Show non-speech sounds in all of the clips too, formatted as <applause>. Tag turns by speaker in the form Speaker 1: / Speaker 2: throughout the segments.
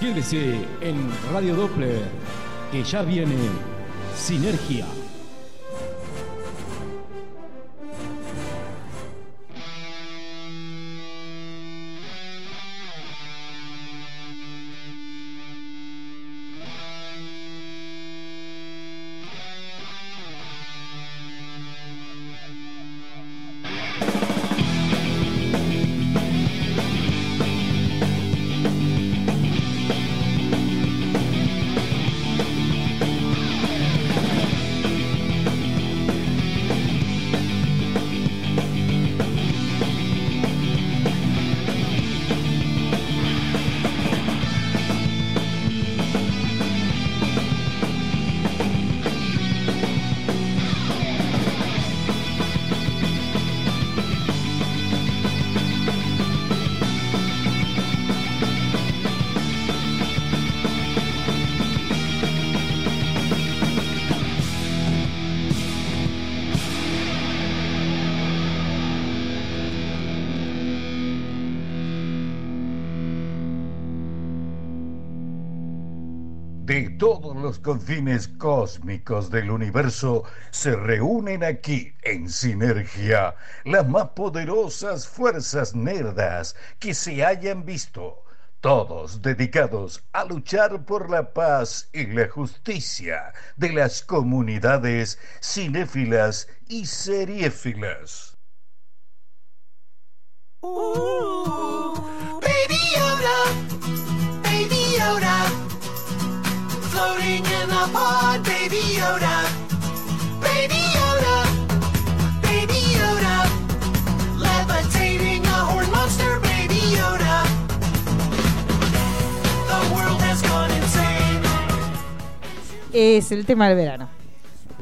Speaker 1: Quédese en Radio Doppler, que ya viene Sinergia.
Speaker 2: de todos los confines cósmicos del universo se reúnen aquí en sinergia las más poderosas fuerzas nerdas que se hayan visto, todos dedicados a luchar por la paz y la justicia de las comunidades cinéfilas y seriéfilas.
Speaker 3: Uh, baby Yoda, baby Yoda. floating in a pod, Baby Yoda. Baby Yoda. Baby Yoda. Levitating a horn monster, Baby Yoda. The world has gone insane.
Speaker 4: Es el tema del verano.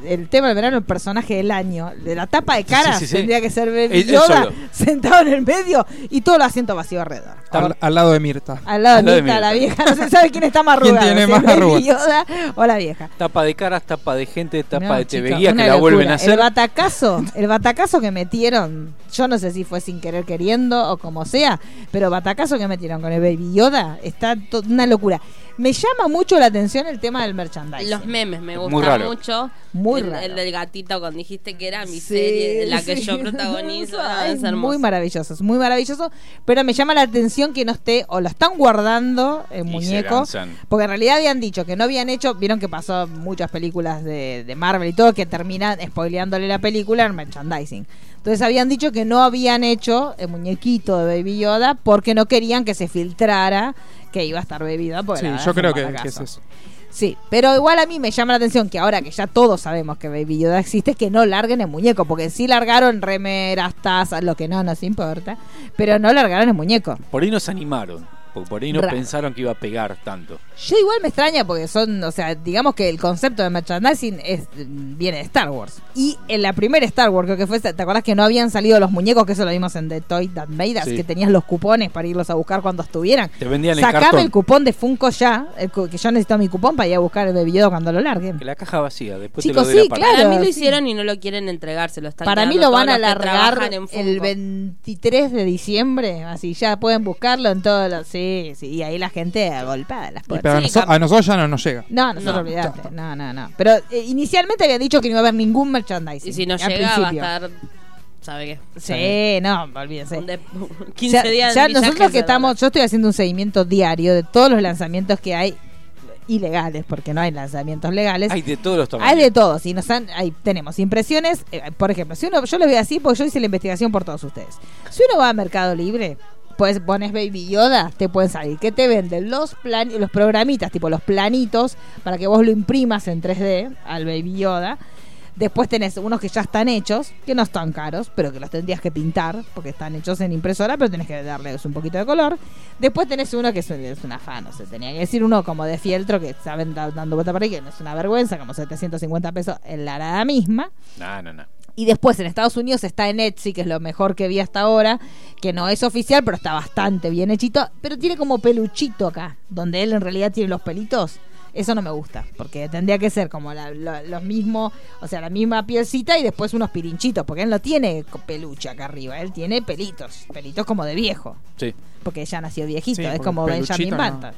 Speaker 4: El tema del verano, el personaje del año. De la tapa de cara
Speaker 5: Sí, sí, sí.
Speaker 4: tendría que ser Baby
Speaker 5: Él- él
Speaker 4: Yoda
Speaker 5: solo.
Speaker 4: sentado en el medio y todo el asiento vacío alrededor.
Speaker 6: Al, al lado de Mirta.
Speaker 4: Al lado
Speaker 5: Al lado
Speaker 4: de
Speaker 5: de
Speaker 4: Mirta, la
Speaker 5: Mirta.
Speaker 4: vieja. No se sabe quién
Speaker 5: <laughs>
Speaker 4: está más
Speaker 6: ¿Quién
Speaker 4: arrugado,
Speaker 6: tiene
Speaker 4: si
Speaker 6: más
Speaker 4: Baby
Speaker 6: arrugas?
Speaker 4: Yoda o la vieja.
Speaker 5: Tapa de caras, tapa de gente, tapa
Speaker 4: No,
Speaker 5: de
Speaker 4: chico,
Speaker 5: tebeguía que
Speaker 4: una
Speaker 5: la
Speaker 4: locura.
Speaker 5: vuelven a hacer.
Speaker 4: El
Speaker 5: <laughs>
Speaker 4: batacazo, el batacazo que metieron, yo no sé si fue sin querer queriendo o como sea, pero batacazo que metieron con el Baby Yoda está to- una locura. Me llama mucho la atención el tema del merchandising.
Speaker 7: Los memes me
Speaker 5: Muy
Speaker 7: gustan
Speaker 5: raro.
Speaker 7: mucho.
Speaker 4: Muy
Speaker 7: el,
Speaker 4: raro.
Speaker 7: el del gatito cuando dijiste que era mi
Speaker 4: Sí,
Speaker 7: serie, la que
Speaker 4: sí. <laughs>
Speaker 7: yo protagonizo. ah,
Speaker 4: Ay,
Speaker 7: es hermoso.
Speaker 4: muy maravilloso, es muy maravilloso, pero me llama la atención que no esté o lo están guardando en
Speaker 5: Y se
Speaker 4: muñeco,
Speaker 5: lanzan.
Speaker 4: porque en realidad habían dicho que no habían hecho, vieron que pasó muchas películas de, de Marvel y todo que terminan spoileándole la película en merchandising. Entonces habían dicho que no habían hecho el muñequito de Baby Yoda porque no querían que se filtrara que iba a estar Baby Yoda. porque
Speaker 6: Sí,
Speaker 4: la verdad
Speaker 6: yo
Speaker 4: es un
Speaker 6: creo que,
Speaker 4: batacazo.
Speaker 6: que es eso.
Speaker 4: Sí, pero igual a mí me llama la atención que ahora que ya todos sabemos que Baby Yoda existe, que no larguen el muñeco, porque sí largaron remeras, tazas, lo que no nos importa, pero no largaron el muñeco.
Speaker 5: Por ahí nos animaron, porque por ahí no
Speaker 4: Raro.
Speaker 5: pensaron que iba a pegar tanto.
Speaker 4: Yo igual me extraña porque son, o sea, digamos que el concepto de merchandising es, viene de Star Wars. Y en la primera Star Wars, creo que fue, ¿te acordás que no habían salido los muñecos? Que eso lo vimos en The Toy That Made Us,
Speaker 5: Sí.
Speaker 4: que tenías los cupones para irlos a buscar cuando estuvieran.
Speaker 5: Te vendían en
Speaker 4: Sacame
Speaker 5: cartón.
Speaker 4: el cupón de Funko ya, el cu- que yo necesito mi cupón para ir a buscar el Baby Yoda cuando lo larguen.
Speaker 5: Que la caja vacía, después
Speaker 4: Chicos,
Speaker 5: te lo doy
Speaker 4: sí,
Speaker 5: la parte.
Speaker 7: Para
Speaker 4: claro,
Speaker 7: mí lo
Speaker 4: sí.
Speaker 7: hicieron y no lo quieren entregar, se lo están
Speaker 4: Para mí
Speaker 7: quedando
Speaker 4: lo van a
Speaker 7: todos los que
Speaker 4: alargar
Speaker 7: trabajan en Funko.
Speaker 4: el 23 de diciembre, así ya pueden buscarlo en todos los... Sí, sí, y ahí la gente agolpada. Las
Speaker 6: Y
Speaker 4: puertas.
Speaker 6: pero a,
Speaker 7: sí,
Speaker 6: noso-
Speaker 7: cam-
Speaker 6: a nosotros ya no nos llega.
Speaker 4: No, nosotros
Speaker 7: No,
Speaker 4: olvidaste.
Speaker 6: ya está.
Speaker 4: No, no, no. Pero eh, inicialmente había dicho que no iba a haber ningún merchandising.
Speaker 7: Y si no
Speaker 4: al
Speaker 7: llega va a
Speaker 4: principio.
Speaker 7: estar, ¿sabe qué?
Speaker 4: Sí, no, olvídense.
Speaker 7: Un de- <laughs>
Speaker 4: Ya-
Speaker 7: 15 días
Speaker 4: ya
Speaker 7: en Villa
Speaker 4: nosotros que
Speaker 7: Gesell,
Speaker 4: estamos, yo estoy haciendo un seguimiento diario de todos los lanzamientos que hay ilegales, porque no hay lanzamientos legales.
Speaker 5: Hay de todos los tamaños.
Speaker 4: Hay de todo, si nos han, hay, tenemos impresiones, eh, por ejemplo, si uno, yo lo veo así porque yo hice la investigación por todos ustedes. Si uno va a Mercado Libre, pues pones Baby Yoda, te pueden salir. ¿Qué te venden? Los plan, los programitas, tipo los planitos, para que vos lo imprimas en 3D al Baby Yoda. Después tenés unos que ya están hechos, que no están caros, pero que los tendrías que pintar, porque están hechos en impresora, pero tenés que darles un poquito de color. Después tenés uno que es, es un afán, o sea, tenía que decir uno como de fieltro, que saben da- dando vuelta para ahí, que no es una vergüenza, como 750 pesos en la nada misma.
Speaker 5: No, no, no.
Speaker 4: Y después en Estados Unidos está en Etsy, que es lo mejor que vi hasta ahora, que no es oficial, pero está bastante bien hechito. Pero tiene como peluchito acá, donde él en realidad tiene los pelitos. Eso no me gusta, porque tendría que ser como la, lo, lo mismo, o sea, la misma pielcita y después unos pirinchitos, porque él no tiene co- peluche acá arriba, él tiene pelitos, pelitos como de viejo,
Speaker 5: Sí.
Speaker 4: porque ya nació viejito,
Speaker 6: Sí,
Speaker 4: es
Speaker 6: porque
Speaker 4: como
Speaker 6: peluchito
Speaker 4: Benjamin
Speaker 6: no.
Speaker 4: Button.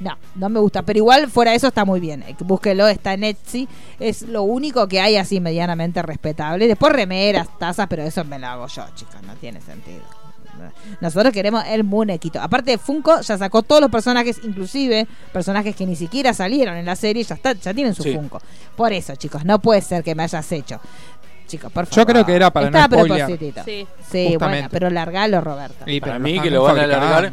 Speaker 4: No. no, me gusta, pero igual fuera eso está muy bien, eh, búsquelo, está en Etsy, es lo único que hay así medianamente respetable. Después remeras, tazas, pero eso me lo hago yo, chicas, no tiene sentido. Nosotros queremos el muñequito. Aparte, Funko ya sacó todos los personajes, inclusive personajes que ni siquiera salieron en la serie, ya está, ya tienen su
Speaker 5: Sí.
Speaker 4: Funko. Por eso, chicos, no puede ser que me hayas hecho. Chicos, por favor.
Speaker 6: Yo creo que era para no
Speaker 4: Está a
Speaker 6: spoilear.
Speaker 4: propósito. Sí,
Speaker 7: Sí.
Speaker 4: bueno,
Speaker 6: Justamente.
Speaker 4: pero largalo, Roberto.
Speaker 6: Y
Speaker 5: Para
Speaker 6: pero
Speaker 5: mí
Speaker 6: los
Speaker 5: que lo van a
Speaker 6: fabricando.
Speaker 5: alargar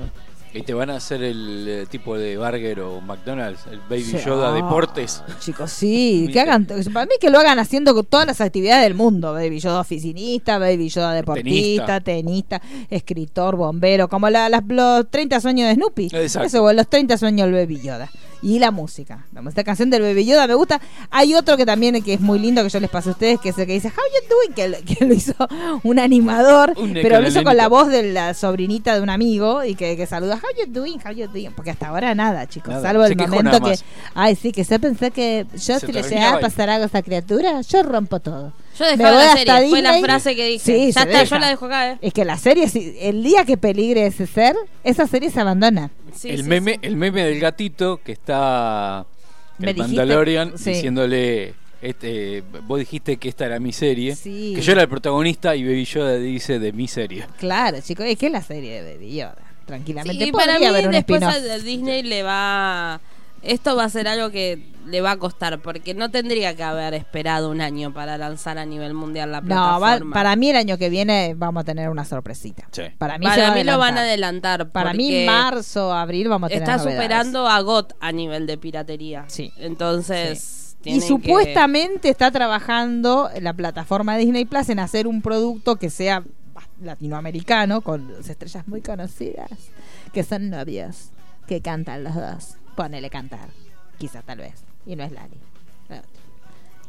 Speaker 5: y te van a hacer el eh, tipo de Burger o McDonald's, el Baby
Speaker 4: Sí.
Speaker 5: Yoda
Speaker 4: Ah,
Speaker 5: Deportes.
Speaker 4: Chicos,
Speaker 5: <laughs>
Speaker 4: sí, que hagan, para mí que lo hagan haciendo con todas las actividades del mundo, baby yoda oficinista, baby yoda deportista, tenista, escritor, bombero, como la, las- los 30 sueños de Snoopy.
Speaker 5: Exacto.
Speaker 4: Eso, bueno, los 30 sueños del baby yoda. Y la música, la música- canción del baby yoda me gusta. Hay otro que también que es muy lindo que yo les pasé a ustedes, que es el que dice How you doing, que, lo- que lo hizo un animador,
Speaker 5: Un
Speaker 4: pero lo hizo con la
Speaker 5: econolémico.
Speaker 4: voz de la sobrinita de un amigo y que, que saluda How you doing, how you doing, porque hasta ahora nada, chicos,
Speaker 5: Nada,
Speaker 4: salvo
Speaker 5: se
Speaker 4: el
Speaker 5: quejó
Speaker 4: momento
Speaker 5: nada
Speaker 4: que
Speaker 5: más.
Speaker 4: Ay, sí, que yo pensé que yo
Speaker 5: Se
Speaker 4: si le
Speaker 5: terminaba
Speaker 4: llegaba a
Speaker 5: ahí.
Speaker 4: pasar algo a esa criatura, yo rompo todo.
Speaker 7: Yo
Speaker 4: Me
Speaker 7: dejaba
Speaker 4: voy
Speaker 7: la
Speaker 4: hasta
Speaker 7: serie. Fue la
Speaker 4: Disney.
Speaker 7: frase que dije.
Speaker 4: Sí,
Speaker 7: ya
Speaker 4: se
Speaker 7: está,
Speaker 4: deja.
Speaker 7: yo la dejo acá, ¿eh?
Speaker 4: Es que la serie, si- el día que peligre ese ser, esa serie se abandona.
Speaker 7: Sí,
Speaker 5: el
Speaker 7: sí,
Speaker 5: meme,
Speaker 7: sí.
Speaker 5: el meme del gatito que está
Speaker 4: Me
Speaker 5: el
Speaker 4: dijiste-
Speaker 5: Mandalorian
Speaker 4: sí.
Speaker 5: diciéndole este, vos dijiste que esta era mi serie,
Speaker 4: Sí.
Speaker 5: que yo era el protagonista y Baby Yoda dice de mi serie.
Speaker 4: Claro, chicos, es que es la serie de Baby Yoda. Tranquilamente.
Speaker 7: Sí, y
Speaker 4: podría
Speaker 7: para mí
Speaker 4: haber un
Speaker 7: después
Speaker 4: spin-off.
Speaker 7: a Disney le va... Esto va a ser algo que le va a costar, porque no tendría que haber esperado un año para lanzar a nivel mundial la
Speaker 4: No,
Speaker 7: plataforma.
Speaker 4: va- para mí el año que viene vamos a tener una sorpresita.
Speaker 5: Sí.
Speaker 4: Para mí, se
Speaker 7: Para
Speaker 4: va a
Speaker 7: mí lo van a
Speaker 4: adelantar.
Speaker 7: adelantar.
Speaker 4: Para mí
Speaker 7: porque
Speaker 4: marzo, abril vamos a tener
Speaker 7: Está
Speaker 4: novedades.
Speaker 7: superando a GOT a nivel de piratería.
Speaker 4: Sí.
Speaker 7: Entonces...
Speaker 4: Y
Speaker 7: tienen que-
Speaker 4: supuestamente está trabajando la plataforma Disney Plus en hacer un producto que sea bah, latinoamericano, con dos estrellas muy conocidas, que son novios, que cantan los dos. Ponele cantar, quizás tal vez. Y no es Lali. la otra.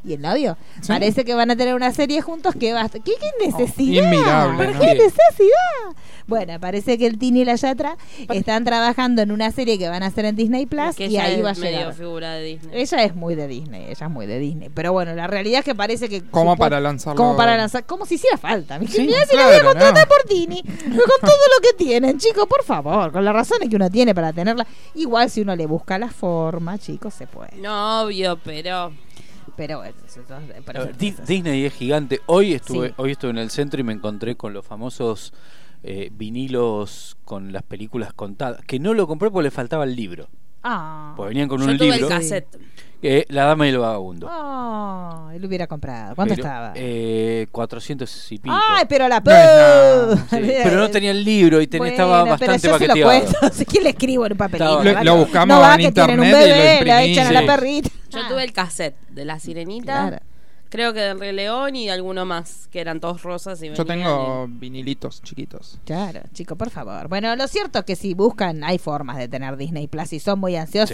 Speaker 4: Y el novio. Parece que van a tener una serie juntos que va a... ¿Qué, qué
Speaker 7: Oh,
Speaker 4: necesidad?
Speaker 6: inmirable,
Speaker 4: ¿Por
Speaker 6: ¿no?
Speaker 4: qué
Speaker 5: Sí.
Speaker 4: necesidad? Bueno, parece que el Tini y la Yatra están trabajando en una serie que van a hacer en Disney Plus y
Speaker 7: que ella
Speaker 4: ahí
Speaker 7: es
Speaker 4: va a
Speaker 7: medio
Speaker 4: llegar.
Speaker 7: figura de Disney.
Speaker 4: Ella es muy de Disney, ella es muy de Disney. Pero bueno, la realidad es que parece que.
Speaker 6: Como
Speaker 4: supo-
Speaker 6: para lanzarlo-
Speaker 4: Como para lanzar. Como si hiciera falta. Mi
Speaker 6: Sí,
Speaker 4: Mirá si la voy a
Speaker 6: claro,
Speaker 4: contratar
Speaker 6: no.
Speaker 4: por Disney. Con todo lo que tienen, chicos, por favor. Con las razones que uno tiene para tenerla. Igual si uno le busca la forma, chicos, se puede.
Speaker 7: No, obvio, pero...
Speaker 4: Pero bueno, eso- eso- pero
Speaker 5: A ver,
Speaker 4: eso-
Speaker 5: Di-
Speaker 4: eso-
Speaker 5: Disney es gigante. Hoy estuve,
Speaker 4: Sí.
Speaker 5: hoy estuve en el centro y me encontré con los famosos eh, vinilos con las películas contadas. Que no lo compré porque le faltaba el libro.
Speaker 4: Ah.
Speaker 5: Porque venían con
Speaker 7: Yo
Speaker 5: un
Speaker 7: tuve
Speaker 5: libro.
Speaker 7: el cassette.
Speaker 5: eh, la dama y el vagabundo.
Speaker 4: Ah, él hubiera comprado. ¿Cuánto
Speaker 5: Pero,
Speaker 4: estaba?
Speaker 5: Eh, 400 y pico.
Speaker 4: Ay, pero la.
Speaker 6: No es
Speaker 4: <laughs>
Speaker 5: Sí, pero no tenía el libro y ten-
Speaker 4: Bueno,
Speaker 5: estaba
Speaker 4: pero
Speaker 5: bastante
Speaker 4: yo se lo
Speaker 5: paqueteado.
Speaker 4: cuento. ¿Quién le escribo en un papelito?
Speaker 5: Lo-
Speaker 4: Va-
Speaker 6: lo buscamos
Speaker 4: no va
Speaker 6: en
Speaker 4: que tienen un
Speaker 6: internet y lo
Speaker 4: bebé, la
Speaker 6: imprimís,
Speaker 4: echan a la
Speaker 5: sí.
Speaker 4: perrita. Ah,
Speaker 7: Yo tuve el cassette de La Sirenita.
Speaker 4: Claro.
Speaker 7: Creo que del Rey León y de alguno más, que eran todos rosas y
Speaker 6: Yo
Speaker 7: venían
Speaker 6: tengo vinilitos chiquitos.
Speaker 4: Claro, chico, por favor. Bueno, lo cierto es que si buscan, hay formas de tener Disney Plus y son muy ansiosos,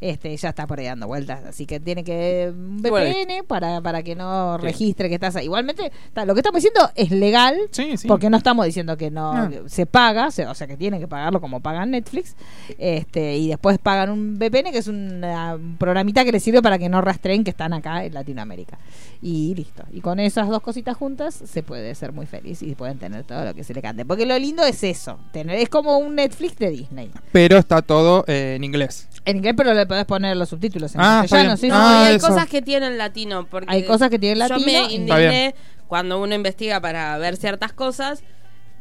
Speaker 4: este, ya está por ahí dando vueltas. Así que tiene que un
Speaker 5: Igual
Speaker 4: VPN para, para que no
Speaker 5: Sí.
Speaker 4: registre que estás ahí. Igualmente, ta- lo que estamos diciendo es legal,
Speaker 6: Sí, sí.
Speaker 4: porque no estamos diciendo que no,
Speaker 6: No.
Speaker 4: que se paga, se- o sea que tienen que pagarlo como pagan Netflix, este, y después pagan un VPN que es una- un programita que les sirve para que no rastreen que están acá en Latinoamérica. Y listo. Y con esas dos cositas juntas se puede ser muy feliz y pueden tener todo lo que se le cante. Porque lo lindo es eso, tener, es como un Netflix de Disney.
Speaker 6: Pero está todo eh, en inglés.
Speaker 4: En inglés, pero le podés poner los subtítulos en
Speaker 6: Ah, está
Speaker 4: castellano,
Speaker 6: bien.
Speaker 4: sí,
Speaker 7: No,
Speaker 4: sí.
Speaker 6: Ah,
Speaker 7: y hay
Speaker 6: eso.
Speaker 7: cosas que tienen latino. Porque
Speaker 4: Hay cosas que tienen latino
Speaker 7: Yo me
Speaker 4: y-
Speaker 6: Está
Speaker 7: indigné cuando uno investiga para ver ciertas cosas.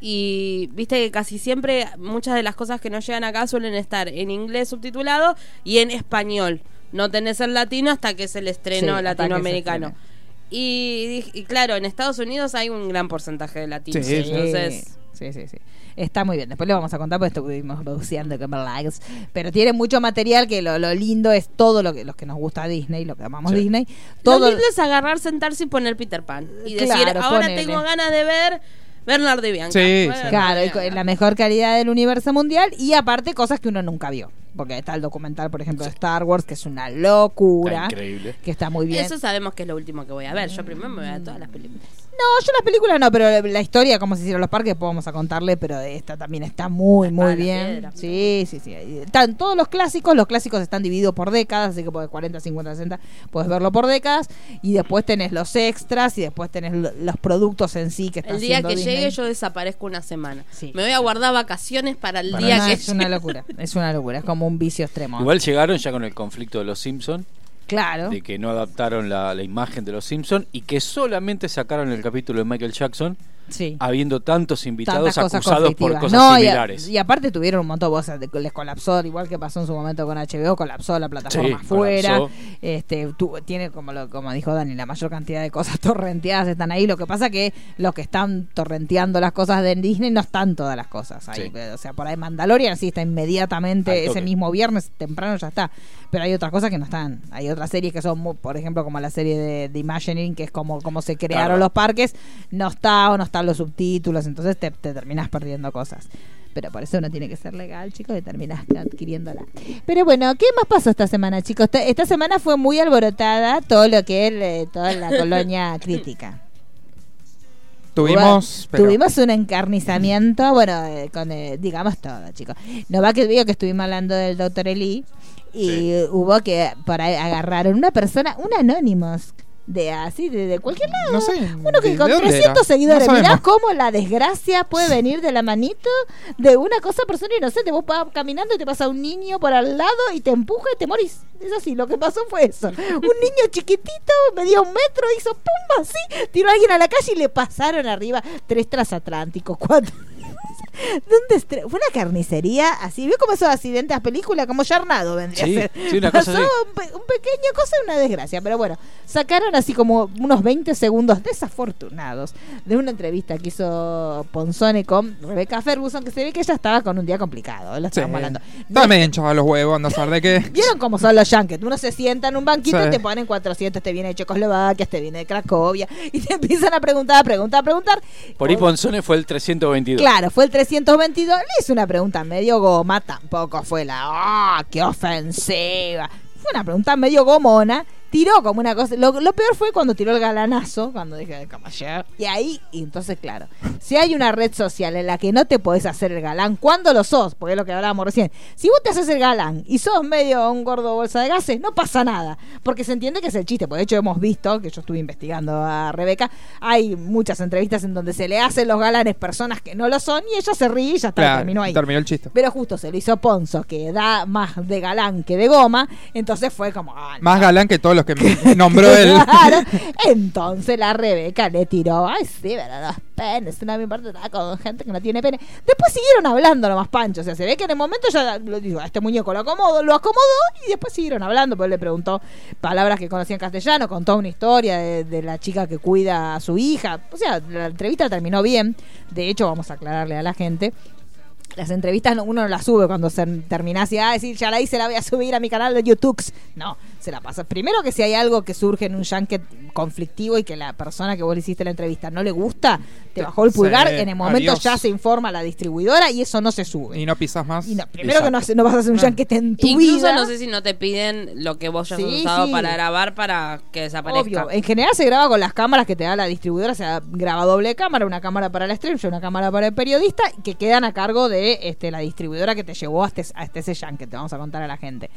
Speaker 7: Y viste que casi siempre muchas de las cosas que nos llegan acá suelen estar en inglés subtitulado y en español. No tenés el latino hasta que es el estreno
Speaker 4: Sí, hasta que se
Speaker 7: latinoamericano.
Speaker 4: estrene.
Speaker 7: Y, dij- y claro, en Estados Unidos hay un gran porcentaje de latinos.
Speaker 6: Sí, sí.
Speaker 7: entonces,
Speaker 4: Sí, sí, sí. Está muy bien. Después le vamos a contar porque estuvimos buceando con Berlanga. Pero tiene mucho material que lo, lo lindo es todo lo que, los que nos gusta Disney, lo que amamos
Speaker 5: Sí.
Speaker 4: Disney.
Speaker 7: Lo
Speaker 4: Todo
Speaker 7: lindo es agarrar, sentarse y poner Peter Pan. Y
Speaker 4: Claro,
Speaker 7: decir, ahora
Speaker 4: ponele.
Speaker 7: tengo ganas de ver Bernardo y Bianca.
Speaker 6: Sí,
Speaker 7: Bueno,
Speaker 6: sí.
Speaker 4: Claro, y
Speaker 7: Bianca.
Speaker 4: con la mejor calidad del universo mundial y aparte cosas que uno nunca vio. Porque está el documental, por ejemplo, de Star Wars, que es una locura.
Speaker 5: Está increíble.
Speaker 4: Que está muy bien.
Speaker 7: Eso sabemos que es lo último que voy a ver. Yo primero me voy a ver todas las películas.
Speaker 4: No, yo las películas no, pero la historia, cómo se hicieron los parques, podemos a contarle, pero esta también está muy,
Speaker 7: La
Speaker 4: muy
Speaker 7: Espada de la
Speaker 4: bien.
Speaker 7: Piedra.
Speaker 4: Sí, sí, sí. Están todos los clásicos, los clásicos están divididos por décadas, así que podés 40, 50, 60, puedes verlo por décadas, y después tenés los extras, y después tenés lo- los productos en sí que están
Speaker 7: El día que llegue
Speaker 4: yo
Speaker 7: yo desaparezco una semana.
Speaker 4: ¿eh? Sí.
Speaker 7: Me voy a guardar vacaciones para el
Speaker 5: Para
Speaker 7: día
Speaker 4: No,
Speaker 7: que
Speaker 4: es una
Speaker 7: llegue.
Speaker 4: locura, es una locura, es como un vicio extremo.
Speaker 5: Igual llegaron ya con el conflicto de los Simpson
Speaker 4: claro.
Speaker 5: de que no adaptaron la, la imagen de los Simpson y que solamente sacaron el capítulo de Michael Jackson,
Speaker 4: Sí.
Speaker 5: habiendo tantos invitados
Speaker 4: tantas cosas
Speaker 5: acusados por
Speaker 4: conflictivas.
Speaker 5: cosas
Speaker 4: No, y a-
Speaker 5: similares.
Speaker 4: Y, aparte tuvieron un montón, o sea, de- les colapsó, igual que pasó en su momento con HBO, colapsó la plataforma
Speaker 5: Sí,
Speaker 4: afuera.
Speaker 5: colapsó.
Speaker 4: Este, tu- tiene, como, lo, como dijo Dani, la mayor cantidad de cosas <laughs> torrenteadas están ahí. Lo que pasa que los que están torrenteando las cosas de Disney no están todas las cosas ahí.
Speaker 5: Sí.
Speaker 4: O sea, por ahí Mandalorian sí está
Speaker 5: Al
Speaker 4: inmediatamente,
Speaker 5: toque.
Speaker 4: ese mismo viernes temprano ya está. Pero hay otras cosas que no están. Hay otras series que son, muy- por ejemplo, como la serie de, de Imagining, que es como, como se crearon
Speaker 5: Claro.
Speaker 4: los parques, no está o no están los subtítulos, entonces te, te terminas perdiendo cosas. Pero por eso uno tiene que ser legal, chicos, y terminás adquiriéndola. Pero bueno, ¿qué más pasó esta semana, chicos? Esta, esta semana fue muy alborotada todo lo que es eh, toda la colonia <laughs> crítica.
Speaker 6: Tuvimos.
Speaker 4: Tuvo-
Speaker 6: pero-
Speaker 4: tuvimos un encarnizamiento, bueno, eh, con, eh, digamos todo, chicos. No va que veo que estuvimos hablando del doctor Eli y hubo que por ahí agarraron una persona, un anónimos de así, de, de cualquier lado.
Speaker 6: No sé,
Speaker 4: Uno que
Speaker 6: ¿de-
Speaker 4: con
Speaker 6: de dónde
Speaker 4: 300
Speaker 6: era?
Speaker 4: seguidores,
Speaker 6: No
Speaker 4: mirá
Speaker 6: sabemos.
Speaker 4: cómo la desgracia puede venir de la manito de una cosa persona inocente. Vos vas caminando y te pasa un niño por al lado y te empuja y te morís. Es así, lo que pasó fue
Speaker 6: <laughs>
Speaker 4: eso. Un niño chiquitito, medía un metro, hizo pumba así, tiró a alguien a la calle y le pasaron arriba tres transatlánticos, cuatro. <laughs> ¿Dónde estre- Fue una carnicería así. ¿Vio cómo esos accidentes a película? Como Yarnado vendría
Speaker 5: Sí,
Speaker 4: a ser.
Speaker 5: sí, una
Speaker 4: Pasó
Speaker 5: cosa así.
Speaker 4: un, pe- un pequeño cosa, una desgracia. Pero bueno, sacaron así como unos 20 segundos desafortunados de una entrevista que hizo Ponzone con Rebeca Ferguson, que se ve que ella estaba con un día complicado. Lo
Speaker 6: Sí.
Speaker 4: estábamos hablando. No-
Speaker 6: También hinchaba los huevos, no
Speaker 4: <laughs>
Speaker 6: saber de qué.
Speaker 4: ¿Vieron cómo son los yankees? Uno se sienta en un banquito
Speaker 6: Sí.
Speaker 4: y te ponen 400, te viene de Checoslovaquia, te viene de Cracovia, y te <laughs> empiezan a preguntar, a preguntar, a preguntar.
Speaker 5: Por ahí Ponzone fue el 322.
Speaker 4: Claro, fue el 322. Le hice una pregunta medio goma, tampoco fue la ¡ah, qué ofensiva! Fue una pregunta medio gomona. Tiró como una cosa. Lo, lo peor fue cuando tiró el galanazo, cuando dije el caballero. Y ahí, y entonces, claro, si hay una red social en la que no te podés hacer el galán, ¿cuándo lo sos? Porque es lo que hablábamos recién. Si vos te haces el galán y sos medio un gordo bolsa de gases, no pasa nada. Porque se entiende que es el chiste. Porque de hecho hemos visto, que yo estuve investigando a Rebeca, hay muchas entrevistas en donde se le hacen los galanes personas que no lo son y ella se ríe y ya está,
Speaker 6: Claro,
Speaker 4: terminó ahí.
Speaker 6: el chiste.
Speaker 4: Pero justo se lo hizo Ponzo, que da más de galán que de goma. Entonces fue como. ah,
Speaker 6: Más galán que todos los que me <laughs>
Speaker 4: <laughs>
Speaker 6: nombró él.
Speaker 4: Claro.
Speaker 6: <laughs>
Speaker 4: Entonces la Rebeca le tiró, ay sí, pero los penes, no me importa nada con gente que no tiene pene. Después siguieron hablando nomás Pancho, o sea, se ve que en el momento ya lo dijo, a este muñeco lo acomodo, lo acomodó y después siguieron hablando, pues le preguntó palabras que conocía en castellano, contó una historia de, de la chica que cuida a su hija, o sea, la entrevista terminó bien, de hecho vamos a aclararle a la gente las entrevistas no- uno no las sube cuando se terminás y ah, decir, ya la hice, la voy a subir a mi canal de YouTube. No, se la pasa. Primero que si hay algo que surge en un yanket conflictivo y que la persona que vos le hiciste la entrevista no le gusta, te bajó el
Speaker 6: Sí,
Speaker 4: pulgar, en el momento
Speaker 6: adiós.
Speaker 4: ya se informa a la distribuidora y eso no se sube.
Speaker 6: Y no pisas más.
Speaker 4: Y no, primero que no, hace- no vas a hacer un
Speaker 6: Claro.
Speaker 4: yanket en tu
Speaker 7: Incluso
Speaker 4: vida.
Speaker 7: no sé si no te piden lo que vos hayas
Speaker 4: Sí,
Speaker 7: usado
Speaker 4: sí.
Speaker 7: para grabar para que desaparezca.
Speaker 4: Obvio, en general se graba con las cámaras que te da la distribuidora, o sea, graba doble cámara, una cámara para el stream, una cámara para el periodista, que quedan a cargo de este, la distribuidora que te llevó este, hasta, hasta ese que te vamos a contar a la gente.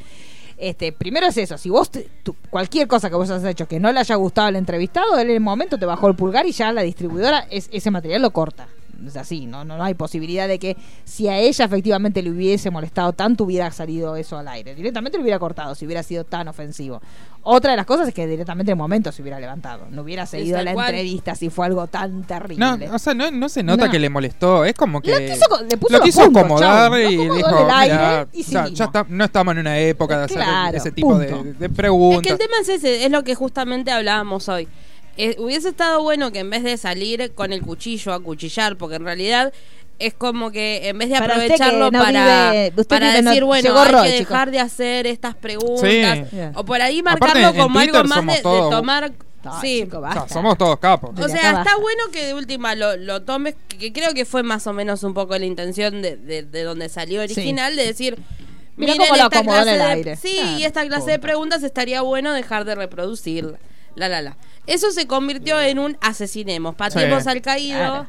Speaker 4: Este, primero es eso, si vos te- tu- cualquier cosa que vos has hecho que no le haya gustado al entrevistado, él en el momento te bajó el pulgar y ya la distribuidora es- ese material lo corta. Es así, ¿no? No, no hay posibilidad de que si a ella efectivamente le hubiese molestado tanto hubiera salido eso al aire. Directamente lo hubiera cortado si hubiera sido tan ofensivo. Otra de las cosas es que directamente en el momento se hubiera levantado. No hubiera seguido
Speaker 7: tal
Speaker 4: la
Speaker 7: cual.
Speaker 4: entrevista si fue algo tan terrible.
Speaker 6: No, o sea, no, no se nota
Speaker 4: No.
Speaker 6: que le molestó. Es como que.
Speaker 4: Lo quiso co- le puso
Speaker 6: lo
Speaker 4: los
Speaker 6: quiso
Speaker 4: puntos,
Speaker 6: acomodar
Speaker 4: chabón. Lo
Speaker 6: y
Speaker 4: acomodó
Speaker 6: dijo:
Speaker 4: del aire
Speaker 6: "Mirá,
Speaker 4: y sí
Speaker 6: ya,
Speaker 4: mismo".
Speaker 6: ya está- no estamos en una época de hacer
Speaker 4: Claro,
Speaker 6: ese tipo de,
Speaker 4: punto.
Speaker 6: de
Speaker 7: Es que
Speaker 6: preguntas.
Speaker 7: el tema es ese, es lo que justamente hablábamos hoy. Eh, hubiese estado bueno que en vez de salir con el cuchillo a cuchillar, porque en realidad es como que en vez de
Speaker 4: Para usted que
Speaker 7: aprovecharlo
Speaker 4: no
Speaker 7: para,
Speaker 4: vive- usted
Speaker 7: para
Speaker 4: vive, no-
Speaker 7: decir, bueno,
Speaker 4: llegó
Speaker 7: hay
Speaker 4: Roy,
Speaker 7: que
Speaker 4: chicos.
Speaker 7: dejar de hacer estas preguntas,
Speaker 6: Sí.
Speaker 7: o por ahí
Speaker 6: Aparte,
Speaker 7: marcarlo
Speaker 6: en
Speaker 7: como algo
Speaker 6: Twitter
Speaker 7: más de,
Speaker 6: somos
Speaker 7: de
Speaker 6: todos-
Speaker 7: tomar...
Speaker 4: No,
Speaker 7: sí.
Speaker 4: chico,
Speaker 6: O sea,
Speaker 4: basta.
Speaker 6: somos todos capos.
Speaker 4: De
Speaker 7: O
Speaker 4: acá
Speaker 7: sea, está
Speaker 4: basta.
Speaker 7: bueno que de última lo, lo tomes, que, que creo que fue más o menos un poco la intención de, de- de donde salió original, de decir,
Speaker 4: Mirá
Speaker 7: miren
Speaker 4: cómo lo
Speaker 7: esta
Speaker 4: acomodó en
Speaker 7: clase
Speaker 4: el
Speaker 7: de-
Speaker 4: aire.
Speaker 7: Sí,
Speaker 4: Claro,
Speaker 7: y esta clase de preguntas estaría bueno dejar de reproducirla. La, la, la. Eso se convirtió en un asesinemos, pateemos
Speaker 6: Sí.
Speaker 7: al caído.
Speaker 4: Claro.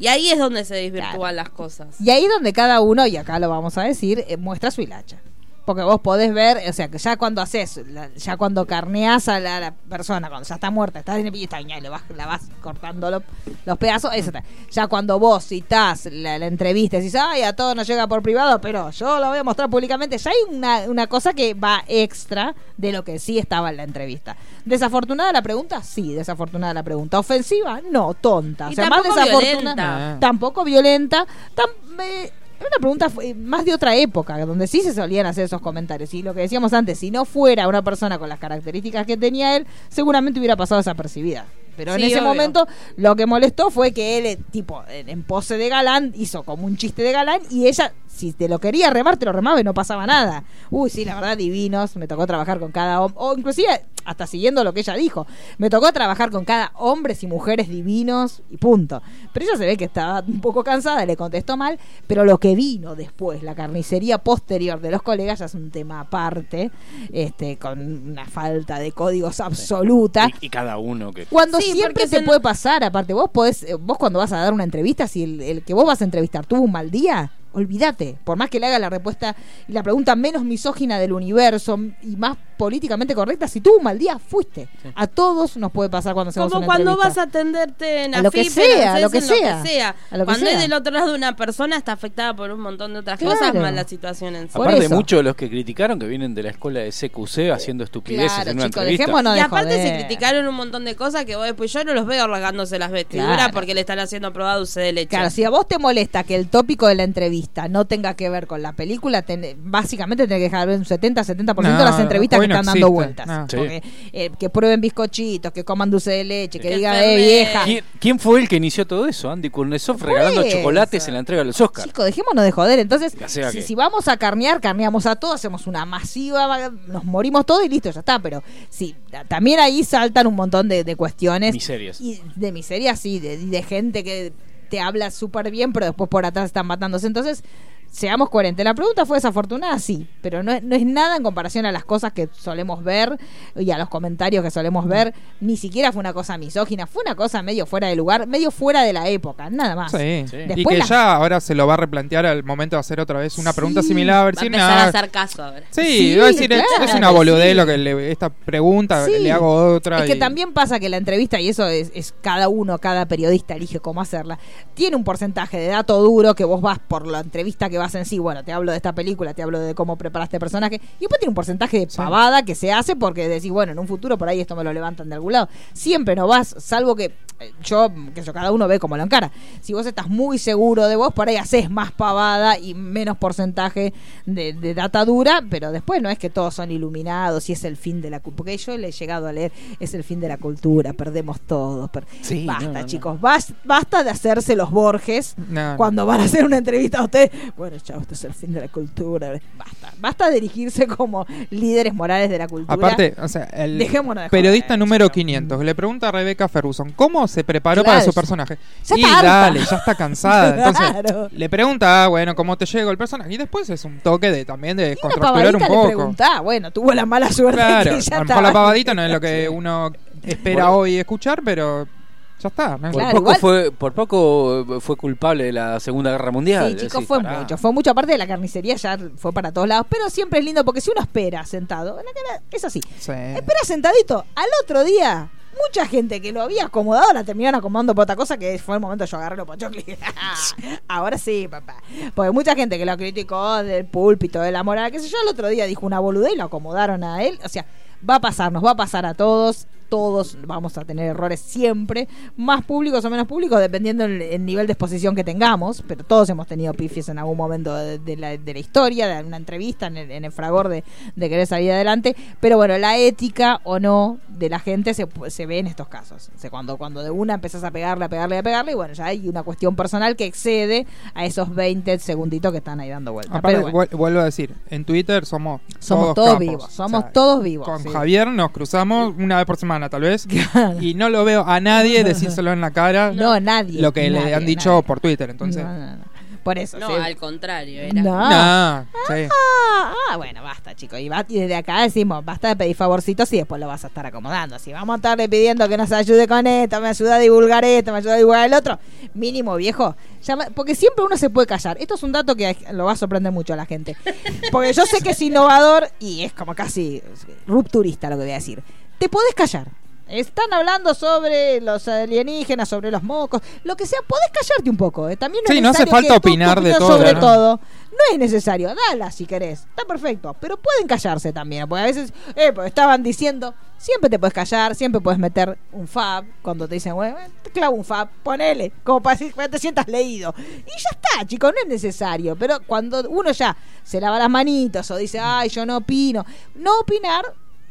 Speaker 7: Y ahí es donde se desvirtúan
Speaker 4: Claro.
Speaker 7: las cosas.
Speaker 4: Y ahí donde cada uno, y acá lo vamos a decir, eh, muestra su hilacha. Porque vos podés ver, o sea, que ya cuando haces, la- ya cuando carneás a la, la persona, cuando ya está muerta, estás en el pie, y le vas, la vas cortando lo- los pedazos, eso está. Ya cuando vos citás la, la entrevista y decís, ay, a todo nos llega por privado, pero yo lo voy a mostrar públicamente, ya hay una, una cosa que va extra de lo que sí estaba en la entrevista. ¿Desafortunada la pregunta? Sí, desafortunada la pregunta. ¿Ofensiva? No, tonta.
Speaker 7: Y
Speaker 4: o sea, más
Speaker 7: tampoco
Speaker 4: desafortunada
Speaker 7: violenta.
Speaker 6: Ah.
Speaker 4: tampoco violenta. Tam- eh, una pregunta fu- eh, más de otra época, donde sí se solían hacer esos comentarios. Y lo que decíamos antes, si no fuera una persona con las características que tenía él, seguramente hubiera pasado desapercibida. Pero en
Speaker 7: Sí,
Speaker 4: ese
Speaker 7: obvio.
Speaker 4: momento lo que molestó fue que él, eh, tipo, en en pose de galán, hizo como un chiste de galán y ella, si te lo quería remar, te lo remaba y no pasaba nada. Uy, sí, la verdad, divinos, me tocó trabajar con cada hombre, o inclusive hasta siguiendo lo que ella dijo, me tocó trabajar con cada hombres y mujeres divinos y punto. Pero ella se ve que estaba un poco cansada, le contestó mal, pero lo que vino después, la carnicería posterior de los colegas, ya es un tema aparte, este, con una falta de códigos absoluta.
Speaker 5: Y, y cada uno que.
Speaker 4: Cuando
Speaker 7: Sí,
Speaker 4: siempre
Speaker 7: porque
Speaker 4: te
Speaker 7: se no-
Speaker 4: puede pasar, aparte, vos podés, eh, vos cuando vas a dar una entrevista, si el, el que vos vas a entrevistar tuvo un mal día, olvídate. Por más que le haga la respuesta y la pregunta menos misógina del universo m- y más políticamente correcta, si tuvo un mal día, fuiste. A todos nos puede pasar cuando hacemos
Speaker 7: Como
Speaker 4: una
Speaker 7: cuando vas a
Speaker 4: entrevista.
Speaker 7: atenderte en
Speaker 4: A lo que
Speaker 7: AFIP, en
Speaker 4: sea, a lo
Speaker 7: ANSES,
Speaker 4: que
Speaker 7: en
Speaker 4: sea, a lo que
Speaker 7: cuando
Speaker 4: sea.
Speaker 7: es del otro lado de una persona está afectada por un montón de otras
Speaker 4: Claro.
Speaker 7: cosas más la situación en sí.
Speaker 4: Por
Speaker 5: Aparte,
Speaker 4: eso.
Speaker 5: muchos de los que criticaron que vienen de la escuela de CQC haciendo estupideces
Speaker 4: Claro,
Speaker 5: en una
Speaker 4: chicos,
Speaker 5: entrevista.
Speaker 4: dejémonos
Speaker 7: y
Speaker 4: de
Speaker 7: aparte se
Speaker 4: joder.
Speaker 7: criticaron un montón de cosas que vos después yo no los veo rasgándose las vestiduras
Speaker 4: Claro.
Speaker 7: porque le están haciendo probado usted de leche.
Speaker 4: Claro, si a vos te molesta que el tópico de la entrevista no tenga que ver con la película, ten- básicamente tenés que dejar ver un 70-70% de
Speaker 6: No,
Speaker 4: las entrevistas que
Speaker 6: hoy no
Speaker 4: están dando
Speaker 6: existe.
Speaker 4: vueltas.
Speaker 6: No.
Speaker 5: Sí.
Speaker 4: Porque, eh, que prueben bizcochitos, que coman dulce de leche, que
Speaker 7: Que
Speaker 4: digan, eh,
Speaker 7: enfermen.
Speaker 4: vieja.
Speaker 5: ¿Quién, quién fue el que inició todo eso? Andy Kurnesov regalando
Speaker 4: eso.
Speaker 5: chocolates en la entrega de los Oscars.
Speaker 4: Chicos, dejémonos de joder. Entonces,
Speaker 5: O sea
Speaker 4: si,
Speaker 5: que-
Speaker 4: si vamos a carnear, carneamos a todos, hacemos una masiva, nos morimos todos y listo, ya está. Pero sí, ta- también ahí saltan un montón de, de cuestiones.
Speaker 5: Miserias.
Speaker 4: Y de miserias, sí, de, de gente que te habla súper bien, pero después por atrás están matándose. Entonces, seamos coherentes. La pregunta fue desafortunada, sí, pero no es, no es nada en comparación a las cosas que solemos ver y a los comentarios que solemos ver. Ni siquiera fue una cosa misógina, fue una cosa medio fuera de lugar, medio fuera de la época, nada más.
Speaker 6: Sí.
Speaker 5: Sí.
Speaker 6: Y
Speaker 4: Después
Speaker 6: que
Speaker 4: la-
Speaker 6: ya ahora se lo va a replantear al momento de hacer otra vez una pregunta
Speaker 4: Sí,
Speaker 6: similar. A ver
Speaker 7: Va a
Speaker 6: si
Speaker 7: empezar
Speaker 6: nada.
Speaker 7: a hacer caso ahora.
Speaker 6: Sí,
Speaker 4: Sí,
Speaker 6: iba a decir,
Speaker 4: claro
Speaker 6: es
Speaker 4: que
Speaker 6: una boludez
Speaker 4: sí.
Speaker 6: lo que le- esta pregunta,
Speaker 4: Sí.
Speaker 6: le hago otra.
Speaker 4: Es que
Speaker 6: y-
Speaker 4: también pasa que la entrevista, y eso es, es cada uno, cada periodista elige cómo hacerla, tiene un porcentaje de dato duro que vos vas por la entrevista que vas en sí, bueno, te hablo de esta película, te hablo de cómo preparaste personaje, y después tiene un porcentaje de
Speaker 6: Sí.
Speaker 4: pavada que se hace porque decís, bueno, en un futuro por ahí esto me lo levantan de algún lado. Siempre no vas, salvo que eh, yo, que yo, cada uno ve cómo lo encara. Si vos estás muy seguro de vos, por ahí haces más pavada y menos porcentaje de, de data dura, pero después no es que todos son iluminados y es el fin de la cultura. Porque yo le he llegado a leer, es el fin de la cultura, perdemos todos. per-
Speaker 5: Sí,
Speaker 4: basta,
Speaker 5: no, no.
Speaker 4: chicos, bas- basta de hacerse los Borges
Speaker 6: No, no.
Speaker 4: cuando van a hacer una entrevista a usted. Bueno, chao, esto es el fin de la cultura. Basta, basta de dirigirse como líderes morales de la cultura.
Speaker 6: Aparte, o sea, el
Speaker 4: Dejémonos de
Speaker 6: periodista
Speaker 4: joder,
Speaker 6: número
Speaker 4: chico.
Speaker 6: 500 le pregunta a Rebecca Ferguson cómo se preparó
Speaker 4: Claro,
Speaker 6: para su
Speaker 4: ya-
Speaker 6: personaje.
Speaker 4: ya
Speaker 6: y
Speaker 4: está harta.
Speaker 6: dale, ya
Speaker 4: <laughs>
Speaker 6: está cansada. Entonces,
Speaker 4: Claro.
Speaker 6: le pregunta, ah, bueno, cómo te llegó el personaje. Y después es un toque de también de
Speaker 4: Y una
Speaker 6: contracturar un
Speaker 4: pavadita le <laughs>
Speaker 6: poco.
Speaker 4: preguntá, bueno, tuvo la mala suerte
Speaker 6: Claro,
Speaker 4: que ya
Speaker 6: a lo mejor
Speaker 4: estaba-
Speaker 6: la pavadita no es lo que uno espera
Speaker 5: Bueno.
Speaker 6: hoy escuchar, pero ya está. ¿no?
Speaker 5: Por
Speaker 4: Claro,
Speaker 5: poco
Speaker 4: igual-
Speaker 5: fue, por poco eh, fue culpable de la Segunda Guerra Mundial.
Speaker 4: Sí, chicos,
Speaker 5: Decís,
Speaker 4: fue
Speaker 5: pará.
Speaker 4: mucho. Fue mucho. Aparte de la carnicería, ya fue para todos lados. Pero siempre es lindo porque si uno espera sentado, en la cara- es así.
Speaker 6: Sí.
Speaker 4: Espera sentadito. Al otro día, mucha gente que lo había acomodado la terminaron acomodando por otra cosa que fue el momento de yo agarrarlo por <laughs> Ahora sí, papá. Porque mucha gente que lo criticó del púlpito, de la moral, qué sé yo, al otro día dijo una boludez y lo acomodaron a él. O sea, va a pasar, nos va a pasar a todos. Todos vamos a tener errores siempre, más públicos o menos públicos, dependiendo el, el nivel de exposición que tengamos, pero todos hemos tenido pifies en algún momento de, de la, de la historia, de una entrevista, en el, en el fragor de, de querer salir adelante, pero bueno, la ética o no de la gente se, pu- se ve en estos casos. O sea, cuando, cuando de una empezás a pegarle, a pegarle, a pegarle, y bueno, ya hay una cuestión personal que excede a esos 20 segunditos que están ahí dando vueltas.
Speaker 6: Aparte,
Speaker 4: Pero bueno,
Speaker 6: vuel- vuelvo a decir, en Twitter somos,
Speaker 4: somos todos,
Speaker 6: capos.
Speaker 4: vivos, somos
Speaker 6: O sea,
Speaker 4: todos vivos.
Speaker 6: Con
Speaker 4: sí.
Speaker 6: Javier nos cruzamos una vez por semana, tal vez. Y no lo veo
Speaker 4: <laughs>
Speaker 6: a nadie decírselo en la cara.
Speaker 4: No, nadie.
Speaker 6: Lo que
Speaker 4: nadie,
Speaker 6: le han dicho
Speaker 4: nadie.
Speaker 6: por Twitter, entonces.
Speaker 4: No,
Speaker 6: No,
Speaker 4: no, no. Por eso.
Speaker 7: No,
Speaker 4: sí.
Speaker 7: al contrario, era.
Speaker 4: No.
Speaker 6: sí.
Speaker 4: Ah, ah, bueno, va. basta, chicos. Y, va- y desde acá decimos, basta de pedir favorcitos y después lo vas a estar acomodando. Si vamos a estarle pidiendo que nos ayude con esto, me ayuda a divulgar esto, me ayuda a divulgar el otro, mínimo, viejo. llama- porque siempre uno se puede callar. Esto es un dato que lo va a sorprender mucho a la gente. Porque yo sé que es innovador y es como casi rupturista lo que voy a decir. Te podés callar. Están hablando sobre los alienígenas, sobre los mocos, lo que sea. Podés callarte un poco. eh. También no es
Speaker 6: Sí, no hace
Speaker 4: necesario
Speaker 6: falta
Speaker 4: que tú- tu
Speaker 6: opinar de
Speaker 4: opinión
Speaker 6: todo,
Speaker 4: Sobre
Speaker 6: ¿no?
Speaker 4: todo. No es necesario. Dala si querés. Está perfecto. Pero pueden callarse también. Porque a veces, eh, porque estaban diciendo, siempre te puedes callar, siempre puedes meter un fab. Cuando te dicen, bueno, eh, te clavo un fab, ponele. Como para que te sientas leído. Y ya está, chicos, no es necesario. Pero cuando uno ya se lava las manitos o dice, ay, yo no opino. No opinar.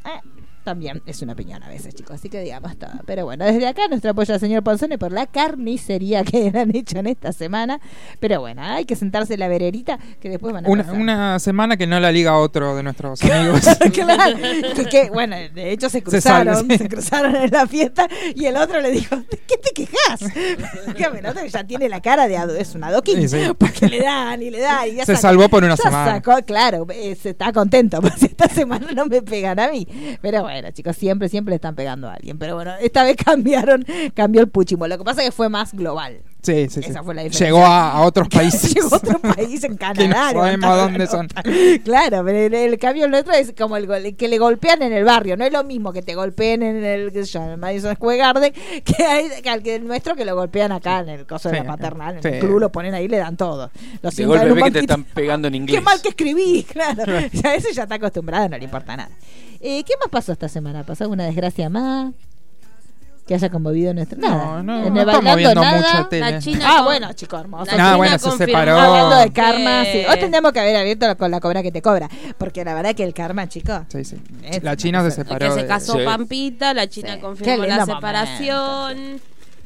Speaker 4: eh, también es una opinión a veces, chicos, así que digamos todo. Pero bueno, desde acá nuestro apoyo al señor Ponzone por la carnicería que <laughs> han hecho en esta semana. Pero bueno, hay que sentarse en la vererita que después van a
Speaker 6: Una,
Speaker 4: pasar.
Speaker 6: una semana que no la liga otro de nuestros
Speaker 4: <laughs>
Speaker 6: amigos. <laughs>
Speaker 4: Claro, que, que, bueno, de hecho se cruzaron, se,
Speaker 6: salva, sí.
Speaker 4: cruzaron en la fiesta y el otro le dijo, "¿De ¿qué te quejas? <laughs> Dígame, el otro ya tiene la cara de ado- es un adoquín,
Speaker 6: Sí, sí.
Speaker 4: porque le dan y le dan y ya
Speaker 6: Se
Speaker 4: sacó-
Speaker 6: salvó por una
Speaker 4: ya
Speaker 6: semana.
Speaker 4: sacó, claro, eh, se está contento, <laughs> porque esta semana no me pegan a mí. Pero bueno, chicos, siempre, siempre le están pegando a alguien. Pero bueno, esta vez <laughs> cambiaron, cambió el puchimo. Lo que pasa es que fue más global.
Speaker 6: Sí, sí, sí.
Speaker 4: Esa fue la diferencia.
Speaker 6: Llegó a, a otros
Speaker 4: <laughs>
Speaker 6: países.
Speaker 4: Llegó a
Speaker 6: <laughs>
Speaker 4: otro país en
Speaker 6: que
Speaker 4: Canadá.
Speaker 6: no sabemos
Speaker 4: levantando
Speaker 6: dónde
Speaker 4: la
Speaker 6: son.
Speaker 4: nota. <laughs> Claro, pero el, el cambio en lo otro es como el, gol- el que le golpean en el barrio. No es lo mismo que te golpeen en el, qué sé yo, en el Madison Square Garden <laughs> que, hay- que al que el nuestro que lo golpean acá en el coso de
Speaker 6: Sí,
Speaker 4: la paternal. En
Speaker 6: sí.
Speaker 4: el club lo ponen ahí le dan todo. Lo
Speaker 5: De
Speaker 4: sientan
Speaker 5: golpe
Speaker 4: en un
Speaker 5: ve que te
Speaker 4: banquito.
Speaker 5: están pegando en inglés.
Speaker 4: <laughs> Qué mal que escribí, <laughs>
Speaker 6: <laughs>
Speaker 4: claro. ya eso ya está acostumbrado, no le importa nada. Eh, ¿Qué más pasó esta semana? ¿Pasó alguna desgracia más? Que haya conmovido nuestro. Nada.
Speaker 6: No, no,
Speaker 4: En
Speaker 6: no
Speaker 4: el
Speaker 6: estamos
Speaker 4: bailando
Speaker 6: viendo
Speaker 4: nada.
Speaker 6: mucha tele.
Speaker 7: La China
Speaker 4: Ah,
Speaker 7: con-
Speaker 4: bueno, chico hermoso.
Speaker 7: la
Speaker 6: No,
Speaker 7: China
Speaker 6: bueno, se
Speaker 7: confirmó
Speaker 6: separó.
Speaker 4: Hablando de
Speaker 7: que-
Speaker 4: karma, sí. Hoy tendríamos que haber abierto con la cobra que te cobra. Porque la verdad que el karma, chicos.
Speaker 6: Sí, sí.
Speaker 4: Es
Speaker 6: La
Speaker 4: una
Speaker 6: China se
Speaker 4: cosa-
Speaker 6: separó.
Speaker 7: que se
Speaker 6: de-
Speaker 7: casó
Speaker 5: Sí.
Speaker 7: Pampita, la China
Speaker 4: Sí.
Speaker 7: confirmó
Speaker 4: Qué
Speaker 7: la
Speaker 4: lindo
Speaker 7: separación.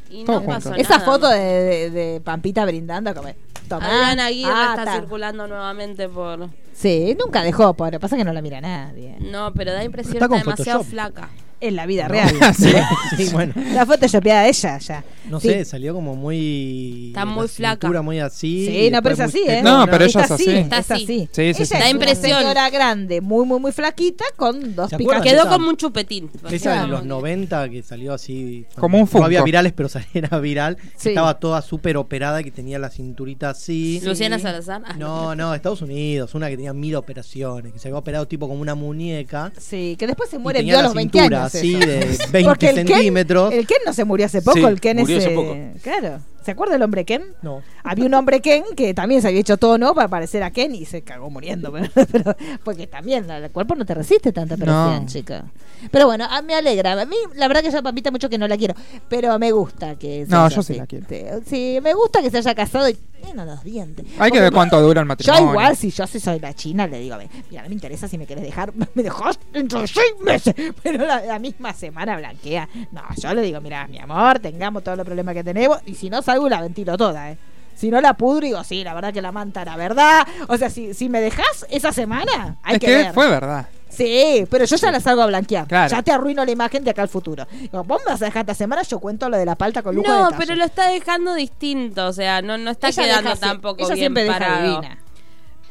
Speaker 7: Y
Speaker 6: Todo
Speaker 7: no
Speaker 6: junto.
Speaker 7: pasó nada.
Speaker 4: Esa foto de, de- de Pampita brindando, como. Tomá.
Speaker 7: Adriana Aguirre
Speaker 4: Ah,
Speaker 7: está
Speaker 4: ta.
Speaker 7: circulando nuevamente por.
Speaker 4: Sí, nunca dejó, pobre. Pasa que no la mira nadie.
Speaker 7: No, pero da impresión
Speaker 8: Está
Speaker 7: que
Speaker 8: con
Speaker 7: está demasiado
Speaker 8: Photoshop.
Speaker 7: flaca.
Speaker 4: En la vida <laughs> real.
Speaker 6: <laughs> Sí.
Speaker 8: <laughs> Sí, bueno.
Speaker 4: La foto shopeada de ella, ya.
Speaker 8: No
Speaker 4: Sí.
Speaker 8: sé, salió como muy.
Speaker 7: Está muy
Speaker 8: la
Speaker 7: flaca.
Speaker 8: cintura muy así.
Speaker 4: Sí, no, pero es así, ¿eh?
Speaker 6: No, pero ella es así.
Speaker 4: Está
Speaker 7: Está
Speaker 4: así.
Speaker 7: así.
Speaker 6: Sí, sí, sí.
Speaker 4: Ella
Speaker 7: Da
Speaker 4: es
Speaker 7: impresión.
Speaker 4: una señora grande, muy, muy, muy flaquita, con dos
Speaker 8: ¿Se
Speaker 4: picas.
Speaker 8: acuerdan?
Speaker 7: Quedó
Speaker 8: esa-
Speaker 7: como un chupetín.
Speaker 8: Esa de los 90 que salió así.
Speaker 6: Como un
Speaker 8: No había
Speaker 6: Funko.
Speaker 8: virales, pero <laughs> sal- era viral.
Speaker 4: Sí.
Speaker 8: Estaba toda súper operada, que tenía la cinturita así.
Speaker 7: Luciana Salazar. Ah,
Speaker 8: No, no, Estados Unidos. Una que tenía mil operaciones, que se había operado tipo como una muñeca.
Speaker 4: Sí, que después se
Speaker 8: y
Speaker 4: muere
Speaker 8: tenía
Speaker 4: yo a
Speaker 8: la
Speaker 4: los 20
Speaker 8: cintura
Speaker 4: años.
Speaker 8: así
Speaker 4: eso.
Speaker 8: de
Speaker 4: <laughs>
Speaker 8: 20
Speaker 4: Porque el Ken-
Speaker 8: centímetros.
Speaker 4: el Ken no se murió hace poco,
Speaker 5: Sí,
Speaker 4: el Ken
Speaker 5: murió
Speaker 4: ese-
Speaker 5: hace poco.
Speaker 4: Claro. ¿Se acuerda el hombre Ken?
Speaker 8: No.
Speaker 4: Había un hombre Ken que también se había hecho todo nuevo para parecer a Ken y se cagó muriendo. <laughs> Pero, pero- porque también la- el cuerpo no te resiste tanta presión,
Speaker 6: No.
Speaker 4: chica. Pero bueno, a- me alegra. A mí, la verdad que yo a Pampita mucho que no la quiero. Pero me gusta que. se
Speaker 6: No,
Speaker 4: haya-
Speaker 6: yo sí la quiero.
Speaker 4: Sí, sí, me gusta que se haya casado y. Bueno, los dientes.
Speaker 6: Hay que
Speaker 4: Porque-
Speaker 6: ver cuánto dura el
Speaker 4: yo
Speaker 6: matrimonio.
Speaker 4: igual, si yo sí soy la china, le digo, mira, no me interesa si me querés dejar, <laughs> me dejás dentro de seis meses, <laughs> pero la, la misma semana blanquea. No, yo le digo, mira, mi amor, tengamos todos los problemas que tenemos, y si no salgo, la ventilo toda, ¿eh? Si no la pudro, digo, sí, la verdad que la manta la verdad. O sea, si, si me dejás esa semana, hay
Speaker 6: Es
Speaker 4: que,
Speaker 6: que,
Speaker 4: ver.
Speaker 6: fue verdad.
Speaker 4: Sí, pero yo ya la salgo a blanquear.
Speaker 6: Claro.
Speaker 4: Ya te arruino la imagen de acá al futuro. Digo, vos me vas a dejar esta semana, yo cuento lo de la palta con lujo de
Speaker 7: No,
Speaker 4: detalle.
Speaker 7: pero lo está dejando distinto, o sea, no, no está
Speaker 4: Ella
Speaker 7: quedando
Speaker 4: deja sie-
Speaker 7: tampoco
Speaker 4: ella
Speaker 7: bien
Speaker 4: siempre deja
Speaker 7: parado.
Speaker 4: divina.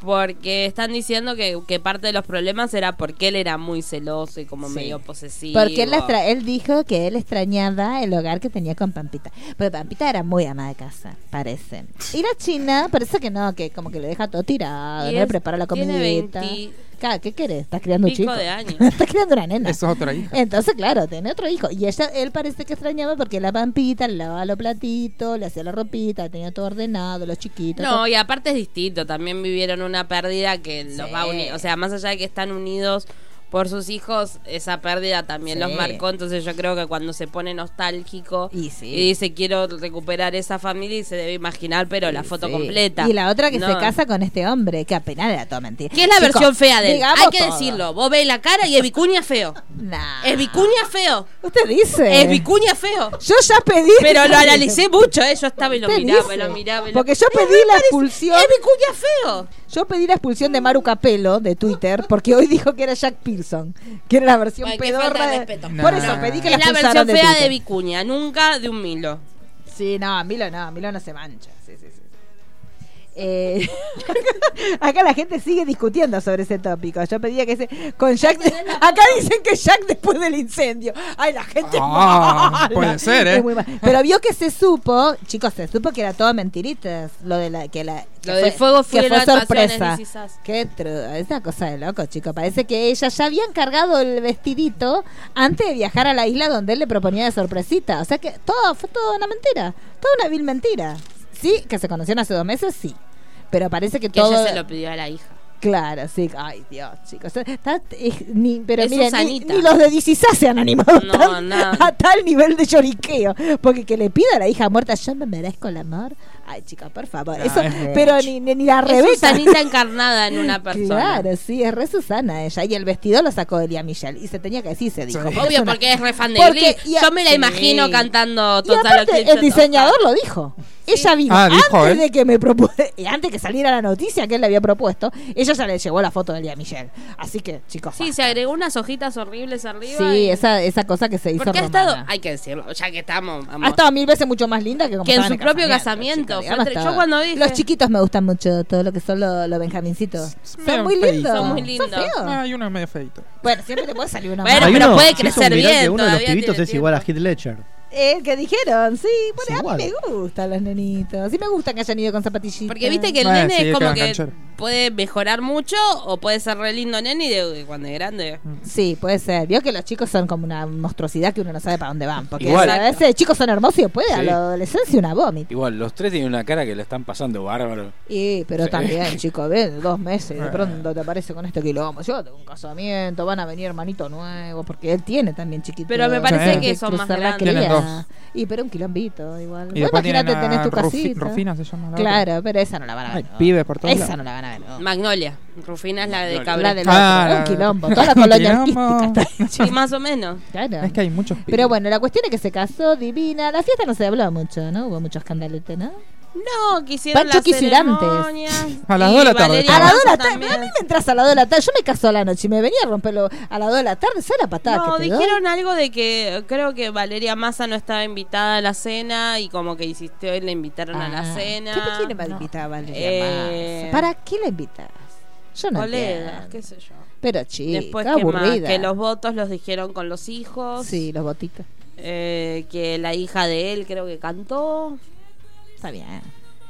Speaker 7: Porque están diciendo que, que parte de los problemas era porque él era muy celoso y como
Speaker 4: Sí.
Speaker 7: medio posesivo.
Speaker 4: Porque él, la extra- él dijo que él extrañaba el hogar que tenía con Pampita. Pero Pampita era muy ama de casa, parece. Y la china, parece que no, que como que le deja todo tirado,
Speaker 7: Y
Speaker 4: no le
Speaker 7: es-
Speaker 4: prepara la
Speaker 7: tiene
Speaker 4: comidita.
Speaker 7: 20
Speaker 4: Claro, ¿qué querés? Estás criando un
Speaker 7: pico
Speaker 4: chico.
Speaker 7: de años.
Speaker 4: <laughs> Estás criando una nena.
Speaker 6: Eso es otra hija.
Speaker 4: Entonces, claro, tiene otro hijo. Y ella, él parece que extrañaba porque la Pampita le lavaba los platitos, le hacía la ropita, tenía todo ordenado, los chiquitos. todo.
Speaker 7: No, y aparte es distinto, también vivieron una pérdida que los
Speaker 4: Sí.
Speaker 7: va a unir, o sea, más allá de que están unidos por sus hijos, esa pérdida también
Speaker 4: Sí.
Speaker 7: los marcó, entonces yo creo que cuando se pone nostálgico
Speaker 4: Y sí.
Speaker 7: dice quiero recuperar esa familia y se debe imaginar, pero la foto
Speaker 4: Sí.
Speaker 7: completa.
Speaker 4: Y la otra que se
Speaker 7: No.
Speaker 4: casa con este hombre, que apenas era todo mentira.
Speaker 7: Que es la
Speaker 4: Chicos,
Speaker 7: versión fea de él.
Speaker 4: digamos
Speaker 7: Hay que
Speaker 4: todo.
Speaker 7: decirlo. Vos veis la cara y es vicuña feo.
Speaker 4: Nah.
Speaker 7: Es vicuña feo.
Speaker 4: Usted dice.
Speaker 7: Es vicuña feo.
Speaker 4: Yo ya pedí.
Speaker 7: Pero lo analicé mucho, ¿eh? Yo estaba y lo
Speaker 4: Usted
Speaker 7: miraba,
Speaker 4: dice.
Speaker 7: lo miraba. y lo-
Speaker 4: Porque yo
Speaker 7: Eh,
Speaker 4: pedí
Speaker 7: me
Speaker 4: la
Speaker 7: parece-
Speaker 4: expulsión.
Speaker 7: Es vicuña feo.
Speaker 4: Yo pedí la expulsión de Maru Capello de Twitter porque hoy dijo que era Jack Pearson, que era la versión
Speaker 7: Ay, qué falta
Speaker 4: pedorra.
Speaker 7: de
Speaker 4: de-
Speaker 7: respeto.
Speaker 4: Por
Speaker 6: No.
Speaker 4: eso pedí que
Speaker 7: es la
Speaker 4: expulsaran
Speaker 7: versión fea de
Speaker 4: Twitter.
Speaker 7: vicuña, nunca de un milo.
Speaker 4: Sí, no, Milo no, Milo no se mancha. Sí, sí, sí. Eh, <laughs> acá la gente sigue discutiendo sobre ese tópico. Yo pedía que ese. Con Jack. <laughs> acá dicen que Jack después del incendio. Ay, la gente. es
Speaker 6: Ah,
Speaker 4: mala.
Speaker 6: puede ser, ¿eh?
Speaker 4: Es muy mala. Pero vio que se supo, chicos, se supo que era todo mentiritas. Lo de la. Que la que
Speaker 7: Lo del fuego fue
Speaker 4: que
Speaker 7: la
Speaker 4: fue
Speaker 7: actuación de
Speaker 4: sorpresa.
Speaker 7: Lizzy Sass.
Speaker 4: Qué tru- es una cosa de loco, chico. Parece que ella ya había encargado el vestidito antes de viajar a la isla donde él le proponía de sorpresita. O sea que todo fue toda una mentira, toda una vil mentira. Sí, que se conocieron hace dos meses, sí. Pero parece que,
Speaker 7: Que
Speaker 4: todo.
Speaker 7: ella se lo pidió a la hija.
Speaker 4: Claro, sí. Ay, Dios, chicos. Está- es- ni, pero
Speaker 7: Es
Speaker 4: mira, ni,
Speaker 7: Susanita.
Speaker 4: ni los de 16 se han animado
Speaker 7: No,
Speaker 4: tan-
Speaker 7: no.
Speaker 4: a tal nivel de lloriqueo. Porque que le pida a la hija muerta, yo me merezco el amor. Ay, chicos, por favor.
Speaker 6: No,
Speaker 4: Eso,
Speaker 6: es mucho.
Speaker 4: pero ni, ni, ni la
Speaker 7: Es
Speaker 4: Rebeca. <laughs>
Speaker 7: Susanita encarnada en una persona.
Speaker 4: Claro, sí, es re Susana ella. Y el vestido lo sacó Elia Michelle. Y se tenía que decir, se dijo.
Speaker 6: Sí.
Speaker 4: es
Speaker 7: Obvio,
Speaker 4: una-
Speaker 7: porque es re fan de
Speaker 4: Porque-
Speaker 7: Glee.
Speaker 4: y a-
Speaker 7: Yo me la
Speaker 4: Sí.
Speaker 7: imagino cantando
Speaker 4: Y
Speaker 7: Total
Speaker 4: aparte,
Speaker 7: Eclipse
Speaker 4: el
Speaker 7: of
Speaker 4: diseñador
Speaker 7: Heart.
Speaker 4: lo dijo. Ella vino
Speaker 6: Ah, dijo,
Speaker 4: antes
Speaker 6: ¿eh?
Speaker 4: de que me propu- y antes que saliera la noticia que él le había propuesto, ella ya le llevó la foto de Elia Michelle. Así que, chicos.
Speaker 7: Sí, se
Speaker 4: basta.
Speaker 7: agregó unas hojitas horribles arriba.
Speaker 4: Sí,
Speaker 7: y-
Speaker 4: esa, esa cosa que se hizo.
Speaker 7: Porque ha estado,
Speaker 4: romana.
Speaker 7: hay que decirlo, ya que estamos. vamos.
Speaker 4: Ha estado mil veces mucho más linda que como
Speaker 7: Que en
Speaker 4: estaba
Speaker 7: su
Speaker 4: el
Speaker 7: propio casamiento,
Speaker 4: chicos,
Speaker 7: fue
Speaker 4: digamos
Speaker 7: tre- yo
Speaker 4: todo.
Speaker 7: cuando dije-
Speaker 4: Los chiquitos me gustan mucho, todo lo que son los benjamincitos. Son
Speaker 6: medio
Speaker 4: muy
Speaker 6: feíto.
Speaker 4: lindos.
Speaker 7: Son muy lindos.
Speaker 4: feos.
Speaker 6: Ah, hay uno medio feito.
Speaker 4: Bueno, siempre te puede salir una
Speaker 7: Bueno,
Speaker 4: mala.
Speaker 7: Hay pero puede
Speaker 8: que hizo
Speaker 7: crecer
Speaker 8: un viral
Speaker 7: bien,
Speaker 8: Que uno de los
Speaker 7: todavía
Speaker 8: pibitos
Speaker 7: tiene
Speaker 8: es igual a
Speaker 7: tiempo.
Speaker 8: Heath Ledger.
Speaker 4: Eh, que dijeron, sí, bueno,
Speaker 8: Es
Speaker 4: a mí
Speaker 8: igual.
Speaker 4: me gustan los nenitos. Sí me gustan que hayan ido con zapatillitas.
Speaker 7: Porque viste que el
Speaker 6: Bueno,
Speaker 7: nene
Speaker 6: sí,
Speaker 7: es como
Speaker 6: quedan
Speaker 7: que
Speaker 6: cancheros.
Speaker 7: puede mejorar mucho o puede ser re lindo nene y de, de cuando es grande.
Speaker 4: Sí, puede ser. Vio que los chicos son como una monstruosidad que uno no sabe para dónde van. Porque
Speaker 5: Igual.
Speaker 4: a veces chicos son hermosos y después a
Speaker 5: Sí.
Speaker 4: la adolescencia una vómita.
Speaker 5: Igual, los tres tienen una cara que la están pasando bárbaro.
Speaker 4: Y, pero
Speaker 5: Sí.
Speaker 6: <laughs>
Speaker 4: también, chicos, ven, dos meses, de
Speaker 6: Ah.
Speaker 4: pronto te aparece con esto quilombo. Yo tengo un casamiento, van a venir hermanito nuevo, porque él tiene también chiquito.
Speaker 7: Pero me
Speaker 6: parece
Speaker 7: que son más
Speaker 4: cruzar la
Speaker 7: grandes.
Speaker 6: Tienen
Speaker 4: cría.
Speaker 6: dos.
Speaker 4: Y pero un quilombito igual.
Speaker 6: Y
Speaker 4: Vos
Speaker 6: después
Speaker 4: imaginate
Speaker 6: tienen
Speaker 4: tenés
Speaker 6: a
Speaker 4: tu
Speaker 6: Rufi-
Speaker 4: casita.
Speaker 6: Rufina se llama la otra.
Speaker 4: Claro, pero esa no la van a
Speaker 6: Ay,
Speaker 4: ver. no.
Speaker 6: pibe por todos
Speaker 4: Esa
Speaker 6: lados.
Speaker 4: no la van a ver. no.
Speaker 7: Oh. Magnolia. Rufina es la de
Speaker 4: La
Speaker 5: Magnolia.
Speaker 7: Cabrera.
Speaker 4: del
Speaker 6: Ah,
Speaker 4: otro,
Speaker 6: la-
Speaker 4: un quilombo, toda
Speaker 6: <laughs>
Speaker 4: la colonia
Speaker 6: Quilombo.
Speaker 4: artística está
Speaker 6: <laughs>
Speaker 4: ahí,
Speaker 7: Sí,
Speaker 4: chicos.
Speaker 7: más o menos.
Speaker 4: Claro.
Speaker 6: Es que hay muchos pibes.
Speaker 4: Pero bueno, la cuestión es que se casó divina. La fiesta no se habló mucho, ¿no? Hubo mucho escandalete, ¿no?
Speaker 7: No, quisieron
Speaker 4: Pancho
Speaker 7: las
Speaker 4: quiso ir antes.
Speaker 7: ceremonias.
Speaker 6: A las
Speaker 7: Y
Speaker 6: dos de la tarde
Speaker 7: Valeria
Speaker 4: A
Speaker 6: estaba.
Speaker 4: las dos de la
Speaker 7: Manso
Speaker 4: tarde. A mí
Speaker 7: también.
Speaker 4: me entras a las 2 de la tarde. Yo me caso a la noche y me venía a romperlo a las 2 de la tarde. ¿Sabes la patada
Speaker 7: No,
Speaker 4: que te doy?
Speaker 7: dijeron algo de que eh, creo que Valeria Massa no estaba invitada a la cena y como que insistió y la invitaron a
Speaker 4: Ah,
Speaker 7: la cena.
Speaker 4: ¿Qué quién le invitaba a Valeria
Speaker 7: Eh.
Speaker 4: Massa? ¿Para qué la invitas? Yo no
Speaker 7: Colegas,
Speaker 4: entiendo.
Speaker 7: qué sé yo.
Speaker 4: Pero chico,
Speaker 7: Después que, más,
Speaker 4: aburrida.
Speaker 7: que los votos los dijeron con los hijos.
Speaker 4: Sí, los botitos.
Speaker 7: eh, que la hija de él creo que cantó.
Speaker 4: Está bien.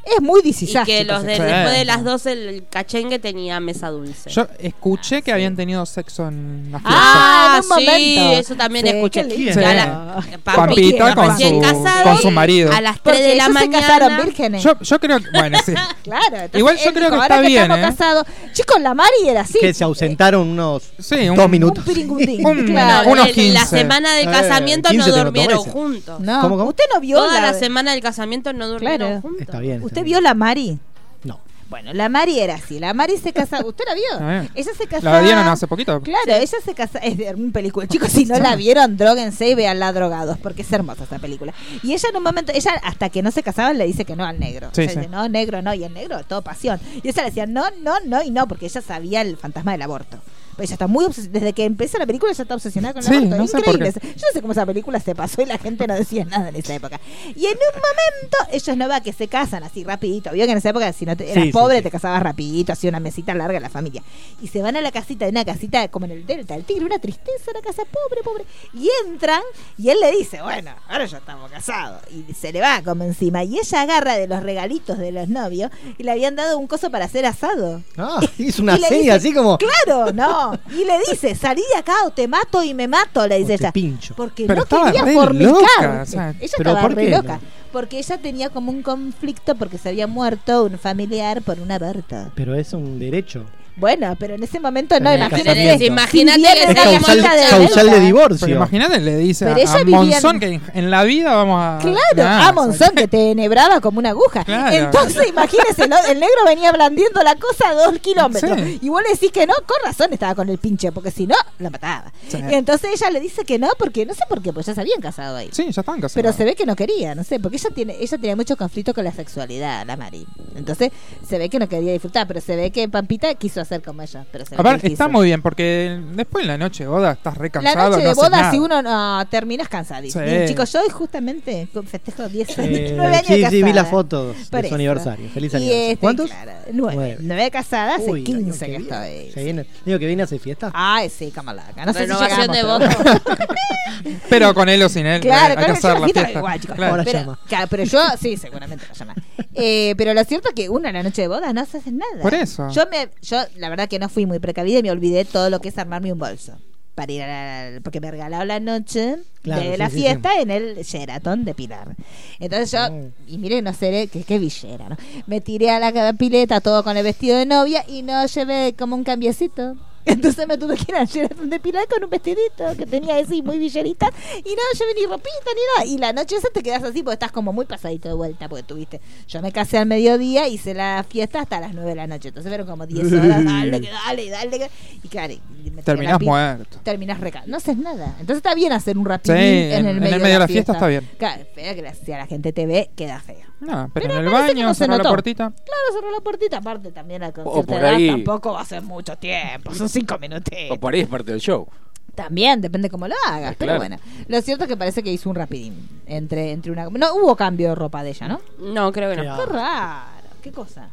Speaker 4: Es muy disisás,
Speaker 7: y que
Speaker 4: chicos,
Speaker 7: los de,
Speaker 4: esto.
Speaker 7: después de
Speaker 6: Bueno.
Speaker 7: las 12 el cachengue tenía mesa dulce.
Speaker 6: Yo escuché que habían tenido sexo en la fiesta.
Speaker 7: Ah,
Speaker 4: en un
Speaker 7: sí,
Speaker 4: momento.
Speaker 7: eso también
Speaker 4: Sí,
Speaker 7: escuché.
Speaker 4: qué
Speaker 8: lindo.
Speaker 7: Que a
Speaker 4: Sí.
Speaker 6: Pampita
Speaker 7: que
Speaker 6: con su-
Speaker 7: recién casado,
Speaker 6: con su marido.
Speaker 7: A las 3
Speaker 4: Ah. Porque
Speaker 7: de la
Speaker 4: ellos
Speaker 7: mañana.
Speaker 4: se casaron vírgenes.
Speaker 6: Yo, yo creo que. Bueno,
Speaker 4: <laughs>
Speaker 6: sí.
Speaker 4: Claro, entonces
Speaker 6: Igual yo
Speaker 4: él
Speaker 6: creo que
Speaker 4: ahora
Speaker 6: está bien,
Speaker 4: estamos
Speaker 6: ¿eh?
Speaker 4: casados. Chicos, la Mari era así.
Speaker 8: Que se ausentaron unos
Speaker 6: Sí, un-
Speaker 8: dos
Speaker 4: Un
Speaker 8: minutos.
Speaker 4: piringundín,
Speaker 6: Un-
Speaker 4: claro.
Speaker 6: unos
Speaker 7: el- La
Speaker 6: 15.
Speaker 7: semana del
Speaker 8: Eh,
Speaker 7: casamiento
Speaker 8: 15
Speaker 7: no
Speaker 8: te lo
Speaker 7: durmieron
Speaker 8: tomes.
Speaker 7: juntos.
Speaker 4: No,
Speaker 8: ¿Cómo, cómo?
Speaker 4: usted no vio
Speaker 7: Toda
Speaker 4: la,
Speaker 7: la semana del casamiento no durmieron
Speaker 4: Claro.
Speaker 7: juntos.
Speaker 8: <laughs> Está bien. está
Speaker 4: ¿Usted vio
Speaker 8: bien.
Speaker 4: la Mari?
Speaker 8: No.
Speaker 4: Bueno, la Mari era así. La Mari se casaba. ¿Usted la
Speaker 6: <laughs> Ah,
Speaker 4: vio?
Speaker 6: bien.
Speaker 4: Ella se casaba.
Speaker 6: La dieron hace poquito.
Speaker 4: Claro, ella se casa. Es de un película. Chicos, si no la vieron, droguense y veanla drogados, porque es hermosa esta película. Y ella en un momento, ella hasta que no se casaban le dice que no al negro. o
Speaker 6: Sí,
Speaker 4: sea,
Speaker 6: sí.
Speaker 4: dice, no, negro, no. Y el negro, todo pasión. Y ella le decía, no, no, no y no, porque ella sabía el fantasma del aborto. Pero ella está muy obses- Desde que empieza la película, ella está obsesionada con el
Speaker 6: Sí,
Speaker 4: aborto.
Speaker 6: no sé por
Speaker 4: Increíble.
Speaker 6: qué.
Speaker 4: Yo no sé cómo esa película se pasó y la gente no decía nada en esa época. Y en un momento, ellos no va que se casan así rapidito. Vio que en esa época, si no te, eras
Speaker 8: Sí, sí,
Speaker 4: pobre,
Speaker 8: sí.
Speaker 4: te casabas rapidito, así una mesita larga la familia. Y se van a la casita, de una casita como en el Delta, el Tigre, una tristeza, una casa pobre, pobre. Y entran y él le dice, bueno, ahora ya estamos casados. Y se le va como encima. Y ella agarra de los regalitos de los novios y le habían dado un coso para hacer asado.
Speaker 8: Ah, <laughs> hizo una
Speaker 4: Y le
Speaker 8: seña
Speaker 4: dice,
Speaker 8: así como. <laughs>
Speaker 4: Claro, no. Y le dice, salí de acá o te mato y me mato, le
Speaker 8: "O
Speaker 4: dice
Speaker 8: te
Speaker 4: ella.
Speaker 8: pincho.
Speaker 4: Porque
Speaker 6: Pero
Speaker 4: no
Speaker 6: estaba
Speaker 4: quería
Speaker 6: re
Speaker 4: fornicar.
Speaker 6: loca, o sea,
Speaker 4: ella
Speaker 8: ¿pero
Speaker 4: estaba
Speaker 8: por
Speaker 4: re
Speaker 8: qué?
Speaker 4: loca. Porque ella tenía como un conflicto porque se había muerto un familiar por un aborto.
Speaker 8: Pero es un derecho.
Speaker 4: Bueno, pero en ese momento
Speaker 8: Pero
Speaker 4: no,
Speaker 8: en el
Speaker 4: imagínate.
Speaker 8: casamiento.
Speaker 7: Imagínate
Speaker 4: Si bien era
Speaker 7: que
Speaker 8: Es
Speaker 4: la
Speaker 7: Está
Speaker 8: causal,
Speaker 4: vuelta de
Speaker 8: causal de
Speaker 4: vuelta.
Speaker 6: Pero
Speaker 8: divorcio.
Speaker 6: imagínate, le dice
Speaker 4: Pero
Speaker 6: a,
Speaker 4: ella
Speaker 6: a
Speaker 4: vivía en-
Speaker 6: Monzón que en, en la vida vamos a.
Speaker 4: Claro,
Speaker 6: Nah,
Speaker 4: a Monzón que te enhebraba como una aguja.
Speaker 6: Ah, Claro.
Speaker 4: Entonces, imagínese, lo- el negro venía blandiendo la cosa a dos kilómetros.
Speaker 6: Sí.
Speaker 4: Y vos le decís que no, con razón estaba con el pinche, porque si no, la mataba.
Speaker 6: Sí.
Speaker 4: Y entonces ella le dice que no, porque no sé por qué, pues ya se habían casado ahí.
Speaker 6: Sí, ya están casados.
Speaker 4: Pero se ve que no quería, no sé, porque ella tiene ella tenía mucho conflicto con la sexualidad, la Mari. Entonces, se ve que no quería disfrutar, pero se ve que Pampita quiso hacer como ella, pero se
Speaker 6: A ver, está muy bien, porque después en la noche de boda estás
Speaker 4: La
Speaker 6: recansado.
Speaker 4: noche de
Speaker 6: no haces
Speaker 4: boda,
Speaker 6: nada.
Speaker 4: si uno no, terminas cansadito.
Speaker 6: Sí.
Speaker 4: Bien, Chicos, yo hoy justamente con- festejo 10 años,
Speaker 8: Eh,
Speaker 4: 9 años de
Speaker 8: sí, sí, vi
Speaker 4: casada.
Speaker 8: las fotos
Speaker 4: Por
Speaker 8: de su
Speaker 4: eso.
Speaker 8: aniversario. Feliz
Speaker 4: Y
Speaker 8: aniversario.
Speaker 4: este,
Speaker 8: ¿Cuántos?
Speaker 4: Claro, 9.
Speaker 8: Nueve.
Speaker 4: 9 casadas, hace
Speaker 8: Uy, el año
Speaker 4: 15 que
Speaker 8: viene. Se
Speaker 4: estoy.
Speaker 8: viene- el año que viene hace fiesta.
Speaker 4: Ay, sí, camalaca. No sé si
Speaker 7: Renovación
Speaker 4: llegamos,
Speaker 7: de
Speaker 4: pero
Speaker 7: votos.
Speaker 4: bueno.
Speaker 6: Pero con él o sin él.
Speaker 4: Claro,
Speaker 6: eh, hay
Speaker 4: claro,
Speaker 6: que hacer
Speaker 4: yo
Speaker 6: la
Speaker 4: la fiesta
Speaker 6: fiesta.
Speaker 4: igual, chicos.
Speaker 6: Claro.
Speaker 8: Ahora
Speaker 4: pero,
Speaker 8: llama.
Speaker 4: claro, pero yo, sí, seguramente la llama. Eh, pero lo cierto es que una en la noche de bodas no se hace nada.
Speaker 6: Por eso.
Speaker 4: Yo, me, yo la verdad que no fui muy precavida y me olvidé todo lo que es armarme un bolso. Para ir a la- porque me regalaron la noche
Speaker 8: Claro,
Speaker 4: de
Speaker 8: sí,
Speaker 4: la
Speaker 8: sí,
Speaker 4: fiesta en el Sheraton de Pilar. Entonces yo, y mire, no sé, que qué villera, ¿no? Me tiré a la pileta todo con el vestido de novia y no llevé como un cambiecito. <laughs> Entonces me tuve que ir al Sheraton de Pilar con un vestidito que tenía así muy villerita y no llevé ni ropita ni nada. Y la noche esa te quedas así porque estás como muy pasadito de vuelta porque tuviste. Yo me casé al mediodía, hice la fiesta hasta las 9 de la noche. Entonces fueron como 10 horas, dale, que dale, dale. que- Y claro, y me tiré a la
Speaker 6: Terminás
Speaker 4: pi-
Speaker 6: muerto.
Speaker 4: terminás reca no haces nada entonces está bien hacer un rapidín
Speaker 6: Sí,
Speaker 4: en,
Speaker 6: en-
Speaker 4: el
Speaker 6: en
Speaker 4: medio,
Speaker 6: el medio de la fiesta está bien.
Speaker 4: claro feo que la- si a la gente te ve queda feo
Speaker 6: No, pero, en el
Speaker 4: parece que
Speaker 6: baño,
Speaker 4: no se
Speaker 6: cerrar la
Speaker 4: notó.
Speaker 6: puertita.
Speaker 4: claro cerró la puertita aparte también a con
Speaker 5: O
Speaker 4: cierta
Speaker 5: por
Speaker 4: edad
Speaker 5: ahí-
Speaker 4: tampoco va a ser mucho tiempo son cinco minutos
Speaker 5: O por ahí es parte del show.
Speaker 4: también depende cómo lo hagas
Speaker 5: Ah,
Speaker 4: pero
Speaker 5: claro.
Speaker 4: bueno lo cierto es que parece que hizo un rapidín entre entre una no hubo cambio de ropa de ella no
Speaker 7: <laughs> No, creo que no.
Speaker 8: Qué
Speaker 4: qué raro qué cosa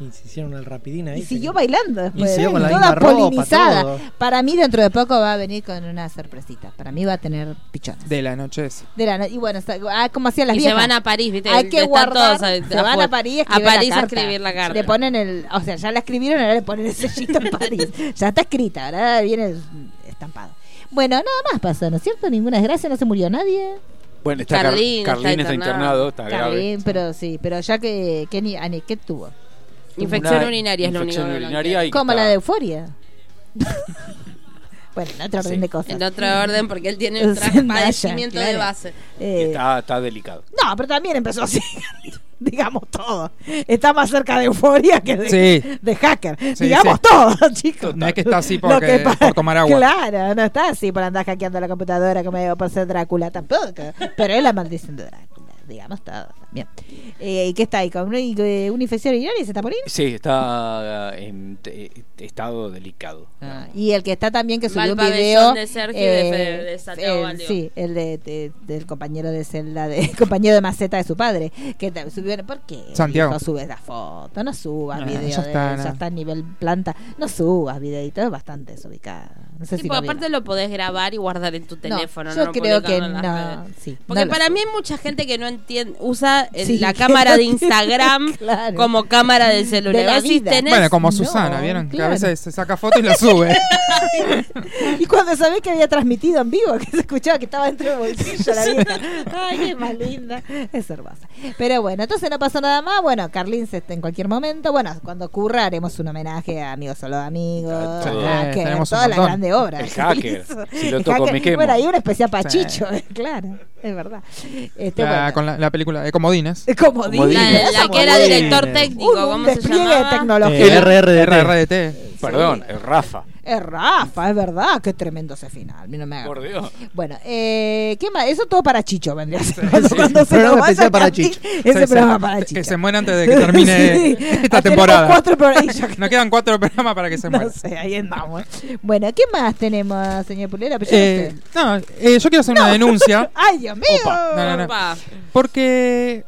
Speaker 8: Y se hicieron el rapidín ahí.
Speaker 4: y siguió
Speaker 8: señor.
Speaker 4: bailando después.
Speaker 8: Y siguió con la
Speaker 4: toda
Speaker 8: misma ropa,
Speaker 4: polinizada.
Speaker 8: todo.
Speaker 4: Para mí dentro de poco va a venir con una sorpresita. Para mí va a tener pichones.
Speaker 6: De la noche esa.
Speaker 4: De la no- y bueno, sa- ah, como hacían las
Speaker 7: Y
Speaker 4: viejas.
Speaker 7: se van a París, ¿viste?
Speaker 4: Hay que
Speaker 7: Están
Speaker 4: guardar,
Speaker 7: todos a-
Speaker 4: se van a
Speaker 7: afuera.
Speaker 4: París
Speaker 7: a
Speaker 4: escribir la
Speaker 7: París a
Speaker 4: carta.
Speaker 7: escribir la carta.
Speaker 4: Le ponen el, o sea, ya la escribieron, ahora le ponen el sellito en
Speaker 7: <laughs>
Speaker 4: París. ya está escrita, ahora viene el- estampado. Bueno, nada más pasó, ¿no es cierto? Ninguna desgracia, no se murió nadie.
Speaker 5: Bueno, está Car-
Speaker 7: Carlín,
Speaker 5: Carlín,
Speaker 7: está
Speaker 5: está internado,
Speaker 7: internado.
Speaker 5: está
Speaker 4: Está
Speaker 5: grave.
Speaker 4: bien, pero sí, pero ya que que ni- Ani, ¿qué tuvo?
Speaker 7: Infección
Speaker 5: Una
Speaker 7: urinaria es lo único.
Speaker 5: infección
Speaker 7: que no
Speaker 5: urinaria y
Speaker 4: Como
Speaker 5: está-
Speaker 4: la de euforia. <laughs> bueno, en otro orden de
Speaker 7: entiendo.
Speaker 4: cosas.
Speaker 7: En otro orden, porque
Speaker 4: <laughs>
Speaker 7: él tiene un
Speaker 4: Zendaya,
Speaker 7: padecimiento de
Speaker 4: claro.
Speaker 7: base.
Speaker 4: Eh,
Speaker 5: está, está delicado.
Speaker 4: No, pero también empezó así. <laughs> Digamos todo. Está más cerca de euforia que de,
Speaker 6: Sí.
Speaker 4: de hacker.
Speaker 6: Sí,
Speaker 4: Digamos
Speaker 6: sí.
Speaker 4: todo, <laughs> chicos.
Speaker 6: No es que está así
Speaker 4: Lo
Speaker 6: porque-
Speaker 4: pa-
Speaker 6: por tomar agua.
Speaker 4: Claro, no está así por andar hackeando la computadora como digo, por ser Drácula tampoco. Pero es la maldición de Drácula. Digamos todo también. Eh, ¿Y qué está ahí? ¿Con un, eh, un infección urinaria se está poniendo?
Speaker 5: Sí, está eh, en te- estado delicado.
Speaker 4: Ah, y el que está también que
Speaker 7: Va
Speaker 4: subió
Speaker 7: al
Speaker 4: un
Speaker 7: pabellón
Speaker 4: video eh,
Speaker 7: de Sergio y de Fe- de Santiago
Speaker 4: el-
Speaker 7: Valdivia.
Speaker 4: sí el de, de- del compañero de celda de <laughs> el compañero de maceta de su padre que ta- subió ¿por qué
Speaker 6: Santiago.
Speaker 4: no subes la foto no subas
Speaker 6: Ah,
Speaker 4: video
Speaker 6: ya
Speaker 4: de-
Speaker 6: está,
Speaker 4: ya
Speaker 6: no.
Speaker 4: está a nivel planta no subas videito es bastante desubicado no sé
Speaker 7: Sí,
Speaker 4: si
Speaker 7: porque
Speaker 4: lo vieron.
Speaker 7: aparte lo podés grabar y guardar en tu teléfono.
Speaker 4: yo creo
Speaker 7: no
Speaker 4: que
Speaker 7: publicarlo en las
Speaker 4: no,
Speaker 7: redes.
Speaker 4: sí,
Speaker 7: Porque
Speaker 4: no lo
Speaker 7: para
Speaker 4: sé.
Speaker 7: mí hay mucha gente que no entiende, usa el-
Speaker 4: Sí, <laughs>
Speaker 7: la
Speaker 4: que
Speaker 7: cámara
Speaker 4: no
Speaker 7: de
Speaker 4: tiene-
Speaker 7: Instagram
Speaker 4: <laughs> claro.
Speaker 7: como cámara del celular.
Speaker 4: De la
Speaker 7: Vos decís,
Speaker 4: vida.
Speaker 7: tenés-
Speaker 6: Bueno, como
Speaker 4: No,
Speaker 6: Susana, ¿vieron?
Speaker 4: claro.
Speaker 6: Que a veces se saca
Speaker 4: <laughs>
Speaker 6: foto y la sube.
Speaker 4: y cuando sabés que había transmitido en vivo, que se escuchaba que estaba dentro del bolsillo la vieja. <laughs> Ay, qué más linda. Es hermosa. Pero bueno, entonces no pasó nada más. Bueno, Carlín se está en cualquier momento. Bueno, cuando ocurra haremos un homenaje a Amigos Solo Amigos,
Speaker 5: Ah,
Speaker 4: a
Speaker 5: sí,
Speaker 4: Hacker,
Speaker 6: tenemos un
Speaker 4: toda la
Speaker 6: montón.
Speaker 4: grande obra.
Speaker 5: El
Speaker 4: que se <laughs>
Speaker 5: Hacker.
Speaker 4: hizo.
Speaker 5: Si lo
Speaker 4: El
Speaker 5: toco,
Speaker 4: Hacker.
Speaker 5: me quemo.
Speaker 4: Bueno, hay una especial para
Speaker 6: Sí.
Speaker 4: Chicho, claro, es verdad. Este,
Speaker 6: La-
Speaker 4: bueno.
Speaker 6: con la, la película de Comodines.
Speaker 4: <laughs> Como dice,
Speaker 7: la, la que era
Speaker 8: Comodines.
Speaker 7: director
Speaker 8: Un-
Speaker 7: técnico,
Speaker 4: un, un
Speaker 7: ¿cómo se
Speaker 4: despliegue de
Speaker 7: llamaba?
Speaker 4: tecnología.
Speaker 8: Eh, RRDT.
Speaker 6: RRDT.
Speaker 5: Perdón, el Rafa.
Speaker 4: Es Rafa, es verdad, qué tremendo ese final. Mira, me haga-
Speaker 5: Por Dios.
Speaker 4: Bueno, eh, ¿qué más? Eso todo para Chicho vendría a ser. Cuando se
Speaker 8: Programa
Speaker 4: lo vaya
Speaker 8: especial
Speaker 4: a
Speaker 8: para
Speaker 4: Cantín,
Speaker 8: Chicho.
Speaker 4: Ese
Speaker 6: Sí, sí.
Speaker 4: programa para Chicho.
Speaker 6: Que se muera antes de que termine
Speaker 4: Sí, sí.
Speaker 6: esta
Speaker 4: Ah, tenemos
Speaker 6: temporada.
Speaker 4: cuatro programas y ya-
Speaker 6: <laughs> Nos quedan cuatro programas para que se muera.
Speaker 4: No sé, ahí andamos. Bueno, ¿qué más tenemos, señor Pulera? Pues yo no
Speaker 6: Eh,
Speaker 4: sé.
Speaker 6: no, eh, yo quiero hacer una
Speaker 4: <laughs>
Speaker 6: denuncia
Speaker 4: ¡Ay, Dios mío!
Speaker 6: Opa, no, no, no.
Speaker 7: Opa.
Speaker 6: porque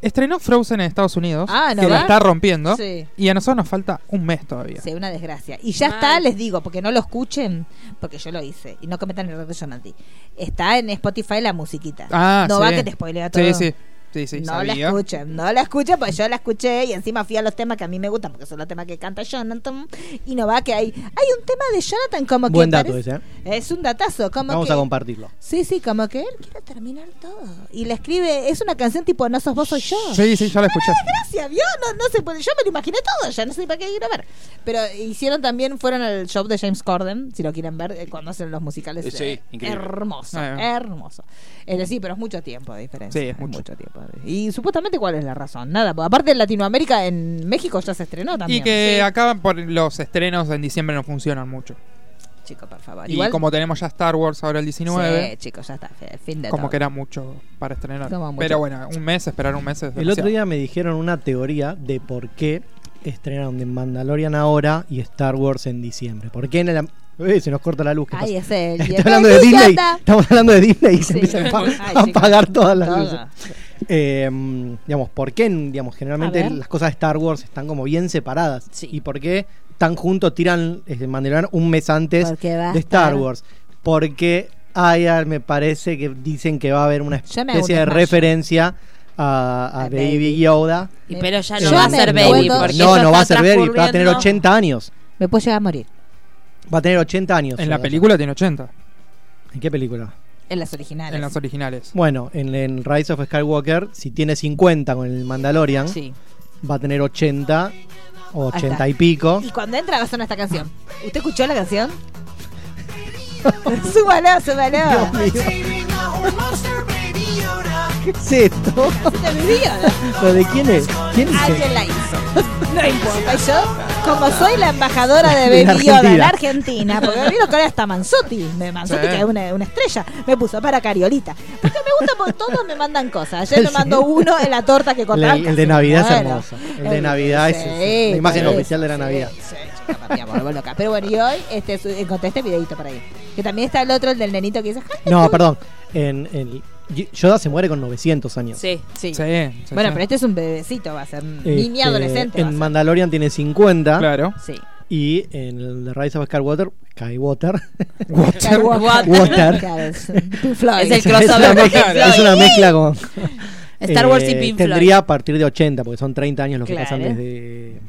Speaker 6: estrenó Frozen en Estados Unidos,
Speaker 4: Ah, no,
Speaker 6: que
Speaker 4: ¿verdad?
Speaker 6: la está rompiendo,
Speaker 4: Sí.
Speaker 6: y a nosotros nos falta un mes todavía.
Speaker 4: Sí, una desgracia. Y ya
Speaker 7: Mal.
Speaker 4: está, les digo, porque no lo escuchen, porque yo lo hice. Y no cometan el error que yo cometí. Está en Spotify la musiquita.
Speaker 6: Ah,
Speaker 4: no
Speaker 6: sí.
Speaker 4: va que te spoilea todo.
Speaker 6: Sí, sí, sí, sí,
Speaker 4: no la
Speaker 6: sabía.
Speaker 4: escuchen, no la escuchen, pues yo la escuché y encima fui a los temas que a mí me gustan, porque son los temas que canta Jonathan. Y no va que hay. Hay un tema de Jonathan como que.
Speaker 8: Buen dato
Speaker 4: parece-
Speaker 8: ese, ¿eh?
Speaker 4: Es un datazo, como
Speaker 8: Vamos
Speaker 4: que.
Speaker 8: a compartirlo.
Speaker 4: sí, sí, como que él quiere terminar todo. Y le escribe, es una canción tipo No sos vos, soy <laughs> yo.
Speaker 6: Sí, sí, yo la escuché.
Speaker 4: Gracias, vio, no, no se puede, yo me lo imaginé todo, ya no sé ni para qué ir a ver. Pero hicieron también, fueron al show de James Corden, si lo quieren ver, eh, cuando hacen los musicales.
Speaker 5: Eh, sí,
Speaker 4: eh,
Speaker 5: increíble.
Speaker 4: hermoso,
Speaker 6: Ah, eh.
Speaker 4: hermoso. Es decir, pero es mucho tiempo de diferencia.
Speaker 6: Sí, es mucho.
Speaker 4: tiempo. de- Y supuestamente cuál es la razón, nada, porque aparte en Latinoamérica, en México ya se estrenó también.
Speaker 6: Y que
Speaker 4: Sí.
Speaker 6: acá por los estrenos en diciembre no funcionan mucho.
Speaker 4: Chico, por favor.
Speaker 6: Y como tenemos ya Star Wars ahora el 19,
Speaker 4: Sí, chicos, ya está, fe- fin de
Speaker 6: como
Speaker 4: todo.
Speaker 6: que era mucho para estrenar.
Speaker 4: Como mucho.
Speaker 6: Pero bueno, un mes, esperar un mes es
Speaker 8: El otro
Speaker 6: demasiado.
Speaker 8: día me dijeron una teoría de por qué estrenaron The Mandalorian ahora y Star Wars en diciembre. ¿Por qué en la... Eh, se nos corta la luz. ¿qué
Speaker 4: Ay,
Speaker 8: pasa?
Speaker 4: es él.
Speaker 6: <laughs>
Speaker 8: <laughs> Estoy hablando de Disney. Estamos hablando de Disney y se
Speaker 4: Sí.
Speaker 8: empiezan a, pa-
Speaker 4: Ay,
Speaker 8: a
Speaker 4: sí,
Speaker 8: apagar
Speaker 4: claro.
Speaker 8: todas las
Speaker 4: Todas.
Speaker 8: luces. Eh, mm, digamos, ¿por qué? Digamos,
Speaker 4: A
Speaker 8: generalmente
Speaker 4: ver.
Speaker 8: las cosas de Star Wars están como bien separadas.
Speaker 7: Sí.
Speaker 8: ¿Y por qué tan juntos tiran eh, Mandalorian un mes antes
Speaker 4: Porque va a
Speaker 8: de Star
Speaker 4: estar-
Speaker 8: Wars? Porque ay, ay, me parece que dicen que va a haber una
Speaker 4: Yo me hago
Speaker 8: especie
Speaker 4: un
Speaker 8: de
Speaker 4: desmayo.
Speaker 8: referencia a, a
Speaker 4: A
Speaker 8: Baby,
Speaker 4: Baby.
Speaker 8: Yoda.
Speaker 7: Y pero ya
Speaker 4: Yo
Speaker 7: no va a
Speaker 4: me
Speaker 7: ser
Speaker 4: encuentro-
Speaker 7: baby.
Speaker 8: no,
Speaker 7: Porque
Speaker 8: no,
Speaker 7: eso
Speaker 8: no va a
Speaker 7: está
Speaker 8: ser Baby, va a tener
Speaker 7: transcurriendo-
Speaker 8: 80 años.
Speaker 4: Me puedo llegar a morir.
Speaker 8: Va a tener 80 años.
Speaker 6: En la
Speaker 8: Yoda.
Speaker 6: película tiene 80,
Speaker 8: ¿En qué película?
Speaker 4: En las originales.
Speaker 6: en las originales.
Speaker 8: Bueno, en, en Rise of Skywalker, si tiene 50 con el Mandalorian,
Speaker 4: Sí.
Speaker 8: va a tener 80 o
Speaker 4: Ahí está.
Speaker 8: 80 y pico.
Speaker 4: Y cuando entra va a sonar esta canción. ¿Usted escuchó la canción? <laughs> súbalo, súbalo.
Speaker 3: Saving a horn monster, baby Yoda.
Speaker 8: ¿Qué es esto?
Speaker 4: Te lo digo, ¿no?
Speaker 8: ¿Lo de quién es? ¿Quién es
Speaker 4: Alguien
Speaker 8: el-
Speaker 4: la hizo. No importa. Y yo, como soy la embajadora de Baby Yoda en
Speaker 8: Argentina.
Speaker 4: Argentina, porque vino que ahora está Manzotti, me- Manzotti
Speaker 6: Sí.
Speaker 4: que es una, una estrella, me puso para Cariolita. Porque me gusta porque todos me mandan cosas.
Speaker 8: <laughs>
Speaker 4: Ayer me mandó uno en la torta que cortaron.
Speaker 8: El- el de Navidad es
Speaker 4: Bueno,
Speaker 8: hermoso. El de Navidad es- es la imagen oficial de la Navidad.
Speaker 4: Sí, chica, Matías, me vuelvo loca. Pero bueno, y hoy este, su- encontré este videito por ahí. Que también está el otro, el del nenito que dice... "Hi,
Speaker 8: No,
Speaker 4: Luke".
Speaker 8: perdón. En, el- Y- Yoda se muere con 900 años.
Speaker 7: Sí.
Speaker 4: Sí.
Speaker 6: Sí, sí,
Speaker 4: Bueno,
Speaker 6: sí.
Speaker 4: pero este es un bebecito, va a ser un
Speaker 8: Este,
Speaker 4: niño adolescente. va a
Speaker 8: En
Speaker 4: ser.
Speaker 8: Mandalorian tiene 50
Speaker 6: Claro.
Speaker 4: Sí.
Speaker 8: y en el de Rise of Skywalker, Skywalker,
Speaker 4: Water.
Speaker 8: Water.
Speaker 4: <laughs> Claro, es un Pink Floyd.
Speaker 7: Es el
Speaker 8: <laughs> es una
Speaker 7: crossover con Pink
Speaker 8: mezcla, es
Speaker 7: Floyd.
Speaker 8: una mezcla con
Speaker 7: Star Wars y
Speaker 8: Eh,
Speaker 7: Pink Floyd.
Speaker 8: Tendría a partir de 80, porque son 30 años los que
Speaker 4: Claro.
Speaker 8: pasan desde.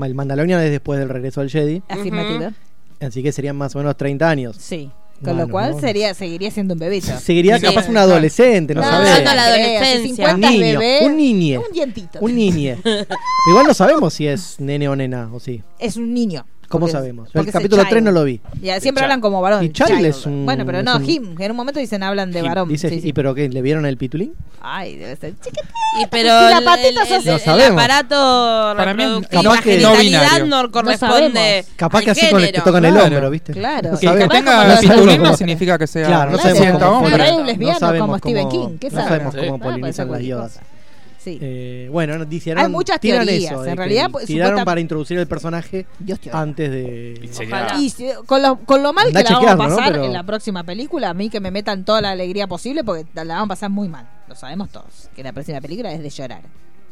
Speaker 8: El Mandalorian es después del regreso del Jedi,
Speaker 4: Afirmativo.
Speaker 8: así que serían más o menos 30 años.
Speaker 4: Sí. Con
Speaker 8: Bueno,
Speaker 4: lo cual
Speaker 8: ¿no?
Speaker 4: sería seguiría siendo un bebito.
Speaker 8: Seguiría
Speaker 7: Sí.
Speaker 8: capaz un adolescente, no,
Speaker 7: No,
Speaker 8: sabemos.
Speaker 7: no, no, la adolescencia.
Speaker 4: Un
Speaker 8: Un niño, un niñe.
Speaker 4: Un dientito.
Speaker 8: Un niñe. Pero igual no sabemos si es nene o nena o sí.
Speaker 4: es un niño.
Speaker 8: ¿Cómo
Speaker 4: Porque-
Speaker 8: sabemos? Yo
Speaker 4: porque
Speaker 8: el
Speaker 4: es
Speaker 8: capítulo
Speaker 4: child.
Speaker 8: 3 no lo vi.
Speaker 4: Ya, siempre hablan como varón.
Speaker 8: Y child es un-
Speaker 4: Bueno, pero no,
Speaker 8: es un-
Speaker 4: him. En un momento dicen, hablan de
Speaker 8: Y
Speaker 4: varón.
Speaker 8: Dice,
Speaker 4: Sí, sí.
Speaker 8: ¿Y pero qué? ¿Le vieron el pitulín?
Speaker 4: Ay, debe ser chiquitito.
Speaker 7: Y pero
Speaker 4: Pues Si la
Speaker 7: el-
Speaker 4: patita
Speaker 7: el,
Speaker 4: sos-
Speaker 7: el-
Speaker 8: No
Speaker 7: el
Speaker 8: sabemos.
Speaker 7: aparato
Speaker 6: Para mí es
Speaker 7: reproductivo,
Speaker 8: capaz
Speaker 7: la
Speaker 8: que-
Speaker 7: genitalidad
Speaker 6: no
Speaker 7: no,
Speaker 6: binario.
Speaker 7: corresponde.
Speaker 4: sabemos.
Speaker 8: Capaz
Speaker 7: al
Speaker 8: que así con el,
Speaker 7: género.
Speaker 8: que tocan el
Speaker 6: Claro.
Speaker 8: hombro, ¿viste?
Speaker 4: Claro.
Speaker 8: No
Speaker 4: Que-
Speaker 6: Que, que
Speaker 8: sabemos.
Speaker 4: como
Speaker 6: tenga
Speaker 4: los-
Speaker 6: pitulín no
Speaker 8: Claro.
Speaker 6: significa que sea
Speaker 8: Claro, no
Speaker 4: Claro,
Speaker 8: sabemos
Speaker 6: sienta
Speaker 8: cómo
Speaker 4: como
Speaker 6: hombre.
Speaker 8: polinizan.
Speaker 4: rey lesbiano, como Stephen King, ¿qué
Speaker 8: no
Speaker 4: sabe?
Speaker 8: sabemos
Speaker 5: Sí.
Speaker 8: cómo
Speaker 5: Ah,
Speaker 4: puede ser
Speaker 8: polinizan las
Speaker 4: cualquier
Speaker 8: yodas.
Speaker 4: cosa. Sí.
Speaker 8: Eh, bueno, no, dijeron,
Speaker 4: Hay muchas
Speaker 8: tiran
Speaker 4: teorías,
Speaker 8: eso,
Speaker 4: en
Speaker 8: de que
Speaker 4: realidad, pues,
Speaker 8: tiraron
Speaker 4: supuesta-
Speaker 8: para introducir el personaje
Speaker 4: Dios te oiga.
Speaker 8: antes de.
Speaker 7: Ojalá.
Speaker 4: Y si- con lo, con lo mal
Speaker 8: Andá
Speaker 4: que la vamos a
Speaker 8: chequearlo, ¿no?
Speaker 4: pasar
Speaker 8: Pero-
Speaker 4: en la próxima película, a mí que me metan toda la alegría posible porque la vamos a pasar muy mal. Lo sabemos todos, que la próxima película es de llorar.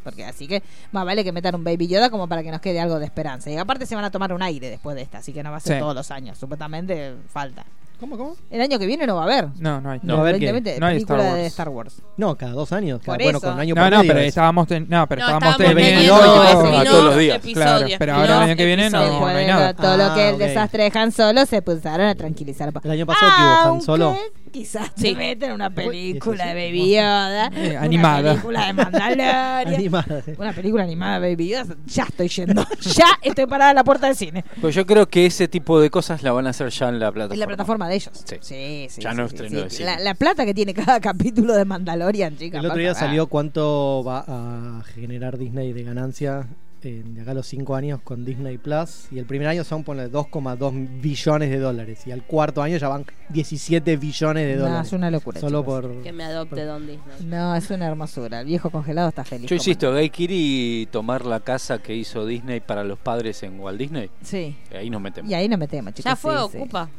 Speaker 4: Porque así que más vale que metan un Baby Yoda como para que nos quede algo de esperanza. Y aparte se van a tomar un aire después de esta, así que no va a ser
Speaker 6: Sí.
Speaker 4: todos los años. Supuestamente falta.
Speaker 8: ¿Cómo, cómo?
Speaker 4: El año que viene no va a haber.
Speaker 6: No, no hay.
Speaker 8: No. va a haber qué.
Speaker 4: Evidentemente,
Speaker 6: No hay Star
Speaker 4: película
Speaker 6: Wars.
Speaker 4: de Star Wars.
Speaker 8: No, cada dos años. cada-
Speaker 4: Por
Speaker 8: bueno,
Speaker 4: eso.
Speaker 8: con año
Speaker 6: No,
Speaker 8: por
Speaker 6: no,
Speaker 8: medio eh.
Speaker 6: pero
Speaker 8: es.
Speaker 6: estábamos, ten- no, pero
Speaker 7: No,
Speaker 6: estábamos
Speaker 7: estábamos
Speaker 6: teniendo
Speaker 7: teniendo
Speaker 6: todo.
Speaker 7: episodios,
Speaker 5: Ah, todos los días.
Speaker 7: episodios,
Speaker 6: Claro, pero ahora el
Speaker 7: dos
Speaker 6: año que viene no,
Speaker 7: episodios.
Speaker 6: no hay
Speaker 4: Bueno,
Speaker 6: nada.
Speaker 4: todo lo que
Speaker 8: Ah,
Speaker 4: el
Speaker 8: ok.
Speaker 4: desastre de Han Solo se pusieron a tranquilizar.
Speaker 8: El año pasado que hubo Han Solo.
Speaker 4: Aunque Quizás te
Speaker 7: Sí.
Speaker 4: meten una película de
Speaker 8: sí,
Speaker 4: Baby Yoda.
Speaker 6: Eh,
Speaker 4: una
Speaker 6: animada.
Speaker 4: película de Mandalorian.
Speaker 8: <laughs> Animada. sí.
Speaker 4: una película animada de Baby Yoda. Ya estoy yendo. <laughs> ya estoy parada en la puerta del cine.
Speaker 5: Pues yo creo que ese tipo de cosas la van a hacer ya en la plataforma.
Speaker 4: Es la plataforma de ellos.
Speaker 5: Sí.
Speaker 4: sí, sí,
Speaker 5: Ya
Speaker 4: sí,
Speaker 5: no
Speaker 4: sí,
Speaker 5: estrenó
Speaker 4: sí.
Speaker 5: de cine.
Speaker 4: La, la plata que tiene cada <laughs> capítulo de Mandalorian, chicas.
Speaker 8: El otro día
Speaker 4: pasa nada.
Speaker 8: salió cuánto va a generar Disney de ganancia en, de acá a los cinco años con Disney Plus. Y el primer año son ponle 2,2 billones de dólares. Y al cuarto año ya van 17 billones de
Speaker 4: No,
Speaker 8: dólares.
Speaker 4: es una locura.
Speaker 8: Solo
Speaker 4: chicos.
Speaker 8: por.
Speaker 7: Que me adopte Don Disney.
Speaker 4: No, es una hermosura. El viejo congelado está feliz.
Speaker 5: Yo
Speaker 4: cómo
Speaker 5: insisto, Guy Kiri tomar la casa que hizo Disney para los padres en Walt Disney, Eh,
Speaker 4: no. Sí.
Speaker 5: ahí nos metemos.
Speaker 4: Y ahí nos metemos, chicos.
Speaker 7: Ya fue,
Speaker 4: sí, sí.
Speaker 7: ocupa.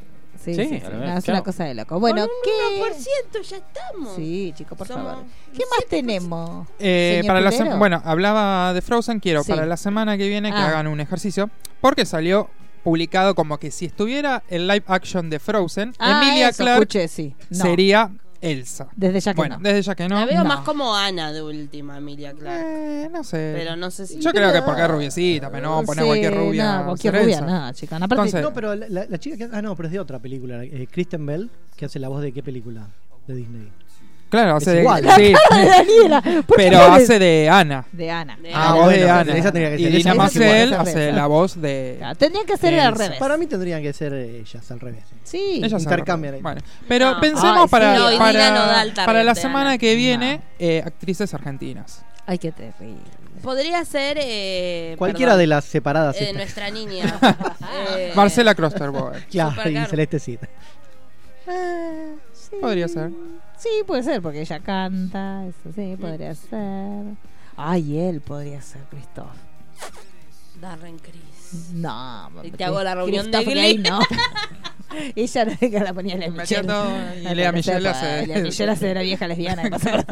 Speaker 4: Sí,
Speaker 5: Sí,
Speaker 4: sí, sí.
Speaker 5: a la
Speaker 4: No,
Speaker 5: vez,
Speaker 4: es
Speaker 5: claro.
Speaker 4: una cosa de loco. Bueno, ¿qué?
Speaker 7: 1%, ya estamos.
Speaker 4: Sí, chicos, por
Speaker 7: Somos
Speaker 4: favor. ¿Qué más tenemos?
Speaker 6: Eh,
Speaker 4: señor
Speaker 6: para la
Speaker 4: Putero?
Speaker 6: sem- bueno, hablaba de Frozen, quiero
Speaker 4: Sí.
Speaker 6: para la semana que viene que
Speaker 4: Ah.
Speaker 6: hagan un ejercicio, porque salió publicado como que si estuviera el live action de Frozen,
Speaker 4: Ah,
Speaker 6: Emilia
Speaker 4: eso
Speaker 6: Clarke
Speaker 4: escuché, sí. No,
Speaker 6: sería Elsa.
Speaker 4: Desde ya que
Speaker 6: bueno,
Speaker 4: no.
Speaker 6: desde ya que no.
Speaker 7: La veo
Speaker 4: No.
Speaker 7: más como Ana de última, Emilia Clark.
Speaker 6: Eh, no sé.
Speaker 7: Pero no sé si.
Speaker 6: Yo creo que porque es rubiecita, pero no, poner
Speaker 4: Sí,
Speaker 6: cualquier rubia.
Speaker 4: No, cualquier
Speaker 6: ser
Speaker 4: rubia,
Speaker 6: Elsa.
Speaker 4: no, chicos. No, Aparte,
Speaker 6: Entonces-
Speaker 4: no,
Speaker 8: No, pero la, la- la chica que. Ah, no, pero es de otra película. eh, Kristen Bell, que hace la voz de qué película de Disney.
Speaker 6: Claro,
Speaker 8: Es
Speaker 6: hace de,
Speaker 8: igual.
Speaker 6: sí,
Speaker 4: de <laughs> Daniela. <laughs> ¿por qué
Speaker 6: pero
Speaker 4: no le-
Speaker 6: hace de Ana.
Speaker 4: De Ana.
Speaker 7: De
Speaker 6: Ah,
Speaker 7: Ana.
Speaker 6: voz de
Speaker 8: bueno,
Speaker 6: Ana.
Speaker 8: esa tenía que
Speaker 6: y
Speaker 8: ser, esa
Speaker 6: Dina
Speaker 8: es
Speaker 6: Marcel
Speaker 4: igual, esa
Speaker 6: hace
Speaker 4: es.
Speaker 6: la voz de
Speaker 4: Ah, Tendrían que ser al
Speaker 6: Elsa.
Speaker 4: revés.
Speaker 8: Para mí tendrían que ser ellas al revés. eh.
Speaker 4: Sí.
Speaker 6: Ella se
Speaker 8: Intercambian ahí.
Speaker 6: Bueno, pero
Speaker 7: No.
Speaker 4: Ay,
Speaker 6: pensemos
Speaker 4: sí.
Speaker 6: para,
Speaker 4: No, y
Speaker 6: para,
Speaker 7: Dina no da el target
Speaker 6: para la
Speaker 7: de
Speaker 6: semana
Speaker 7: Ana.
Speaker 6: que viene,
Speaker 4: No.
Speaker 6: eh, actrices argentinas.
Speaker 4: Ay, qué terrible.
Speaker 7: Podría ser. Eh,
Speaker 8: Cualquiera de las separadas. este.
Speaker 7: Eh,
Speaker 8: estas.
Speaker 7: nuestra niña. Eh,
Speaker 4: <laughs>
Speaker 6: Marcela Klosterboer.
Speaker 8: <laughs> Claro, y
Speaker 7: Supergirl.
Speaker 8: Celeste Cid.
Speaker 6: Eh, Podría ser.
Speaker 4: Sí, puede ser, porque ella canta. Eso sí, podría ser. Ay, él podría ser, Cristóbal.
Speaker 7: Darren Criss.
Speaker 4: No,
Speaker 7: Y te hago la reunión de
Speaker 4: Christopher
Speaker 7: Glee.
Speaker 4: Lee, no. <laughs> Ella no que la ponía en la Michelle.
Speaker 6: todo,
Speaker 4: <laughs>
Speaker 6: y Lea Michelle hace-
Speaker 4: Lea Michelle hace de la vieja lesbiana. que pasa.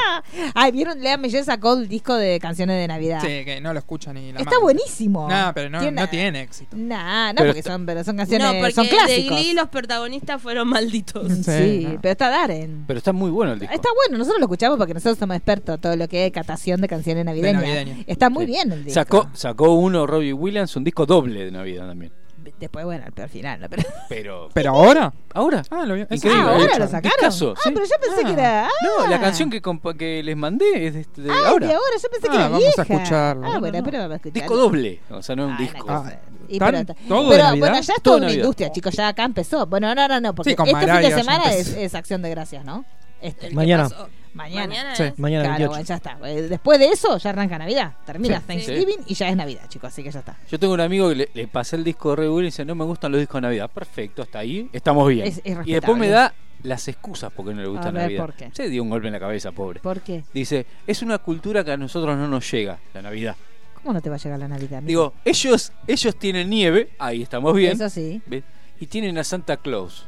Speaker 4: <laughs> Ay, ¿vieron? Lea Michelle sacó el disco de canciones de Navidad.
Speaker 6: Sí, que no lo escucha ni la
Speaker 4: Está
Speaker 6: madre.
Speaker 4: buenísimo.
Speaker 6: No, pero no,
Speaker 4: Tiene-
Speaker 6: no tiene éxito.
Speaker 4: Nah, no,
Speaker 5: Pero
Speaker 4: porque
Speaker 5: está-
Speaker 4: son, pero son
Speaker 7: No,
Speaker 4: canciones,
Speaker 7: porque
Speaker 4: son
Speaker 7: de
Speaker 4: clásicos.
Speaker 7: Glee los protagonistas fueron malditos.
Speaker 4: Sí,
Speaker 6: Sí, no.
Speaker 4: pero está Darren.
Speaker 5: Pero está muy bueno el disco.
Speaker 4: Está bueno, nosotros lo escuchamos porque nosotros somos expertos en todo lo que es catación de canciones navideñas.
Speaker 6: navideña.
Speaker 4: Está muy
Speaker 5: Sí.
Speaker 4: bien el disco.
Speaker 5: Sacó, sacó uno Robbie Williams, un disco doble de Navidad también.
Speaker 4: Después, bueno, pero al final, ¿no? Pero...
Speaker 5: Pero
Speaker 6: ¿Pero ahora?
Speaker 5: ahora.
Speaker 6: Ah, lo vi. es
Speaker 5: Increíble.
Speaker 4: ah,
Speaker 5: de
Speaker 4: ahora
Speaker 5: hecho.
Speaker 4: lo sacaron.
Speaker 5: Discazo,
Speaker 4: ah,
Speaker 5: sí.
Speaker 4: pero yo pensé
Speaker 6: Ah.
Speaker 4: que era.
Speaker 5: No,
Speaker 4: ah.
Speaker 5: la canción que, compa- que les mandé es de, este- de
Speaker 4: Ah,
Speaker 5: ahora.
Speaker 4: de ahora, yo pensé que
Speaker 6: Ah,
Speaker 4: era
Speaker 6: vamos a
Speaker 4: vieja.
Speaker 6: escucharlo.
Speaker 4: Ah,
Speaker 6: No,
Speaker 4: bueno,
Speaker 6: no, no.
Speaker 4: pero vamos a escuchar.
Speaker 5: Disco doble. O sea, no es un
Speaker 4: Ah,
Speaker 5: disco.
Speaker 4: una cosa.
Speaker 6: Ah,
Speaker 4: Y
Speaker 6: ¿tan-
Speaker 4: pero
Speaker 6: todo de
Speaker 4: pero
Speaker 6: Navidad?
Speaker 4: bueno, ya es
Speaker 5: Todo
Speaker 4: toda
Speaker 5: de
Speaker 4: una
Speaker 5: Navidad.
Speaker 4: industria, chicos, ya acá empezó. Bueno, no, no, no, porque
Speaker 6: Sí, con
Speaker 4: este fin
Speaker 6: Mariah
Speaker 4: de
Speaker 6: ya
Speaker 4: semana es,
Speaker 6: empezó.
Speaker 4: es Acción de Gracias, ¿no? Este,
Speaker 7: El que
Speaker 8: Mañana.
Speaker 7: pasó.
Speaker 4: mañana.
Speaker 7: Mañana.
Speaker 6: Sí.
Speaker 7: es.
Speaker 8: Mañana
Speaker 4: Claro,
Speaker 8: 28.
Speaker 4: bueno, ya está. Eh, Después de eso ya arranca Navidad. Termina
Speaker 5: Sí,
Speaker 4: Thanksgiving y ya es Navidad, chicos, así que ya está.
Speaker 5: Yo tengo un amigo que le, le pasé el disco de Robbie Williams y dice, no me gustan los discos de Navidad. Perfecto, hasta ahí. Estamos bien.
Speaker 4: Es- es
Speaker 5: y después
Speaker 4: respetable.
Speaker 5: me da las excusas porque no le gusta
Speaker 4: A ver,
Speaker 5: Navidad.
Speaker 4: ¿por qué?
Speaker 5: Se dio un golpe en la cabeza, pobre.
Speaker 4: ¿Por qué?
Speaker 5: Dice, es una cultura que a nosotros no nos llega, la Navidad.
Speaker 4: ¿Cómo no te va a llegar la Navidad? amigo?
Speaker 5: Digo, ellos, ellos tienen nieve, ahí estamos bien.
Speaker 4: Eso sí.
Speaker 5: ¿ves? Y tienen a Santa Claus.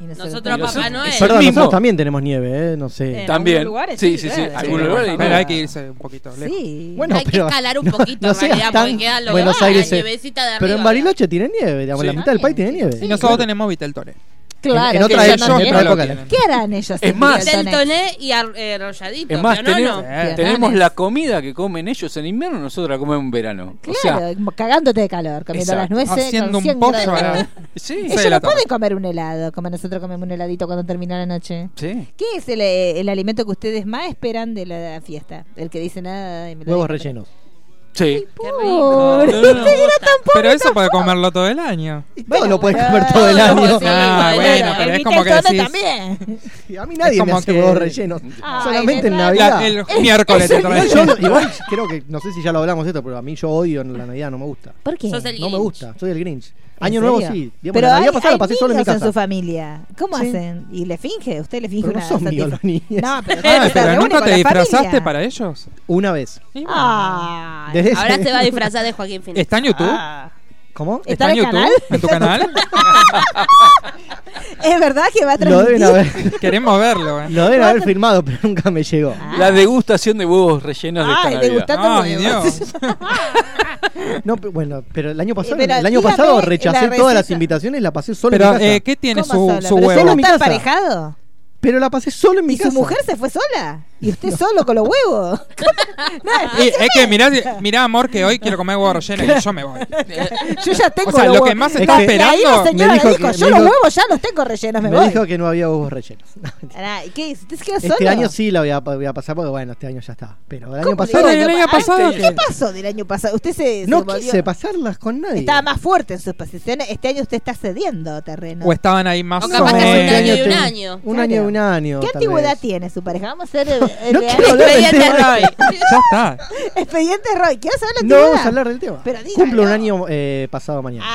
Speaker 4: y
Speaker 7: Nosotros
Speaker 5: Pero
Speaker 7: Papá
Speaker 5: son-
Speaker 7: Noel.
Speaker 5: es el
Speaker 8: Perdón,
Speaker 5: mismo.
Speaker 8: nosotros también tenemos nieve, ¿eh? No sé.
Speaker 4: En
Speaker 5: También.
Speaker 4: algunos lugares,
Speaker 5: sí,
Speaker 4: sí,
Speaker 5: sí, sí.
Speaker 4: claro, sí.
Speaker 5: Algunos
Speaker 4: Pero
Speaker 5: lugares.
Speaker 6: Pero
Speaker 5: no.
Speaker 6: hay que irse un poquito lejos.
Speaker 4: Sí.
Speaker 8: Bueno,
Speaker 7: Hay que
Speaker 8: pero-
Speaker 7: escalar un poquito
Speaker 8: no
Speaker 7: en
Speaker 8: seas
Speaker 7: realidad,
Speaker 8: tan
Speaker 7: porque queda lo
Speaker 8: Buenos
Speaker 7: la
Speaker 8: Aires, eh.
Speaker 7: nievecita de arriba.
Speaker 8: Pero en Bariloche tiene nieve, digamos,
Speaker 5: Sí.
Speaker 8: la mitad del país tiene nieve.
Speaker 6: Y nosotros tenemos Vitel Tore.
Speaker 4: claro,
Speaker 8: en otra
Speaker 4: que ya
Speaker 8: época-
Speaker 4: no
Speaker 8: en otra
Speaker 4: tienen-
Speaker 8: época.
Speaker 6: tienen.
Speaker 4: ¿Qué harán ellos?
Speaker 5: Es
Speaker 4: en
Speaker 5: más-
Speaker 4: Milton X?
Speaker 7: Deltoné y ar- eh, arrolladito.
Speaker 5: Es más,
Speaker 7: pero
Speaker 5: tenemos,
Speaker 6: <laughs>
Speaker 7: no, no.
Speaker 6: Eh,
Speaker 5: tenemos
Speaker 7: Planes.
Speaker 5: la comida que comen ellos en invierno, nosotros la comemos en verano.
Speaker 4: Claro,
Speaker 5: O
Speaker 4: como cagándote de calor, comiendo
Speaker 5: Exacto.
Speaker 4: las nueces.
Speaker 6: Haciendo
Speaker 4: con
Speaker 6: un
Speaker 4: 100
Speaker 6: pollo
Speaker 4: grados. <laughs>
Speaker 6: a la-
Speaker 5: sea, sí,
Speaker 6: seis
Speaker 4: Ellos
Speaker 6: de la
Speaker 4: no
Speaker 6: tarde.
Speaker 4: pueden comer un helado, como nosotros comemos un heladito cuando termina la noche.
Speaker 5: sí.
Speaker 4: ¿Qué es el, eh, el alimento que ustedes más esperan de la fiesta? El que dice nada.
Speaker 8: Huevos rellenos.
Speaker 5: Sí.
Speaker 7: Qué
Speaker 4: Pobre.
Speaker 7: rico.
Speaker 5: No, no, no.
Speaker 6: Pero eso puede comerlo todo el año.
Speaker 8: Todo
Speaker 4: <laughs>
Speaker 8: lo puedes comer todo el año.
Speaker 6: sí. Ah, bueno, pero es como que decís-
Speaker 4: también.
Speaker 8: A mí nadie
Speaker 6: Es
Speaker 8: me
Speaker 6: como
Speaker 8: hace
Speaker 6: que-
Speaker 8: huevos rellenos.
Speaker 4: Ay,
Speaker 8: Solamente en
Speaker 4: de
Speaker 8: Navidad.
Speaker 6: La- el miércoles te
Speaker 8: Igual,
Speaker 6: traes.
Speaker 4: <laughs>
Speaker 8: yo, igual creo que, no sé si ya lo hablamos esto, pero a mí yo odio la Navidad, no me gusta.
Speaker 4: ¿Por qué?
Speaker 7: Sos el
Speaker 8: No me
Speaker 7: Grinch.
Speaker 8: gusta, soy el Grinch.
Speaker 4: ¿En
Speaker 8: Año nuevo
Speaker 4: serio?
Speaker 8: sí. Digamos,
Speaker 4: pero
Speaker 8: la Navidad
Speaker 4: hay,
Speaker 8: pasada la
Speaker 4: hay
Speaker 8: pasé solo en mi
Speaker 4: niños en
Speaker 8: casa.
Speaker 4: su familia. ¿Cómo
Speaker 8: Sí.
Speaker 4: hacen? ¿Y le finge? ¿Usted le finge
Speaker 8: Pero no
Speaker 4: una
Speaker 8: son míos
Speaker 4: satisfa-
Speaker 8: los niños.
Speaker 4: No,
Speaker 6: <laughs>
Speaker 4: pero,
Speaker 6: Ah,
Speaker 4: se
Speaker 6: pero
Speaker 4: reúne
Speaker 6: nunca
Speaker 4: con
Speaker 6: te
Speaker 4: la
Speaker 6: disfrazaste
Speaker 4: familia.
Speaker 6: para ellos.
Speaker 8: Una vez.
Speaker 6: Y bueno.
Speaker 4: Ah,
Speaker 8: Desde
Speaker 7: Ahora
Speaker 8: ese-
Speaker 7: se va a disfrazar de Joaquín Phoenix.
Speaker 6: ¿Está en YouTube?
Speaker 4: ah.
Speaker 8: ¿Cómo?
Speaker 4: ¿Está en el
Speaker 6: YouTube?
Speaker 4: canal?
Speaker 6: ¿En
Speaker 4: <laughs>
Speaker 6: tu canal?
Speaker 4: Es verdad que va a
Speaker 8: Lo
Speaker 4: transmitir.
Speaker 8: deben haber,
Speaker 6: Queremos verlo, eh.
Speaker 8: lo deben
Speaker 4: <laughs>
Speaker 8: haber filmado, pero nunca me llegó.
Speaker 4: Ah.
Speaker 5: La degustación de huevos rellenos de esta
Speaker 4: Ay,
Speaker 5: Navidad.
Speaker 4: degustando
Speaker 6: Ay,
Speaker 4: huevos. <laughs>
Speaker 6: Dios.
Speaker 8: No, pe- bueno, pero el año pasado,
Speaker 4: pero
Speaker 8: el año
Speaker 4: dígame
Speaker 8: pasado
Speaker 4: la
Speaker 8: rechacé todas las
Speaker 4: receta.
Speaker 8: invitaciones, la pasé solo en
Speaker 6: Pero,
Speaker 8: mi casa.
Speaker 6: eh, ¿qué tiene
Speaker 4: ¿Cómo
Speaker 6: su,
Speaker 4: sola?
Speaker 6: su
Speaker 4: ¿Pero
Speaker 8: huevo.
Speaker 4: solo
Speaker 8: En mi
Speaker 4: está
Speaker 8: casa.
Speaker 4: emparejado?
Speaker 8: Pero la pasé solo en mi
Speaker 4: ¿Y
Speaker 8: casa.
Speaker 4: su mujer se fue sola? ¿Y usted solo con los
Speaker 8: <laughs>
Speaker 4: huevos? No,
Speaker 6: Y Eh,
Speaker 4: <laughs>
Speaker 8: Eh,
Speaker 6: es que mirá, mirá, amor, que hoy quiero comer huevo relleno y yo
Speaker 4: <laughs>
Speaker 6: me voy.
Speaker 8: eh,
Speaker 4: yo ya tengo
Speaker 6: O sea,
Speaker 4: los
Speaker 6: lo
Speaker 4: huevos.
Speaker 6: que más
Speaker 8: Es
Speaker 6: está
Speaker 8: que-
Speaker 4: Y ahí la
Speaker 6: esperando.
Speaker 4: señora
Speaker 8: me
Speaker 4: le
Speaker 8: dijo
Speaker 4: dijo,
Speaker 8: que-
Speaker 4: yo
Speaker 8: me
Speaker 4: los
Speaker 8: dijo-
Speaker 4: huevos ya los tengo rellenos, me,
Speaker 8: me
Speaker 4: voy.
Speaker 8: dijo que no había
Speaker 4: <laughs>
Speaker 8: huevos rellenos.
Speaker 4: Pará, ¿y ¿Qué? ¿Usted se quedó solo?
Speaker 8: Este año sí la voy a, voy a pasar porque bueno, este año ya está. Pero el año
Speaker 4: ¿Cómo le
Speaker 8: pasado
Speaker 4: digo?
Speaker 6: ¿Del año
Speaker 4: Ah,
Speaker 6: pasado
Speaker 4: ¿Qué
Speaker 6: qué?
Speaker 4: pasó del año pasado? Usted se, se
Speaker 8: no
Speaker 4: volvió-
Speaker 8: quise pasarlas con nadie.
Speaker 4: Estaba más fuerte en sus posiciones. Este año usted está cediendo terreno.
Speaker 6: O estaban ahí más
Speaker 7: O
Speaker 8: Más
Speaker 7: capaz
Speaker 8: o
Speaker 7: que hace
Speaker 8: menos.
Speaker 7: un año y
Speaker 8: Este
Speaker 7: un
Speaker 8: te-
Speaker 7: año.
Speaker 8: Un
Speaker 4: Claro.
Speaker 8: año y un año.
Speaker 4: ¿Qué
Speaker 8: tal
Speaker 4: antigüedad
Speaker 8: vez.
Speaker 4: tiene su pareja? Vamos
Speaker 8: <laughs>
Speaker 4: a hacer el, el-
Speaker 8: No
Speaker 4: el-
Speaker 8: quiero hablar del
Speaker 7: Expediente
Speaker 8: tema.
Speaker 7: Roy.
Speaker 6: Ya está.
Speaker 4: expediente Roy. ¿Quiero saber la
Speaker 8: No
Speaker 4: antigüedad?
Speaker 8: vamos a hablar del tema.
Speaker 4: Pero dígalo.
Speaker 8: Cumplo un año eh, pasado mañana.
Speaker 4: Ah,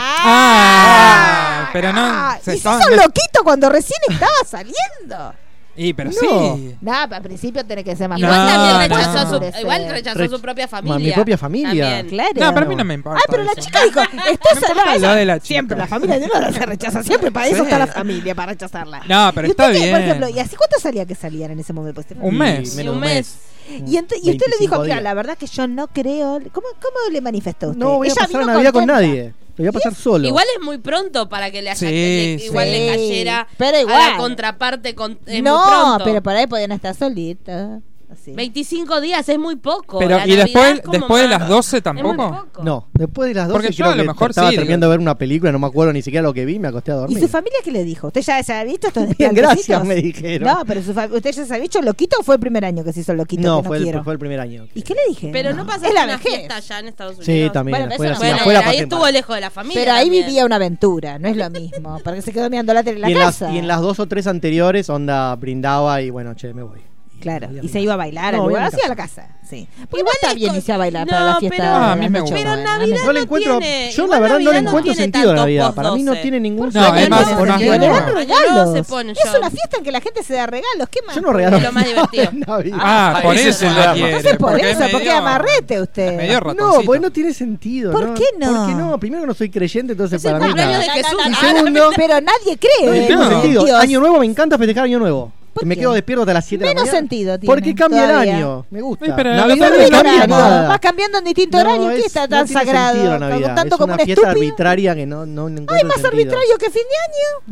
Speaker 6: Ah, pero no,
Speaker 4: ah,
Speaker 6: se
Speaker 4: y
Speaker 6: estaban
Speaker 4: sos
Speaker 6: des-
Speaker 4: loquito cuando recién estaba saliendo.
Speaker 6: Y pero
Speaker 8: No.
Speaker 6: sí.
Speaker 4: Nada, al principio tiene que ser más
Speaker 7: Igual
Speaker 6: No,
Speaker 7: también
Speaker 6: no.
Speaker 7: rechazó, a
Speaker 4: Endurece.
Speaker 7: su, igual rechazó
Speaker 8: Rech-
Speaker 7: su propia familia.
Speaker 8: Ma, mi propia familia.
Speaker 7: También.
Speaker 4: Claro.
Speaker 6: No, para mí no me importa.
Speaker 4: Ah, pero la
Speaker 6: eso.
Speaker 4: chica dijo, estás
Speaker 6: No importa
Speaker 4: sola.
Speaker 6: lo de la chica.
Speaker 4: Siempre la familia de uno se rechaza, siempre para eso está la familia, para rechazarla.
Speaker 6: No, pero
Speaker 4: ¿Y usted
Speaker 6: está
Speaker 4: qué, Por
Speaker 6: bien.
Speaker 4: ejemplo, ¿y así cuánto salía que salían en ese momento? Pues, Estefan?
Speaker 6: Un mes.
Speaker 8: Y
Speaker 7: Sí,
Speaker 8: menos
Speaker 7: un mes.
Speaker 4: Y, ent- y usted le dijo,
Speaker 8: 25
Speaker 4: mira,
Speaker 8: días.
Speaker 4: la verdad que yo no creo. ¿Cómo, cómo le manifestó usted?
Speaker 8: No voy a
Speaker 4: Ella
Speaker 8: pasar
Speaker 4: vino
Speaker 8: Navidad con
Speaker 4: contenta.
Speaker 8: nadie. Lo voy a pasar solo.
Speaker 7: Igual es muy pronto para que le, haya,
Speaker 6: Sí,
Speaker 7: que le-
Speaker 6: sí.
Speaker 7: igual le
Speaker 4: Sí,
Speaker 7: cayera
Speaker 4: pero
Speaker 7: a
Speaker 4: igual.
Speaker 7: la contraparte. Con, es Eh, muy
Speaker 4: No,
Speaker 7: pronto.
Speaker 4: pero por ahí podían estar solitos. Así.
Speaker 7: 25 días es muy poco.
Speaker 6: Pero,
Speaker 7: La
Speaker 6: ¿y
Speaker 7: Navidad
Speaker 6: después,
Speaker 7: es como
Speaker 6: después de
Speaker 7: más-
Speaker 6: las 12
Speaker 7: es muy
Speaker 6: tampoco?
Speaker 7: poco.
Speaker 8: No, después de las 12
Speaker 6: Porque yo
Speaker 8: creo
Speaker 6: a lo
Speaker 8: que
Speaker 6: mejor
Speaker 8: estaba
Speaker 6: sí,
Speaker 8: terminando de ver una película, no me acuerdo ni siquiera lo que vi, me acosté a
Speaker 4: ¿Y
Speaker 8: dormir.
Speaker 4: su familia qué le dijo? ¿Usted ya se había visto estos
Speaker 8: <laughs> Bien,
Speaker 4: desplantecitos?
Speaker 8: gracias, me dijeron.
Speaker 4: No, pero su fa- ¿usted ya se había hecho loquito o fue el primer año que se hizo loquito?
Speaker 8: no,
Speaker 4: que
Speaker 8: fue,
Speaker 4: quiero?
Speaker 8: el, fue el primer año.
Speaker 4: ¿Y qué le dije?
Speaker 7: Pero no, pasa
Speaker 4: es la
Speaker 7: una
Speaker 4: vejez.
Speaker 7: fiesta ya en Estados Unidos.
Speaker 8: Sí, también.
Speaker 4: Bueno,
Speaker 8: afuera,
Speaker 4: eso
Speaker 8: sí,
Speaker 4: no-
Speaker 7: Bueno,
Speaker 8: afuera
Speaker 7: ahí
Speaker 8: pasen
Speaker 7: estuvo
Speaker 8: para-
Speaker 7: lejos de la familia.
Speaker 4: Pero ahí
Speaker 7: también.
Speaker 4: vivía una aventura, no es lo mismo. Porque se quedó mirando la tele en la
Speaker 8: y, en las,
Speaker 4: casa.
Speaker 8: y en las dos o tres anteriores, onda brindaba y bueno, che, me voy. Y
Speaker 4: Claro,
Speaker 8: Voy a
Speaker 4: y
Speaker 8: mi
Speaker 4: se
Speaker 8: casa.
Speaker 4: iba a bailar,
Speaker 8: No,
Speaker 4: al
Speaker 8: voy a
Speaker 4: lugar,
Speaker 8: mi
Speaker 4: hacía
Speaker 8: casa.
Speaker 4: la casa. Sí. Porque igual está bien irse a bailar para la fiesta. de
Speaker 7: pero,
Speaker 6: Ah, a mí
Speaker 4: las
Speaker 6: me
Speaker 4: noches.
Speaker 6: gusta.
Speaker 7: pero
Speaker 6: Bueno,
Speaker 7: Navidad
Speaker 8: No le encuentro,
Speaker 7: tiene-
Speaker 8: yo la
Speaker 7: igual
Speaker 8: verdad no le
Speaker 7: Navidad
Speaker 8: encuentro
Speaker 7: tiene
Speaker 8: sentido a la
Speaker 7: tanto
Speaker 8: vida. Para mí no
Speaker 7: 12.
Speaker 8: tiene ningún
Speaker 6: No,
Speaker 8: sentido.
Speaker 6: es más,
Speaker 8: Porque
Speaker 6: por más
Speaker 8: yo-
Speaker 4: Le dan
Speaker 6: bueno.
Speaker 7: Año nuevo se
Speaker 4: regalos.
Speaker 7: pone
Speaker 4: Es
Speaker 7: yo.
Speaker 4: una fiesta en que la gente se da regalos. ¿Qué más?
Speaker 8: Yo no regalo
Speaker 7: Es lo más
Speaker 8: nada
Speaker 7: divertido.
Speaker 8: en Navidad.
Speaker 6: Ah, por
Speaker 5: ese
Speaker 6: eso
Speaker 5: es el
Speaker 6: la
Speaker 5: drama.
Speaker 6: quiere.
Speaker 4: Entonces por
Speaker 6: porque es
Speaker 4: eso, porque
Speaker 6: medio-
Speaker 4: amarrete usted.
Speaker 6: medio ratoncito.
Speaker 8: No, pues no tiene sentido.
Speaker 4: ¿Por qué no?
Speaker 8: Porque no, primero que no soy creyente, entonces
Speaker 7: Es el
Speaker 8: para mí
Speaker 7: cumpleaños
Speaker 8: nada.
Speaker 7: de Jesús.
Speaker 8: Y
Speaker 7: Ah,
Speaker 8: segundo,
Speaker 4: Pero nadie
Speaker 8: no
Speaker 4: cree.
Speaker 8: tiene
Speaker 4: en
Speaker 6: no.
Speaker 4: ese
Speaker 8: sentido.
Speaker 4: Dios.
Speaker 8: Año nuevo me encanta festejar Año Nuevo.
Speaker 4: ¿Por
Speaker 8: Me
Speaker 4: qué?
Speaker 8: quedo despierto hasta las 7 de la
Speaker 4: Menos
Speaker 8: mañana.
Speaker 4: sentido tiene.
Speaker 8: Porque cambia
Speaker 4: todavía.
Speaker 8: el año. Me gusta.
Speaker 6: Sí, pero
Speaker 8: No,
Speaker 6: la
Speaker 4: Navidad
Speaker 6: tarde
Speaker 4: es
Speaker 6: no
Speaker 4: horario,
Speaker 6: cambia nada.
Speaker 4: Vas cambiando en distinto horario. ¿Qué
Speaker 8: es-
Speaker 4: está
Speaker 8: no
Speaker 4: tan
Speaker 8: tiene
Speaker 4: sagrado?
Speaker 8: sentido Navidad.
Speaker 4: Contando
Speaker 8: Es
Speaker 4: como
Speaker 8: una
Speaker 4: un
Speaker 8: fiesta
Speaker 4: estúpido.
Speaker 8: arbitraria que no, no, no
Speaker 4: Ay,
Speaker 8: encuentro
Speaker 4: más
Speaker 8: sentido.
Speaker 4: arbitrario que fin de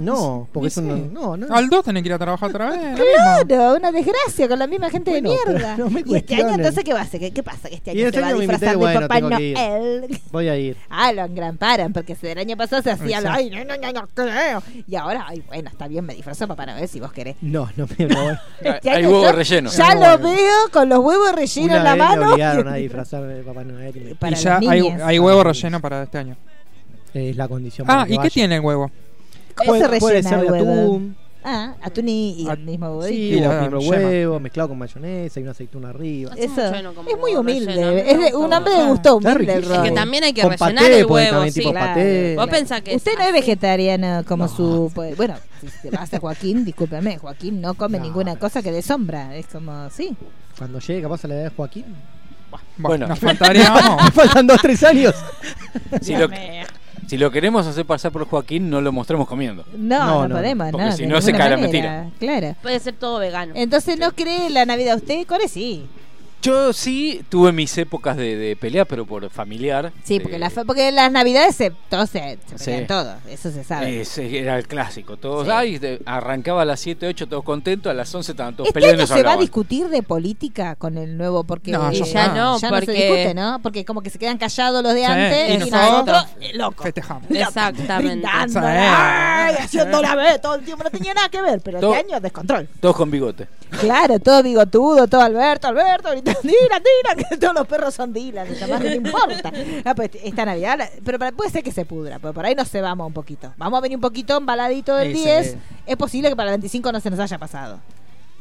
Speaker 8: No, porque es
Speaker 6: Sí.
Speaker 8: un... No, no.
Speaker 6: Al 2 tenés que ir a trabajar otra vez.
Speaker 4: año. Claro, una desgracia con la misma gente de
Speaker 8: Bueno, pero
Speaker 4: mierda.
Speaker 8: no me
Speaker 4: y este año
Speaker 8: cuestionen.
Speaker 4: entonces qué va a hacer? ¿Qué, qué pasa? Que este
Speaker 8: Y
Speaker 4: año
Speaker 8: este
Speaker 4: se va a
Speaker 8: año me invité,
Speaker 4: disfrazar de
Speaker 8: bueno,
Speaker 4: Papá
Speaker 8: tengo que ir.
Speaker 4: Noel.
Speaker 8: Voy a ir.
Speaker 4: Ah, lo engramparon, porque el año pasado se hacía lo,
Speaker 8: Exacto.
Speaker 4: ay, no, no, no, no creo. Y ahora, ay, bueno, está bien, me disfrazo para Papá Noel si vos querés.
Speaker 8: No, no me no voy.
Speaker 4: Este
Speaker 5: Hay
Speaker 4: año
Speaker 5: huevo
Speaker 4: yo
Speaker 5: relleno.
Speaker 4: Ya
Speaker 8: Hay
Speaker 4: lo
Speaker 8: huevo.
Speaker 4: veo con los huevos rellenos en
Speaker 8: Una
Speaker 4: la
Speaker 8: vez me
Speaker 4: mano.
Speaker 8: obligaron
Speaker 4: <laughs>
Speaker 8: a disfrazarme de Papá Noel. y me-
Speaker 4: Para
Speaker 6: y ya
Speaker 4: los
Speaker 6: hay,
Speaker 4: niños.
Speaker 6: hay huevo relleno para este año.
Speaker 8: Es la condición. para
Speaker 6: Ah,
Speaker 8: que
Speaker 6: ¿y qué
Speaker 8: vaya.
Speaker 6: tiene el huevo?
Speaker 4: ¿Cómo se
Speaker 8: Puede- Puede
Speaker 4: rellena
Speaker 8: ser de
Speaker 4: el huevo?
Speaker 8: atún.
Speaker 4: Ah, atún y, y el
Speaker 6: At-
Speaker 4: mismo huevo.
Speaker 8: Sí,
Speaker 6: Y
Speaker 8: o
Speaker 6: la
Speaker 8: primero
Speaker 6: yema.
Speaker 8: huevo, mezclado con mayonesa y una aceituna arriba.
Speaker 7: Hace
Speaker 4: Eso
Speaker 7: mucho que no como
Speaker 4: es muy
Speaker 7: huevo
Speaker 4: humilde.
Speaker 7: relleno,
Speaker 4: es de-
Speaker 7: me gusta
Speaker 4: un
Speaker 7: mucho.
Speaker 4: hombre de gusto
Speaker 8: Está
Speaker 4: humilde, el
Speaker 8: riquísimo.
Speaker 4: Rob.
Speaker 7: Que también hay que
Speaker 8: Con
Speaker 7: rellenar
Speaker 8: paté
Speaker 7: el
Speaker 8: puede
Speaker 7: huevo,
Speaker 8: también,
Speaker 7: sí.
Speaker 8: tipo
Speaker 4: Claro.
Speaker 8: paté.
Speaker 7: Vos pensás que
Speaker 4: Usted no es
Speaker 7: así.
Speaker 4: vegetariano como
Speaker 8: No.
Speaker 4: su. pues, Bueno, si te vas a Joaquín, discúlpeme. Joaquín no come
Speaker 8: No,
Speaker 4: ninguna
Speaker 8: pero-
Speaker 4: cosa que dé sombra. Es como, sí.
Speaker 8: Cuando llegue, capaz a la edad de Joaquín.
Speaker 5: Bueno.
Speaker 6: Bueno, nos faltaría. <laughs> vamos.
Speaker 8: <laughs> Faltan dos, tres años.
Speaker 5: Si lo, si lo queremos hacer pasar por Joaquín, no lo mostramos comiendo.
Speaker 4: No, no,
Speaker 8: No, no.
Speaker 4: podemos.
Speaker 5: Porque
Speaker 4: no,
Speaker 5: si
Speaker 4: de
Speaker 5: no, se
Speaker 4: ninguna
Speaker 5: cae la
Speaker 4: manera. Claro.
Speaker 7: Puede ser todo vegano.
Speaker 4: Entonces, ¿no cree la Navidad usted? Core sí.
Speaker 5: Yo sí tuve mis épocas de, de pelea, pero por familiar. Eh,
Speaker 4: Sí,
Speaker 5: de-
Speaker 4: porque, la fa- porque las Navidades se, todos se, se
Speaker 5: Sí.
Speaker 4: pelean todos. Eso se sabe.
Speaker 5: Ese era el clásico. Todos,
Speaker 4: Sí.
Speaker 5: ay, de- arrancaba a las 7, 8, todos contentos, a las 11 estaban todos
Speaker 4: Este año
Speaker 5: peleando y
Speaker 4: se
Speaker 5: se
Speaker 4: va a
Speaker 5: hablaban.
Speaker 4: discutir de política con el nuevo, porque
Speaker 6: No,
Speaker 4: eh, ya,
Speaker 6: ya está.
Speaker 4: no, ya no se
Speaker 7: Porque-
Speaker 4: discute, ¿no? Porque como que se quedan callados los de
Speaker 6: Sí,
Speaker 4: antes
Speaker 6: y
Speaker 4: y,
Speaker 6: nosotros-
Speaker 4: nosotros, eh, locos.
Speaker 6: Festejamos.
Speaker 7: Exactamente.
Speaker 4: Brindando,
Speaker 6: Sí.
Speaker 4: ay, haciendo la vez todo el tiempo, no tenía nada que ver, pero
Speaker 5: Todo-
Speaker 4: este año descontrol.
Speaker 5: Todos con bigote.
Speaker 4: Claro, todo bigotudo, todo Alberto, Alberto, ahorita Dylan, Dylan, que todos los perros son Dylan, lo demás no te importa. Ah, pues, esta Navidad, la- pero para- puede ser que se pudra, pero por ahí nos cebamos un poquito. Vamos a venir un poquito embaladito del
Speaker 6: Sí, sí.
Speaker 4: 10, es posible que para el 25 no se nos haya pasado.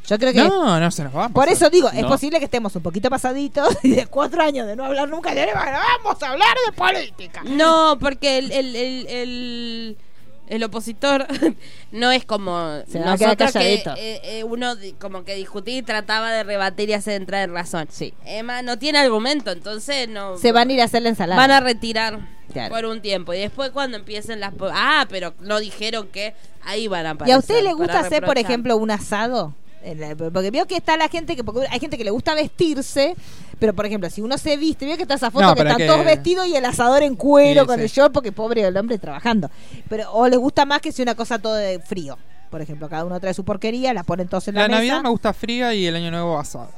Speaker 4: Yo creo que...
Speaker 6: No, no se nos va. a
Speaker 4: Por
Speaker 6: pasar.
Speaker 4: eso digo, es
Speaker 5: No.
Speaker 4: posible que estemos un poquito pasaditos <laughs> y de cuatro años de no hablar nunca, de vamos a hablar de política. <laughs>
Speaker 7: No, porque el, el, el, el, el opositor <laughs> no es como
Speaker 4: Se va a quedar
Speaker 7: nosotros que
Speaker 4: calladito.
Speaker 7: eh, eh, uno di- como que discutía y trataba de rebatir y hacer entrar en razón.
Speaker 4: Sí.
Speaker 7: Emma no tiene argumento, entonces no.
Speaker 4: Se van a ir a hacer la ensalada.
Speaker 7: Van a retirar
Speaker 4: Claro.
Speaker 7: por un tiempo. Y después cuando empiecen las... po- Ah, pero no dijeron que ahí van a
Speaker 4: ¿Y
Speaker 7: aparecer
Speaker 4: a usted le
Speaker 7: para
Speaker 4: gusta hacer, por
Speaker 7: reprochar.
Speaker 4: ejemplo, un asado? En la- Porque veo que está la gente que porque hay gente que le gusta vestirse, pero por ejemplo, si uno se viste, veo que está esa foto
Speaker 6: No,
Speaker 4: que
Speaker 6: pero
Speaker 4: están
Speaker 6: que-
Speaker 4: todos vestidos y el asador en cuero
Speaker 6: Sí,
Speaker 4: con
Speaker 6: sí.
Speaker 4: el short, porque pobre el hombre trabajando. Pero o les gusta más que sea una cosa todo de frío. Por ejemplo, cada uno trae su porquería, la ponen todos en la,
Speaker 6: La
Speaker 4: mesa.
Speaker 6: Navidad me gusta fría y el año nuevo asado.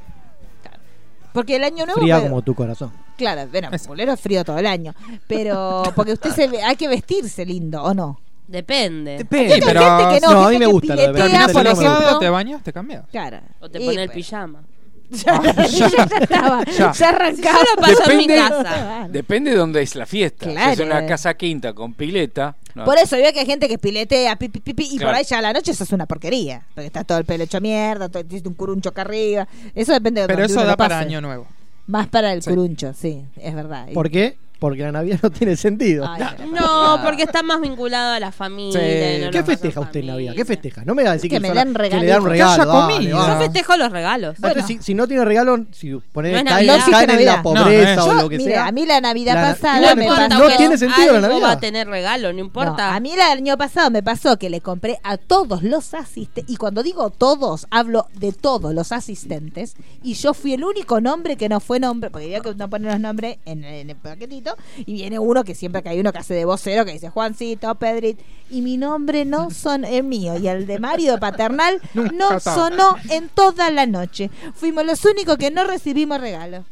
Speaker 4: Porque el año nuevo
Speaker 8: Fría
Speaker 4: pero-
Speaker 8: como tu corazón.
Speaker 4: Claro, bueno,
Speaker 6: Eso.
Speaker 4: bolero es frío todo el año, pero porque usted se ve- hay que vestirse lindo o no.
Speaker 7: Depende.
Speaker 6: Depende,
Speaker 4: Hay gente que no,
Speaker 8: no,
Speaker 4: gente
Speaker 8: a mí me
Speaker 4: que
Speaker 8: gusta lo
Speaker 4: piletea,
Speaker 8: de vestirse
Speaker 6: Terminás
Speaker 8: Terminás
Speaker 4: ah, por
Speaker 6: el
Speaker 8: lindo, me
Speaker 4: ejemplo.
Speaker 6: asado, te bañas, te cambias.
Speaker 4: Claro.
Speaker 7: o te
Speaker 4: Y,
Speaker 7: pone el
Speaker 4: pues,
Speaker 7: pijama.
Speaker 4: <laughs> Ya, Ah, ya, estaba, <laughs> ya,
Speaker 6: Ya.
Speaker 4: arrancaba.
Speaker 7: Yo lo paso en mi
Speaker 5: Depende-
Speaker 7: casa.
Speaker 5: Depende de dónde es la fiesta. Si es
Speaker 4: Claro.
Speaker 5: una casa quinta con pileta. no.
Speaker 4: Por eso veo que hay gente que piletea pi, pi, pi, pi, y por
Speaker 5: Claro.
Speaker 4: ahí ya a la noche eso es una porquería. Porque está todo el pelo hecho mierda, todo, tiene un curuncho acá arriba. Eso depende de
Speaker 6: Pero
Speaker 4: donde
Speaker 6: eso
Speaker 4: uno
Speaker 6: da
Speaker 4: lo
Speaker 6: para
Speaker 4: pase.
Speaker 6: año nuevo.
Speaker 4: Más para el
Speaker 6: Sí.
Speaker 4: curuncho, sí, es verdad. Y-
Speaker 8: ¿Por qué? Porque la Navidad no tiene sentido.
Speaker 4: Ay, pero
Speaker 7: No,
Speaker 4: para-
Speaker 7: porque está más vinculado a la familia.
Speaker 6: Sí.
Speaker 7: no
Speaker 6: no,
Speaker 8: ¿Qué
Speaker 7: nos
Speaker 8: festeja
Speaker 7: hacen
Speaker 8: usted en Navidad?
Speaker 7: familia.
Speaker 8: ¿Qué festeja? No me va a decir
Speaker 4: Que
Speaker 8: que,
Speaker 4: me
Speaker 8: solo-
Speaker 4: dan
Speaker 8: que le
Speaker 4: regalitos.
Speaker 8: dan un
Speaker 6: Yo ya
Speaker 8: regalo. dale,
Speaker 6: comí.
Speaker 8: va.
Speaker 4: Ah.
Speaker 7: Yo festejo los regalos.
Speaker 8: Entonces,
Speaker 4: Bueno.
Speaker 8: si, si no tiene regalo, si
Speaker 7: No
Speaker 8: pone
Speaker 7: es
Speaker 8: cae,
Speaker 7: Navidad.
Speaker 8: cae
Speaker 4: No
Speaker 8: en
Speaker 4: existe
Speaker 8: la
Speaker 4: Navidad.
Speaker 8: pobreza
Speaker 6: No,
Speaker 8: o
Speaker 4: Yo,
Speaker 8: lo que
Speaker 4: mire,
Speaker 8: sea.
Speaker 4: a mí la Navidad
Speaker 8: La-
Speaker 7: Ah,
Speaker 4: pasada me
Speaker 8: Igual no importa,
Speaker 4: pasó-
Speaker 8: no
Speaker 7: que
Speaker 8: tiene sentido la
Speaker 7: algo
Speaker 8: Navidad.
Speaker 7: va a tener regalo, no importa.
Speaker 4: No, a mí el año pasado me pasó que le compré a todos los asistentes, y cuando digo todos, hablo de todos los asistentes, y yo fui el único nombre que no fue nombre, porque veo que no ponen los nombres en, en el paquetito, y viene uno que siempre que hay uno que hace de vocero, que dice Juancito, Pedrit, y mi nombre
Speaker 6: <laughs>
Speaker 4: no son el mío, y el de Mario de Paternal
Speaker 6: Nunca
Speaker 4: no
Speaker 6: está.
Speaker 4: sonó en toda la noche. Fuimos los únicos que no recibimos regalo.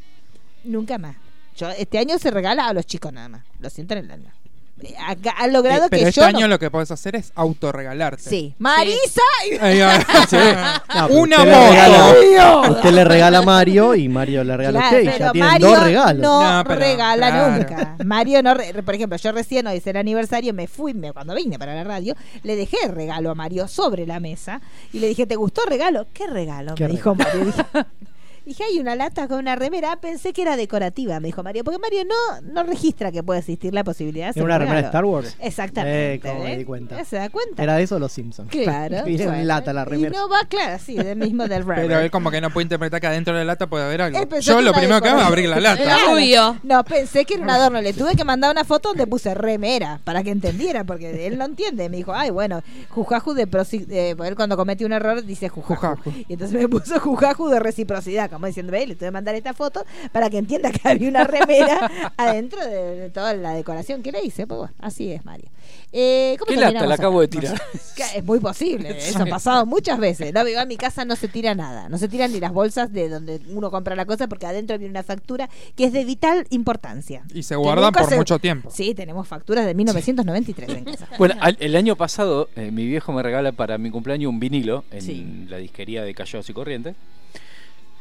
Speaker 4: Nunca más. Yo, este año se regala a los chicos nada más. Lo siento en el alma. ha, ha logrado
Speaker 6: Eh, pero
Speaker 4: que
Speaker 6: este
Speaker 4: yo
Speaker 6: año
Speaker 4: no-
Speaker 6: lo que podés hacer es autorregalarte.
Speaker 4: Sí. Marisa.
Speaker 6: <laughs>
Speaker 4: <laughs>
Speaker 6: Ahí va.
Speaker 8: No, pero
Speaker 6: Una
Speaker 8: usted le
Speaker 6: moto.
Speaker 8: regala- Usted
Speaker 4: <laughs>
Speaker 8: le regala a Mario y Mario le regala a
Speaker 4: Claro,
Speaker 8: usted. Y ya
Speaker 4: pero
Speaker 8: tienen
Speaker 4: Mario
Speaker 8: dos regalos.
Speaker 4: no,
Speaker 6: No, pero,
Speaker 4: regala
Speaker 6: claro.
Speaker 4: nunca. Mario no, re- por ejemplo, yo recién hoy es el aniversario, me fui, me- cuando vine para la radio, le dejé el regalo a Mario sobre la mesa y le dije, ¿te gustó el regalo? ¿Qué regalo?
Speaker 8: ¿Qué
Speaker 4: me dijo Mario. Dije, dije, hay una lata con una remera, Ah, pensé que era decorativa, me dijo Mario, porque Mario no, no registra que puede existir la posibilidad de
Speaker 8: <laughs>
Speaker 4: hacer
Speaker 8: ¿Era una
Speaker 4: un
Speaker 8: remera de Star
Speaker 4: regalo.
Speaker 8: Wars?
Speaker 4: Exactamente.
Speaker 8: Eh, cómo me di cuenta.
Speaker 4: ¿Eh? ¿Se da cuenta?
Speaker 8: ¿Era de eso los
Speaker 6: <laughs>
Speaker 8: Simpsons? <laughs>
Speaker 4: Claro.
Speaker 8: Viene en
Speaker 4: bueno.
Speaker 8: lata la
Speaker 4: Y
Speaker 8: remera.
Speaker 4: no va, claro, sí, del mismo del Rubber.
Speaker 6: Pero él como que no puede interpretar que adentro de la lata puede haber algo.
Speaker 4: Él pensó
Speaker 6: Yo
Speaker 4: que
Speaker 6: lo
Speaker 4: era
Speaker 6: primero que hago es
Speaker 4: decoración.
Speaker 6: abrir
Speaker 4: <laughs>
Speaker 6: la
Speaker 7: Era
Speaker 6: lata.
Speaker 4: Claro.
Speaker 7: rubio.
Speaker 4: No, pensé que era un adorno. Le tuve que mandar una foto donde puse remera para que entendiera, porque él no entiende. Me dijo, ay, bueno, jujaju de prosi- eh, él cuando comete un error dice jujaju.
Speaker 6: Jujaju.
Speaker 4: Y entonces me puso jujaju de reciprocidad, como diciendo, ve, le tuve que mandar esta foto para que entienda que había una
Speaker 6: <laughs>
Speaker 4: remera adentro de, de toda la decoración que le hice. Pues bueno, así es, Mario. Eh, ¿cómo
Speaker 5: ¿Qué
Speaker 4: terminamos
Speaker 5: lata? La
Speaker 4: acá?
Speaker 5: acabo de tirar.
Speaker 4: Ca- Es muy posible, eso ha pasado muchas veces. No, digo, en mi casa no se tira nada, no se tiran ni las bolsas de donde uno compra la cosa porque adentro viene una factura que es de vital importancia.
Speaker 6: Y se
Speaker 4: Que
Speaker 6: guardan
Speaker 4: nunca
Speaker 6: por
Speaker 4: se-
Speaker 6: mucho tiempo.
Speaker 4: Sí, tenemos facturas de 1993 en casa.
Speaker 5: Bueno, al- el año pasado eh, mi viejo me regala para mi cumpleaños un vinilo en
Speaker 4: Sí.
Speaker 5: la disquería de Callados y Corrientes.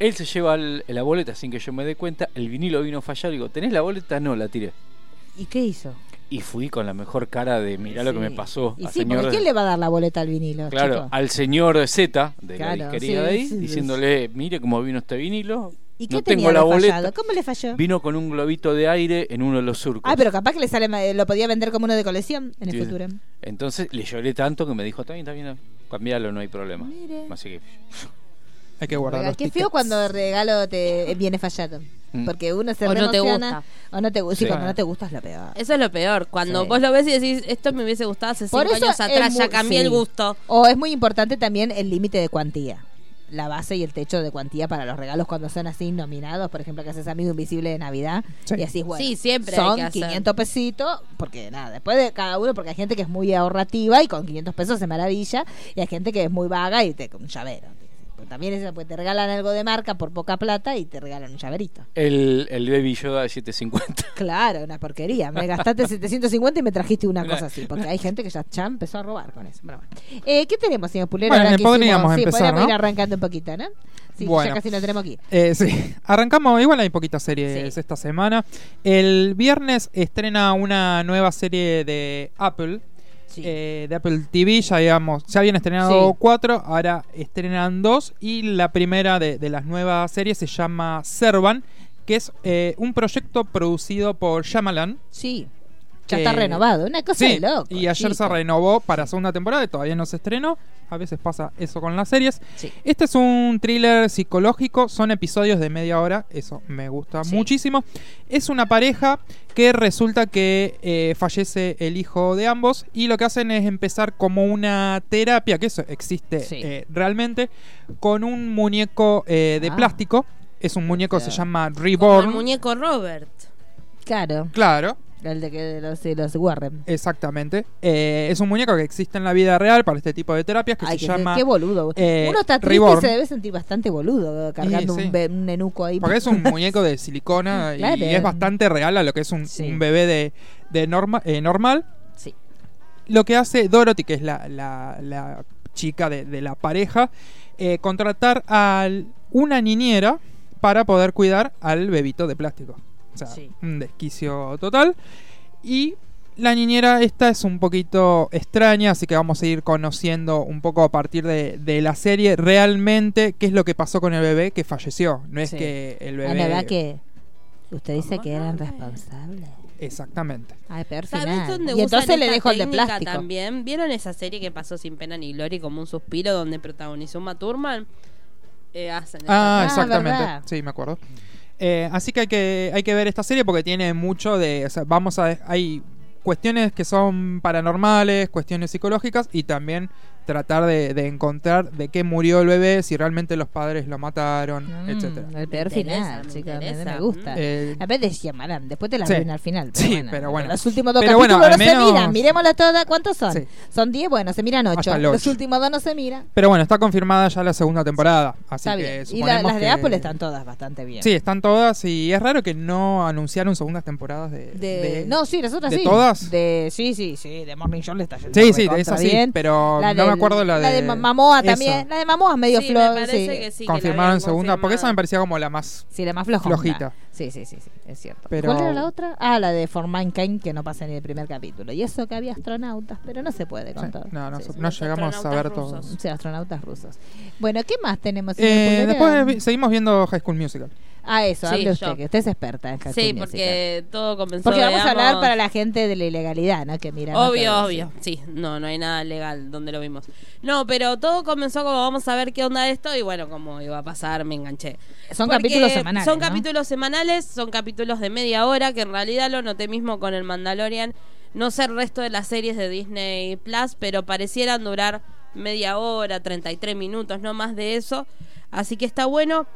Speaker 5: Él se lleva el- la boleta sin que yo me dé cuenta. El vinilo vino a fallar. Digo, ¿tenés la boleta? No, la tiré.
Speaker 4: ¿Y qué hizo?
Speaker 5: Y fui con la mejor cara de mirá lo que
Speaker 4: Sí.
Speaker 5: me pasó.
Speaker 4: Y
Speaker 5: al
Speaker 4: sí,
Speaker 5: señor-
Speaker 4: porque ¿quién le va a dar la boleta al vinilo?
Speaker 5: Claro,
Speaker 4: chico?
Speaker 5: al señor Z de
Speaker 4: Claro,
Speaker 5: la disquería
Speaker 4: sí,
Speaker 5: de ahí,
Speaker 4: sí, sí.
Speaker 5: diciéndole, mire cómo vino este vinilo.
Speaker 4: ¿Y qué
Speaker 5: no
Speaker 4: tenía
Speaker 5: tengo la
Speaker 4: de
Speaker 5: boleta.
Speaker 4: fallado? ¿Cómo le falló?
Speaker 5: Vino con un globito de aire en uno de los surcos.
Speaker 4: Ah, pero capaz que le sale, ma- lo podía vender como uno de colección en el
Speaker 5: Sí.
Speaker 4: futuro.
Speaker 5: Entonces le lloré tanto que me dijo, está bien, está bien, cambialo, no hay problema.
Speaker 4: Mire.
Speaker 5: Así que
Speaker 6: Hay que guardar
Speaker 4: Oiga,
Speaker 6: los
Speaker 4: qué
Speaker 6: tickets.
Speaker 4: feo cuando el regalo te viene fallado.
Speaker 5: Mm.
Speaker 4: Porque uno se
Speaker 7: O no te
Speaker 4: reemociona,
Speaker 7: gusta.
Speaker 4: O no te gusta. Sí,
Speaker 5: Sí.
Speaker 4: cuando no te gusta es lo peor.
Speaker 7: Eso es lo peor. Cuando
Speaker 4: Sí.
Speaker 7: vos lo ves y decís, esto me hubiese gustado hace cinco
Speaker 4: Por eso
Speaker 7: años
Speaker 4: es
Speaker 7: atrás, ya
Speaker 4: mu-
Speaker 7: cambié
Speaker 4: sí.
Speaker 7: el gusto.
Speaker 4: O es muy importante también el límite de cuantía. La base y el techo de cuantía para los regalos cuando son así nominados. Por ejemplo, que haces amigo invisible de Navidad.
Speaker 6: Sí.
Speaker 4: Y así, bueno.
Speaker 7: Sí, siempre hay
Speaker 4: Son
Speaker 7: que hacer.
Speaker 4: 500 pesitos. Porque nada, después de cada uno, porque hay gente que es muy ahorrativa y con 500 pesos se maravilla. Y hay gente que es muy vaga y te con un llavero. Pero También es, pues, te regalan algo de marca por poca plata y te regalan un llaverito.
Speaker 5: el, el Baby Yoda de 750.
Speaker 4: <laughs> Claro, una porquería. Me
Speaker 6: <laughs>
Speaker 4: gastaste 750 y me trajiste una
Speaker 5: Una-
Speaker 4: cosa así. Porque hay gente que ya, ya empezó a robar con eso. Pero bueno. Eh, ¿Qué tenemos, señor Pulero?
Speaker 6: Bueno,
Speaker 4: Ahora que
Speaker 6: podríamos
Speaker 4: hicimos- sí,
Speaker 6: empezar,
Speaker 4: podríamos
Speaker 6: ¿no?
Speaker 4: ir arrancando un poquito, ¿no? Sí, ya
Speaker 6: Bueno.
Speaker 4: casi no tenemos aquí.
Speaker 6: Eh, sí, arrancamos. Igual hay poquitas series
Speaker 4: Sí.
Speaker 6: esta semana. El viernes estrena una nueva serie de Apple,
Speaker 4: Sí.
Speaker 6: eh, de Apple TV. Ya, habíamos- ya habían estrenado
Speaker 4: Sí.
Speaker 6: cuatro, ahora estrenan dos. Y la primera de, de las nuevas series se llama Servan, que es eh, un proyecto producido por Shyamalan.
Speaker 4: sí. Ya
Speaker 6: eh,
Speaker 4: está renovado. Una cosa
Speaker 6: Sí,
Speaker 4: de loco.
Speaker 6: y ayer se
Speaker 4: chico.
Speaker 6: renovó para segunda temporada y todavía no se estrenó. A veces pasa eso con las series.
Speaker 4: Sí.
Speaker 6: Este es un thriller psicológico, son episodios de media hora, eso me gusta
Speaker 4: Sí.
Speaker 6: muchísimo. Es una pareja que resulta que eh, fallece el hijo de ambos y lo que hacen es empezar como una terapia, que eso existe
Speaker 4: Sí.
Speaker 6: eh, realmente, con un muñeco eh, de
Speaker 4: Ah.
Speaker 6: plástico. Es un muñeco, se llama
Speaker 7: Como el
Speaker 6: Reborn.
Speaker 7: muñeco Robert.
Speaker 4: Claro.
Speaker 6: Claro.
Speaker 4: El de que de los, de los Warren.
Speaker 6: Exactamente. Eh, es un muñeco que existe en la vida real para este tipo de terapias que
Speaker 4: Ay,
Speaker 6: se
Speaker 4: que-
Speaker 6: llama.
Speaker 4: qué boludo.
Speaker 6: eh,
Speaker 4: Uno está triste
Speaker 6: Reborn.
Speaker 4: y se debe sentir bastante boludo eh, cargando
Speaker 6: Sí, sí.
Speaker 4: Un, be- un nenuco ahí. Mm,
Speaker 6: Porque
Speaker 4: <laughs>
Speaker 6: es un muñeco de silicona y-
Speaker 4: Claro.
Speaker 6: y es bastante real a lo que es un,
Speaker 4: Sí.
Speaker 6: un bebé de, de norma, eh, normal.
Speaker 4: Sí.
Speaker 6: Lo que hace Dorothy, que es la, la- la chica de, de la pareja, eh, contratar a una niñera para poder cuidar al bebito de plástico. O sea,
Speaker 4: Sí.
Speaker 6: un desquicio total. Y la niñera esta es un poquito extraña, así que vamos a ir conociendo un poco a partir de, de la serie realmente qué es lo que pasó con el bebé que falleció. No es
Speaker 4: Sí.
Speaker 6: que el
Speaker 4: La
Speaker 6: bebé...
Speaker 4: verdad que usted dice que eran responsables.
Speaker 6: Exactamente.
Speaker 4: Ay, Ah, peor
Speaker 7: ¿Sabes
Speaker 4: final.
Speaker 7: dónde
Speaker 4: Y entonces
Speaker 7: usan
Speaker 4: le
Speaker 7: esta
Speaker 4: dejo el de
Speaker 7: técnica
Speaker 4: plástico.
Speaker 7: También vieron esa serie que pasó sin pena ni gloria como un suspiro donde protagonizó Uma Thurman. Eh, hacen esta
Speaker 6: Ah,
Speaker 4: Ah,
Speaker 6: exactamente.
Speaker 4: ¿verdad?
Speaker 6: Sí, me acuerdo. Eh, así que hay, que hay que ver esta serie porque tiene mucho de. O sea, vamos a. Hay cuestiones que son paranormales, cuestiones psicológicas y también tratar de, de encontrar de qué murió el bebé, si realmente los padres lo mataron,
Speaker 4: Mm,
Speaker 6: etcétera.
Speaker 4: El peor
Speaker 7: Me interesa,
Speaker 4: final,
Speaker 7: me
Speaker 4: chicos, me,
Speaker 7: interesa.
Speaker 4: me gusta.
Speaker 6: Eh,
Speaker 4: a veces llamarán, después te la
Speaker 6: Sí.
Speaker 4: arruina al final.
Speaker 6: Sí, pero bueno.
Speaker 4: Los últimos dos
Speaker 6: Pero bueno,
Speaker 4: capítulos
Speaker 6: al
Speaker 4: no
Speaker 6: menos-
Speaker 4: se miran, miremosla toda. ¿Cuántos son?
Speaker 6: Sí.
Speaker 4: Son 10, bueno, se miran 8.
Speaker 6: Hasta el
Speaker 4: Los
Speaker 6: ocho.
Speaker 4: últimos dos no se miran.
Speaker 6: pero bueno, está confirmada ya la segunda temporada. Así
Speaker 4: Está
Speaker 6: que
Speaker 4: bien. Y la-
Speaker 6: suponemos
Speaker 4: las de
Speaker 6: que-
Speaker 4: Apple están todas bastante bien.
Speaker 6: Sí, están todas y es raro que no anunciaron segundas temporadas de.
Speaker 4: De-
Speaker 6: de-
Speaker 4: no, sí, las otras
Speaker 6: de
Speaker 4: sí.
Speaker 6: todas, todas?
Speaker 4: De, sí, sí, sí, de Morning Show le está yendo
Speaker 6: sí, sí, de
Speaker 4: recontra
Speaker 6: esa sí,
Speaker 4: bien.
Speaker 6: pero no me
Speaker 4: del-
Speaker 6: acuerdo la de...
Speaker 4: La de Mamoa
Speaker 6: esa.
Speaker 4: también. Ah, La de Mamoa es medio
Speaker 7: Sí, me
Speaker 4: floja.
Speaker 7: parece que sí. que la
Speaker 6: Confirmaron
Speaker 7: habían
Speaker 6: segunda, porque esa me
Speaker 7: confirmado.
Speaker 6: parecía como la más...
Speaker 4: Sí, la más floja.
Speaker 6: Flojita.
Speaker 4: Sí, sí, sí, sí, es cierto.
Speaker 6: Pero-
Speaker 4: ¿Cuál era la otra? Ah, la de For Mankind, que no pasa ni el primer capítulo. Y eso que había astronautas, pero no se puede
Speaker 6: sí,
Speaker 4: contar.
Speaker 6: no, no,
Speaker 4: Sí,
Speaker 6: so-
Speaker 4: sí.
Speaker 6: no llegamos a
Speaker 7: astronautas
Speaker 6: ver todo.
Speaker 7: rusos.
Speaker 4: Sí, astronautas rusos. Bueno, ¿qué más tenemos? señor
Speaker 6: Eh,
Speaker 4: Pulverón?
Speaker 6: después vi- seguimos viendo High School
Speaker 4: <laughs>
Speaker 6: Musical.
Speaker 4: Ah, eso,
Speaker 7: Sí,
Speaker 4: hable
Speaker 7: yo.
Speaker 4: usted, que usted es experta en High
Speaker 7: Sí,
Speaker 4: School Musical.
Speaker 7: porque todo comenzó.
Speaker 4: Porque vamos a hablar
Speaker 7: digamos,
Speaker 4: para la gente de la ilegalidad, ¿no? Que mira.
Speaker 7: Obvio, obvio. Sí, no, no hay nada legal donde lo vimos. No, pero todo comenzó como vamos a ver qué onda esto y bueno, como iba a pasar, me enganché.
Speaker 4: Son
Speaker 7: Porque
Speaker 4: capítulos semanales.
Speaker 7: Son
Speaker 4: ¿no?
Speaker 7: capítulos semanales, son capítulos de media hora, que en realidad lo noté mismo con el Mandalorian. No sé el resto de las series de Disney Plus, pero parecieran durar media hora, 33 minutos, no más de eso. Así que está bueno.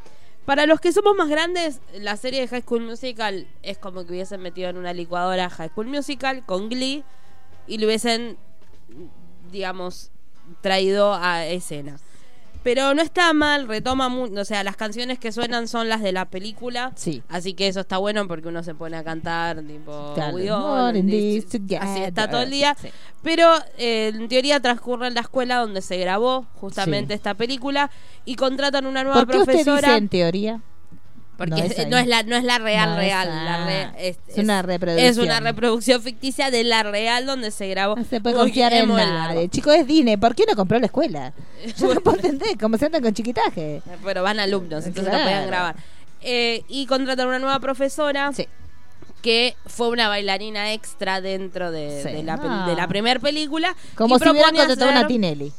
Speaker 7: Para los que somos más grandes, la serie de High School Musical es como que hubiesen metido en una licuadora High School Musical con Glee y lo hubiesen, digamos, traído a escena. Pero no está mal, retoma mucho, o sea, las canciones que suenan son las de la película.
Speaker 4: Sí.
Speaker 7: Así que eso está bueno porque uno se pone a cantar, tipo,
Speaker 4: Claro,
Speaker 7: "We all
Speaker 4: more in
Speaker 7: this
Speaker 4: this
Speaker 7: together". así está
Speaker 4: together.
Speaker 7: todo el día.
Speaker 4: Sí.
Speaker 7: Pero eh, en teoría transcurre en la escuela donde se grabó justamente
Speaker 4: Sí.
Speaker 7: esta película y contratan una nueva
Speaker 4: ¿Por qué usted
Speaker 7: profesora.
Speaker 4: dice en teoría?
Speaker 7: Porque
Speaker 4: No
Speaker 7: no
Speaker 4: es
Speaker 7: es,
Speaker 4: ahí.
Speaker 7: la, no es la real,
Speaker 4: No es
Speaker 7: real.
Speaker 4: ahí.
Speaker 7: la re- es,
Speaker 4: Es una reproducción.
Speaker 7: Es una reproducción ficticia de la real donde se grabó.
Speaker 4: No se puede
Speaker 7: Uy,
Speaker 4: confiar en
Speaker 7: emo el
Speaker 4: nadie.
Speaker 7: largo.
Speaker 4: Chico, es Disney. ¿Por qué no compró la escuela? Yo no puedo entender cómo se andan con chiquitaje.
Speaker 7: Pero van alumnos, entonces
Speaker 4: Claro.
Speaker 7: no pueden grabar. Eh, y contratan una nueva profesora
Speaker 4: Sí.
Speaker 7: que fue una bailarina extra dentro de,
Speaker 4: Sí.
Speaker 7: de la,
Speaker 4: Ah.
Speaker 7: peli- de la primera película.
Speaker 4: Como
Speaker 7: y
Speaker 4: si hubieran
Speaker 7: propone
Speaker 4: contratado
Speaker 7: hacer-
Speaker 4: una Tinelli.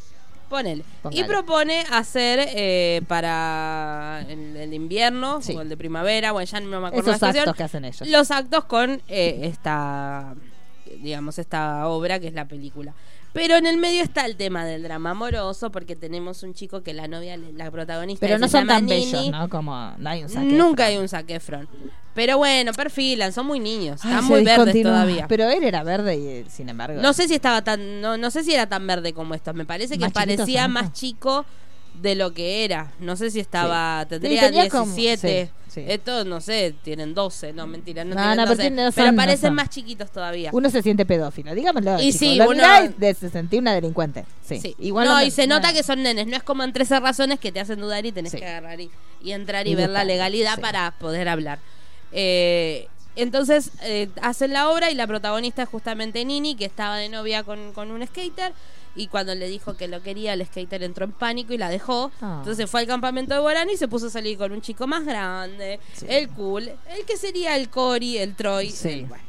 Speaker 7: Ponele. Y
Speaker 4: Póngale.
Speaker 7: propone hacer eh, para el, el invierno
Speaker 4: Sí.
Speaker 7: o el de primavera, bueno, ya no me acuerdo
Speaker 4: Esos
Speaker 7: la estación,
Speaker 4: actos que hacen ellos.
Speaker 7: los actos con eh, esta, digamos, esta obra que es la película. Pero en el medio está el tema del drama amoroso, porque tenemos un chico que la novia, la protagonista,
Speaker 4: Pero
Speaker 7: se
Speaker 4: no son
Speaker 7: llama
Speaker 4: tan
Speaker 7: Nini.
Speaker 4: bellos, ¿no? Como no hay un saque.
Speaker 7: Nunca hay un saquefron. Pero bueno, perfilan, son muy niños,
Speaker 4: Ay,
Speaker 7: están
Speaker 4: se
Speaker 7: muy verdes
Speaker 4: discontinuó.
Speaker 7: todavía.
Speaker 4: Pero él era verde y eh, sin embargo.
Speaker 7: No sé si estaba tan, no, no sé si era tan verde como esto. Me parece que
Speaker 4: ¿Más chiquito,
Speaker 7: parecía
Speaker 4: Samantha?
Speaker 7: más chico de lo que era. No sé si estaba,
Speaker 4: Sí.
Speaker 7: tendría
Speaker 4: Sí, tenía como-
Speaker 7: 17.
Speaker 4: sí, sí.
Speaker 7: Estos, no sé, tienen 12. No, mentira,
Speaker 4: No,
Speaker 7: no, tienen
Speaker 4: no, pero
Speaker 7: 12. pero,
Speaker 4: tienen- son- no
Speaker 7: parecen
Speaker 4: son.
Speaker 7: más chiquitos todavía.
Speaker 4: Uno se siente pedófilo, dígamelo.
Speaker 7: Y
Speaker 4: chicos.
Speaker 7: sí,
Speaker 4: Lo
Speaker 7: uno-
Speaker 4: mirá y de- se sentí una delincuente. Sí.
Speaker 7: Sí.
Speaker 4: Igual
Speaker 7: no,
Speaker 4: me-
Speaker 7: y se nota
Speaker 4: no.
Speaker 7: que son nenes. No es como en 13 razones que te hacen dudar y tenés
Speaker 4: Sí.
Speaker 7: que agarrar y, y entrar y,
Speaker 4: Y
Speaker 7: ver la
Speaker 4: buscar,
Speaker 7: legalidad
Speaker 4: sí.
Speaker 7: para poder hablar. Eh, entonces eh, hacen la obra y la protagonista es justamente Nini, que estaba de novia con, con un skater. Y cuando le dijo que lo quería, el skater entró en pánico y la dejó.
Speaker 4: Ah.
Speaker 7: Entonces fue al campamento de Guarani y se puso a salir con un chico más grande, el cool, el que sería el Cory, el Troy.
Speaker 4: Sí.
Speaker 7: el- eh, bueno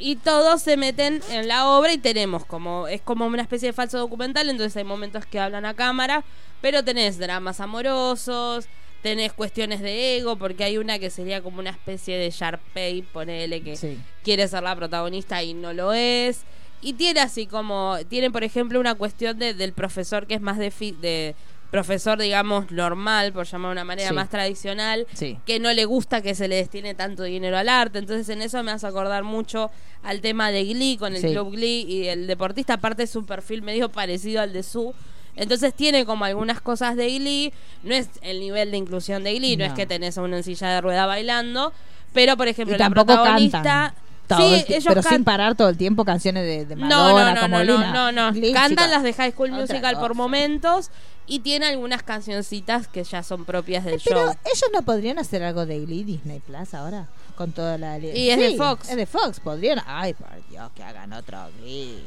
Speaker 7: y todos se meten en la obra y tenemos como es como una especie de falso documental entonces hay momentos que hablan a cámara pero tenés dramas amorosos tenés cuestiones de ego porque hay una que sería como una especie de Sharpay ponele que
Speaker 4: Sí.
Speaker 7: quiere ser la protagonista y no lo es y tiene así como tiene por ejemplo una cuestión de- del profesor que es más de, fi- de profesor digamos normal por llamar de una manera
Speaker 4: Sí.
Speaker 7: más tradicional
Speaker 4: Sí.
Speaker 7: que no le gusta que se le destine tanto dinero al arte. Entonces en eso me hace acordar mucho al tema de Glee, con el
Speaker 4: Sí.
Speaker 7: club Glee y el deportista, aparte es un perfil medio parecido al de Sue. Entonces tiene como algunas cosas de Glee, no es el nivel de inclusión de Glee, no,
Speaker 4: No.
Speaker 7: es que tenés a uno en silla de rueda bailando, pero por ejemplo
Speaker 4: Y
Speaker 7: la
Speaker 4: tampoco
Speaker 7: protagonista...
Speaker 4: cantan. todo
Speaker 7: sí,
Speaker 4: el ti-
Speaker 7: ellos
Speaker 4: pero sin
Speaker 7: cantan.
Speaker 4: parar todo el tiempo canciones de, de
Speaker 7: No,
Speaker 4: Madonna,
Speaker 7: no, no,
Speaker 4: como
Speaker 7: no,
Speaker 4: Lina.
Speaker 7: no, no.
Speaker 4: Lin,
Speaker 7: Cantan
Speaker 4: chicos.
Speaker 7: las de High School
Speaker 4: Otra
Speaker 7: Musical por
Speaker 4: cosa.
Speaker 7: momentos y tiene algunas cancioncitas que ya son propias del
Speaker 4: Eh, Pero
Speaker 7: show.
Speaker 4: ellos no podrían hacer algo de Glee Disney Plus ahora con toda la
Speaker 7: Y es de Fox.
Speaker 4: Es de Fox, podrían. Ay, por Dios, que hagan otro Glee.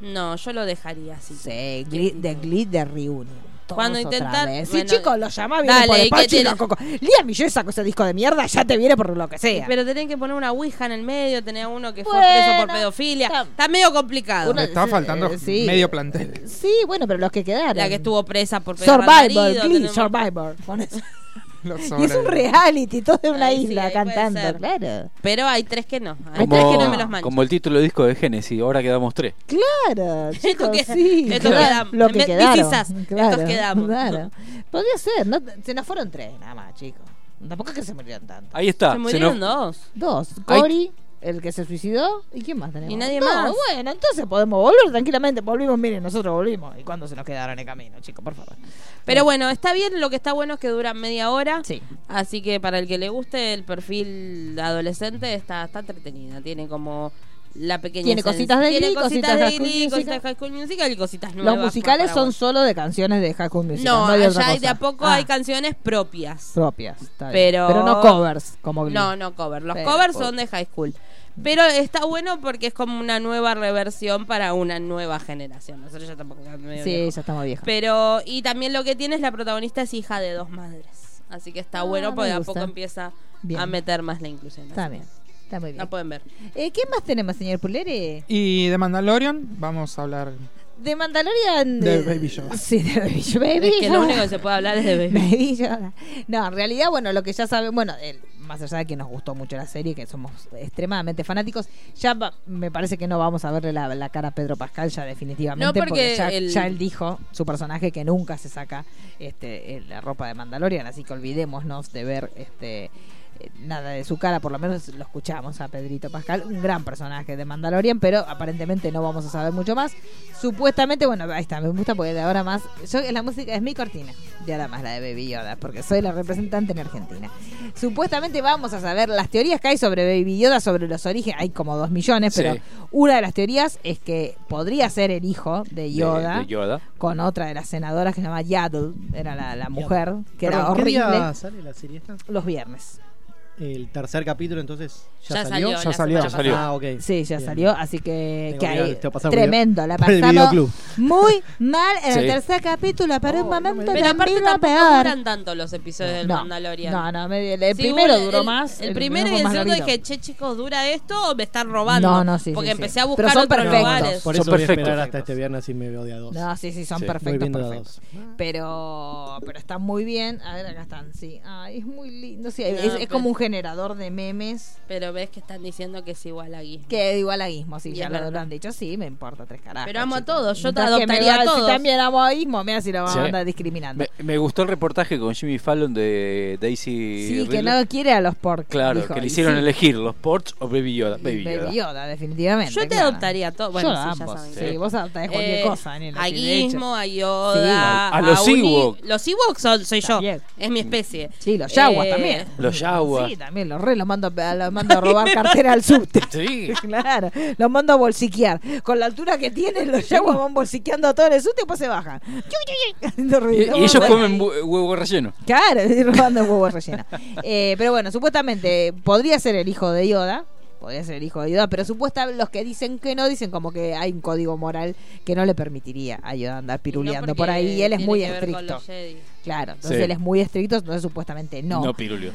Speaker 7: No, yo lo dejaría así.
Speaker 4: Sí, Glee- de Glee de Reunion. Todos
Speaker 7: Mm. Cuando
Speaker 4: otra
Speaker 7: intentan-
Speaker 4: vez. Sí,
Speaker 7: bueno,
Speaker 4: chicos, lo llamaba bien
Speaker 7: dale,
Speaker 4: por
Speaker 7: ¿y
Speaker 4: el
Speaker 7: qué
Speaker 4: Pachi y
Speaker 7: tiene?
Speaker 4: la Coco. Lía Millés sacó ese disco de mierda, ya te viene por lo que sea.
Speaker 7: Pero tenés que poner una ouija en el medio, tenés uno que
Speaker 4: Bueno,
Speaker 7: fue preso por pedofilia.
Speaker 4: está-
Speaker 7: Está, medio complicado.
Speaker 4: Uno-
Speaker 6: Le estaba faltando
Speaker 4: eh, sí.
Speaker 6: medio
Speaker 4: <laughs>
Speaker 6: plantel. <laughs>
Speaker 4: Sí, bueno, pero los que quedaron.
Speaker 7: la que estuvo presa por pegar al
Speaker 4: Survivor,
Speaker 7: marido.
Speaker 4: Glee,
Speaker 7: tenemos-
Speaker 4: Survivor. Pon eso.
Speaker 6: Los
Speaker 4: Y es un
Speaker 6: sobres.
Speaker 4: reality, todo en una
Speaker 7: Ahí sí,
Speaker 4: isla
Speaker 7: ahí puede
Speaker 4: cantando,
Speaker 7: ser.
Speaker 4: claro.
Speaker 7: Pero hay tres que no. Hay tres que no me los
Speaker 5: Como,
Speaker 7: mancho.
Speaker 5: como el título de disco de Génesis, ahora quedamos tres.
Speaker 4: Claro, chicos,
Speaker 7: Esto que-
Speaker 4: sí.
Speaker 7: esto
Speaker 4: claro,
Speaker 7: quedamos.
Speaker 4: Lo que
Speaker 7: Me-
Speaker 4: quedaron.
Speaker 7: dicisas, estos quedamos.
Speaker 4: claro. Podría ser, no, se nos fueron tres nada más, chicos. Tampoco es que se murieron tanto.
Speaker 5: Ahí está.
Speaker 7: Se
Speaker 5: se
Speaker 7: murieron
Speaker 5: nos-
Speaker 4: Dos,
Speaker 7: dos.
Speaker 5: Ay.
Speaker 4: Cory, el que se suicidó, ¿y quién más tenemos?
Speaker 7: Y nadie
Speaker 4: No,
Speaker 7: más.
Speaker 4: bueno, entonces podemos volver tranquilamente, volvimos, miren, nosotros volvimos. ¿Y cuándo se nos quedaron en el camino, chicos, por favor?
Speaker 7: Pero bueno, está bien. Lo que está bueno es que duran media hora.
Speaker 4: Sí.
Speaker 7: Así que para el que le guste el perfil adolescente, está, está entretenida. Tiene como la pequeña
Speaker 4: Tiene
Speaker 7: esencia.
Speaker 4: cositas de
Speaker 7: Tiene
Speaker 4: Glee,
Speaker 7: cositas de
Speaker 4: cositas de High
Speaker 7: Glee,
Speaker 4: School
Speaker 7: cositas de High School Musical y cositas nuevas.
Speaker 4: Los musicales
Speaker 7: más para
Speaker 4: son
Speaker 7: vos.
Speaker 4: solo de canciones de High School Musical.
Speaker 7: No,
Speaker 4: No, hay otra
Speaker 7: allá hay
Speaker 4: cosa.
Speaker 7: de a poco
Speaker 4: Ah,
Speaker 7: hay canciones propias.
Speaker 4: propias. está bien.
Speaker 7: Pero-
Speaker 4: Pero... no covers, como Glee.
Speaker 7: No, no cover. Los
Speaker 4: Pero,
Speaker 7: covers
Speaker 4: por-
Speaker 7: son de high school. Pero está bueno porque es como una nueva reversión para una nueva generación. Nosotros ya tampoco medio
Speaker 4: Sí,
Speaker 7: viejos.
Speaker 4: ya estamos viejos.
Speaker 7: Pero, y también lo que tiene es la protagonista es hija de dos madres. Así que está
Speaker 4: Ah,
Speaker 7: bueno porque
Speaker 4: me
Speaker 7: de a
Speaker 4: gusta.
Speaker 7: poco empieza
Speaker 4: Bien.
Speaker 7: a meter más la inclusión. así
Speaker 4: Está
Speaker 7: que
Speaker 4: bien. Está muy bien.
Speaker 7: La pueden ver.
Speaker 4: Eh, ¿Qué más tenemos, señor Pulere?
Speaker 6: Y de Mandalorian, vamos a hablar.
Speaker 4: De Mandalorian.
Speaker 6: De
Speaker 4: eh,
Speaker 6: Baby Yoda.
Speaker 4: Sí, de Baby Yoda. Baby
Speaker 7: Es que lo
Speaker 4: Yoda.
Speaker 7: único que se puede hablar
Speaker 4: <laughs>
Speaker 7: es de Baby.
Speaker 4: Baby Yoda. No, en realidad, bueno, lo que ya saben, bueno, el- más allá de que nos gustó mucho la serie, que somos extremadamente fanáticos, ya va- me parece que no vamos a verle la, la cara a Pedro Pascal ya definitivamente,
Speaker 7: No, porque
Speaker 4: ya,
Speaker 7: el-
Speaker 4: ya él dijo, su personaje, que nunca se saca este, eh, la ropa de Mandalorian, así que olvidémonos de ver este eh, nada de su cara, por lo menos lo escuchamos a Pedrito Pascal, un gran personaje de Mandalorian, pero aparentemente no vamos a saber mucho más. Supuestamente, bueno, ahí está, me gusta porque de ahora más, yo la música es mi cortina, de ahora más la de Baby Yoda, porque soy la representante en Argentina. Supuestamente vamos a saber las teorías que hay sobre Baby Yoda, sobre los orígenes, hay como dos millones,
Speaker 5: Sí.
Speaker 4: pero una de las teorías es que podría ser el hijo de
Speaker 5: de-
Speaker 4: Yoda.
Speaker 5: de Yoda.
Speaker 4: con otra de las senadoras que se llama Yaddle, era la, la mujer, que era
Speaker 8: Perdón, ¿qué
Speaker 4: horrible.
Speaker 8: día sale la serie esta?
Speaker 4: Los viernes.
Speaker 8: El tercer capítulo, entonces. ¿Ya,
Speaker 7: Ya
Speaker 8: salió?
Speaker 7: salió.
Speaker 6: Ya
Speaker 7: la
Speaker 6: salió.
Speaker 7: semana
Speaker 5: Ya salió.
Speaker 7: pasada.
Speaker 8: Ah, ok.
Speaker 4: Sí, ya
Speaker 8: Bien.
Speaker 4: salió, así que,
Speaker 8: Tengo
Speaker 4: que
Speaker 8: que
Speaker 4: ahí,
Speaker 8: ir, te pasa por el-
Speaker 4: tremendo, la
Speaker 8: por <laughs> el
Speaker 4: pasamos
Speaker 8: videoclub.
Speaker 4: muy mal en el
Speaker 5: Sí.
Speaker 4: tercer capítulo, pero un momento
Speaker 7: Pero aparte
Speaker 4: también lo
Speaker 7: tampoco
Speaker 4: peor.
Speaker 7: duran tanto los episodios del
Speaker 4: no,
Speaker 7: Mandalorian.
Speaker 4: no, no, medio- el
Speaker 7: Sí,
Speaker 4: primero
Speaker 7: hubo el-
Speaker 4: duró
Speaker 7: el-
Speaker 4: más.
Speaker 7: El, primero y
Speaker 4: fue
Speaker 7: el
Speaker 4: más
Speaker 7: segundo
Speaker 4: larguito.
Speaker 7: dije, che chicos, ¿dura esto o me están robando?
Speaker 4: No, no, sí,
Speaker 7: Porque
Speaker 4: sí, sí.
Speaker 7: empecé a
Speaker 4: Pero
Speaker 7: buscar
Speaker 4: son
Speaker 7: otros
Speaker 4: perfectos.
Speaker 7: lugares.
Speaker 8: Por
Speaker 5: Son
Speaker 8: eso voy a
Speaker 5: perfectos.
Speaker 8: esperar hasta este viernes y me veo de a dos.
Speaker 4: No, sí, sí, son
Speaker 5: Sí.
Speaker 8: Voy
Speaker 4: perfectos,
Speaker 8: viendo de a
Speaker 4: perfectos.
Speaker 8: dos.
Speaker 4: Pero, pero está muy bien. A ver, acá están, sí. Ay, es muy lindo. Sí, es,
Speaker 7: No,
Speaker 4: es
Speaker 7: Ah, pero-
Speaker 4: como un generador de memes.
Speaker 7: Pero ves que están diciendo que es igual a Gizmo.
Speaker 4: Que igual a Gizmo, sí,
Speaker 7: Y
Speaker 4: ya
Speaker 7: es
Speaker 4: lo,
Speaker 7: verdad.
Speaker 4: lo han dicho, sí, me importa tres carajos.
Speaker 7: Pero amo a
Speaker 4: chicos.
Speaker 7: todos, yo te
Speaker 4: Mientras que me
Speaker 7: adoptaría a
Speaker 4: va-
Speaker 7: todos.
Speaker 4: Si también amo a Gizmo, mira si lo van
Speaker 5: Sí.
Speaker 4: a andar discriminando.
Speaker 5: Me, me gustó el reportaje con Jimmy Fallon de Daisy.
Speaker 4: Sí, que
Speaker 5: Ridley.
Speaker 4: no quiere a los porcos.
Speaker 5: Claro,
Speaker 4: dijo,
Speaker 5: que le
Speaker 4: y
Speaker 5: hicieron
Speaker 4: sí.
Speaker 5: elegir los ports o Baby Yoda. Baby Yoda.
Speaker 4: Baby Yoda, definitivamente.
Speaker 7: Yo te
Speaker 4: claro.
Speaker 7: adoptaría todo. Bueno,
Speaker 4: Yo
Speaker 7: sí, ya
Speaker 4: ambos,
Speaker 7: saben.
Speaker 4: Sí, vos adoptás cualquier
Speaker 7: Eh,
Speaker 4: cosa, Daniela,
Speaker 7: A
Speaker 4: sí, de hecho.
Speaker 7: Gizmo, a
Speaker 4: Sí.
Speaker 7: Yoda.
Speaker 5: A los
Speaker 7: Uni-
Speaker 5: Ewok.
Speaker 7: Los Ewoks son- soy yo.
Speaker 4: También.
Speaker 7: Es mi especie.
Speaker 4: Sí, los yaguas
Speaker 7: Eh,
Speaker 4: también.
Speaker 5: Los Yawa.
Speaker 4: Sí, también, los re los mando, a- los mando a robar cartera al subte.
Speaker 5: <laughs>
Speaker 4: <laughs>
Speaker 5: Sí.
Speaker 4: Claro, los mando a bolsiquear. Con la altura que tienen, los yaguas van bolsiqueando a todo en el subte y después se bajan. Haciendo
Speaker 5: Y,
Speaker 4: ruido.
Speaker 5: y ellos
Speaker 7: Vamos,
Speaker 5: comen
Speaker 7: Baby.
Speaker 5: bu- huevo relleno.
Speaker 4: Claro, <laughs> y robando huevos rellenos. Eh, pero bueno, supuestamente podría ser el hijo de Yoda. Podría ser el hijo de Yoda, pero supuestamente los que dicen que no, dicen como que hay un código moral que no le permitiría a Yoda andar
Speaker 7: y no
Speaker 4: piruleando
Speaker 7: porque
Speaker 4: por ahí. Y él es
Speaker 7: tiene
Speaker 4: muy
Speaker 7: que ver con
Speaker 4: estricto.
Speaker 7: los Jedi.
Speaker 4: Claro, entonces
Speaker 5: Sí.
Speaker 4: él es muy estricto, entonces supuestamente no.
Speaker 5: No,
Speaker 4: No,
Speaker 5: Pirulio.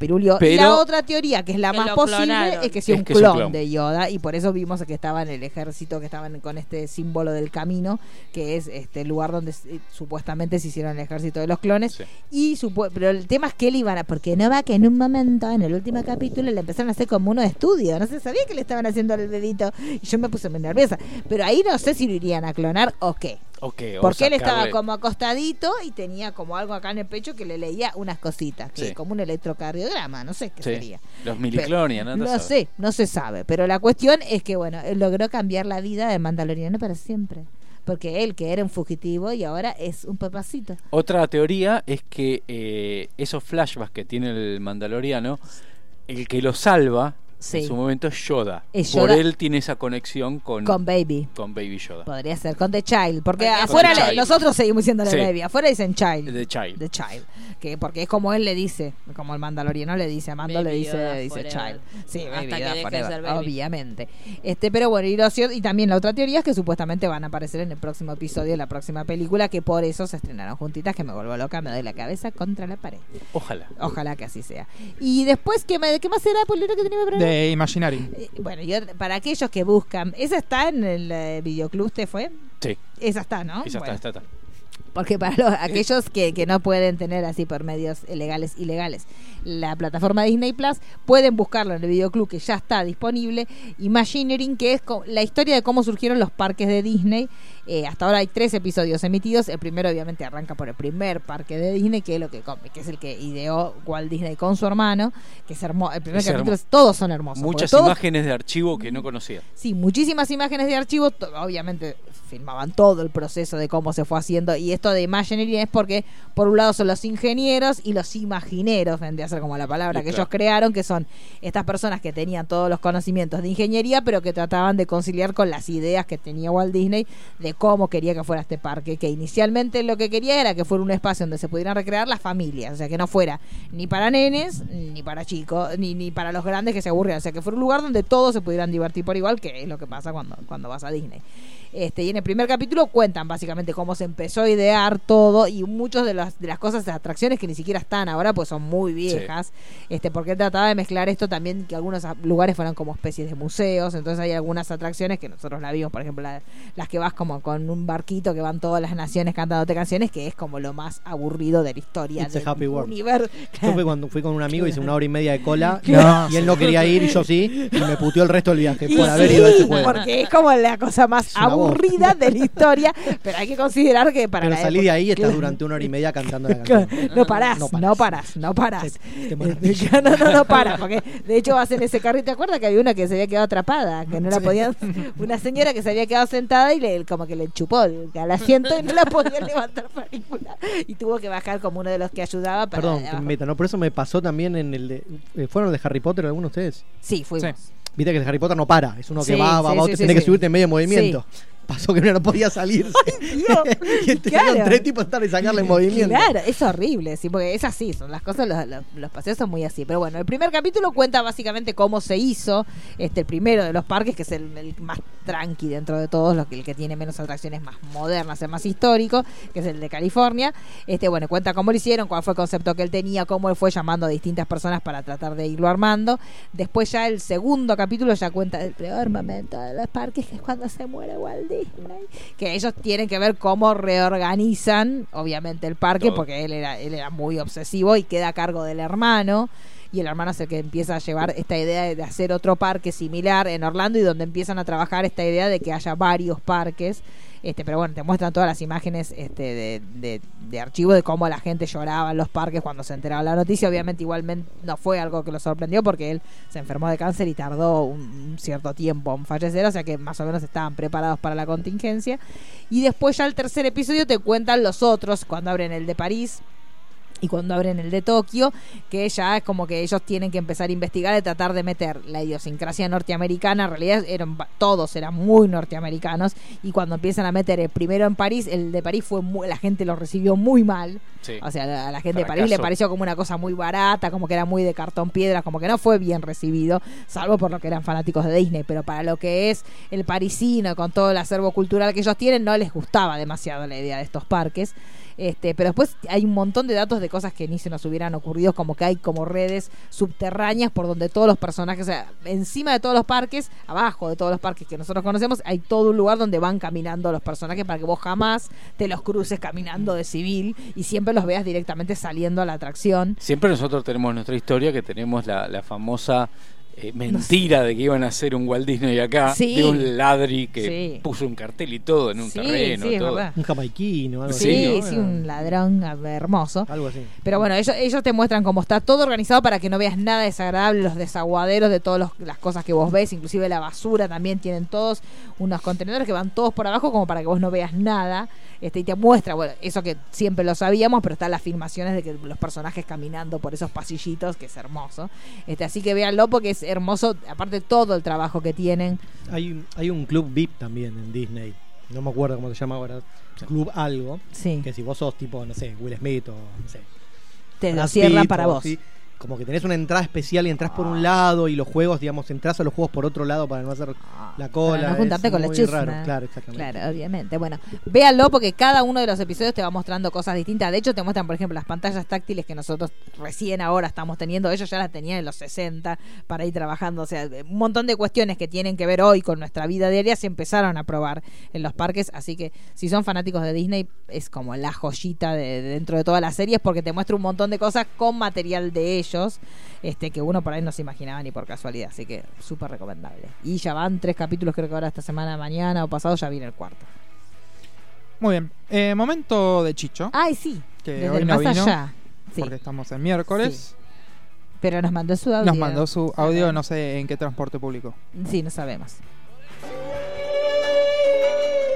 Speaker 4: pirulió. Y
Speaker 5: Pero-
Speaker 4: la otra teoría, que es la
Speaker 7: Que
Speaker 4: más
Speaker 7: lo
Speaker 4: posible,
Speaker 7: clonaron.
Speaker 4: es que sea
Speaker 5: Es
Speaker 4: un,
Speaker 5: que es un
Speaker 4: clon
Speaker 5: clon.
Speaker 4: de Yoda. Y por eso vimos que estaba en el ejército, que estaban con este símbolo del camino, que es este el lugar donde eh, supuestamente se hicieron el ejército de los clones.
Speaker 5: Sí.
Speaker 4: Y supo- pero el tema es que él iba a, porque no va que en un momento, en el último capítulo, le empezaron a hacer como uno de estudio, no se sabía que le estaban haciendo el dedito, y yo me puse muy nerviosa. Pero ahí no sé si lo irían a clonar o qué.
Speaker 5: Ok, o
Speaker 4: Porque él
Speaker 5: sacarle-
Speaker 4: estaba como acostadito y tenía como algo acá en el pecho que le leía unas cositas, que
Speaker 5: Sí.
Speaker 4: como un electrocardiograma, no sé qué
Speaker 5: Sí.
Speaker 4: sería.
Speaker 5: Los miliclonian, ¿no?
Speaker 4: no
Speaker 5: Sabe.
Speaker 4: sé, no se sabe. Pero la cuestión es que, bueno, él logró cambiar la vida de Mandaloriano para siempre. Porque él, que era un fugitivo y ahora es un papacito.
Speaker 5: Otra teoría es que eh, esos flashbacks que tiene el Mandaloriano, el que lo salva
Speaker 4: Sí.
Speaker 5: en su momento es Yoda.
Speaker 4: Es
Speaker 5: Por
Speaker 4: Yoda.
Speaker 5: él tiene esa conexión con,
Speaker 4: Con Baby.
Speaker 5: con Baby Yoda.
Speaker 4: Podría ser con The Child, porque
Speaker 7: Podría ser
Speaker 4: afuera
Speaker 5: The
Speaker 4: le-
Speaker 5: Child.
Speaker 4: nosotros seguimos diciendo la
Speaker 5: Sí.
Speaker 4: baby, afuera dicen Child.
Speaker 5: The Child.
Speaker 4: The Child, que porque es como él le dice, como el mandaloriano le dice, a Mando
Speaker 7: Baby
Speaker 4: le dice,
Speaker 7: Yoda
Speaker 4: dice
Speaker 7: forever.
Speaker 4: Child. Sí,
Speaker 7: Hasta
Speaker 4: baby
Speaker 7: que
Speaker 4: Yoda
Speaker 7: deje de
Speaker 4: forever,
Speaker 7: ser baby.
Speaker 4: obviamente. Este, pero bueno, y, lo cier- y también la otra teoría es que supuestamente van a aparecer en el próximo episodio de la próxima película, que por eso se estrenaron juntitas, que me vuelvo loca, me doy la cabeza contra la pared.
Speaker 5: Ojalá.
Speaker 4: Ojalá que así sea. Y después, ¿qué, me- qué más era Polero que tenía para
Speaker 6: De Imaginary.
Speaker 4: Eh, Bueno, y otra- para aquellos que buscan, esa está en el eh, videoclub, ¿usted fue?
Speaker 5: Sí,
Speaker 4: Esa está, ¿no?
Speaker 5: esa
Speaker 4: Ah, Bueno,
Speaker 5: está, está, está.
Speaker 4: Porque para los- aquellos que, que no pueden tener así por medios legales y legales la plataforma Disney Plus, pueden buscarlo en el videoclub que ya está disponible. Imagineering, que es co- la historia de cómo surgieron los parques de Disney. Eh, hasta ahora hay tres episodios emitidos. El primero, obviamente, arranca por el primer parque de Disney, que es, lo que, com- que es el que ideó Walt Disney con su hermano. Que es hermoso. El primer
Speaker 5: Es
Speaker 4: capítulo,
Speaker 5: hermoso.
Speaker 4: es- todos son hermosos. porque
Speaker 5: Muchas
Speaker 4: todos
Speaker 5: imágenes de archivo que no conocía.
Speaker 4: Sí, muchísimas imágenes de archivo. to- Obviamente filmaban todo el proceso de cómo se fue haciendo y esto de Imagineering es porque, por un lado, son los ingenieros y los imagineros, vendría a ser como la palabra
Speaker 5: Y
Speaker 4: que
Speaker 5: claro.
Speaker 4: ellos crearon, que son estas personas que tenían todos los conocimientos de ingeniería, pero que trataban de conciliar con las ideas que tenía Walt Disney de cómo quería que fuera este parque, que inicialmente lo que quería era que fuera un espacio donde se pudieran recrear las familias, o sea, que no fuera ni para nenes, ni para chicos, ni, ni para los grandes que se aburrían, o sea, que fuera un lugar donde todos se pudieran divertir por igual, que es lo que pasa cuando, cuando vas a Disney. Este, y en el primer capítulo cuentan básicamente cómo se empezó a idear todo y muchas de las, de las cosas, de las atracciones que ni siquiera están ahora, pues son muy viejas. Este, porque él trataba de mezclar esto también, que algunos a- lugares fueran como especies de museos. Entonces hay algunas atracciones que nosotros la vimos, por ejemplo, la- las que vas como con un barquito que van todas las naciones cantándote canciones, que es como lo más aburrido de la historia
Speaker 8: It's a
Speaker 4: del
Speaker 8: happy world.
Speaker 4: universo.
Speaker 8: Yo fui cuando fui con un amigo, hice una hora y media
Speaker 4: <laughs>
Speaker 8: de cola
Speaker 6: Claro.
Speaker 8: y él no quería ir y yo sí, y me puteó el resto del viaje
Speaker 4: <laughs> Y
Speaker 8: por haber
Speaker 4: sí,
Speaker 8: ido a ese juego.
Speaker 4: porque es como la cosa más
Speaker 8: Es una bosta.
Speaker 4: aburrida de la historia, pero hay que considerar que para
Speaker 8: Pero
Speaker 4: la
Speaker 8: salí de
Speaker 4: época-
Speaker 8: ahí y estás
Speaker 4: Claro.
Speaker 8: durante una hora y media
Speaker 4: <laughs>
Speaker 8: cantando la
Speaker 4: Claro,
Speaker 8: canción.
Speaker 4: No parás,
Speaker 8: No
Speaker 4: no
Speaker 8: parás.
Speaker 4: parás, no parás. <laughs>
Speaker 8: Qué maravilla.
Speaker 4: Eh, No, no, no parás,
Speaker 8: <laughs>
Speaker 4: porque de hecho vas en ese carrito. ¿Te acuerdas que había una que se había quedado atrapada? Que no la podían. Una señora que se había quedado sentada y le, como que le chupó el, al asiento y no la podían levantar para ningún lado. Y tuvo que bajar como uno de los que ayudaba para.
Speaker 8: Perdón,
Speaker 4: abajo.
Speaker 8: que me meta, ¿no? Por eso me pasó también en el de. eh, ¿Fueron de Harry Potter algunos de ustedes?
Speaker 4: Sí, fuimos.
Speaker 8: Viste que el de Harry Potter no para, es uno que
Speaker 4: Sí,
Speaker 8: va, va,
Speaker 4: sí,
Speaker 8: va,
Speaker 4: sí,
Speaker 8: te
Speaker 4: sí,
Speaker 8: tenés que
Speaker 4: sí.
Speaker 8: subirte en medio movimiento. Pasó que uno no podía
Speaker 4: <laughs>
Speaker 8: salirse. <laughs> y te
Speaker 4: claro.
Speaker 8: tres tipos estar
Speaker 4: <laughs>
Speaker 8: y sacarle en movimiento.
Speaker 4: Claro, es horrible, sí, porque es así, son las cosas, los, los- los paseos son muy así. Pero bueno, el primer capítulo cuenta básicamente cómo se hizo este el primero de los parques, que es el, el más tranqui dentro de todos, lo que- el que tiene menos atracciones más modernas, el más histórico, que es el de California. Este, bueno, cuenta cómo lo hicieron, cuál fue el concepto que él tenía, cómo él fue llamando a distintas personas para tratar de irlo armando. Después ya el segundo capítulo ya cuenta el peor momento de los parques, que es cuando se muere Walt Disney que ellos tienen que ver cómo reorganizan, obviamente, el parque,
Speaker 5: Todo.
Speaker 4: porque él era, él era muy obsesivo y queda a cargo del hermano. Y el hermano es el que empieza a llevar esta idea de hacer otro parque similar en Orlando y donde empiezan a trabajar esta idea de que haya varios parques. Este, pero bueno, te muestran todas las imágenes este, de, de- de archivo de cómo la gente lloraba en los parques cuando se enteraba la noticia. Obviamente, igualmente no fue algo que lo sorprendió porque él se enfermó de cáncer y tardó un, un cierto tiempo en fallecer, o sea que más o menos estaban preparados para la contingencia. Y después ya el tercer episodio te cuentan los otros, cuando abren el de París, y cuando abren el de Tokio, que ya es como que ellos tienen que empezar a investigar y tratar de meter la idiosincrasia norteamericana, en realidad eran ba- todos eran muy norteamericanos y cuando empiezan a meter el primero en París, el de París fue muy- la gente lo recibió muy mal,
Speaker 5: Sí.
Speaker 4: o sea, a la gente de
Speaker 5: Fracaso.
Speaker 4: París le pareció como una cosa muy barata, como que era muy de cartón piedra, como que no fue bien recibido, salvo por lo que eran fanáticos de Disney, pero para lo que es el parisino con todo el acervo cultural que ellos tienen, no les gustaba demasiado la idea de estos parques. Este, pero después hay un montón de datos de cosas que ni se nos hubieran ocurrido, como que hay como redes subterráneas por donde todos los personajes, o sea, encima de todos los parques, abajo de todos los parques que nosotros conocemos, hay todo un lugar donde van caminando los personajes para que vos jamás te los cruces caminando de civil y siempre los veas directamente saliendo a la atracción.
Speaker 5: Siempre nosotros tenemos nuestra historia, que tenemos la, la famosa eh, mentira de que iban a hacer un Walt Disney acá,
Speaker 4: Sí.
Speaker 5: de un ladri que
Speaker 4: Sí.
Speaker 5: puso un cartel y todo en un terreno.
Speaker 4: sí, es
Speaker 5: todo.
Speaker 4: verdad.
Speaker 8: Un jamaiquino, algo así.
Speaker 4: Sí,
Speaker 5: ¿no?
Speaker 4: sí, un ladrón a ver, hermoso.
Speaker 8: Algo así.
Speaker 4: Pero bueno, ellos, ellos te muestran cómo está todo organizado para que no veas nada desagradable, los desaguaderos de todas los- las cosas que vos ves, inclusive la basura también tienen todos unos contenedores que van todos por abajo como para que vos no veas nada. Este, y te muestra, bueno, eso que siempre lo sabíamos, pero están las filmaciones de que los personajes caminando por esos pasillitos, que es hermoso. Este, así que véanlo porque es hermoso, aparte todo el trabajo que tienen.
Speaker 8: Hay, un- hay un club VIP también en Disney. No me acuerdo cómo se llama ahora. Club algo.
Speaker 4: Sí.
Speaker 8: Que si vos sos tipo, no sé, Will Smith o no sé.
Speaker 4: Te lo
Speaker 8: Brad
Speaker 4: cierran
Speaker 8: Pitt
Speaker 4: para
Speaker 8: o
Speaker 4: vos.
Speaker 8: así, Como que tenés una entrada especial y entras por un lado y los juegos, digamos, entras a los juegos por otro lado para no hacer la cola.
Speaker 4: Ah, Para no juntarte
Speaker 8: es
Speaker 4: con la
Speaker 8: muy
Speaker 4: chusma.
Speaker 8: raro, Claro, exactamente.
Speaker 4: Claro, obviamente. Bueno, véanlo porque cada uno de los episodios te va mostrando cosas distintas. De hecho, te muestran, por ejemplo, las pantallas táctiles que nosotros recién ahora estamos teniendo. Ellos ya las tenían en los 60 para ir trabajando. O sea, de- un montón de cuestiones que tienen que ver hoy con nuestra vida diaria se empezaron a probar en los parques. Así que si son fanáticos de Disney, es como la joyita de, de dentro de todas las series porque te muestra un montón de cosas con material de ellos este que uno por ahí no se imaginaba ni por casualidad. Así que súper recomendable. Y ya van tres capítulos, creo que ahora esta semana, mañana o pasado, ya viene el cuarto.
Speaker 6: Muy bien. Eh, momento de Chicho.
Speaker 4: Ay, sí.
Speaker 6: Que
Speaker 4: Desde
Speaker 6: hoy
Speaker 4: el
Speaker 6: no
Speaker 4: más
Speaker 6: vino,
Speaker 4: allá. Sí.
Speaker 6: Porque estamos en miércoles.
Speaker 4: Pero nos mandó su audio.
Speaker 6: Nos mandó su audio, no sé en qué transporte público.
Speaker 4: Sí, no sabemos.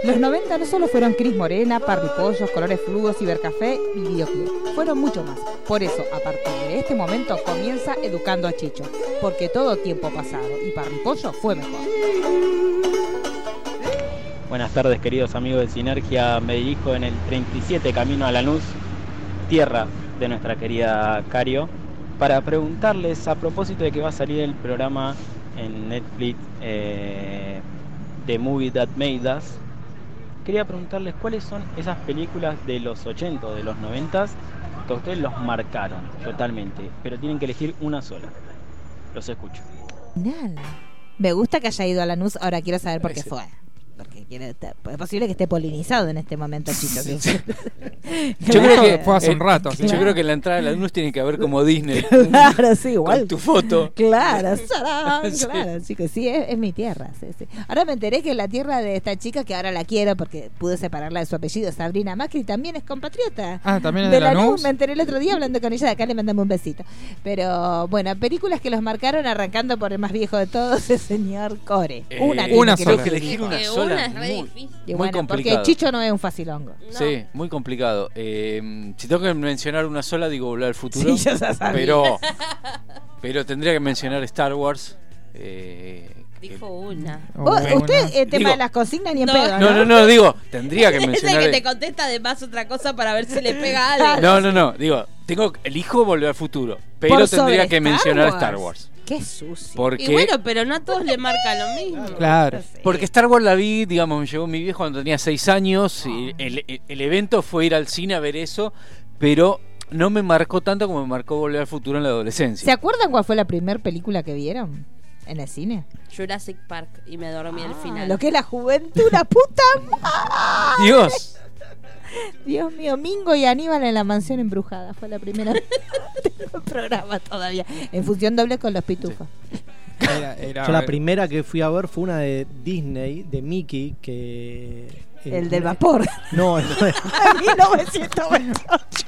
Speaker 4: Los 90 no solo fueron Cris Morena, Parripollos, Colores Fluos, Cibercafé y Videoclub, fueron mucho más. Por eso, a partir de este momento comienza Educando a Chicho, porque todo tiempo pasado y Parripollo fue mejor.
Speaker 9: Buenas tardes, queridos amigos de Sinergia. Me dirijo en el 37 Este camino a Lanús, tierra de nuestra querida Cario, para preguntarles a propósito de que va a salir el programa en Netflix eh, The Movie That Made Us. Quería preguntarles cuáles son esas películas de los 80 o de los 90 que a ustedes los marcaron totalmente, pero tienen que elegir una sola. Los escucho.
Speaker 4: Nada. Me gusta que haya ido a Lanús, ahora quiero saber por qué fue. Porque quiere estar- pues, es posible que esté polinizado en este momento, Chicho. <laughs>
Speaker 6: Yo creo que
Speaker 4: Claro.
Speaker 6: fue hace un rato. así.
Speaker 5: Yo creo que la entrada de la luz tiene que ver como Disney.
Speaker 4: <laughs> Claro, sí, <laughs> igual.
Speaker 5: Con tu foto.
Speaker 6: <laughs>
Speaker 4: Claro, sarán,
Speaker 5: Sí.
Speaker 4: claro, chicos, sí, es, es mi tierra. sí, sí. Ahora me enteré que la tierra de esta chica, que ahora la quiero porque pude separarla de su apellido, Sabrina Macri, también es compatriota.
Speaker 6: Ah, también es de
Speaker 4: Lanús,
Speaker 6: Lanús.
Speaker 4: Me enteré el otro día hablando con ella de acá, le mandamos un besito. Pero bueno, películas que los marcaron, arrancando por el más viejo de todos, el señor Core.
Speaker 5: Eh,
Speaker 4: una tiene
Speaker 6: una
Speaker 4: que
Speaker 6: sola.
Speaker 5: Creo que elegir una
Speaker 7: Que
Speaker 5: sola.
Speaker 7: Eh, una es re
Speaker 5: muy,
Speaker 7: difícil.
Speaker 4: Y
Speaker 5: muy
Speaker 4: bueno,
Speaker 5: complicado.
Speaker 4: Porque Chicho no es un facilongo.
Speaker 7: No.
Speaker 5: Sí, muy complicado. Eh, si tengo que mencionar una sola, digo Volver al Futuro.
Speaker 4: Sí, ya sabía.
Speaker 5: pero, pero tendría que mencionar Star Wars. eh, que-
Speaker 7: Dijo una.
Speaker 6: O
Speaker 4: Vos,
Speaker 6: una-
Speaker 4: usted, eh, tema
Speaker 5: Digo-
Speaker 4: de las consignas, ni en
Speaker 7: No.
Speaker 4: pedo,
Speaker 5: No, no, no, digo, tendría
Speaker 7: <laughs>
Speaker 5: que
Speaker 7: Es el que
Speaker 5: mencionar.
Speaker 7: te contesta de más otra cosa para ver si le pega algo.
Speaker 5: No, no, no, digo, tengo elijo Volver al Futuro, pero
Speaker 4: Por
Speaker 5: tendría
Speaker 4: sobre
Speaker 5: que
Speaker 4: Star
Speaker 5: mencionar
Speaker 4: Wars.
Speaker 5: Star Wars.
Speaker 4: Qué sucio.
Speaker 5: Porque
Speaker 7: Y bueno, pero no a todos le marca lo mismo.
Speaker 6: Claro.
Speaker 4: eh,
Speaker 5: Porque Star Wars la vi, digamos, me llevó mi viejo cuando tenía seis años. Y el, el- el evento fue ir al cine a ver eso, pero no me marcó tanto como me marcó Volver al Futuro en la
Speaker 4: ¿Se
Speaker 5: adolescencia.
Speaker 4: acuerdan cuál fue la primera película que vieron en el cine?
Speaker 7: Jurassic Park y me dormí al
Speaker 4: Ah,
Speaker 7: final.
Speaker 4: Lo que es la juventud, la puta madre.
Speaker 5: Dios,
Speaker 4: Dios mío, Mingo y Aníbal en la mansión embrujada. Fue la primera <laughs> vez que tengo el programa todavía. En función doble con los pitufos.
Speaker 6: Era- era-
Speaker 8: Yo la primera que fui a ver fue una de Disney, de Mickey, que... eh,
Speaker 4: El del vapor. <laughs>
Speaker 8: No, <laughs> no es-
Speaker 4: 1928.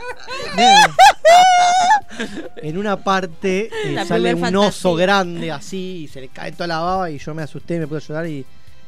Speaker 8: <laughs> en una parte eh,
Speaker 7: La
Speaker 8: sale
Speaker 7: primer
Speaker 8: un
Speaker 7: fantasía.
Speaker 8: oso grande así, y se le cae toda la baba y yo me asusté, me puse a llorar y...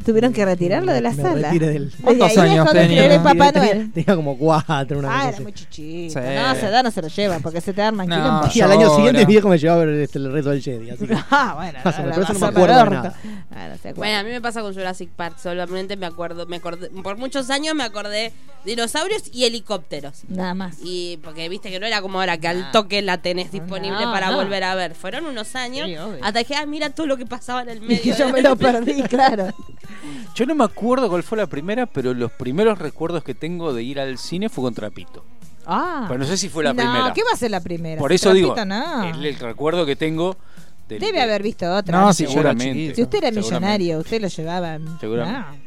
Speaker 4: Tuvieron que retirarlo de la
Speaker 8: me
Speaker 4: sala.
Speaker 8: retiré del-
Speaker 4: Desde
Speaker 6: ¿Cuántos
Speaker 4: ahí
Speaker 6: años
Speaker 4: dejó de
Speaker 6: tenía?
Speaker 4: creer en Papá
Speaker 8: tenía,
Speaker 4: Noel.
Speaker 8: tenía como cuatro, una
Speaker 4: Ah,
Speaker 8: cosa
Speaker 4: era
Speaker 8: así.
Speaker 4: muy
Speaker 6: Sí.
Speaker 4: chichito. No, se da, no se lo lleva porque se te arma en
Speaker 6: No.
Speaker 4: quilombo.
Speaker 8: <laughs> Y al año
Speaker 6: Llora.
Speaker 8: siguiente mi viejo me llevó a ver este, el reto del
Speaker 4: <laughs>
Speaker 8: Jedi, así que...
Speaker 4: Ah, bueno,
Speaker 8: Más o
Speaker 4: la
Speaker 8: menos, pero eso no me
Speaker 4: basura
Speaker 8: acuerdo
Speaker 4: del
Speaker 8: de
Speaker 4: orto.
Speaker 8: nada.
Speaker 4: Ah, no se acuerda.
Speaker 7: Bueno, a mí me pasa con Jurassic Park, solamente me acuerdo, me acordé, por muchos años me acordé dinosaurios y helicópteros.
Speaker 4: Nada más.
Speaker 7: Y porque viste que no era como ahora que al toque la tenés disponible
Speaker 4: No,
Speaker 7: para
Speaker 4: no.
Speaker 7: volver a ver. Fueron unos años
Speaker 4: Sí, obvio.
Speaker 7: hasta que ah, mira todo lo que pasaba en el
Speaker 4: Y
Speaker 7: medio.
Speaker 4: que yo me <laughs> lo perdí, claro.
Speaker 5: yo no me acuerdo cuál fue la primera, pero los primeros recuerdos que tengo de ir al cine fue con Trapito.
Speaker 4: Ah.
Speaker 5: Pero no sé si fue la
Speaker 4: No,
Speaker 5: primera.
Speaker 4: ¿qué va a ser la primera?
Speaker 5: Por
Speaker 4: Si
Speaker 5: eso digo, eh,
Speaker 4: Trapito, no.
Speaker 5: el, el recuerdo que tengo. del-
Speaker 4: Debe haber visto otra.
Speaker 6: No, sí, yo era
Speaker 5: Seguramente.
Speaker 6: chiquito.
Speaker 4: Si usted era
Speaker 5: seguramente.
Speaker 4: millonario, usted lo llevaba. Ah,
Speaker 5: Seguramente.
Speaker 4: No. ¿No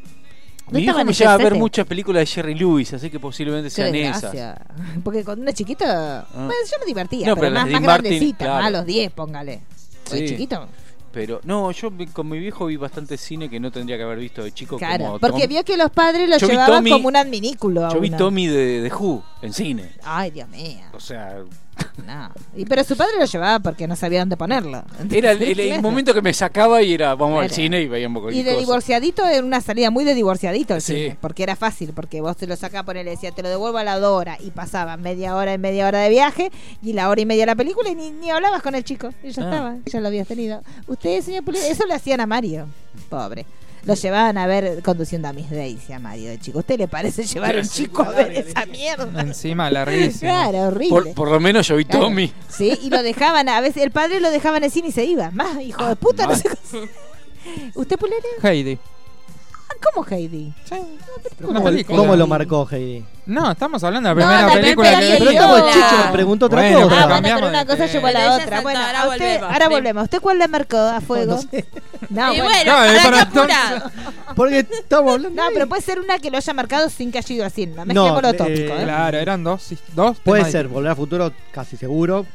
Speaker 5: Mi hijo
Speaker 4: estaban
Speaker 5: me
Speaker 4: en
Speaker 5: lleva a ver
Speaker 4: cassette?
Speaker 5: muchas películas de Jerry Lewis, así que posiblemente
Speaker 4: Qué
Speaker 5: sean esas.
Speaker 4: desgracia. <laughs> Porque cuando era chiquito, pues, yo me divertía,
Speaker 5: Ah. No,
Speaker 4: pero,
Speaker 5: pero las
Speaker 4: más, más
Speaker 5: de Dean Martin,
Speaker 4: grandecita,
Speaker 5: claro.
Speaker 4: más a los 10, póngale. Soy
Speaker 5: Sí.
Speaker 4: chiquito.
Speaker 5: Pero no, yo vi- con mi viejo vi bastante cine que no tendría que haber visto de chico.
Speaker 4: Claro,
Speaker 5: como
Speaker 4: porque
Speaker 5: Tom.
Speaker 4: vio que los padres lo
Speaker 5: Yo vi
Speaker 4: llevaban
Speaker 5: Tommy-
Speaker 4: como un adminículo. a
Speaker 5: Yo vi
Speaker 4: una-
Speaker 5: Tommy de, de Who en cine.
Speaker 4: Ay, Dios mío.
Speaker 5: O sea,
Speaker 4: No. Y, pero su padre lo llevaba porque no sabía dónde ponerlo. <laughs>
Speaker 5: era el, el- el
Speaker 4: Claro.
Speaker 5: momento que me sacaba y era vamos al
Speaker 4: Claro.
Speaker 5: cine y veíamos cualquier
Speaker 4: Y de
Speaker 5: cosa.
Speaker 4: divorciadito era una salida muy de divorciadito el
Speaker 5: Sí.
Speaker 4: cine, porque era fácil, porque vos te lo sacás, ponele, decía, te lo devuelvo a la Dora, y pasaba media hora y media hora de viaje, y la hora y media de la película, y ni, ni hablabas con el chico, y ya
Speaker 5: Ah.
Speaker 4: estaba, ya lo habías tenido. Ustedes, señor Pulido, eso le hacían a Mario, pobre. Lo llevaban a ver conduciendo a Miss Daisy a Mario de chico. ¿Usted le parece llevar a un chico a ver esa <laughs> mierda?
Speaker 6: Encima, larguísimo.
Speaker 4: Claro, horrible.
Speaker 5: por, por lo menos yo vi
Speaker 4: Claro.
Speaker 5: Tommy.
Speaker 4: Sí, y lo dejaban, a veces el padre lo dejaba en el cine y se iba. Más, hijo de puta, no
Speaker 5: mal.
Speaker 4: sé cómo- ¿Usted pulere?
Speaker 6: Heidi.
Speaker 4: ¿Cómo Heidi?
Speaker 6: Una película.
Speaker 8: ¿Cómo lo marcó Heidi?
Speaker 6: No, estamos hablando de la
Speaker 4: No,
Speaker 6: primera
Speaker 4: la
Speaker 6: película
Speaker 4: primera
Speaker 6: que
Speaker 8: Pero
Speaker 4: película.
Speaker 6: vimos.
Speaker 8: estamos chicho, me preguntó otra
Speaker 6: Bueno,
Speaker 8: cosa.
Speaker 4: Ah, bueno,
Speaker 6: Cambiamos
Speaker 4: pero una
Speaker 6: de
Speaker 4: cosa
Speaker 6: tema.
Speaker 4: llevó a
Speaker 7: Pero
Speaker 4: la
Speaker 7: ella
Speaker 4: otra.
Speaker 7: saltó,
Speaker 4: Bueno,
Speaker 7: ahora
Speaker 4: a usted-
Speaker 7: volvemos.
Speaker 4: ahora
Speaker 7: Sí.
Speaker 4: volvemos. ¿Usted cuál le marcó a fuego?
Speaker 8: No sé,
Speaker 4: No,
Speaker 7: y
Speaker 4: bueno.
Speaker 7: bueno,
Speaker 6: No, eh,
Speaker 7: para
Speaker 6: para
Speaker 7: que apura.
Speaker 8: porque estamos hablando.
Speaker 4: No,
Speaker 8: ahí.
Speaker 4: pero puede ser una que lo haya marcado sin que haya ido haciendo.
Speaker 8: No,
Speaker 4: Mezclémoslo
Speaker 8: eh,
Speaker 4: tópico, ¿eh?
Speaker 6: Claro, eran dos. Dos
Speaker 8: Puede
Speaker 6: temas
Speaker 8: ser, volver al futuro, casi seguro.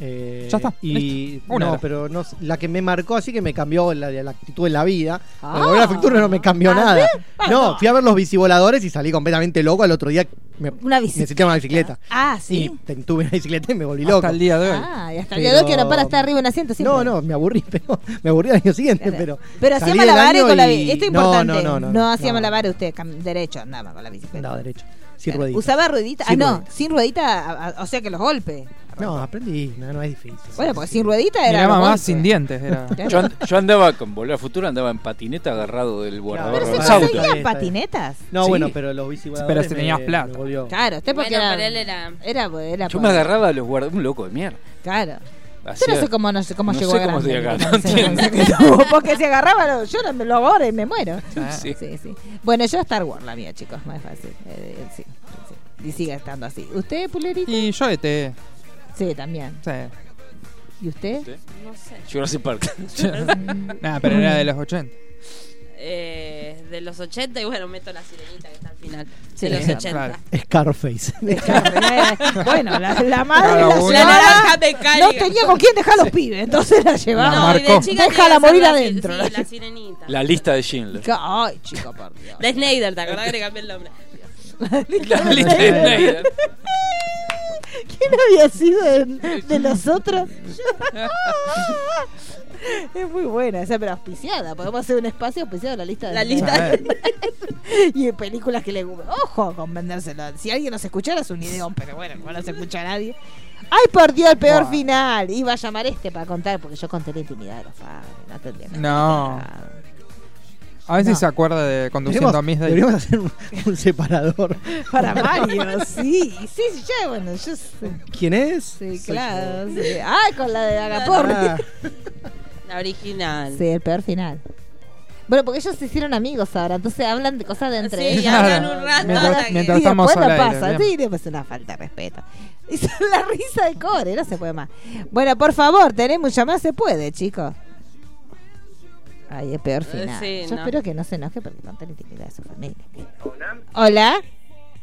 Speaker 8: Eh,
Speaker 6: Ya está,
Speaker 8: Y,
Speaker 6: Una
Speaker 8: no,
Speaker 6: era.
Speaker 8: pero no, s- la que me marcó así que me cambió la, la actitud de la vida.
Speaker 4: Ah.
Speaker 8: la Volver al Futuro no me cambió
Speaker 4: A
Speaker 8: nada.
Speaker 4: ver,
Speaker 8: No, fui a ver los bicivoladores y salí completamente loco. Al otro día me,
Speaker 4: Una bicicleta.
Speaker 8: necesitaba una bicicleta.
Speaker 4: Ah,
Speaker 8: Y
Speaker 4: sí.
Speaker 8: te- tuve una bicicleta y me volví loco.
Speaker 6: Hasta el día de hoy.
Speaker 4: Ah, y hasta el
Speaker 8: Pero-
Speaker 4: día de hoy que ahora para estar arriba en asiento siempre.
Speaker 8: No, no, me aburrí, <laughs> pero me aburrí al año siguiente,
Speaker 4: Claro.
Speaker 8: pero.
Speaker 4: Pero
Speaker 8: salí
Speaker 4: hacía
Speaker 8: del
Speaker 4: malabares
Speaker 8: año
Speaker 4: con la
Speaker 8: y-
Speaker 4: bicicleta. Esto es
Speaker 8: No,
Speaker 4: importante.
Speaker 8: No, no, no.
Speaker 4: hacía malabares usted, cam- derecho, nada más con la bicicleta.
Speaker 8: No, derecho. Sin
Speaker 4: Claro.
Speaker 8: ruedita.
Speaker 4: Usaba ruedita.
Speaker 8: Sin
Speaker 4: ah, no,
Speaker 8: ruedita.
Speaker 4: sin ruedita, a- a- o sea que los golpes.
Speaker 8: No, aprendí, no, no es difícil.
Speaker 4: Bueno, porque sin ruedita era.
Speaker 6: Mirá,
Speaker 4: los
Speaker 6: mamá
Speaker 4: golpes.
Speaker 6: sin
Speaker 4: <laughs>
Speaker 6: dientes. Era.
Speaker 4: Claro.
Speaker 5: Yo, and- yo andaba con Volver al Futuro, andaba en patineta agarrado del guardador
Speaker 4: Pero
Speaker 5: de
Speaker 4: se
Speaker 5: los
Speaker 8: Está bien,
Speaker 5: autos.
Speaker 8: está
Speaker 4: conseguían
Speaker 8: bien.
Speaker 4: patinetas.
Speaker 8: No,
Speaker 5: Sí.
Speaker 8: bueno, pero los bicivoladores.
Speaker 6: Pero si
Speaker 8: me-
Speaker 6: tenías
Speaker 8: me
Speaker 6: plata.
Speaker 8: volvió.
Speaker 4: Claro, usted porque
Speaker 7: Bueno,
Speaker 4: era,
Speaker 7: pero él era-
Speaker 4: era. era
Speaker 5: Yo
Speaker 4: por-
Speaker 5: me agarraba de los guardadores, un loco de mierda.
Speaker 4: Claro.
Speaker 5: Hacía-
Speaker 4: Yo no sé cómo, no sé cómo
Speaker 5: No
Speaker 4: llegó
Speaker 5: sé
Speaker 4: a
Speaker 5: cómo
Speaker 4: grande,
Speaker 5: estoy acá,
Speaker 4: no
Speaker 5: no
Speaker 4: sé
Speaker 5: entiendo.
Speaker 4: cómo
Speaker 5: <laughs>
Speaker 4: se tuvo, Porque si agarraba, lo- yo no me lo borro y me muero.
Speaker 5: Ah, Sí.
Speaker 4: Sí, sí. Bueno, yo Star Wars, la mía, chicos, más fácil. Eh, sí, sí. Y sigue estando así. ¿Usted, Pulerito?
Speaker 6: Y yo ET.
Speaker 4: Sí, también.
Speaker 6: Sí.
Speaker 4: <laughs> ¿Y usted?
Speaker 7: No sé.
Speaker 5: Jurassic Park.
Speaker 6: Nada, pero era de los 80.
Speaker 7: Eh, de los 80 y bueno, meto la sirenita que está al final.
Speaker 4: Sí,
Speaker 7: de los
Speaker 4: <laughs> claro.
Speaker 7: 80.
Speaker 8: Scarface.
Speaker 4: bueno, la, la madre
Speaker 6: Cada
Speaker 4: la
Speaker 6: uno.
Speaker 7: La
Speaker 4: señora
Speaker 7: naranja mecánica.
Speaker 4: Ah, no tenía con quién dejar a los pibes, entonces la llevaba.
Speaker 6: No,
Speaker 7: No, y de
Speaker 6: Marcó.
Speaker 7: chica
Speaker 4: Déjala
Speaker 7: quería
Speaker 4: morir
Speaker 7: ser la-
Speaker 4: adentro.
Speaker 7: sí, la sirenita.
Speaker 5: La lista de Schindler.
Speaker 4: Ay, chico, por Dios.
Speaker 7: De Snyder, ¿te acordás que le cambié el nombre?
Speaker 5: La lista de Schindler.
Speaker 4: ¿Quién había sido de, de nosotros? es muy buena esa, pero auspiciada. Podemos hacer un espacio auspiciado a la lista de
Speaker 7: La lista.
Speaker 4: <laughs> y de películas que le gustan. Ojo con vendérselo. Si alguien nos escuchara es un ideón, pero bueno, no nos escucha nadie. Ay, por Dios, el peor
Speaker 6: Buah.
Speaker 4: final. Iba a llamar este para contar, porque yo conté la intimidad de los padres. No tendría que
Speaker 6: No.
Speaker 4: contar.
Speaker 6: A ver si
Speaker 4: No.
Speaker 6: se acuerda de conduciendo a
Speaker 8: Deberíamos,
Speaker 6: Miss Daisy.
Speaker 8: deberíamos hacer un, un separador.
Speaker 4: Para Mario, sí. Sí, sí, ya, bueno, yo sé.
Speaker 8: ¿Quién es?
Speaker 4: Sí,
Speaker 8: Soy
Speaker 4: claro. sí. Ah, con la de
Speaker 8: yo.
Speaker 4: Agaporri.
Speaker 8: Ah,
Speaker 7: La original.
Speaker 4: Sí, el peor final. Bueno, porque ellos se hicieron amigos ahora, entonces hablan de cosas de entre
Speaker 7: Sí,
Speaker 4: ellos.
Speaker 7: hablan un rato.
Speaker 6: Mientras-
Speaker 7: hasta que-
Speaker 6: mientras-
Speaker 4: Y
Speaker 6: estamos
Speaker 4: después
Speaker 6: al
Speaker 4: la
Speaker 6: aire,
Speaker 4: pasa,
Speaker 6: bien.
Speaker 4: sí, después es una falta de respeto. <laughs> Y son la risa de cobre, no se puede más. Bueno, por favor, tenemos un llamado, se puede, chicos. Ay, el peor final.
Speaker 7: Eh, sí,
Speaker 4: Yo
Speaker 7: no.
Speaker 4: espero que no se enoje porque contar la intimidad de su familia. Hola.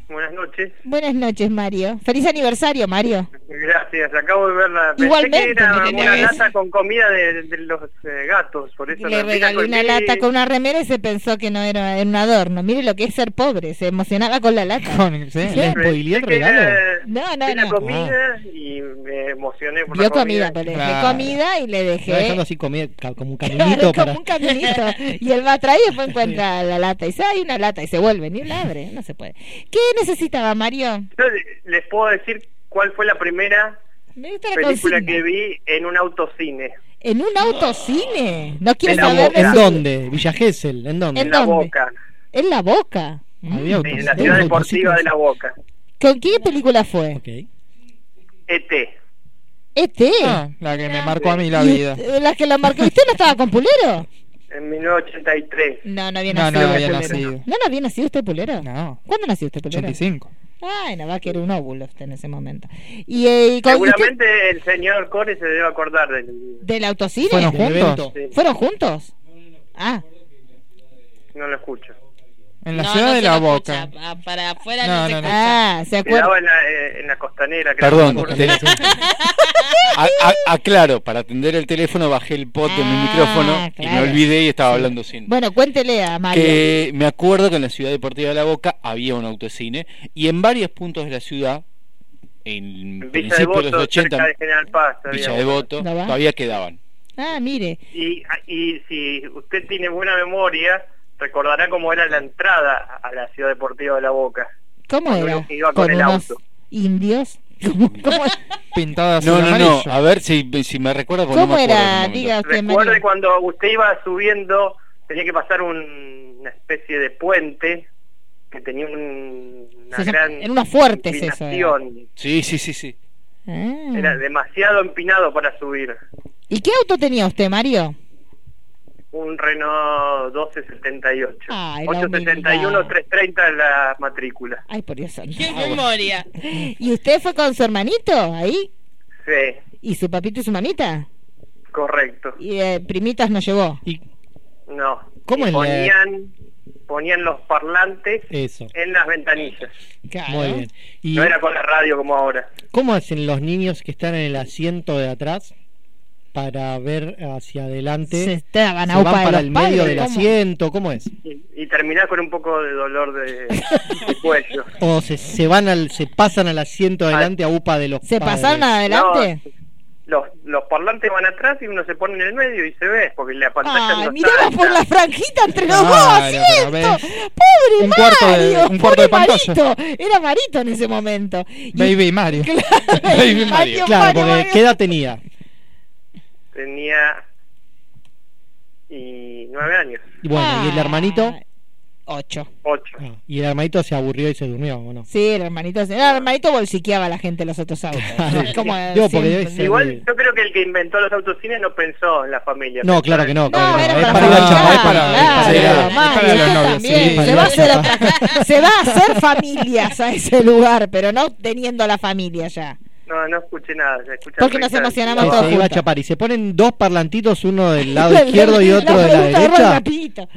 Speaker 10: Buenas noches.
Speaker 4: Buenas noches, Mario. Feliz aniversario, Mario.
Speaker 10: Gracias, acabo de verla. Pensé
Speaker 4: Igualmente,
Speaker 10: que era
Speaker 4: mire,
Speaker 10: una
Speaker 4: le-
Speaker 10: lata con comida de, de los eh, gatos, por eso
Speaker 4: Le
Speaker 10: la-
Speaker 4: regalé una
Speaker 10: sí,
Speaker 4: lata con una remera y se pensó que no era era un adorno. Mire lo que es ser pobre, se emocionaba con la lata.
Speaker 6: Con-
Speaker 4: Sí.
Speaker 6: sí.
Speaker 10: pensé
Speaker 8: spoileé el
Speaker 10: que era-
Speaker 8: regalo. Ah,
Speaker 4: No, no,
Speaker 10: vi la
Speaker 4: no.
Speaker 10: comida y me emocioné por
Speaker 4: Vio
Speaker 10: la
Speaker 4: comida,
Speaker 10: comida.
Speaker 4: pero le dejé
Speaker 6: Claro.
Speaker 4: comida y le
Speaker 8: estaba dejando
Speaker 4: dejé.
Speaker 8: así comer, ca- como un
Speaker 4: Claro,
Speaker 8: caminito para.
Speaker 4: <laughs> como un caminito. Y él va atrás y después encuentra la lata. Y dice, hay una lata. Y se vuelve, ni la abre. No se puede. ¿Qué necesitaba, Mario?
Speaker 10: Yo le- les puedo decir cuál fue la primera
Speaker 4: Me gusta la
Speaker 10: película
Speaker 4: consigna.
Speaker 10: que vi en un autocine,
Speaker 4: ¿En un autocine? No quiere
Speaker 10: En la
Speaker 4: saber de
Speaker 10: boca.
Speaker 8: ¿En
Speaker 4: su-
Speaker 8: dónde? Villa Gesell, ¿en dónde? Ah,
Speaker 10: en
Speaker 4: ¿En
Speaker 10: La
Speaker 4: dónde?
Speaker 10: Boca,
Speaker 4: En la boca. Mm.
Speaker 8: Había
Speaker 10: sí,
Speaker 8: autos-
Speaker 10: en la
Speaker 8: había
Speaker 10: ciudad deportiva
Speaker 8: autocines.
Speaker 10: de La Boca.
Speaker 4: ¿Con qué película fue?
Speaker 8: Ok.
Speaker 10: ET.
Speaker 4: Este.
Speaker 7: <laughs>
Speaker 6: Ah, la que me marcó a mí la vida.
Speaker 4: ¿La que la marcó? ¿Usted no estaba con Pulero?
Speaker 10: En 1983.
Speaker 4: No, no había
Speaker 6: No, no
Speaker 4: nacido.
Speaker 6: había
Speaker 4: Pulero.
Speaker 6: nacido.
Speaker 4: ¿No, no había nacido usted, Pulero?
Speaker 6: No,
Speaker 4: ¿Cuándo nació usted, Pulero?
Speaker 6: 85.
Speaker 4: Ay, no va que era un óvulo usted en ese momento. ¿Y, eh, y con- y usted-
Speaker 10: Seguramente el señor Core se debe acordar del...
Speaker 4: ¿Del autocine?
Speaker 6: ¿Fueron
Speaker 8: Del
Speaker 6: juntos?
Speaker 8: evento.
Speaker 10: sí,
Speaker 4: ¿Fueron juntos? Ah,
Speaker 10: no lo escucho.
Speaker 6: En la
Speaker 7: No,
Speaker 6: ciudad
Speaker 7: no
Speaker 6: de
Speaker 7: se
Speaker 6: la
Speaker 7: lo
Speaker 6: boca.
Speaker 7: escucha, pa- Para afuera
Speaker 6: No,
Speaker 7: no, se
Speaker 6: no, no.
Speaker 7: escucha.
Speaker 4: ah, se acuerda.
Speaker 10: Quedaba en la, eh, en la costanera. creo.
Speaker 5: Perdón, tele- A- a- aclaro, para atender el teléfono bajé el pot de mi
Speaker 4: Ah,
Speaker 5: micrófono y me
Speaker 4: claro.
Speaker 5: olvidé y estaba hablando sin.
Speaker 4: Bueno, cuéntele a Mario.
Speaker 5: Que me acuerdo que en la ciudad deportiva de La Boca había un autocine y en varios puntos de la ciudad, en
Speaker 10: En Villa de
Speaker 5: principios de los
Speaker 10: Voto,
Speaker 5: 80,
Speaker 10: cerca de General Paz. había
Speaker 5: Villa
Speaker 10: uno.
Speaker 5: Devoto,
Speaker 4: ¿No va?
Speaker 5: todavía quedaban.
Speaker 4: Ah, mire.
Speaker 10: Y, y si usted tiene buena memoria, recordará cómo era la entrada a la Ciudad Deportiva de La Boca.
Speaker 4: ¿Cómo
Speaker 10: Cuando
Speaker 4: era?
Speaker 10: uno iba con el
Speaker 4: unos
Speaker 10: auto.
Speaker 4: indios. <laughs> ¿Cómo, cómo-
Speaker 6: Pintada azul
Speaker 5: No, no, no,
Speaker 6: amarillo.
Speaker 5: a ver si, si me recuerdo porque no
Speaker 4: cómo
Speaker 5: me acuerdo en
Speaker 4: era?
Speaker 5: el momento.
Speaker 4: Diga usted,
Speaker 10: Recuerde
Speaker 4: Mario.
Speaker 10: cuando usted iba subiendo, tenía que pasar un- una especie de puente que tenía un- una
Speaker 4: Se llama-
Speaker 10: gran
Speaker 4: eran unos fuertes eso, era.
Speaker 10: inclinación.
Speaker 5: Sí, sí, sí, sí.
Speaker 4: Ah.
Speaker 10: Era demasiado empinado para subir.
Speaker 4: ¿Y qué auto tenía usted, Mario?
Speaker 10: Un Renault 1278.
Speaker 4: Ay, la
Speaker 10: 871
Speaker 4: humildad.
Speaker 10: 330 la matrícula.
Speaker 4: Ay, por Dios santo.
Speaker 7: <laughs> ¡Qué memoria!
Speaker 4: ¿Y usted fue con su hermanito ahí?
Speaker 10: Sí,
Speaker 4: ¿Y su papito y su mamita?
Speaker 10: correcto.
Speaker 4: ¿Y eh, primitas nos llevó?
Speaker 10: No.
Speaker 8: ¿Cómo
Speaker 10: Y
Speaker 8: es la-
Speaker 10: ponían, ponían los parlantes
Speaker 8: Eso.
Speaker 10: en las ventanillas.
Speaker 8: Claro. Muy bien. ¿Y
Speaker 10: No era con la radio como ahora.
Speaker 8: cómo hacen los niños que están en el asiento de atrás para ver hacia adelante?
Speaker 4: Se está
Speaker 8: ¿Se
Speaker 4: ganado
Speaker 8: van
Speaker 4: para
Speaker 8: para
Speaker 4: los
Speaker 8: el medio
Speaker 4: padres,
Speaker 8: del
Speaker 4: ¿cómo?
Speaker 8: asiento? ¿Cómo es?
Speaker 10: Y, y terminás con un poco de dolor de, de Eh, cuello.
Speaker 8: <laughs> ¿O se, se van al, se pasan al asiento adelante a upa de los
Speaker 4: ¿Se
Speaker 8: padres?
Speaker 4: pasaron adelante?
Speaker 10: Los, los parlantes van atrás y uno se pone en el medio y se ve, porque la pantalla
Speaker 4: Ay,
Speaker 10: no
Speaker 4: miraba
Speaker 10: está
Speaker 4: por la franjita entre los dos,
Speaker 6: Claro,
Speaker 4: ¿cierto?
Speaker 6: pero ves.
Speaker 4: Pobre
Speaker 6: Un
Speaker 4: Mario,
Speaker 6: cuarto de- un cuarto
Speaker 4: pobre
Speaker 6: de pantalla.
Speaker 4: Marito. Era Marito en ese momento. Y-
Speaker 6: Baby Mario.
Speaker 4: <laughs> Baby Mario.
Speaker 8: Claro, porque
Speaker 4: Mario.
Speaker 8: ¿qué edad tenía?
Speaker 10: Tenía y nueve años,
Speaker 8: Y bueno, ¿y el hermanito?
Speaker 4: Ah, Ocho.
Speaker 10: ocho.
Speaker 8: Ah, y el hermanito se aburrió y se durmió, ¿o no?
Speaker 4: Sí, el hermanito, se- el hermanito bolsiqueaba a la gente en los otros autos. Como
Speaker 8: Digo, porque
Speaker 4: siempre.
Speaker 8: debe ser-
Speaker 10: Igual yo creo que el que inventó los autocines no pensó en la familia.
Speaker 8: No, claro que no. claro
Speaker 4: No,
Speaker 8: que
Speaker 4: era
Speaker 8: no. Es
Speaker 4: para
Speaker 8: para ir
Speaker 4: familiar,
Speaker 8: al chabón, es para- es para ir
Speaker 4: claro,
Speaker 6: para
Speaker 8: a-
Speaker 4: Mario,
Speaker 6: los
Speaker 4: usted
Speaker 6: novios,
Speaker 4: también.
Speaker 8: sí, para
Speaker 4: se,
Speaker 8: ir
Speaker 4: va a
Speaker 8: al
Speaker 4: hacer
Speaker 8: chabón.
Speaker 4: otra- se va a hacer familias a ese lugar, pero no teniendo la familia ya.
Speaker 10: No, no escuché nada. se escucha
Speaker 4: Porque nos
Speaker 10: risa.
Speaker 4: emocionamos
Speaker 8: Sí,
Speaker 4: todos
Speaker 8: se iba a
Speaker 4: juntos.
Speaker 8: chapar y se ponen dos parlantitos, uno
Speaker 4: <laughs>
Speaker 8: del lado <laughs> izquierdo y otro de la
Speaker 4: pregunta de Ron
Speaker 8: derecha.
Speaker 4: Rapidito.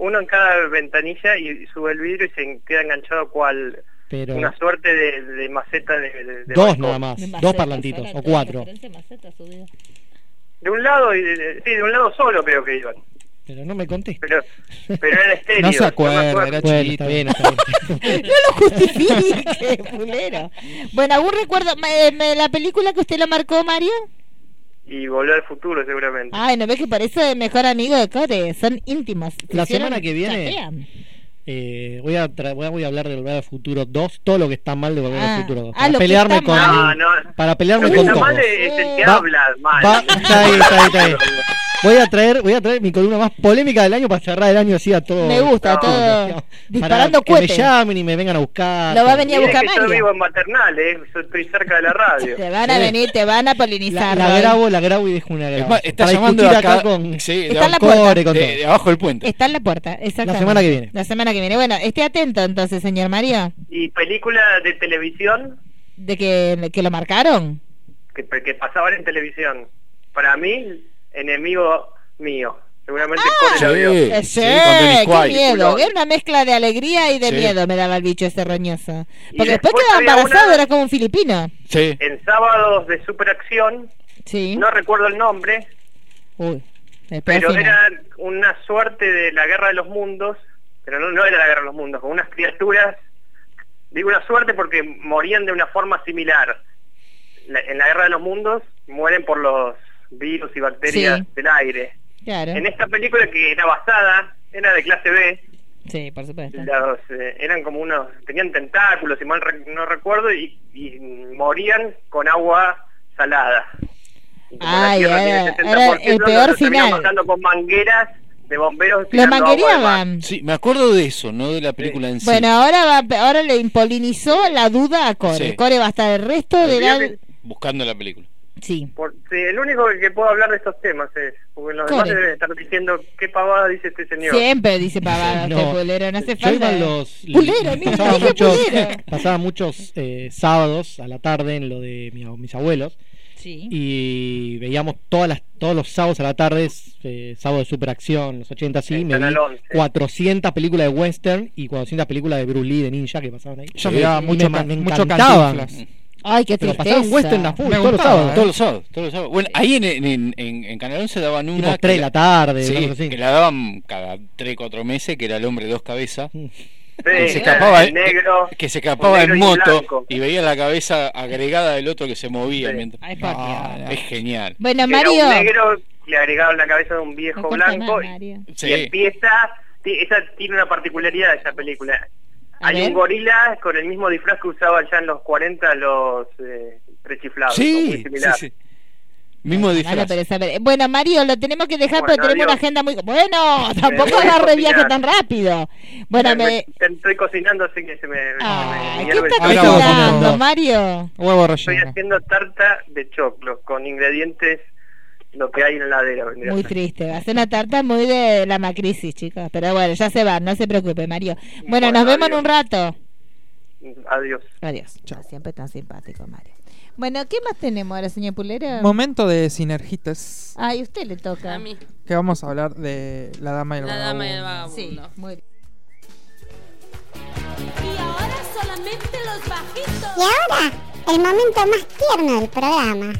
Speaker 10: Uno en cada ventanilla y sube el vidrio y se queda enganchado cual
Speaker 8: Pero
Speaker 10: una suerte de, de maceta de, de- de
Speaker 8: dos
Speaker 10: balcón.
Speaker 8: nada más,
Speaker 4: Macetas,
Speaker 8: dos parlantitos
Speaker 4: ahora todo
Speaker 8: o cuatro.
Speaker 4: referente a macetas, su vida. <laughs>
Speaker 10: De un lado y de, de- sí, de un lado solo creo que iban.
Speaker 8: Pero no me conté.
Speaker 6: <laughs>
Speaker 10: Pero, pero era estéreo.
Speaker 6: No se
Speaker 10: yo me
Speaker 6: acuerda,
Speaker 10: acuerdo.
Speaker 6: era
Speaker 8: Bueno, está
Speaker 6: chiquito.
Speaker 8: bien, está bien.
Speaker 4: No lo justifique, <laughs> fulero. Bueno, ¿algún recuerdo? me- me- ¿La película que usted lo marcó, Mario?
Speaker 10: Y volvió al futuro seguramente.
Speaker 4: Ay, ¿no ves que parece mejor amigo de Core? Son íntimos. Se
Speaker 8: La
Speaker 4: hicieron-
Speaker 8: semana que viene-
Speaker 4: chatean.
Speaker 8: Eh, voy, a tra- voy a- voy a hablar de Volver al Futuro 2, todo lo que está mal de Volver
Speaker 4: Ah,
Speaker 8: al Futuro 2.
Speaker 4: ah,
Speaker 8: Para
Speaker 4: lo que
Speaker 8: pelearme
Speaker 4: está
Speaker 8: con.
Speaker 10: No, no.
Speaker 8: Para
Speaker 10: Lo
Speaker 8: pelearme
Speaker 10: que
Speaker 8: con
Speaker 10: está
Speaker 8: todos.
Speaker 10: mal es el que
Speaker 4: Va-
Speaker 10: habla mal.
Speaker 8: Va- está ahí, está ahí, está ahí. Voy a traer, voy a traer mi columna más polémica del año para cerrar el año así a todo.
Speaker 4: Me gusta,
Speaker 10: No,
Speaker 4: todo.
Speaker 8: Para
Speaker 4: Disparando
Speaker 8: que me
Speaker 4: cohetes.
Speaker 8: llamen y me vengan a buscar.
Speaker 4: Lo va a venir a
Speaker 10: Mire
Speaker 4: buscar
Speaker 10: que yo
Speaker 4: Mario.
Speaker 10: vivo en maternal, eh, yo estoy cerca de la radio.
Speaker 4: Te van a
Speaker 8: Sí.
Speaker 4: venir, te van a
Speaker 8: la,
Speaker 4: polinizar.
Speaker 8: la
Speaker 4: Roy.
Speaker 8: grabo, la grabo y dejo una
Speaker 5: Es
Speaker 8: grabación.
Speaker 5: más, está
Speaker 8: Para
Speaker 5: llamando
Speaker 8: discutir
Speaker 5: acá,
Speaker 8: con,
Speaker 5: sí, de,
Speaker 4: Está en la
Speaker 8: con
Speaker 4: puerta.
Speaker 8: Core, con
Speaker 5: de-
Speaker 8: todo. Este-
Speaker 5: de abajo del puente.
Speaker 4: Está en la puerta, exactamente.
Speaker 8: La semana que viene.
Speaker 4: La semana que viene. Bueno, esté atento entonces, señor Mario,
Speaker 10: Y películas de televisión
Speaker 4: de que, que lo marcaron.
Speaker 10: que, que pasaban en televisión. Para mí, enemigo mío. Seguramente Core la vio.
Speaker 4: Eh, sí,
Speaker 5: Dennis
Speaker 4: qué
Speaker 5: Quaid.
Speaker 4: miedo.
Speaker 10: Peliculón.
Speaker 4: Era una mezcla de alegría y de
Speaker 5: Sí.
Speaker 4: miedo me daba el bicho ese roñoso.
Speaker 10: Y
Speaker 4: Porque después,
Speaker 10: después
Speaker 4: quedaba
Speaker 10: había
Speaker 4: embarazado,
Speaker 10: una-
Speaker 4: era como un filipino.
Speaker 5: Sí.
Speaker 10: En sábados de superacción,
Speaker 4: Sí.
Speaker 10: no recuerdo el nombre,
Speaker 4: Uy. el pedo
Speaker 10: pero
Speaker 4: final.
Speaker 10: era una suerte de la guerra de los mundos, pero no, no era la guerra de los mundos, con unas criaturas, digo una suerte porque morían de una forma similar. La- en la guerra de los mundos mueren por los virus y bacterias
Speaker 4: Sí.
Speaker 10: del aire.
Speaker 4: Claro.
Speaker 10: En esta película que era basada, era de clase B,
Speaker 4: Sí, por supuesto.
Speaker 10: los, eh, eran como unos, tenían tentáculos, si mal re- no recuerdo, y, y morían con agua salada. Y como la
Speaker 4: Ay,
Speaker 10: tierra tiene
Speaker 4: era-
Speaker 10: 70%,
Speaker 4: era el peor
Speaker 10: lo terminan
Speaker 4: final.
Speaker 10: bajando con mangueras de bomberos.
Speaker 4: Lo
Speaker 10: tirando agua del mar.
Speaker 4: manguereaban.
Speaker 5: Sí, me acuerdo de eso, no de la película en sí.
Speaker 4: Bueno, ahora va, ahora le impolinizó la duda a Core.
Speaker 5: Sí.
Speaker 4: Core va a estar el resto de
Speaker 10: Olvídate.
Speaker 4: la...
Speaker 5: Buscando la película.
Speaker 4: Sí.
Speaker 10: Por- sí, el único que puedo hablar de estos temas es, porque los demás
Speaker 4: Correcto.
Speaker 10: deben estar diciendo qué pavada dice este señor.
Speaker 4: Siempre dice pavada
Speaker 8: No.
Speaker 4: este pulero, no hace
Speaker 8: Yo iba
Speaker 4: falta.
Speaker 8: en los.
Speaker 4: Pulero, mira,
Speaker 8: pasaba
Speaker 4: dije
Speaker 8: muchos,
Speaker 4: pulero.
Speaker 8: pasaba muchos eh, sábados a la tarde en lo de mi- mis abuelos.
Speaker 4: Sí.
Speaker 8: y veíamos todas las, todos los sábados a la tarde, eh, sábado de superacción, los 80 sí,
Speaker 10: En
Speaker 8: me vi
Speaker 10: Canal 11.
Speaker 8: 400 películas de western y 400 películas de Bruce Lee, de ninja que pasaban ahí.
Speaker 6: Yo
Speaker 8: Sí.
Speaker 6: miraba
Speaker 8: Y
Speaker 6: mucho
Speaker 8: me,
Speaker 6: ca-
Speaker 8: me
Speaker 6: mucho
Speaker 8: encantaban.
Speaker 6: Cantinflas.
Speaker 4: Ay, qué
Speaker 8: Pero
Speaker 4: tristeza.
Speaker 8: pasaban western a full
Speaker 6: Me
Speaker 8: todos los
Speaker 6: gustaba,
Speaker 8: sábados.
Speaker 6: ¿eh?
Speaker 5: Todos los sábados, todos los sábados. Bueno, ahí en, en, en, en Canal 11 daban
Speaker 8: Tipo
Speaker 5: una... que
Speaker 8: 3 de la tarde,
Speaker 5: sí,
Speaker 8: una cosa así.
Speaker 5: que la daban cada 3, 4 meses, que era el hombre de dos cabezas.
Speaker 8: Mm.
Speaker 10: Sí,
Speaker 5: que se escapaba
Speaker 10: el negro.
Speaker 5: que se escapaba
Speaker 10: un
Speaker 5: en
Speaker 10: negro y un blanco.
Speaker 5: moto y, veía la cabeza agregada del otro que se movía
Speaker 10: Sí.
Speaker 5: mientras-
Speaker 4: Ay, por
Speaker 5: Ah,
Speaker 4: Dios.
Speaker 5: es genial
Speaker 4: Bueno,
Speaker 10: Era
Speaker 4: Mario.
Speaker 10: un negro, le agregaron la cabeza de un
Speaker 4: No
Speaker 10: viejo
Speaker 4: corta más,
Speaker 10: blanco y-
Speaker 4: Mario.
Speaker 5: Sí.
Speaker 10: Y empieza, ti- esa tiene una particularidad esa película.
Speaker 4: A
Speaker 10: Hay
Speaker 4: ver.
Speaker 10: un gorila con el mismo disfraz que usaban ya en los 40 los eh, prechiflados. muy
Speaker 5: sí, sí,
Speaker 10: similar.
Speaker 5: sí. mismo
Speaker 4: Dale,
Speaker 5: disfraz
Speaker 4: pero esa- pero- Bueno, Mario, lo tenemos que dejar
Speaker 10: Bueno,
Speaker 4: porque tenemos una
Speaker 10: adiós.
Speaker 4: agenda muy... Bueno,
Speaker 10: voy
Speaker 4: tampoco
Speaker 10: a
Speaker 4: agarre
Speaker 10: cocinar.
Speaker 4: viaje tan rápido. Bueno,
Speaker 10: Me-
Speaker 4: me...
Speaker 10: me- Estoy cocinando, así que se me... se me
Speaker 4: Ay, ¿qué
Speaker 10: hierve el-
Speaker 4: está
Speaker 6: Ahora vamos
Speaker 4: cocinando,
Speaker 6: comiendo.
Speaker 4: Mario?
Speaker 6: Huevo
Speaker 10: Estoy
Speaker 6: relleno.
Speaker 10: haciendo tarta de choclo con ingredientes, lo que hay en la heladera. vendría
Speaker 4: Muy
Speaker 10: a ser.
Speaker 4: triste, va a ser una tarta muy de la macrisis, chicos. Pero bueno, ya se van, no se preocupe, Mario. Bueno,
Speaker 10: Bueno,
Speaker 4: nos vemos en
Speaker 10: adiós.
Speaker 4: un rato.
Speaker 10: Adiós.
Speaker 4: Adiós. Siempre tan simpático, Mario. Bueno, ¿qué más tenemos ahora, señor Pulero?
Speaker 6: Momento de sinergitas.
Speaker 4: Ay, usted le toca.
Speaker 7: A mí,
Speaker 6: Que vamos a hablar de la dama y el
Speaker 7: la dama y el
Speaker 6: vagabundo.
Speaker 7: vagabundo.
Speaker 4: Sí, muy bien.
Speaker 3: los bajitos.
Speaker 11: Y ahora, el momento más tierno del programa.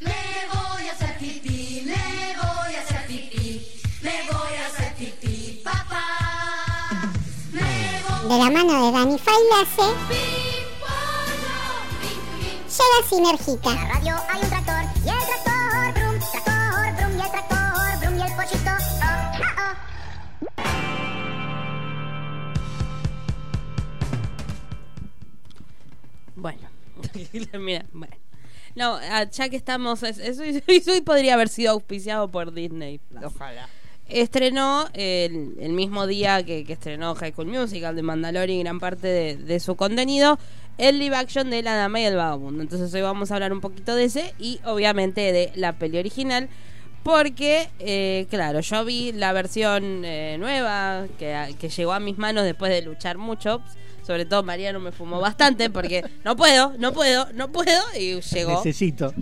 Speaker 3: Me voy a hacer pipí, me voy a hacer pipí, me voy a hacer pipí, papá.
Speaker 11: De la mano de Dani Failase. Llega Sinergica.
Speaker 3: En la radio hay un tractor y el tractor brum, tractor brum y el tractor brum y el pollito. Oh, oh, oh.
Speaker 7: Bueno. <laughs> Mira, bueno. No, ah, ya que estamos. es- <laughs> Eso, eso hoy podría haber sido auspiciado por Disney. Plus.
Speaker 4: Ojalá.
Speaker 7: Estrenó el, el mismo día que, que estrenó High School Musical de Mandalorian y gran parte de, de su contenido, el live action de La Dama y el Vagabundo. Entonces hoy vamos a hablar un poquito de ese y obviamente de la peli original. Porque, eh, claro, yo vi la versión eh, nueva que, que llegó a mis manos después de luchar mucho. Sobre todo Mariano me fumó bastante porque no puedo, no puedo, no puedo y llegó.
Speaker 8: Necesito.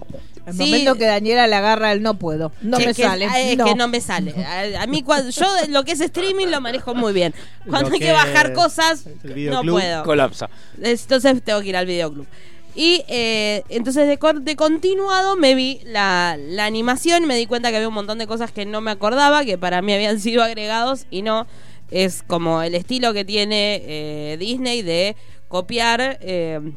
Speaker 4: El
Speaker 7: Sí.
Speaker 4: momento que Daniela le agarra el no puedo. No
Speaker 7: Es
Speaker 4: me
Speaker 7: que-
Speaker 4: sale.
Speaker 7: ah, Es
Speaker 4: no.
Speaker 7: que no me sale. A, a mí, cuando, yo de lo que es streaming lo manejo
Speaker 5: <laughs>
Speaker 7: muy bien. Cuando
Speaker 5: Lo
Speaker 7: hay que
Speaker 5: que es
Speaker 7: bajar cosas,
Speaker 5: el
Speaker 7: no
Speaker 5: videoclub
Speaker 7: puedo.
Speaker 5: colapsa.
Speaker 7: Entonces tengo que ir al videoclub. Y eh, entonces de, cor- de continuado me vi la, la animación, me di cuenta que había un montón de cosas que no me acordaba, que para mí habían <laughs> sido agregados y no. Es como el estilo que tiene eh, Disney de copiar eh,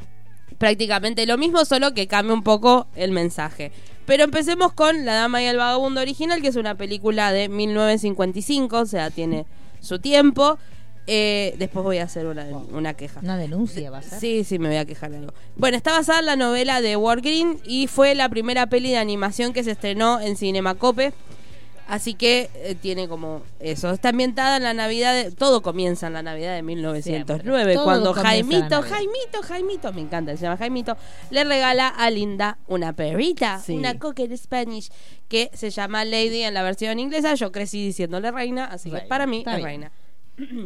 Speaker 7: prácticamente lo mismo, solo que cambia un poco el mensaje. Pero empecemos con La Dama y el Vagabundo original, que es una película de 1955, o sea, tiene su tiempo. Eh, después voy a hacer una, una queja.
Speaker 4: Una denuncia va a ser.
Speaker 7: Sí, sí, me voy a quejar de algo. Bueno, está basada en la novela de Ward Green y fue la primera peli de animación que se estrenó en Cinemacope. Así que eh, tiene como eso. Está ambientada en la Navidad. de- todo comienza en la Navidad de 1909,
Speaker 4: Siempre. Todo
Speaker 7: cuando
Speaker 4: comienza en la
Speaker 7: Jaimito,
Speaker 4: Navidad.
Speaker 7: Jaimito, Jaimito, me encanta, se llama Jaimito, le regala a Linda una perrita,
Speaker 4: Sí.
Speaker 7: una cocker Spanish, que se llama Lady en la versión inglesa. Yo crecí diciéndole reina, así que
Speaker 4: Reina,
Speaker 7: para mí
Speaker 4: está
Speaker 7: es
Speaker 4: bien.
Speaker 7: reina. <clears throat>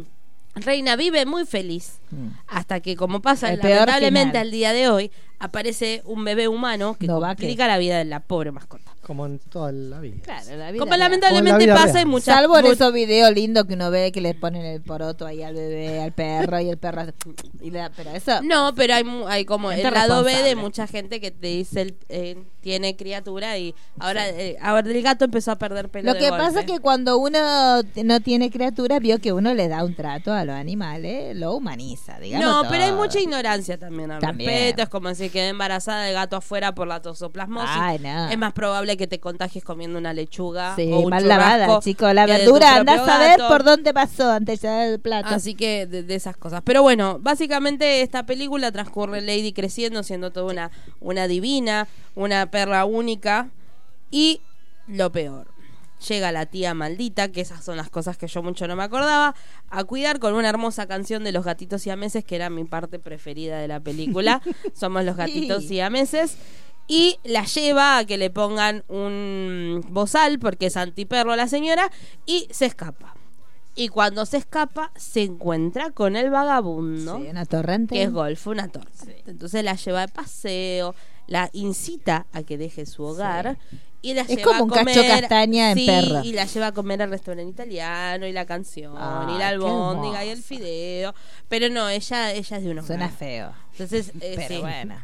Speaker 7: Reina vive muy feliz
Speaker 4: Mm.
Speaker 7: hasta que, como pasa
Speaker 4: El peor
Speaker 7: lamentablemente
Speaker 4: final.
Speaker 7: al día de hoy, aparece un bebé humano que
Speaker 4: No va
Speaker 7: complica la vida de la pobre mascota.
Speaker 8: Como en toda la vida.
Speaker 4: Claro, la
Speaker 7: Como lamentablemente
Speaker 8: vida
Speaker 7: pasa
Speaker 8: real.
Speaker 7: en muchas
Speaker 4: Salvo en
Speaker 7: mu-
Speaker 4: esos videos lindos que uno ve que le ponen el poroto ahí al bebé, al perro y el perro. hace Y le da- pero eso.
Speaker 7: No, pero hay, mu- hay como el
Speaker 4: Gente
Speaker 7: lado B de
Speaker 4: responsable.
Speaker 7: mucha gente que te dice el- eh, tiene criatura y ahora, eh, ahora el gato empezó a perder pelo.
Speaker 4: Lo
Speaker 7: de
Speaker 4: que
Speaker 7: golpe.
Speaker 4: pasa es que cuando uno no tiene criatura, vio que uno le da un trato a los animales, lo humaniza, digamos.
Speaker 7: No, pero hay
Speaker 4: todo.
Speaker 7: mucha ignorancia también al
Speaker 4: También.
Speaker 7: respecto. Es como si quedé embarazada de gato afuera por la tosoplasmosis.
Speaker 4: Ay, no.
Speaker 7: Es más probable que te contagies comiendo una lechuga
Speaker 4: Sí,
Speaker 7: o un
Speaker 4: mal lavada,
Speaker 7: churrasco
Speaker 4: chico. La
Speaker 7: que de tu
Speaker 4: verdura, anda a
Speaker 7: propio
Speaker 4: saber
Speaker 7: gato.
Speaker 4: por dónde pasó antes de llegar el plato.
Speaker 7: Así que de, de esas cosas. Pero bueno, básicamente esta película transcurre Lady creciendo, siendo toda una, una divina, una perra única. Y lo peor, llega la tía maldita, que esas son las cosas que yo mucho no me acordaba, a cuidar con una hermosa canción de los gatitos y siameses, que era mi parte preferida de la película. Somos los gatitos
Speaker 4: Sí.
Speaker 7: y siameses. Y la lleva a que le pongan un bozal, porque es antiperro la señora, y se escapa. Y cuando se escapa, se encuentra con el vagabundo,
Speaker 4: Sí, una torrente.
Speaker 7: que es golf, una torta. Entonces la lleva de paseo, la incita a que deje su hogar. Y la
Speaker 4: Es
Speaker 7: lleva
Speaker 4: como
Speaker 7: a
Speaker 4: un cacho
Speaker 7: comer-
Speaker 4: castaña en
Speaker 7: sí,
Speaker 4: perra.
Speaker 7: Y la lleva a comer al restaurante italiano, y la canción,
Speaker 4: Ah,
Speaker 7: y
Speaker 4: qué
Speaker 7: la albóndiga, y el fideo. Pero no, ella, ella es de unos
Speaker 4: Suena
Speaker 7: gatos.
Speaker 4: feo.
Speaker 7: Entonces, eh,
Speaker 4: Pero
Speaker 7: sí. <laughs>
Speaker 4: bueno.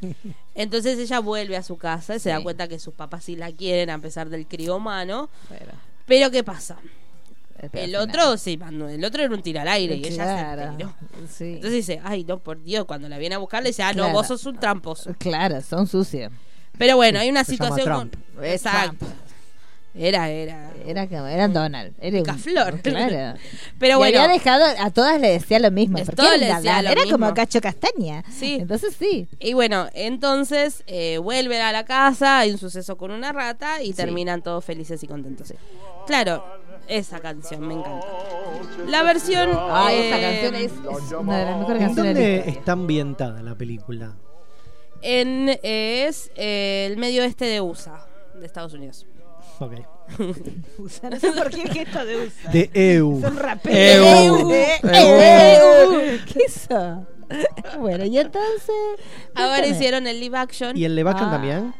Speaker 7: Entonces ella vuelve a su casa y se da
Speaker 4: Sí.
Speaker 7: cuenta que sus papás sí la quieren, a pesar del crío humano.
Speaker 4: Pero,
Speaker 7: Pero ¿qué pasa?
Speaker 4: pero
Speaker 7: El
Speaker 4: al
Speaker 7: otro, sí, mandó- el otro era un tiro al aire y ella se
Speaker 4: Claro.
Speaker 7: tiró.
Speaker 4: Sí.
Speaker 7: Entonces dice, ay, no, por Dios, cuando la viene a buscar le dice, ah, no,
Speaker 4: Claro.
Speaker 7: vos sos un tramposo.
Speaker 4: Claro, son sucios.
Speaker 7: Pero bueno, hay una
Speaker 4: Se llama
Speaker 7: situación con-
Speaker 4: Trump. Es
Speaker 7: Exacto. Era, era.
Speaker 4: Era como, era Donald. Era un-
Speaker 7: Caflor.
Speaker 4: Claro.
Speaker 7: <laughs> Pero
Speaker 4: Y
Speaker 7: bueno.
Speaker 4: había dejado, a todas le decía lo mismo.
Speaker 7: Les-
Speaker 4: porque
Speaker 7: todas
Speaker 4: era
Speaker 7: le
Speaker 4: un
Speaker 7: decía
Speaker 4: galán,
Speaker 7: lo
Speaker 4: era como
Speaker 7: mismo.
Speaker 4: cacho castaña.
Speaker 7: Sí.
Speaker 4: Entonces sí.
Speaker 7: Y bueno, entonces eh, vuelve a la casa, hay un suceso con una rata y terminan todos felices y contentos. Claro, esa canción me encanta. La versión.
Speaker 4: Ah,
Speaker 7: eh,
Speaker 4: esa canción es, es una de las mejores
Speaker 8: ¿En
Speaker 4: canciones de la
Speaker 8: dónde
Speaker 4: historia.
Speaker 8: está ambientada la película?
Speaker 7: En, eh, es eh, el medio este de USA, de Estados Unidos.
Speaker 8: Ok.
Speaker 4: <laughs> Usa, No sé por qué el gesto de usa.
Speaker 8: De E
Speaker 4: <laughs>
Speaker 8: EU.
Speaker 4: Son raperos.
Speaker 8: EU.
Speaker 4: Eh,
Speaker 8: EU.
Speaker 4: eh, EU. ¿Qué hizo? Bueno, y entonces.
Speaker 7: Ahora
Speaker 4: cuéntame.
Speaker 7: hicieron el live action.
Speaker 8: ¿Y el live action
Speaker 4: Ah.
Speaker 8: también?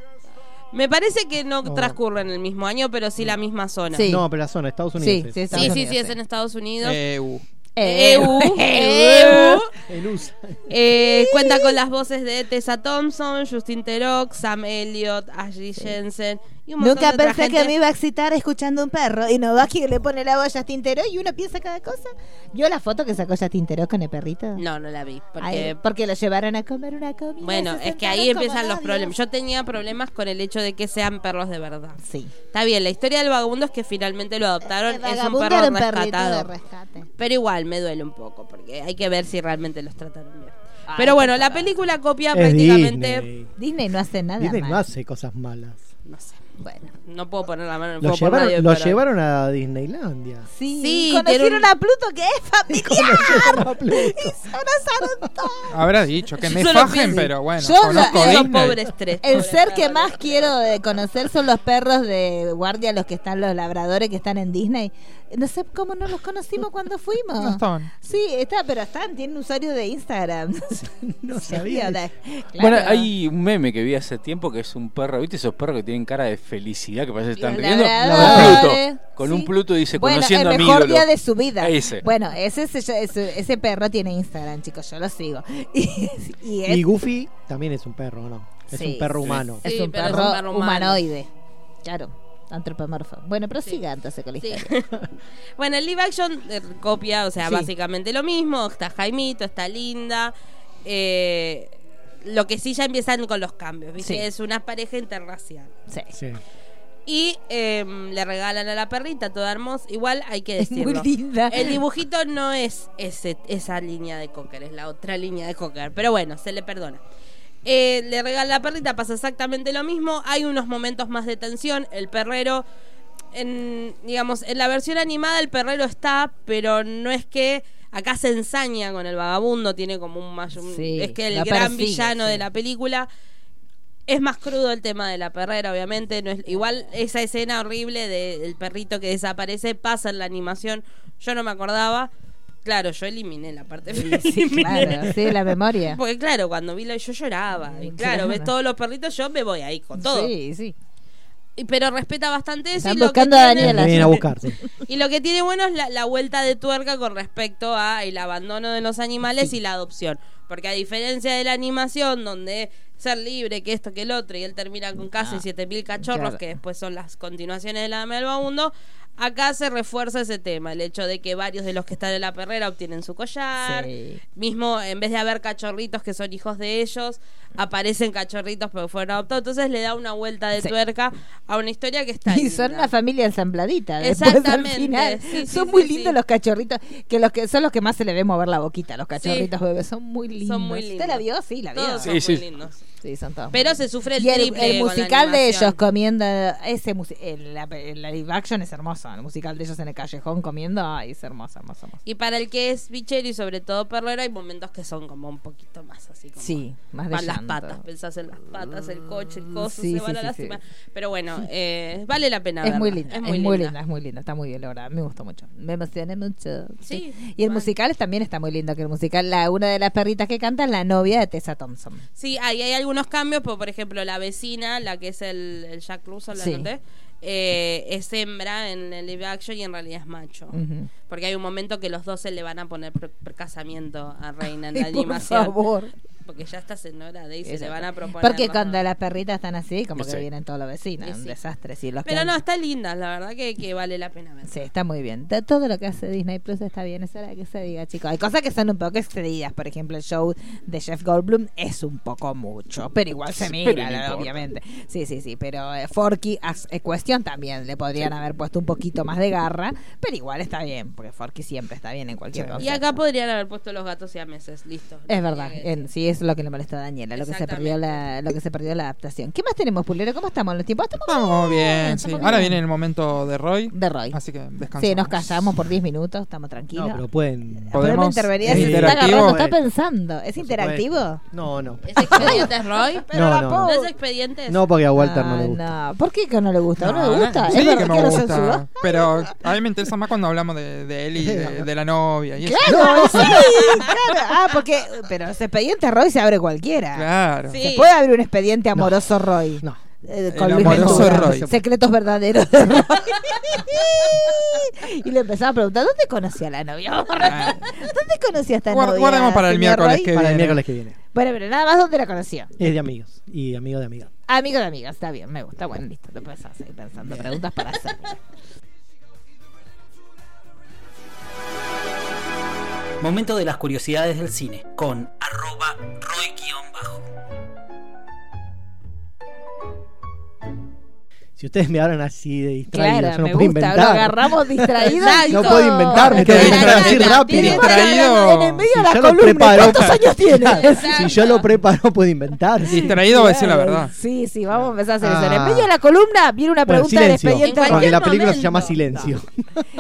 Speaker 7: Me parece que no
Speaker 8: Oh.
Speaker 7: transcurre en el mismo año, pero sí la misma zona.
Speaker 4: Sí.
Speaker 8: No, pero la zona, Estados Unidos.
Speaker 4: Sí, sí,
Speaker 8: es.
Speaker 7: Sí,
Speaker 4: Estados
Speaker 7: sí,
Speaker 4: Unidos,
Speaker 7: sí, es
Speaker 4: sí.
Speaker 7: en Estados Unidos.
Speaker 6: EU.
Speaker 4: Eh, <laughs>
Speaker 7: EU.
Speaker 4: EU.
Speaker 8: En USA.
Speaker 7: Eh, cuenta con las voces de Tessa Thompson, Justin Terox, Sam Elliott, Ashley Jensen y un montón
Speaker 4: Nunca
Speaker 7: de otra
Speaker 4: pensé que
Speaker 7: gente.
Speaker 4: me iba a excitar escuchando un perro y no va que le pone la olla a Tintero y uno piensa cada cosa. Yo la foto que sacó Justin Tintero con el perrito.
Speaker 7: No, no la vi. Porque,
Speaker 4: Ay, porque lo llevaron a comer una comida.
Speaker 7: bueno,
Speaker 4: se
Speaker 7: es que
Speaker 4: sentaron
Speaker 7: ahí empiezan
Speaker 4: como
Speaker 7: los
Speaker 4: nadie.
Speaker 7: problemas. Yo tenía problemas con el hecho de que sean perros de verdad.
Speaker 4: Sí.
Speaker 7: Está bien, la historia del vagabundo es que finalmente lo adoptaron. Es un
Speaker 4: Vagabundo
Speaker 7: perro
Speaker 4: era un perrito de
Speaker 7: rescatado.
Speaker 4: rescate.
Speaker 7: Pero igual me duele un poco, porque hay que ver si realmente los trataron bien.
Speaker 4: Ay,
Speaker 7: Pero bueno,
Speaker 4: qué
Speaker 7: la
Speaker 4: cagada.
Speaker 7: película copia
Speaker 8: Es
Speaker 7: prácticamente.
Speaker 8: Disney.
Speaker 4: Disney no hace nada.
Speaker 8: Disney
Speaker 4: mal.
Speaker 8: no hace cosas malas.
Speaker 7: No sé.
Speaker 4: Bueno,
Speaker 7: No puedo poner la mano en el
Speaker 8: Lo
Speaker 7: fuego por nadie,
Speaker 8: llevaron, lo
Speaker 7: pero-
Speaker 8: llevaron a Disneylandia.
Speaker 4: sí.
Speaker 7: Sí, tiene
Speaker 4: conocieron
Speaker 7: un-
Speaker 4: a Pluto que es
Speaker 8: <laughs>
Speaker 4: familiar. <laughs> y se abrazaron todos.
Speaker 6: Habrá dicho que
Speaker 7: Yo
Speaker 6: me
Speaker 7: solo
Speaker 6: fajen,
Speaker 7: pienso-
Speaker 6: pero bueno,
Speaker 4: Yo la-
Speaker 6: conozco
Speaker 4: esos
Speaker 7: Esos
Speaker 6: Disney.
Speaker 7: pobres tres.
Speaker 4: El
Speaker 7: pobres
Speaker 4: ser que
Speaker 7: perros.
Speaker 4: más quiero de conocer son los perros de guardia, los que están los labradores que están en Disney. No sé cómo no los conocimos cuando fuimos.
Speaker 6: No estaban.
Speaker 4: Sí, está, pero están, tienen usuarios de Instagram. <laughs>
Speaker 8: No
Speaker 4: Sí,
Speaker 8: sabía
Speaker 4: ahora, claro.
Speaker 5: Bueno, hay un meme que vi hace tiempo que es un perro, ¿viste esos perros que tienen cara de felicidad que parece que están
Speaker 4: Los
Speaker 5: riendo? Con
Speaker 4: labradores,
Speaker 5: Pluto. Con
Speaker 4: sí.
Speaker 5: un Pluto dice,
Speaker 4: Bueno,
Speaker 5: conociendo
Speaker 4: el
Speaker 5: a mi
Speaker 4: mejor
Speaker 5: ídolo.
Speaker 4: día de su vida.
Speaker 5: Ese.
Speaker 4: Bueno, ese, se ll- ese, ese perro tiene Instagram, chicos, yo lo sigo. <laughs> Y, y es,
Speaker 8: Y Goofy también es un perro, ¿no? Es
Speaker 4: Sí,
Speaker 8: un perro
Speaker 4: sí.
Speaker 8: humano.
Speaker 4: es
Speaker 7: Sí,
Speaker 4: un
Speaker 7: pero
Speaker 4: perro
Speaker 7: humano.
Speaker 4: humanoide. Claro, antropomorfo. Bueno, prosiga entonces con la
Speaker 7: Sí.
Speaker 4: historia.
Speaker 7: <laughs> bueno, el live action eh, copia, o sea,
Speaker 4: Sí.
Speaker 7: básicamente lo mismo. Está Jaimito, está Linda. eh, lo que sí ya empiezan con los cambios, ¿viste?
Speaker 4: Sí.
Speaker 7: Es una pareja interracial.
Speaker 4: Sí.
Speaker 8: Sí.
Speaker 7: Y em, le regalan a la perrita, toda hermosa. Igual hay
Speaker 4: <laughs>
Speaker 7: que
Speaker 4: Es muy
Speaker 7: decirlo.
Speaker 4: linda.
Speaker 7: El dibujito no es ese, esa línea de Cocker, es la otra línea de Cocker. Pero bueno, se le perdona. Eh, le regala la perrita, pasa exactamente lo mismo. Hay unos momentos más de tensión. El perrero, en, digamos, en la versión animada el perrero está, pero no es que acá se ensaña con el vagabundo, tiene como un mayor...
Speaker 4: Sí,
Speaker 7: es que el
Speaker 4: la
Speaker 7: gran
Speaker 4: persigue,
Speaker 7: villano
Speaker 4: sí.
Speaker 7: de la película... Es más crudo el tema de la perrera, obviamente. No es, igual esa escena horrible del perrito que desaparece pasa en la animación. Yo no me acordaba. Claro, yo eliminé la parte.
Speaker 4: Sí,
Speaker 7: eliminé.
Speaker 4: <laughs>
Speaker 7: <laughs>
Speaker 4: claro, sí, la memoria.
Speaker 7: Porque claro, cuando vi la yo lloraba. Y
Speaker 4: Mm,
Speaker 7: claro,
Speaker 4: claro.
Speaker 7: ves todos los perritos, yo me voy ahí con todo.
Speaker 4: Sí, sí.
Speaker 7: Y- Pero respeta bastante eso.
Speaker 4: Están
Speaker 7: y lo que
Speaker 4: buscando a
Speaker 7: tiene-
Speaker 4: Daniela.
Speaker 8: Me vienen a buscar, sí.
Speaker 7: Y lo que tiene bueno es la, la vuelta de tuerca con respecto a el abandono de los animales
Speaker 4: Sí.
Speaker 7: y la adopción. Porque a diferencia de la animación, donde ser libre, que esto, que el otro, y él termina con casi 7.000 cachorros,
Speaker 4: Ah, claro.
Speaker 7: que después son las continuaciones de la Dama del Vagabundo, acá se refuerza ese tema, el hecho de que varios de los que están en la perrera obtienen su collar,
Speaker 4: Sí.
Speaker 7: mismo en vez de haber cachorritos que son hijos de ellos, aparecen cachorritos porque fueron adoptados, entonces le da una vuelta de
Speaker 4: Sí.
Speaker 7: tuerca a una historia que está...
Speaker 4: Y son
Speaker 7: linda.
Speaker 4: una familia ensambladita. después, al
Speaker 7: Exactamente,
Speaker 4: final.
Speaker 7: sí, sí,
Speaker 4: son
Speaker 7: sí,
Speaker 4: muy
Speaker 7: sí.
Speaker 4: lindos los cachorritos, que los que son los que más se le ve mover la boquita, los cachorritos
Speaker 7: Sí.
Speaker 4: bebés. Son muy lindos.
Speaker 7: Son muy lindos.
Speaker 4: ¿Usted la vio? Sí, la vio.
Speaker 7: Todos
Speaker 5: Sí,
Speaker 7: son
Speaker 5: sí.
Speaker 7: muy lindos.
Speaker 4: Sí, son todos.
Speaker 7: Pero se sufre el
Speaker 4: y el,
Speaker 7: triple
Speaker 4: el
Speaker 7: con la
Speaker 4: musical de
Speaker 7: animación.
Speaker 4: ellos comiendo ese musi- el, la- el live action es hermoso el musical de ellos en el callejón comiendo ay es hermoso hermoso, hermoso.
Speaker 7: Y para el que es bichero y sobre todo perrero, hay momentos que son como un poquito más así. Como
Speaker 4: sí más de
Speaker 7: Van las
Speaker 4: llanto.
Speaker 7: patas, pensás en las patas, el coche, el coso,
Speaker 4: Sí, sí,
Speaker 7: se van a
Speaker 4: sí,
Speaker 7: la
Speaker 4: sí.
Speaker 7: cima. Pero bueno, eh, vale la pena.
Speaker 4: es
Speaker 7: verla.
Speaker 4: muy linda es muy, linda. es muy linda está muy bien lograda me gustó mucho me emocioné mucho
Speaker 7: Sí,
Speaker 4: y el
Speaker 7: bueno.
Speaker 4: musical también está muy lindo que el musical la una de las perritas que canta es la novia de Tessa Thompson
Speaker 7: Sí, ahí hay algunos cambios, porque, por ejemplo, la vecina, la que es el, el Jack Russell, la
Speaker 4: Sí.
Speaker 7: anoté, eh, es hembra en el live action y en realidad es macho.
Speaker 4: Ujú.
Speaker 7: Porque hay un momento que los dos se le van a poner por, por casamiento a
Speaker 4: <laughs>
Speaker 7: Reina en la
Speaker 4: Ay, por
Speaker 7: animación.
Speaker 4: favor
Speaker 7: Porque ya está señora de y se le van a proponer.
Speaker 4: porque
Speaker 7: ¿no?
Speaker 4: cuando las perritas están así como que vienen todos los vecinos
Speaker 7: Y
Speaker 4: un
Speaker 7: sí.
Speaker 4: desastre sí, los
Speaker 7: Pero
Speaker 4: que-
Speaker 7: no, está linda, la verdad que, que vale la pena ver.
Speaker 4: Sí, está muy bien. Ta- Todo lo que hace Disney Plus está bien, es hora que se diga, chicos. Hay cosas que son un poco excedidas. Por ejemplo, el show de Jeff Goldblum es un poco mucho, pero igual se
Speaker 5: Sí,
Speaker 4: mira,
Speaker 5: pero no
Speaker 4: la-
Speaker 5: importa.
Speaker 4: obviamente. Sí, sí, sí, pero eh, Forky, as- eh, cuestión también, le podrían haber puesto un poquito más de garra, pero igual está bien, porque Forky siempre está bien en cualquier cosa.
Speaker 7: Y acá podrían haber puesto los gatos y a meses, listo.
Speaker 4: Es verdad,
Speaker 7: Eh,
Speaker 4: en- sí, es lo que le molestó a Daniela, lo que se perdió la, lo que se perdió la adaptación. ¿Qué más tenemos, Pulero? ¿Cómo estamos en los tiempos?
Speaker 5: Ah,
Speaker 4: Estamos
Speaker 6: Estamos bien, sí.
Speaker 4: estamos
Speaker 6: Ahora
Speaker 4: bien.
Speaker 6: viene el momento de Roy,
Speaker 4: de Roy.
Speaker 6: así que descansamos.
Speaker 4: Sí, nos callamos por 10 minutos, estamos
Speaker 8: No,
Speaker 4: tranquilos.
Speaker 8: pero pueden.
Speaker 6: Podemos-
Speaker 4: Podemos intervenir.
Speaker 8: es
Speaker 4: se está
Speaker 6: interactivo. eh.
Speaker 4: agarrando, está pensando. ¿Es
Speaker 8: Por
Speaker 4: interactivo?
Speaker 8: supuesto. No, no.
Speaker 7: ¿Es expediente
Speaker 4: <laughs>
Speaker 7: es Roy?
Speaker 4: Pero
Speaker 8: No,
Speaker 4: la
Speaker 8: no,
Speaker 4: pobre-
Speaker 7: ¿No es expediente? es-
Speaker 8: No, porque a Walter no le gusta.
Speaker 4: Ah, no. ¿Por qué que no le gusta? No, le gusta.
Speaker 6: Sí,
Speaker 4: ¿Es
Speaker 6: que
Speaker 4: verdad
Speaker 6: me
Speaker 4: que lo
Speaker 6: gusta.
Speaker 4: censuró?
Speaker 6: Pero a mí me interesa más cuando hablamos de, de él y de, de la novia. Y eso.
Speaker 4: Claro, sí, claro. Ah, porque. Pero ese expediente Roy se abre cualquiera.
Speaker 6: Claro.
Speaker 7: Sí.
Speaker 4: Se puede abrir un expediente amoroso Roy.
Speaker 8: No.
Speaker 4: eh,
Speaker 6: El
Speaker 4: con Luis
Speaker 6: amoroso
Speaker 4: Ventura,
Speaker 6: Roy.
Speaker 4: Secretos verdaderos de Roy. <laughs> y le empezaba a preguntar, ¿dónde conocí a la novia? <laughs> ¿Dónde conocí a esta
Speaker 6: Guard-
Speaker 4: novia?
Speaker 6: guardemos para el
Speaker 4: señor
Speaker 6: miércoles
Speaker 4: Roy?
Speaker 6: que
Speaker 8: Para el
Speaker 6: viene.
Speaker 8: miércoles que viene.
Speaker 4: Bueno, pero nada más dónde la conoció.
Speaker 8: Es de amigos y amigo de amiga.
Speaker 4: Amigo de amigas, está bien, me gusta. Bueno, listo, te puedes seguir pensando. Preguntas para hacer.
Speaker 3: oh.
Speaker 12: Momento de las curiosidades del cine con arroba roy-bajo.
Speaker 8: Si ustedes me hablan así de distraído,
Speaker 4: Claro,
Speaker 8: yo no
Speaker 4: me
Speaker 8: puedo
Speaker 4: gusta, lo
Speaker 8: inventar.
Speaker 4: agarramos distraído.
Speaker 8: <laughs> No puedo inventarme,
Speaker 4: Exacto.
Speaker 8: tengo que inventar así
Speaker 4: Distraído.
Speaker 8: rápido.
Speaker 4: Distraído. En el medio de la
Speaker 8: yo lo
Speaker 4: columna,
Speaker 8: preparo-
Speaker 4: ¿cuántos
Speaker 8: <laughs>
Speaker 4: años tienes?
Speaker 8: Si yo lo preparo, puedo inventar.
Speaker 6: Distraído va a decir la verdad.
Speaker 4: Sí, sí, vamos a empezar a hacer eso. En el
Speaker 8: Ah.
Speaker 4: medio de la columna viene una
Speaker 8: Bueno,
Speaker 4: pregunta
Speaker 8: silencio.
Speaker 4: del expediente
Speaker 8: Porque
Speaker 4: Rey.
Speaker 8: la película se llama Silencio.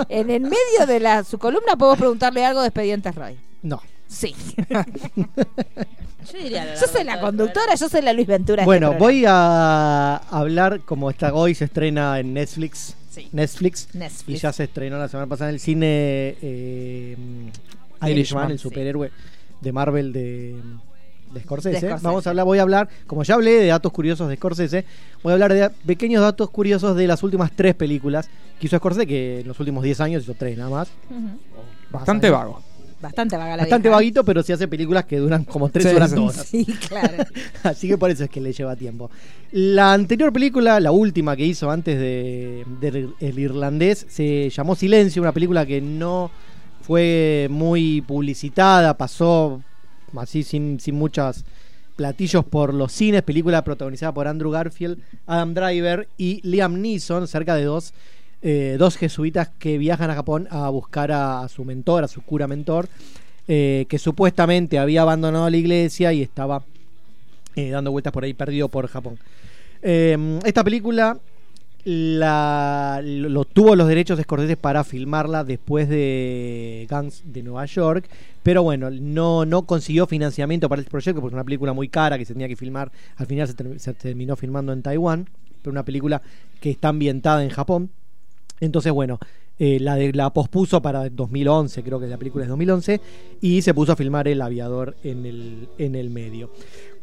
Speaker 4: En el medio de la, su columna podemos preguntarle algo de expedientes Roy.
Speaker 8: No. <laughs>
Speaker 4: Sí.
Speaker 7: Yo diría la
Speaker 4: Yo soy la conductora, yo soy la Luis Ventura. de
Speaker 8: Bueno,
Speaker 4: este programa.
Speaker 8: voy a hablar como está hoy se estrena en Netflix.
Speaker 4: Sí.
Speaker 8: Netflix.
Speaker 4: Netflix.
Speaker 8: Y ya se estrenó la semana pasada en el cine eh, Irishman, el
Speaker 4: sí.
Speaker 8: superhéroe de Marvel de, de Scorsese.
Speaker 4: De Scorsese.
Speaker 8: Vamos a hablar, voy a hablar, como ya hablé de datos curiosos de Scorsese, voy a hablar de pequeños datos curiosos de las últimas tres películas que hizo Scorsese, que en los últimos 10 años hizo tres nada más.
Speaker 4: Ujú.
Speaker 6: Bastante
Speaker 8: Más
Speaker 6: vago.
Speaker 4: Bastante vaga la
Speaker 8: Bastante
Speaker 4: vieja. ¿eh?
Speaker 8: vaguito, pero sí hace películas que duran como tres
Speaker 6: Sí,
Speaker 8: horas
Speaker 6: sí.
Speaker 4: <laughs>
Speaker 8: todas.
Speaker 4: Sí, claro.
Speaker 8: <laughs> Así que por eso es que le lleva tiempo. La anterior película, la última que hizo antes de, de El Irlandés, se llamó Silencio, una película que no fue muy publicitada, pasó así sin, sin muchos platillos por los cines, película protagonizada por Andrew Garfield, Adam Driver y Liam Neeson, cerca de dos, eh, dos jesuitas que viajan a Japón a buscar a, a su mentor, a su cura mentor, eh, que supuestamente había abandonado la iglesia y estaba eh, dando vueltas por ahí, perdido por Japón. Eh, esta película la, lo, lo tuvo los derechos de Scorsese para filmarla después de Gangs de Nueva York, pero bueno, no, no consiguió financiamiento para el proyecto porque es una película muy cara que se tenía que filmar. Al final se, ter- se terminó filmando en Taiwán, pero una película que está ambientada en Japón. Entonces, bueno, eh, la, de- la pospuso para 2011, creo que la película es 2011, y se puso a filmar El Aviador en el, en el medio.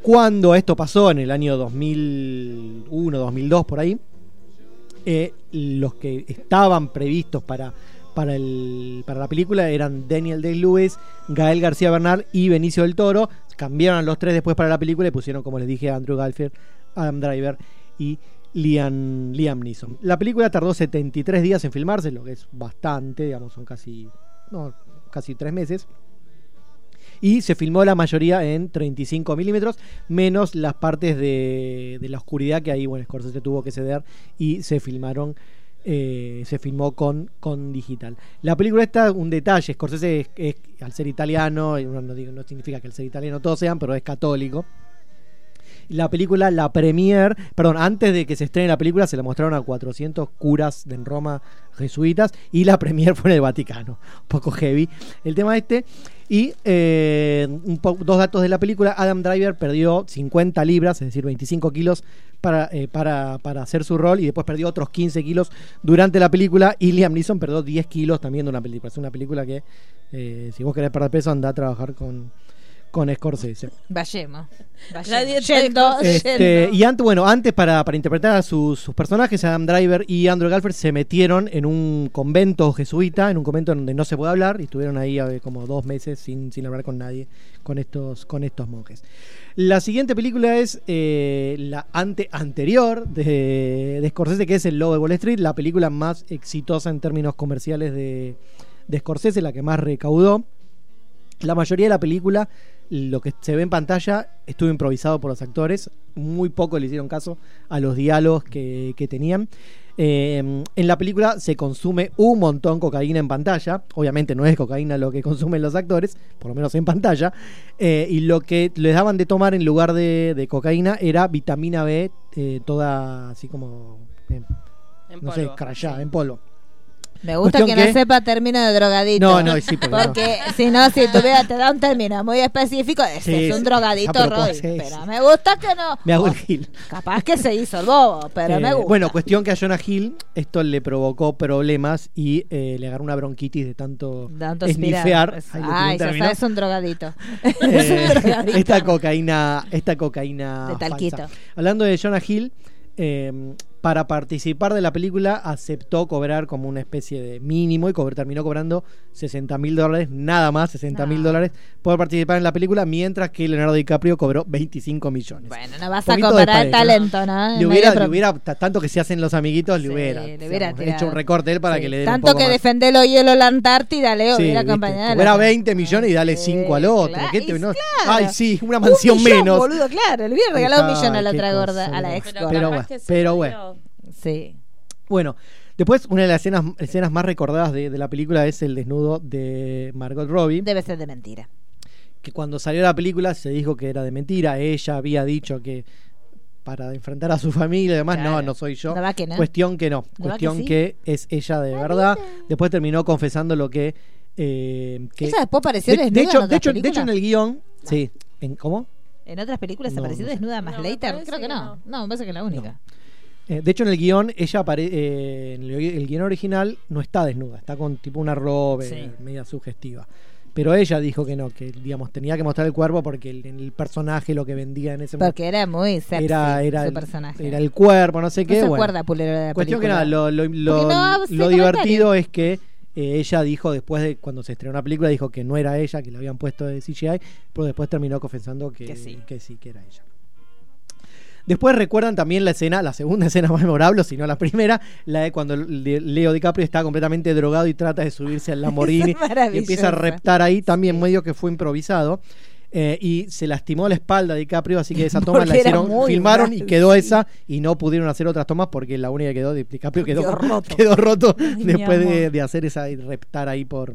Speaker 8: Cuando esto pasó, en el año 2001, 2002, por ahí, eh, los que estaban previstos para, para, el, para la película eran Daniel Day-Lewis, Gael García Bernal y Benicio del Toro. Cambiaron los tres después para la película y pusieron, como les dije, a Andrew Garfield, Adam Driver y Liam, Liam Neeson. La película tardó 73 días en filmarse, lo que es bastante, digamos, son casi, no, casi tres meses. Y se filmó la mayoría en 35 milímetros, menos las partes de, de la oscuridad que ahí, bueno, Scorsese tuvo que ceder y se filmaron eh, se filmó con, con digital. La película está un detalle, Scorsese es, es- al ser italiano, y uno no, digo- no significa que al ser italiano todos sean, pero es católico. La película, la premier, perdón, antes de que se estrene la película se la mostraron a 400 curas de en Roma jesuitas y la <laughs> premier fue en el Vaticano, un poco heavy el tema este. Y eh, un po- dos datos de la película, Adam Driver perdió 50 libras, es decir, 25 kilos para, eh, para, para hacer su rol y después perdió otros 15 kilos durante la película y Liam Neeson perdió 10 kilos también de una película. Es una película que eh, si vos querés perder peso anda a trabajar con, con Scorsese.
Speaker 4: Vayemos.
Speaker 7: Nadie
Speaker 4: Vayemos.
Speaker 7: te-
Speaker 4: Yendo,
Speaker 8: Este,
Speaker 4: yendo.
Speaker 8: y antes, bueno, antes para, para interpretar a sus, sus personajes, Adam Driver y Andrew Galfer se metieron en un convento jesuita, en un convento donde no se puede hablar, y estuvieron ahí eh, como dos meses sin, sin hablar con nadie, con estos, con estos monjes. La siguiente película es eh, la ante anterior de, de Scorsese, que es El Lobo de Wall Street, la película más exitosa en términos comerciales de, de Scorsese, la que más recaudó. La mayoría de la película, lo que se ve en pantalla, estuvo improvisado por los actores. Muy poco le hicieron caso a los diálogos que, que tenían. Eh, en la película se consume un montón cocaína en pantalla. Obviamente no es cocaína lo que consumen los actores, por lo menos en pantalla. Eh, y lo que les daban de tomar en lugar de, de cocaína era vitamina B, eh, toda así como, eh,
Speaker 7: En
Speaker 8: no sé,
Speaker 7: polvo.
Speaker 8: crayada, en polvo.
Speaker 4: Me gusta que
Speaker 8: Cuestión
Speaker 4: no
Speaker 8: que-
Speaker 4: sepa término de drogadito.
Speaker 8: No, no, sí, porque no.
Speaker 4: Porque si no, si tuviera, te da un término muy específico, ese
Speaker 8: Sí,
Speaker 4: es
Speaker 8: sí.
Speaker 4: un drogadito,
Speaker 8: Ah, pero ¿cómo
Speaker 4: Roy.
Speaker 8: haces?
Speaker 4: Pero me gusta que no. Oh,
Speaker 8: Me
Speaker 7: Ah.
Speaker 8: hago el gil.
Speaker 4: Capaz que se hizo el bobo, pero
Speaker 8: Eh,
Speaker 4: me gusta.
Speaker 8: Bueno, cuestión que a Jonah Hill esto le provocó problemas y eh, le agarró una bronquitis de tanto,
Speaker 4: Tanto
Speaker 8: esnifear.
Speaker 4: aspirar. pues.
Speaker 8: Ahí le tiré un
Speaker 4: Ay, ya
Speaker 8: término.
Speaker 4: sabes, es un drogadito.
Speaker 8: Eh,
Speaker 4: <laughs> es un drogadito.
Speaker 8: esta cocaína, esta cocaína
Speaker 4: De talquito.
Speaker 8: falsa. Hablando de Jonah Hill, eh, para participar de la película aceptó cobrar como una especie de mínimo y cobró- terminó cobrando 60 mil dólares, nada más 60
Speaker 4: Ah.
Speaker 8: mil dólares por participar en la película, mientras que Leonardo DiCaprio cobró 25 millones.
Speaker 4: Bueno, no vas a
Speaker 8: Poquito
Speaker 4: comparar el
Speaker 8: desparejo.
Speaker 4: talento, ¿no?
Speaker 8: Le
Speaker 4: Ah, No
Speaker 8: hubiera,
Speaker 4: hay otro-
Speaker 8: le hubiera- t- tanto que se hacen los amiguitos, le hubiera,
Speaker 4: le hubiera
Speaker 8: digamos,
Speaker 4: tirado.
Speaker 8: hecho un recorte él para que le den un
Speaker 4: Tanto
Speaker 8: poco
Speaker 4: que
Speaker 8: más.
Speaker 4: defender los hielos de la Antártida, Leo,
Speaker 8: Sí,
Speaker 4: hubiera
Speaker 8: viste,
Speaker 4: acompañado. a la-
Speaker 8: Cobra 20 millones y dale 5 al otro. ¿Qué te- no? Ay, sí, una
Speaker 4: Un
Speaker 8: mansión
Speaker 4: millón,
Speaker 8: menos.
Speaker 4: Boludo, claro, le hubiera regalado un
Speaker 8: Ay,
Speaker 4: millón a la
Speaker 8: qué
Speaker 4: otra
Speaker 8: cosa,
Speaker 4: gorda, a la ex gorda.
Speaker 8: Pero bueno, pero bueno.
Speaker 4: Sí.
Speaker 8: Bueno, después una de las escenas, escenas más recordadas de, de la película es el desnudo de Margot Robbie.
Speaker 4: Debe ser de mentira.
Speaker 8: Que cuando salió la película se dijo que era de mentira. Ella había dicho que para enfrentar a su familia y demás, no,
Speaker 4: Claro.
Speaker 8: no soy yo.
Speaker 4: La verdad que no.
Speaker 8: Cuestión que no.
Speaker 4: que
Speaker 8: Cuestión
Speaker 4: sí.
Speaker 8: que, es ella de verdad. Después terminó confesando lo que. eh, que-
Speaker 4: Ella después apareció
Speaker 8: de, de
Speaker 4: desnuda en
Speaker 8: hecho,
Speaker 4: otras
Speaker 8: de, hecho, de hecho,
Speaker 4: películas.
Speaker 8: en el guión. Sí. ¿En, ¿Cómo?
Speaker 4: En otras películas
Speaker 8: No,
Speaker 4: apareció
Speaker 8: no sé.
Speaker 4: desnuda más later. Creo que no. No, me parece que es la única.
Speaker 8: Eh, de hecho, en el guión, ella apare eh, en el, gui- el guión original no está desnuda, está con tipo una robe
Speaker 4: Sí.
Speaker 8: media sugestiva. Pero ella dijo que no, que digamos tenía que mostrar el cuerpo porque el, el personaje lo que vendía en ese
Speaker 4: Porque era muy sexy
Speaker 8: era, era
Speaker 4: su
Speaker 8: el,
Speaker 4: personaje.
Speaker 8: era el cuerpo, no sé
Speaker 4: No
Speaker 8: qué.
Speaker 4: se
Speaker 8: bueno.
Speaker 4: acuerda, Pulero, de la
Speaker 8: Cuestión que
Speaker 4: película.
Speaker 8: nada, lo, lo- lo-
Speaker 4: Porque no hace
Speaker 8: lo divertido es que eh, ella dijo después de cuando se estrenó la película, dijo que no era ella, que le habían puesto de CGI, pero después terminó confesando que,
Speaker 4: Que
Speaker 8: sí. que sí, que era ella. Después recuerdan también la escena, la segunda <laughs> escena más memorable, si no la primera, la de cuando Le- Leo DiCaprio está completamente drogado y trata de
Speaker 4: <laughs>
Speaker 8: subirse al
Speaker 4: Esa <laughs>
Speaker 8: Lamborghini
Speaker 4: es maravillosa.
Speaker 8: y empieza a reptar ahí, también medio que fue improvisado. eh, y se lastimó la espalda de DiCaprio, así
Speaker 13: <laughs>
Speaker 8: que esa toma la
Speaker 13: Porque era
Speaker 8: hicieron,
Speaker 13: muy
Speaker 8: filmaron y
Speaker 13: mal,
Speaker 8: quedó esa y no pudieron hacer otras tomas porque la única que quedó de DiCaprio quedó, <laughs>
Speaker 13: Quedó
Speaker 8: quedó
Speaker 13: roto.
Speaker 8: roto,
Speaker 13: Ay, mi
Speaker 8: después de,
Speaker 13: amor.
Speaker 8: de hacer esa y reptar ahí por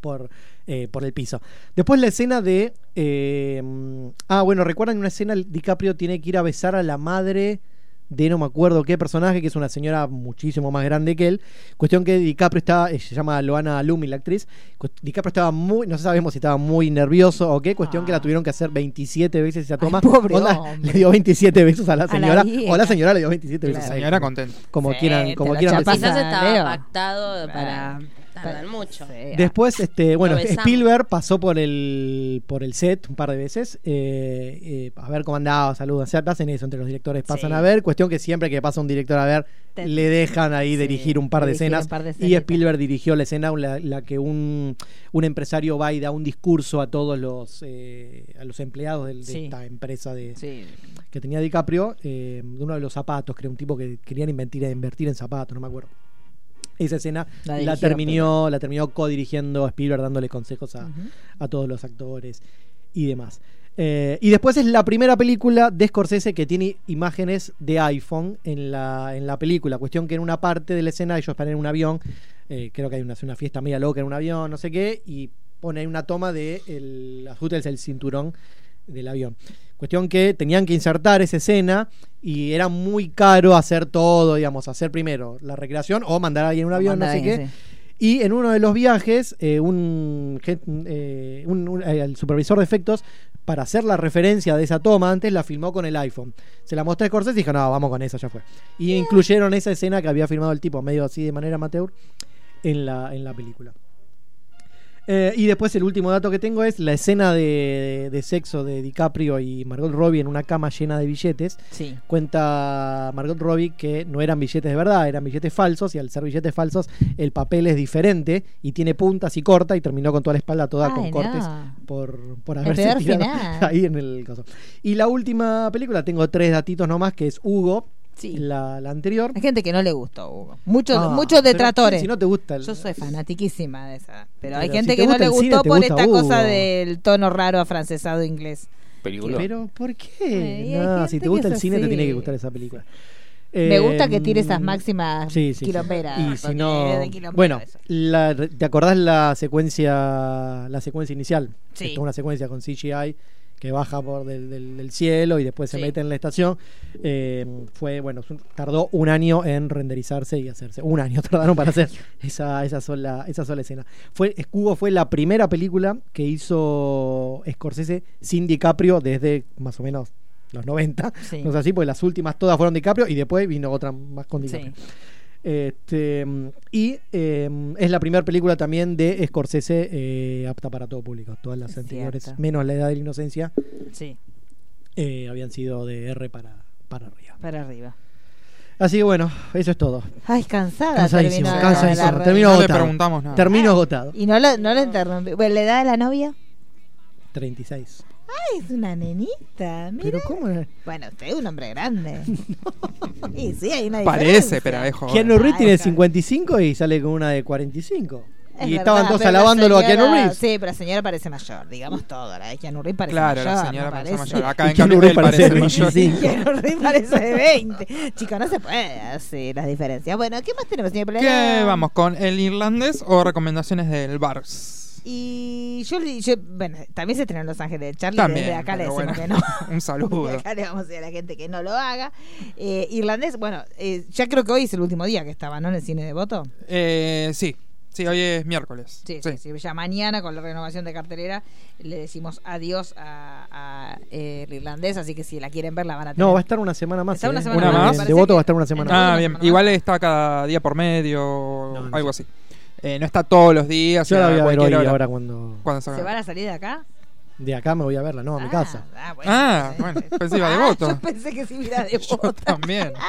Speaker 8: por, eh, por el piso. Después la escena de. eh, mm, ah, bueno, recuerdan una escena: el DiCaprio tiene que ir a besar a la madre de no me acuerdo qué personaje, que es una señora muchísimo más grande que él. Cuestión que DiCaprio estaba, eh, se llama Loana Lumi, la actriz. Cu- DiCaprio estaba muy, no sabemos si estaba muy nervioso o qué, cuestión que la tuvieron que hacer 27 veces esa toma.
Speaker 13: Ah. pobre
Speaker 8: Onda,
Speaker 13: hombre.
Speaker 8: <laughs> le dio 27 besos a la
Speaker 13: la
Speaker 8: señora, o la
Speaker 13: vieja.
Speaker 8: señora le dio 27
Speaker 6: La
Speaker 8: besos a él.
Speaker 6: señora contenta.
Speaker 8: Como quieran, como quieran
Speaker 7: Quizás
Speaker 8: decirlo.
Speaker 7: estaba
Speaker 4: Leo.
Speaker 7: pactado para tardar mucho.
Speaker 8: Después, este, bueno,
Speaker 7: Lo besamos.
Speaker 8: Spielberg pasó por el por el set un par de veces eh, eh, a ver cómo andaba, saludan, se hacen eso entre los directores, pasan
Speaker 13: Sí.
Speaker 8: a ver, cuestión que siempre que pasa un director a ver
Speaker 13: Te-
Speaker 8: le dejan ahí dirigir un par de
Speaker 13: dirigir un
Speaker 8: escenas
Speaker 13: par de
Speaker 8: y
Speaker 13: escenitas.
Speaker 8: Spielberg dirigió la escena la, la que un, un empresario va y da un discurso a todos los eh, a los empleados del- de,
Speaker 13: Sí.
Speaker 8: esta empresa de que tenía DiCaprio eh, de uno de los zapatos, creo un tipo que querían inventir, invertir en zapatos, no me acuerdo. Esa escena
Speaker 13: La
Speaker 8: la,
Speaker 13: dirigió
Speaker 8: terminó, la terminó co-dirigiendo Spielberg, dándole consejos a, a todos los actores y demás. Eh, y después es la primera película de Scorsese que tiene imágenes de iPhone en la, en la película. Cuestión que en una parte de la escena ellos están en un avión, eh, creo que hay una, una fiesta media loca en un avión, no sé qué, y pone ahí una toma de el ajuste del cinturón del avión. Cuestión que tenían que insertar esa escena y era muy caro hacer todo, digamos, hacer primero la recreación o mandar a alguien en un avión, no
Speaker 13: mandar
Speaker 8: sé
Speaker 13: a
Speaker 8: qué.
Speaker 13: alguien,
Speaker 8: Y en uno de los viajes, eh, un, gen- eh, un- un- eh, el supervisor de efectos, para hacer la referencia de esa toma antes, la filmó con el iPhone. Se la mostró a Scorsese y dijo, no, vamos con esa, ya fue. Y incluyeron esa escena que había filmado el tipo, medio así de manera amateur, en la, en la película. Eh, y después el último dato que tengo es la escena de, de sexo de DiCaprio y Margot Robbie en una cama llena de billetes.
Speaker 4: Sí.
Speaker 8: Cuenta Margot Robbie que no eran billetes de verdad, eran billetes falsos y al ser billetes falsos el papel es diferente y tiene puntas y corta y terminó con toda la espalda toda con
Speaker 13: Ay, no.
Speaker 8: cortes por, por
Speaker 13: El
Speaker 8: haberse
Speaker 13: peor
Speaker 8: tirado
Speaker 13: final.
Speaker 8: <laughs> ahí en el coso. Y la última película, tengo tres datitos nomás, que es Hugo, la, la anterior.
Speaker 4: Hay gente que no le gustó Hugo. Muchos,
Speaker 8: Ah,
Speaker 4: muchos
Speaker 8: pero
Speaker 4: detractores.
Speaker 8: Si no te gusta el,
Speaker 4: Yo soy fanatiquísima de esa. Pero, hay
Speaker 8: Pero
Speaker 4: gente
Speaker 8: si te
Speaker 4: que no
Speaker 8: gusta
Speaker 4: le
Speaker 8: el
Speaker 4: gustó
Speaker 8: cine, te
Speaker 4: por
Speaker 8: gusta
Speaker 4: esta cosa
Speaker 8: Hugo.
Speaker 4: del tono raro afrancesado inglés.
Speaker 5: Película.
Speaker 8: Pero, ¿por
Speaker 4: Eh, y
Speaker 8: qué?
Speaker 4: hay
Speaker 8: No,
Speaker 4: gente
Speaker 8: si
Speaker 4: que
Speaker 8: te gusta
Speaker 4: es
Speaker 8: el cine, te
Speaker 4: así.
Speaker 8: tiene que gustar esa película. Em,
Speaker 4: Me gusta que tire
Speaker 8: tires
Speaker 4: esas máximas
Speaker 8: Sí, sí, sí.
Speaker 4: quilomeras.
Speaker 8: Y si no.
Speaker 4: Bueno.
Speaker 8: Bueno, la- ¿te acordás la secuencia la secuencia inicial?
Speaker 4: Sí.
Speaker 8: Es una secuencia con CGI que baja por del, del- del cielo y después se mete en la estación. Eh, fue, bueno, es un- tardó un año en renderizarse y hacerse. Un año <laughs> tardaron para hacer esa, esa, sola, esa sola escena. Fue, Hugo fue la primera película que hizo Scorsese sin DiCaprio desde más o menos los 90.
Speaker 13: Sí.
Speaker 8: No es así, porque las últimas todas fueron DiCaprio y después vino otra más con DiCaprio. Este, mm, y eh, es la primera película también de Scorsese eh, apta para todo público. Todas las anteriores,
Speaker 13: cierto.
Speaker 8: menos La Edad de la Inocencia,
Speaker 4: Sí.
Speaker 8: eh, habían sido de R para, para arriba.
Speaker 4: Para arriba.
Speaker 8: Así que bueno, eso es todo.
Speaker 4: Ay, cansada.
Speaker 8: Cansadísimo,
Speaker 4: terminó
Speaker 8: cansadísimo.
Speaker 4: la- la-
Speaker 8: Termino
Speaker 6: No le
Speaker 8: agotado.
Speaker 6: preguntamos
Speaker 4: Ah.
Speaker 6: nada.
Speaker 8: Termino agotado.
Speaker 4: Y no la, no la interrumpí. Bueno, ¿La edad de la novia?
Speaker 8: 36.
Speaker 4: Ay, es una nenita. Mira.
Speaker 8: Pero ¿cómo era?
Speaker 4: Bueno, usted es un hombre
Speaker 8: <laughs>
Speaker 4: grande. Y sí, hay una
Speaker 6: Parece,
Speaker 4: diferencia.
Speaker 6: pero es joven.
Speaker 8: Keanu Reeves tiene 55 y sale con una de 45.
Speaker 4: Es
Speaker 8: y
Speaker 4: verdad,
Speaker 8: estaban todos
Speaker 4: pero la
Speaker 8: alabándolo a Keanu
Speaker 4: señora-
Speaker 8: Reeves.
Speaker 4: Sí, pero la señora parece mayor, digamos todo. La de Keanu Reeves parece
Speaker 6: Claro,
Speaker 4: mayor.
Speaker 6: la señora
Speaker 4: ¿no
Speaker 6: parece
Speaker 4: parece?
Speaker 6: mayor. Acá
Speaker 8: Y
Speaker 6: en
Speaker 8: Keanu
Speaker 6: Capitol
Speaker 8: Reeves parece
Speaker 6: parece
Speaker 8: de
Speaker 6: mayor.
Speaker 4: <laughs>
Speaker 8: 25.
Speaker 4: Keanu Reeves parece de 20. Chicos, no se puede hacer las diferencias. Bueno, ¿qué más tenemos, señor
Speaker 6: ¿Qué
Speaker 4: Planera?
Speaker 6: vamos con? ¿El irlandés o recomendaciones del Bars?
Speaker 4: Y yo, le- yo- bueno, también se estrenó en Los Ángeles de Charlie.
Speaker 6: También.
Speaker 4: desde acá le
Speaker 6: pero
Speaker 4: decimos
Speaker 6: bueno,
Speaker 4: que no.
Speaker 6: <laughs>
Speaker 4: <laughs>
Speaker 6: Un saludo.
Speaker 4: Acá le vamos a decir a la gente que no lo haga. Eh, irlandés, bueno, eh, ya creo que hoy es el último día que estaba, ¿no? En el cine de voto.
Speaker 6: Eh, sí, sí, hoy es miércoles.
Speaker 4: Sí, sí, sí, ya mañana con la renovación de cartelera le decimos adiós a, a, eh, el irlandés, así que si la quieren ver la van a tener.
Speaker 8: No, va a estar una semana más.
Speaker 4: Está una
Speaker 8: ¿eh?
Speaker 4: semana
Speaker 6: Una más. más, me
Speaker 8: De
Speaker 4: parece
Speaker 8: voto
Speaker 4: que-
Speaker 8: va a estar una semana
Speaker 6: Ah,
Speaker 8: más.
Speaker 6: bien. Igual está cada día por medio, o algo así. Eh, no está todos los días.
Speaker 8: Yo la
Speaker 6: a
Speaker 8: voy a ver
Speaker 6: cualquier
Speaker 8: hoy
Speaker 6: hora.
Speaker 8: ahora cuando.
Speaker 6: Cuando se
Speaker 4: ¿Se
Speaker 6: acabe.
Speaker 4: van a salir de acá?
Speaker 8: De acá me voy a verla, no, a mi casa.
Speaker 4: Ah, bueno.
Speaker 6: Ah,
Speaker 4: <laughs>
Speaker 6: bueno, pensé iba de
Speaker 4: Ah,
Speaker 6: voto.
Speaker 4: Yo pensé que sí mira de
Speaker 6: <laughs> Yo
Speaker 4: voto.
Speaker 6: también.
Speaker 4: <laughs>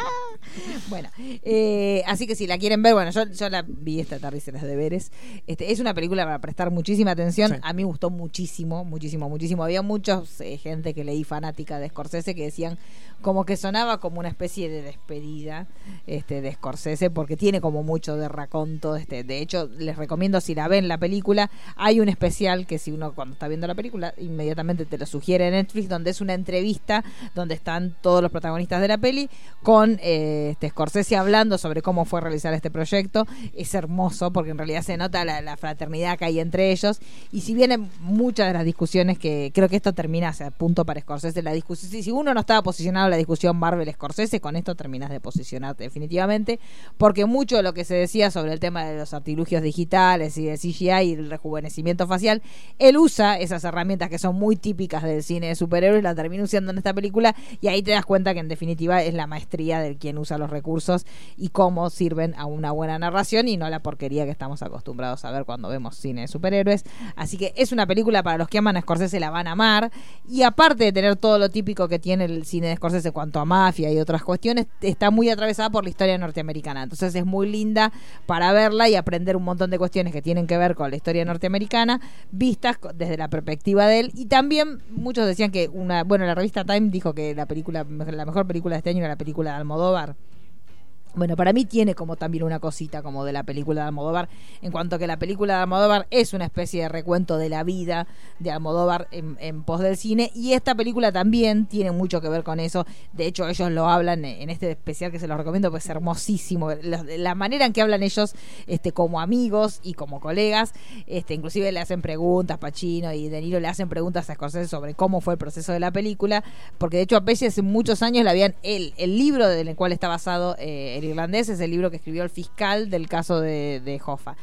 Speaker 4: Bueno, eh, así que si la quieren ver, bueno, yo, yo la vi esta tarde, hice los deberes. Este, es una película para prestar muchísima atención.
Speaker 6: Sí.
Speaker 4: A mí me gustó muchísimo, muchísimo, muchísimo. Había mucha gente que leí fanática de Scorsese que decían como que sonaba como una especie de despedida este, de Scorsese porque tiene como mucho de raconto. Este, de hecho, les recomiendo si la ven la película, hay un especial que si uno cuando está viendo la película inmediatamente te lo sugiere Netflix, donde es una entrevista donde están todos los protagonistas de la peli con eh, este Scorsese hablando sobre cómo fue realizar este proyecto. Es hermoso porque en realidad se nota la, la fraternidad que hay entre ellos. Y si vienen muchas de las discusiones que creo que esto termina a punto para Scorsese, la discusión, si si uno no estaba posicionado en la discusión Marvel-Scorsese, con esto terminas de posicionarte definitivamente, porque mucho de lo que se decía sobre el tema de los artilugios digitales y de CGI y el rejuvenecimiento facial, él usa esas herramientas que son muy típicas del cine de superhéroes, la termina usando en esta película y ahí te das cuenta que en definitiva es la maestría del quien usa los recursos y cómo sirven a una buena narración y no la porquería que estamos acostumbrados a ver cuando vemos cine de superhéroes. Así que es una película para los que aman a Scorsese la van a amar y aparte de tener todo lo típico que tiene el cine de Scorsese en cuanto a mafia y otras cuestiones, está muy atravesada por la historia norteamericana. Entonces es muy linda para verla y aprender un montón de cuestiones que tienen que ver con la historia norteamericana, vistas co- desde la perspectiva de él. Y también muchos decían que una, bueno, la revista Time dijo que la película, la mejor película de este año era la película de Almodóvar. Bueno, para mí tiene como también una cosita como de la película de Almodóvar, en cuanto a que la película de Almodóvar es una especie de recuento de la vida de Almodóvar en, en pos del cine, y esta película también tiene mucho que ver con eso. De hecho, ellos lo hablan en en este especial que se los recomiendo, pues es hermosísimo. La, la manera en que hablan ellos este, como amigos y como colegas, este, inclusive le hacen preguntas, Pacino y De Niro le hacen preguntas a Scorsese sobre cómo fue el proceso de la película, porque de hecho a Pesci hace muchos años le habían, el, el libro del cual está basado eh, el irlandés es el libro que escribió el fiscal del caso de, de Hoffa.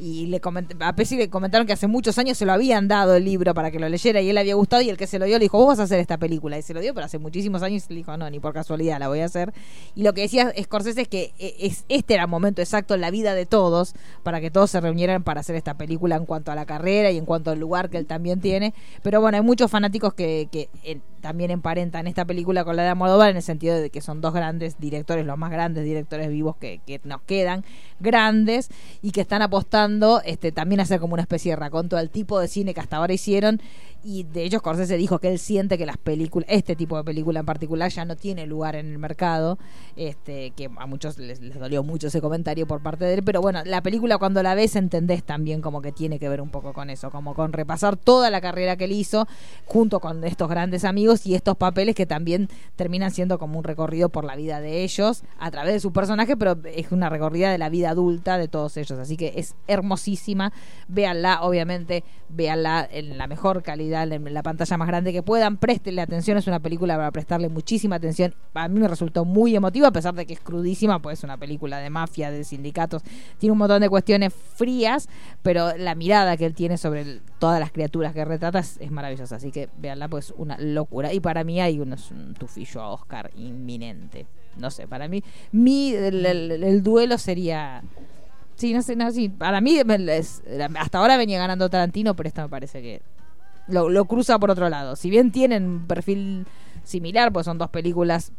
Speaker 4: Y le coment- a Pesci le comentaron que hace muchos años se lo habían dado el libro para que lo leyera y él le había gustado y el que se lo dio le dijo, vos vas a hacer esta película. Y se lo dio, pero hace muchísimos años y le dijo, no, ni por casualidad la voy a hacer. Y lo que decía Scorsese es que eh, es, este era el momento exacto en la vida de todos para que todos se reunieran para hacer esta película en cuanto a la carrera y en cuanto al lugar que él también tiene. Pero bueno, hay muchos fanáticos que, que, eh, también emparentan esta película con la de Almodóvar en el sentido de que son dos grandes directores, los más grandes directores vivos que, que nos quedan, grandes, y que están apostando este, también a hacer como una especie de raconto al tipo de cine que hasta ahora hicieron y de hecho Scorsese dijo que él siente que las películas, este tipo de película en particular ya no tiene lugar en el mercado, este, que a muchos les, les dolió mucho ese comentario por parte de él, pero bueno, la película cuando la ves entendés también como que tiene que ver un poco con eso, como con repasar toda la carrera que él hizo junto con estos grandes amigos y estos papeles que también terminan siendo como un recorrido por la vida de ellos a través de su personaje, pero es una recorrida de la vida adulta de todos ellos, así que es hermosísima, véanla, obviamente, véanla en la mejor calidad, en la pantalla más grande que puedan, prestenle atención, es una película para prestarle muchísima atención, a mí me resultó muy emotiva, a pesar de que es crudísima, pues es una película de mafia, de sindicatos, tiene un montón de cuestiones frías, pero la mirada que él tiene sobre el- todas las criaturas que retrata es, es maravillosa, así que véanla, pues una locura, y para mí hay unos, un tufillo a Oscar inminente. No sé, para mí, mi, el- el- el duelo sería Sí, no sé, no, sí. Para mí, me- es- hasta ahora venía ganando Tarantino, pero esta me parece que lo, lo cruza por otro lado. Si bien tienen un perfil similar, pues son dos películas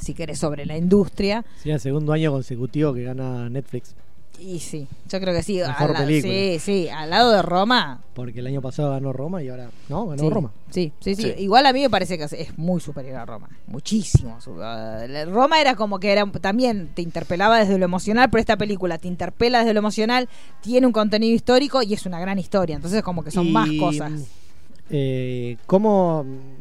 Speaker 4: si querés, sobre la industria.
Speaker 8: Sí, el segundo año consecutivo que gana Netflix.
Speaker 4: Y sí, yo creo que sí.
Speaker 8: Mejor
Speaker 4: al la-
Speaker 8: película.
Speaker 4: Sí, sí, al lado de Roma.
Speaker 8: Porque el año pasado ganó Roma y ahora. No, ganó
Speaker 4: sí,
Speaker 8: Roma.
Speaker 4: Sí, sí, sí.
Speaker 8: Sí.
Speaker 4: Igual a mí me parece que es- es muy superior a Roma. Muchísimo. su- ah, la- Roma era como que era también te interpelaba desde lo emocional, pero esta película te interpela desde lo emocional, tiene un contenido histórico y es una gran historia. Entonces, como que son
Speaker 8: Y,
Speaker 4: más cosas.
Speaker 8: Eh, ¿Cómo mm,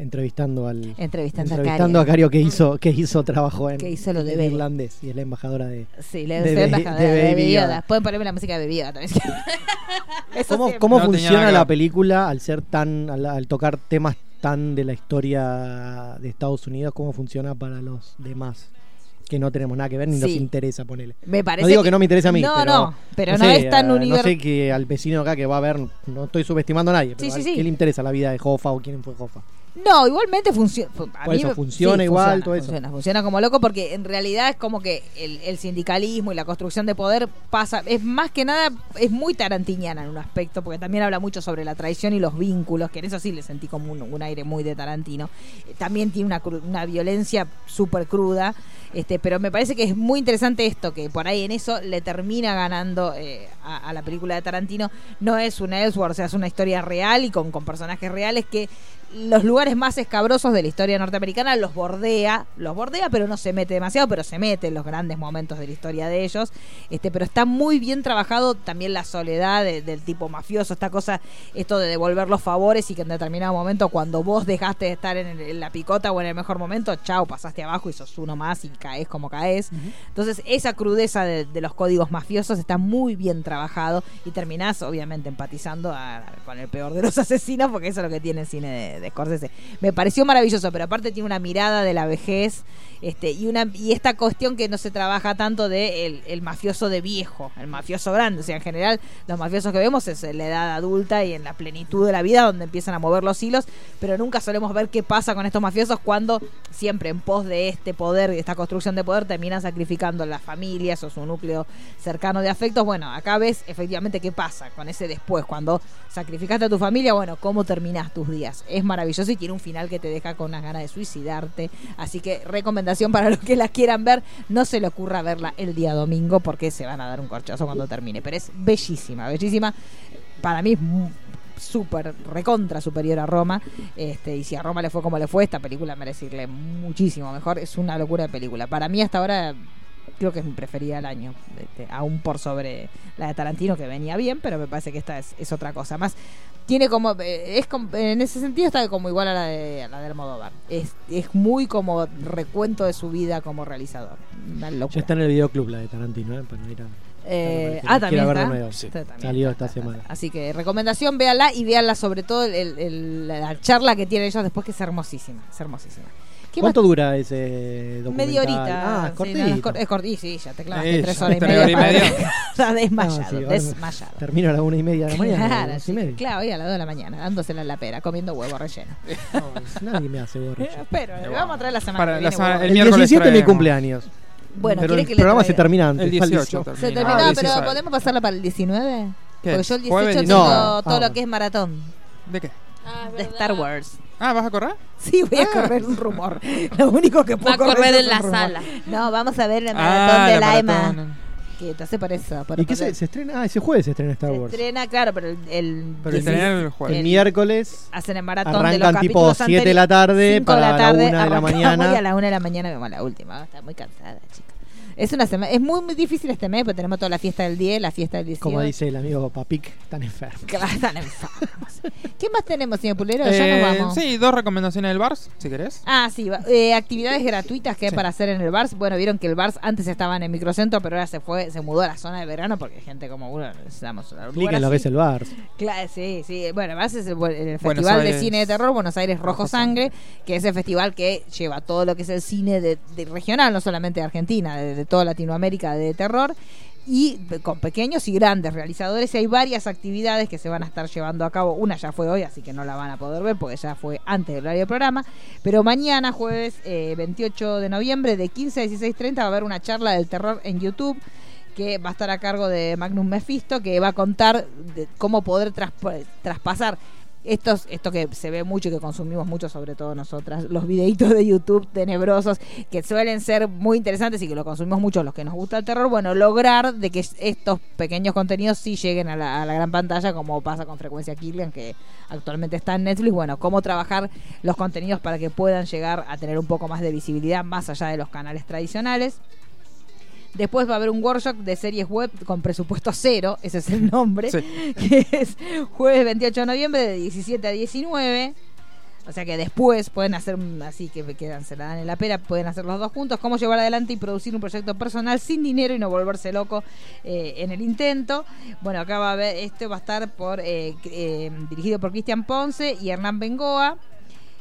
Speaker 8: entrevistando al
Speaker 4: Entrevistando a
Speaker 8: entrevistando a
Speaker 4: Cario.
Speaker 8: Cario que hizo que hizo trabajo en,
Speaker 4: Que hizo los
Speaker 8: en
Speaker 4: deberes.
Speaker 8: irlandés y es la embajadora de
Speaker 4: Sí, le
Speaker 8: de
Speaker 4: de,
Speaker 8: Baby- de Baby
Speaker 4: Baby
Speaker 8: Yoda.
Speaker 4: Yoda. Pueden ponerme la música de Baby Yoda también. <laughs> Eso
Speaker 8: ¿Cómo,
Speaker 4: siempre.
Speaker 8: cómo funciona la película al ser tan al, al tocar temas tan de la historia de Estados Unidos? ¿Cómo funciona para los demás? Que no tenemos nada que ver ni nos
Speaker 4: Sí.
Speaker 8: interesa ponerle.
Speaker 4: Me parece
Speaker 8: no digo que,
Speaker 4: que-
Speaker 8: no me interesa a mí.
Speaker 4: No,
Speaker 8: pero,
Speaker 4: no, pero no es tan
Speaker 8: eh, No
Speaker 4: univer-
Speaker 8: sé que al vecino acá que va a ver, no estoy subestimando a nadie, pero
Speaker 4: Sí, sí,
Speaker 8: al-
Speaker 4: sí.
Speaker 8: ¿qué le interesa la vida de Hoffa o quién fue Hoffa?
Speaker 4: No, igualmente funciona. a
Speaker 8: Por
Speaker 4: mí
Speaker 8: eso
Speaker 4: me-
Speaker 8: funciona
Speaker 4: sí,
Speaker 8: igual,
Speaker 4: funciona,
Speaker 8: todo eso.
Speaker 4: Funciona, funciona como loco porque en realidad es como que el, el sindicalismo y la construcción de poder pasa. Es más que nada, es muy tarantiniana en un aspecto porque también habla mucho sobre la traición y los vínculos, que en eso sí le sentí como un, un aire muy de Tarantino. Eh, También tiene una, cru- una violencia súper cruda. Este, pero me parece que es muy interesante esto, que por ahí en eso le termina ganando eh, a, a la película de Tarantino. No es un Ellsworth, o sea, es una historia real y con, con personajes reales que los lugares más escabrosos de la historia norteamericana los bordea, los bordea, pero no se mete demasiado, pero se mete en los grandes momentos de la historia de ellos. Este, pero está muy bien trabajado también la soledad de- del tipo mafioso, esta cosa, esto de devolver los favores y que en determinado momento, cuando vos dejaste de estar en, el- en la picota o en el mejor momento, chao, pasaste abajo y sos uno más y caes como caes. Entonces, esa crudeza de, de los códigos mafiosos está muy bien trabajado y terminás, obviamente, empatizando a- con el peor de los <laughs> asesinos, porque eso es lo que tiene el cine de, de Scorsese. Me pareció maravilloso, pero aparte tiene una mirada de la vejez este, y, una, y esta cuestión que no se trabaja tanto de el, el mafioso de viejo, el mafioso grande. O sea, en general, los mafiosos que vemos es en la edad adulta y en la plenitud de la vida donde empiezan a mover los hilos, pero nunca solemos ver qué pasa con estos mafiosos cuando siempre en pos de este poder, de esta construcción de poder, terminan sacrificando las familias o su núcleo cercano de afectos. Bueno, acá ves efectivamente qué pasa con ese después, cuando sacrificaste a tu familia, bueno, cómo terminás tus días. Es maravilloso y tiene un final que te deja con unas ganas de suicidarte. Así que recomendación para <laughs> los que la quieran ver, no se le ocurra verla el día domingo porque se van a dar un corchazo cuando termine. Pero es bellísima, bellísima. Para mí es mu- súper, recontra superior a Roma. Este, y si a Roma le fue como le fue, esta película merece irle muchísimo mejor. Es una locura de película. Para mí hasta ahora creo que es mi preferida del año. este, aún por sobre la de Tarantino, que venía bien, pero me parece que esta es, es otra cosa. Más tiene como eh, es com- en ese sentido está como igual a la de a la de Almodóvar es, es muy como recuento de su vida como realizador Una locura.
Speaker 8: Ya está en el videoclub la de Tarantino, ¿eh? Para ir a-
Speaker 4: Eh,
Speaker 8: para que
Speaker 4: ah
Speaker 8: la
Speaker 4: también
Speaker 8: quiera ver de
Speaker 4: está.
Speaker 8: nuevo.
Speaker 4: Está también.
Speaker 8: Salió esta semana.
Speaker 4: así que recomendación véanla y véanla sobre todo el- el- la charla que tienen ellos después que es hermosísima es hermosísima ¿Qué más
Speaker 8: ¿Cuánto dura ese documental?
Speaker 4: Media horita.
Speaker 8: Ah, es
Speaker 4: Sí,
Speaker 8: cortito.
Speaker 4: no, es cor- es corti- sí, ya te clavaste
Speaker 8: Eh,
Speaker 4: tres
Speaker 8: ya,
Speaker 4: horas y
Speaker 8: tres
Speaker 4: media.
Speaker 8: horas y
Speaker 4: para-
Speaker 8: media.
Speaker 4: <laughs> Está desmayado,
Speaker 8: Ah, sí, ahora me-
Speaker 4: desmayado.
Speaker 8: Termino a las una y media de la mañana.
Speaker 4: Claro,
Speaker 8: dos y
Speaker 4: sí,
Speaker 8: media.
Speaker 4: claro, hoy a las 2 de la mañana, dándosela en la pera, comiendo huevo relleno.
Speaker 8: Pues Nadie me hace borrar.
Speaker 4: Pero le vamos a traer la semana
Speaker 6: Para
Speaker 4: que
Speaker 6: la
Speaker 4: viene
Speaker 6: semana-
Speaker 4: huevo
Speaker 6: <laughs> el
Speaker 8: El
Speaker 4: relleno.
Speaker 6: miércoles
Speaker 8: 17 es mi
Speaker 6: traemos.
Speaker 8: cumpleaños.
Speaker 4: Bueno,
Speaker 8: pero
Speaker 4: ¿quiere
Speaker 8: el
Speaker 4: que le
Speaker 8: programa se
Speaker 4: traiga?
Speaker 8: termina antes.
Speaker 6: El 18
Speaker 8: falso.
Speaker 4: Se
Speaker 6: termina.
Speaker 4: terminó,
Speaker 6: Ah,
Speaker 4: pero
Speaker 6: 16.
Speaker 4: ¿podemos pasarla para el 19?
Speaker 6: ¿Qué?
Speaker 4: Porque yo el 18
Speaker 6: Jueves
Speaker 4: tengo
Speaker 6: 19.
Speaker 8: No.
Speaker 4: todo
Speaker 8: Ah.
Speaker 4: lo que es maratón
Speaker 6: ¿De qué?
Speaker 4: de Star Wars. <laughs>
Speaker 6: Ah, ¿vas a correr?
Speaker 4: Sí, voy a correr un rumor. Lo único que puedo
Speaker 7: Ah. Va a correr
Speaker 4: es
Speaker 7: en
Speaker 4: un
Speaker 7: la
Speaker 4: rumor.
Speaker 7: sala.
Speaker 4: No, vamos a ver la maratón
Speaker 6: Ah,
Speaker 4: de
Speaker 6: la
Speaker 4: la
Speaker 6: maratón.
Speaker 4: EMA. Que entonces por eso. por-
Speaker 8: ¿Y qué
Speaker 4: por-
Speaker 8: se, se estrena? Ah, ese jueves se estrena Star
Speaker 4: Se
Speaker 8: Wars.
Speaker 4: estrena, claro, pero el. el
Speaker 6: Pero el
Speaker 4: 16
Speaker 6: estrena el jueves.
Speaker 8: El miércoles
Speaker 4: Hacen el maratón de los
Speaker 8: arrancan tipo
Speaker 4: capítulos
Speaker 8: 7 de la tarde
Speaker 4: Cinco
Speaker 8: para la 1 de la
Speaker 4: arrancamos Y a
Speaker 8: mañana.
Speaker 4: la 1 de la mañana vemos la última. Vamos a estar muy cansada, chica. Es una semana, es muy, muy difícil este mes, porque tenemos toda la fiesta del 10, la fiesta del 18.
Speaker 8: Como dice el amigo Papic, están enfermos.
Speaker 4: Claro, <laughs> están enfermos. ¿Qué más tenemos, señor Pulero? Ya
Speaker 6: Eh,
Speaker 4: nos vamos.
Speaker 6: sí, dos recomendaciones del Bars, si querés.
Speaker 4: Ah, sí, va- eh, actividades gratuitas que hay
Speaker 6: Sí.
Speaker 4: para hacer en el Bars. Bueno, vieron que el Bars antes estaba en el microcentro, pero ahora se fue, se mudó a la zona de verano porque gente como uno necesitamos un lugar
Speaker 8: Expliquen lo que
Speaker 4: así.
Speaker 8: es el bar.
Speaker 4: Claro, sí, sí. Bueno, además es el, el
Speaker 8: Buenos
Speaker 4: Festival de
Speaker 8: Aires.
Speaker 4: Cine de Terror Buenos Aires Rojo,
Speaker 8: Rojo
Speaker 4: Sangre, que es el festival que lleva todo lo que es el cine de, de regional, no solamente de Argentina, de, de toda Latinoamérica de terror. Y pe- con pequeños y grandes realizadores, y hay varias actividades que se van a estar llevando a cabo. Una ya fue hoy, así que no la van a poder ver porque ya fue antes del horario del programa. Pero mañana, jueves eh, 28 de noviembre, de 15 a 16.30, va a haber una charla del terror en YouTube que va a estar a cargo de Magnus Mephisto, que va a contar de cómo poder traspa- traspasar estos, esto que se ve mucho y que consumimos mucho, sobre todo nosotras, los videitos de YouTube tenebrosos, que suelen ser muy interesantes y que lo consumimos mucho los que nos gusta el terror, bueno, lograr de que estos pequeños contenidos sí lleguen a la, a la gran pantalla, como pasa con frecuencia Killian, que actualmente está en Netflix, bueno, cómo trabajar los contenidos para que puedan llegar a tener un poco más de visibilidad más allá de los canales tradicionales. Después va a haber un workshop de series web con presupuesto cero, ese es el nombre, <laughs> que es jueves 28 de noviembre de 17 a 19. O sea que después pueden hacer un- así que quedan, se la dan en la pera, pueden hacer los dos juntos, cómo llevar adelante y producir un proyecto personal sin dinero y no volverse loco eh, en el intento. Bueno, acá va a haber, este va a estar por eh, eh, dirigido por Cristian Ponce y Hernán Bengoa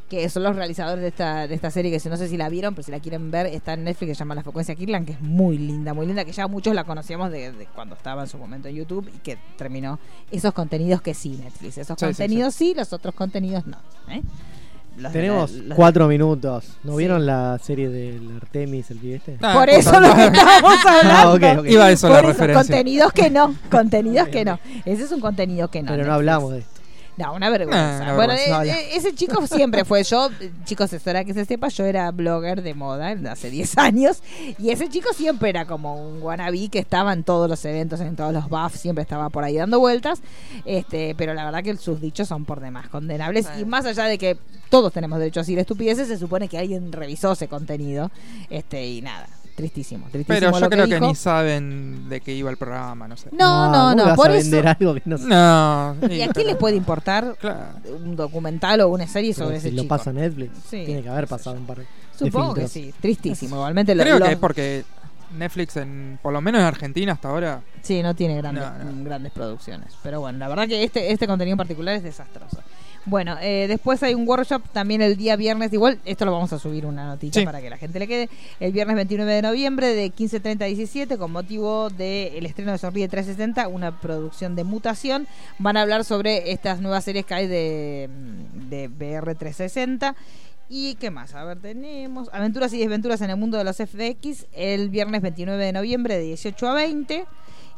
Speaker 4: que son los realizadores de esta, de esta serie, que si no sé si la vieron, pero si la quieren ver, está en Netflix, que se llama La Frecuencia Kirlan, que es muy linda, muy linda, que ya muchos la conocíamos de, de cuando estaba en su momento en YouTube y que terminó esos contenidos que sí, Netflix, esos
Speaker 8: Sí, sí,
Speaker 4: contenidos sí, los otros contenidos no. ¿eh? Los de la-
Speaker 8: Tenemos
Speaker 4: los de-
Speaker 8: cuatro minutos. ¿No
Speaker 4: Sí.
Speaker 8: vieron la serie del Artemis, el pibe este?
Speaker 4: Ah, Por eso
Speaker 6: <laughs>
Speaker 4: lo que estábamos hablando.
Speaker 8: <laughs> Ah, ok, ok.
Speaker 6: Iba eso la
Speaker 4: Por
Speaker 6: referencia.
Speaker 4: Contenidos que
Speaker 6: <laughs>
Speaker 4: no, contenidos que no. Ese es un contenido que no.
Speaker 8: Pero
Speaker 4: Netflix.
Speaker 8: no hablamos de esto.
Speaker 4: No, una vergüenza.
Speaker 8: Nah, una
Speaker 4: bueno,
Speaker 8: vergüenza.
Speaker 4: eh,
Speaker 8: No,
Speaker 4: eh, ese chico siempre fue yo, eh, chicos, será que se sepa, yo era blogger de moda hace 10 años y ese chico siempre era como un wannabe que estaba en todos los eventos, en todos los buffs, siempre estaba por ahí dando vueltas, este, pero la verdad que sus dichos son por demás condenables y más allá de que todos tenemos derecho a decir estupideces, se supone que alguien revisó ese contenido este y nada, tristísimo, tristísimo
Speaker 6: Pero yo
Speaker 4: lo
Speaker 6: creo que,
Speaker 4: que, dijo.
Speaker 6: ni saben de qué iba el
Speaker 4: <laughs>
Speaker 6: programa, no sé.
Speaker 8: Ah,
Speaker 4: No, no, no, por eso
Speaker 6: No,
Speaker 4: ¿Y a quién le puede importar un documental o una serie sobre
Speaker 8: Pero
Speaker 4: ese
Speaker 8: si
Speaker 4: chico?
Speaker 8: lo pasa Netflix,
Speaker 4: Sí,
Speaker 8: tiene que haber pasado un par de
Speaker 4: Supongo que
Speaker 8: filtros.
Speaker 4: sí, tristísimo. Igualmente lo-
Speaker 6: Creo
Speaker 4: los-
Speaker 6: que es porque Netflix, en, por lo menos en Argentina hasta ahora,
Speaker 4: Sí, no tiene grandes,
Speaker 6: No,
Speaker 4: mm, grandes producciones. Pero bueno, la verdad que este, este contenido en particular es desastroso. Bueno, eh, después hay un workshop también el día viernes. Igual, esto lo vamos a subir una noticia
Speaker 7: Sí.
Speaker 4: para que la gente le quede. El viernes 29 de noviembre de 15.30 a 17, con motivo del estreno de Sonríe 360, una producción de mutación. Van a hablar sobre estas nuevas series que hay de, mm, de BR360. ¿Y qué más? A ver, tenemos Aventuras y Desventuras en el Mundo de los FX el viernes 29 de noviembre de 18 a 20.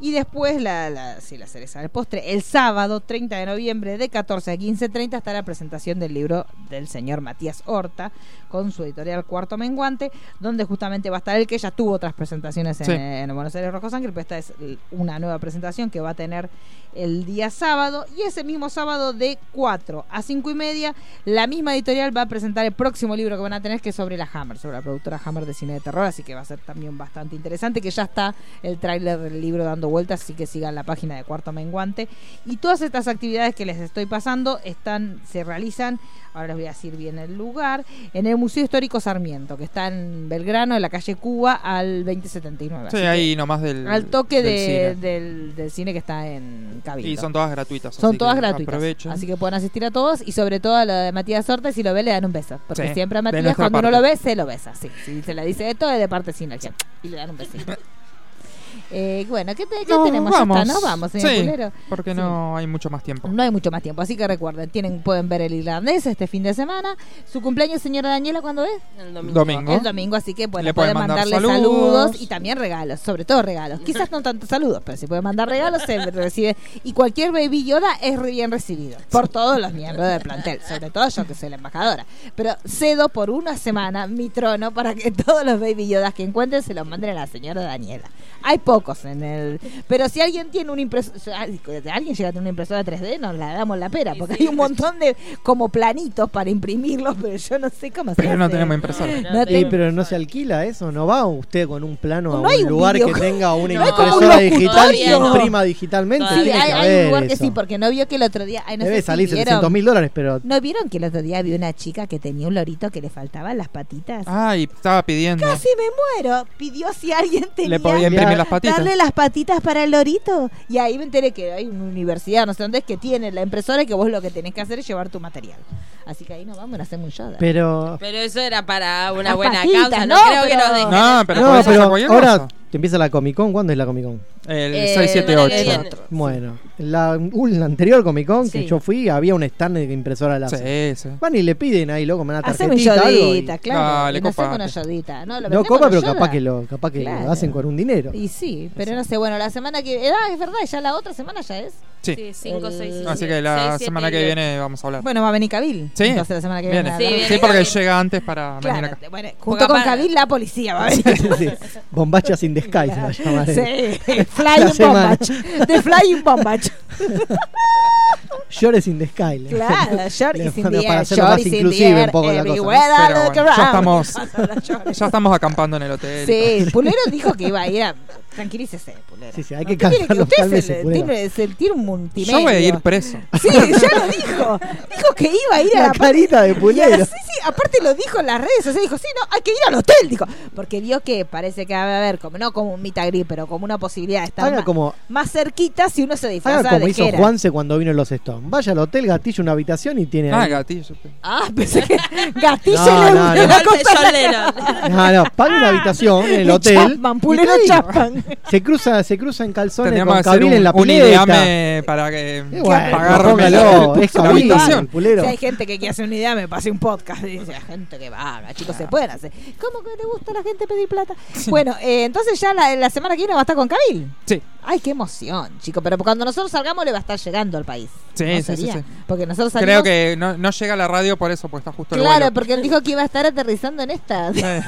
Speaker 4: Y después, la, la, sí, la cereza del postre, el sábado 30 de noviembre de 14 a 15.30 está la presentación del libro del señor Matías Horta con su editorial Cuarto Menguante, donde justamente va a estar él, que ya tuvo otras presentaciones en,
Speaker 7: Sí.
Speaker 4: eh, en Buenos Aires Rojo Sangre, pero esta es l- una nueva presentación que va a tener el día sábado. Y ese mismo sábado de 4 a 5 y media, la misma editorial va a presentar el próximo libro que van a tener, que es sobre la Hammer, sobre la productora Hammer de cine de terror, así que va a ser también bastante interesante, que ya está el tráiler del libro dando vueltas, así que sigan la página de Cuarto Menguante. Y todas estas actividades que les estoy pasando están, se realizan, ahora les voy a decir bien el lugar, en el Museo Histórico Sarmiento, que está en Belgrano, en la calle Cuba, al 2079. así
Speaker 6: Sí,
Speaker 4: que
Speaker 6: ahí nomás del-
Speaker 4: Al toque
Speaker 6: del
Speaker 4: de-
Speaker 6: cine.
Speaker 4: del, del cine que está en Cabildo.
Speaker 6: y son todas gratuitas.
Speaker 4: Son
Speaker 6: así
Speaker 4: todas
Speaker 6: que
Speaker 4: gratuitas.
Speaker 6: Aprovechen.
Speaker 4: Así que pueden asistir a todos y sobre todo a lo de Matías Horta y si lo ve le dan un beso. Porque
Speaker 6: Sí,
Speaker 4: siempre a
Speaker 6: de
Speaker 4: Matías
Speaker 6: nuestra
Speaker 4: cuando uno lo
Speaker 6: parte.
Speaker 4: ve se lo besa. Sí, si se le dice esto es de parte sin el Y le dan un
Speaker 6: <laughs>
Speaker 4: besito. Eh, bueno, ¿qué, te- qué
Speaker 6: Nos
Speaker 4: tenemos? Ya está, nos vamos, señor
Speaker 6: sí,
Speaker 4: Pulero.
Speaker 6: porque
Speaker 4: Sí.
Speaker 6: no hay mucho más tiempo.
Speaker 4: No hay mucho más tiempo, así que recuerden, tienen, pueden ver el irlandés este fin de semana. Su cumpleaños, señora Daniela, ¿cuándo es? El
Speaker 6: domingo. Domingo.
Speaker 4: El domingo, así que bueno,
Speaker 6: Le
Speaker 4: pueden
Speaker 6: pueden mandar
Speaker 4: mandarle saludos.
Speaker 6: saludos.
Speaker 4: y también regalos, sobre todo regalos. Quizás no tantos saludos, pero si pueden mandar regalos, se <laughs> recibe. Y cualquier baby Yoda es re bien recibido por todos los miembros del plantel, sobre todo yo que soy la embajadora. Pero cedo por una semana mi trono para que todos los baby Yodas que encuentren se los manden a la señora Daniela. Hay pocos en el. Pero si alguien tiene una impresora. Alguien llega a tener una impresora 3D, nos la damos la pera. Porque hay un montón de como planitos para imprimirlos, pero yo no sé cómo se
Speaker 6: Pero no
Speaker 4: hace.
Speaker 6: tenemos impresora.
Speaker 4: No
Speaker 8: Ey,
Speaker 4: tengo-
Speaker 8: pero no se alquila eso, no va usted con un plano a
Speaker 4: No hay
Speaker 8: un
Speaker 4: un
Speaker 8: lugar
Speaker 4: video-
Speaker 8: que tenga
Speaker 4: <laughs>
Speaker 8: una
Speaker 4: No hay como un
Speaker 8: impresora digital y
Speaker 4: locutorio.
Speaker 8: imprima digitalmente.
Speaker 4: Sí,
Speaker 8: tiene
Speaker 4: hay, hay
Speaker 8: que
Speaker 4: un
Speaker 8: haber
Speaker 4: lugar que
Speaker 8: eso.
Speaker 4: sí, porque no vio que el otro día. ay, no
Speaker 8: Debe
Speaker 4: sé si
Speaker 8: salir
Speaker 4: vieron.
Speaker 8: 700 mil dólares, pero
Speaker 4: ¿No vieron que el otro día vi una chica que tenía un lorito que le faltaban las patitas?
Speaker 8: Ah,
Speaker 6: Ay, estaba pidiendo.
Speaker 4: Casi me muero. Pidió si alguien tenía.
Speaker 6: Le podía imprimir las patitas.
Speaker 4: Darle las patitas para el lorito. Y ahí me enteré que hay una universidad, no sé dónde es, que tiene la impresora y que vos lo que tenés que hacer es llevar tu material. Así que ahí nos vamos, nos hacemos un yoda.
Speaker 8: pero
Speaker 7: Pero eso era para una
Speaker 4: Las
Speaker 7: buena
Speaker 4: patitas,
Speaker 7: causa. No,
Speaker 4: no,
Speaker 7: creo que
Speaker 4: pero-
Speaker 7: nos dejen.
Speaker 6: No, pero
Speaker 8: No,
Speaker 6: podés hacer
Speaker 8: pero
Speaker 6: cualquier
Speaker 8: ahora
Speaker 6: cosa.
Speaker 8: te empieza la Comic Con, ¿cuándo es la Comic Con?
Speaker 6: El
Speaker 7: Eh,
Speaker 6: 678.
Speaker 8: Bueno, la, uh, la anterior Comic Con que
Speaker 4: Sí.
Speaker 8: yo fui, había un stand de impresora láser.
Speaker 6: Sí, sí.
Speaker 8: Van y le piden ahí, loco, con una
Speaker 4: Hacemos un
Speaker 8: tarjetita. algo y-
Speaker 4: yodita, claro.
Speaker 6: Dale,
Speaker 4: y nos hacemos
Speaker 6: copate.
Speaker 4: una yodita. No, lo
Speaker 8: No
Speaker 4: vendemos
Speaker 8: copa,
Speaker 4: los
Speaker 8: pero
Speaker 4: yodas.
Speaker 8: capaz que lo, capaz que lo
Speaker 4: Claro.
Speaker 8: hacen con un dinero.
Speaker 4: eh, Y sí, pero no sé, bueno, la semana que... Ah, es verdad, ya la otra semana ya es.
Speaker 6: Sí.
Speaker 7: Sí, cinco, seis, siete,
Speaker 6: Así que la
Speaker 7: seis, siete,
Speaker 6: semana que
Speaker 7: diez.
Speaker 6: viene vamos a hablar.
Speaker 4: Bueno, va a venir Cabil.
Speaker 6: Sí.
Speaker 4: Entonces la semana que viene.
Speaker 6: Viene.
Speaker 4: a
Speaker 6: Sí,
Speaker 4: hablar.
Speaker 6: porque llega antes para
Speaker 4: Claro,
Speaker 6: venir acá.
Speaker 4: bueno, junto con Cabil la policía va a venir.
Speaker 8: <laughs> Sí, Bombachas in the sky se va a llamar.
Speaker 4: Sí,
Speaker 8: <laughs> La
Speaker 4: Flying
Speaker 8: semana.
Speaker 4: Bombach. The Flying Bombach.
Speaker 8: <laughs> Llores in the sky. le-
Speaker 4: Claro,
Speaker 8: le
Speaker 4: short is in
Speaker 8: ponen
Speaker 4: the
Speaker 8: para
Speaker 4: air,
Speaker 8: hacerlo
Speaker 4: short
Speaker 8: más
Speaker 4: is in the
Speaker 8: inclusive
Speaker 4: air,
Speaker 8: un poco la cosa.
Speaker 4: everywhere I
Speaker 6: Pero
Speaker 4: look
Speaker 6: bueno,
Speaker 4: around.
Speaker 6: ya
Speaker 4: <laughs>
Speaker 6: estamos, <laughs> ya estamos acampando en el hotel.
Speaker 4: Sí, Pulero dijo que iba a ir a. Tranquilícese, Pulero.
Speaker 8: Sí, sí, hay que
Speaker 4: Usted tiene que-
Speaker 8: calmarnos,
Speaker 4: usted es el-
Speaker 8: cálmese, Pulero.
Speaker 4: tiene, se- tiene un multimedia.
Speaker 6: Yo voy a ir preso.
Speaker 4: Sí, ya lo dijo. Dijo que iba a ir a
Speaker 8: La
Speaker 4: la
Speaker 8: carita de Pulero.
Speaker 4: Sí, sí, aparte lo dijo en las redes sociales. Dijo, sí, no, hay que ir al hotel. Dijo, porque vio que parece que va a haber, como, no como un meet and greet, pero como una posibilidad de estar
Speaker 8: Haga
Speaker 4: más,
Speaker 8: como-
Speaker 4: más cerquita si uno se disfraza
Speaker 8: Haga como
Speaker 4: de que
Speaker 8: hizo
Speaker 4: era.
Speaker 8: Juanse cuando vino los Stones. Vaya al hotel, gatilla una habitación y tiene.
Speaker 6: Ah,
Speaker 8: ahí-
Speaker 6: gatillo.
Speaker 4: Ah, pensé
Speaker 8: <laughs>
Speaker 4: que Gatillo
Speaker 8: No,
Speaker 4: le
Speaker 8: no,
Speaker 4: le
Speaker 8: no.
Speaker 4: la cosa-
Speaker 8: No, no, paga una habitación
Speaker 4: <laughs>
Speaker 8: en el hotel.
Speaker 4: Ah. Chapman,
Speaker 8: y
Speaker 4: Pulero
Speaker 8: está ahí. <laughs>
Speaker 4: Chapman.
Speaker 8: Se cruza, se cruza en calzones
Speaker 6: Tendríamos que
Speaker 8: con
Speaker 6: hacer
Speaker 8: Cabil
Speaker 6: un,
Speaker 8: en la
Speaker 6: un
Speaker 8: pileta.
Speaker 6: ideame para que
Speaker 8: Eh, bueno,
Speaker 6: pagarme
Speaker 8: póngalo, es
Speaker 6: la
Speaker 8: Cabil,
Speaker 6: habitación.
Speaker 8: Pulero.
Speaker 4: Si hay gente que quiere hacer una idea, me pase un podcast. Dice, "Hay gente que vaga, chicos, se pueden hacer. ¿Cómo que te gusta a la gente pedir
Speaker 8: <laughs>
Speaker 4: plata? Bueno, eh, entonces ya la, la semana que viene va a estar con Cabil.
Speaker 6: Sí.
Speaker 4: Ay, qué emoción, chicos. Pero cuando nosotros salgamos, le va a estar llegando al país.
Speaker 6: Sí,
Speaker 4: ¿No
Speaker 6: sí,
Speaker 4: sería?
Speaker 6: sí, sí.
Speaker 4: Porque nosotros salimos.
Speaker 6: Creo que no, no llega la radio por eso, porque está justo el
Speaker 4: Claro,
Speaker 6: vuelo.
Speaker 4: porque él dijo que iba a estar aterrizando en
Speaker 6: <laughs>
Speaker 4: esta. <laughs>
Speaker 6: Eh,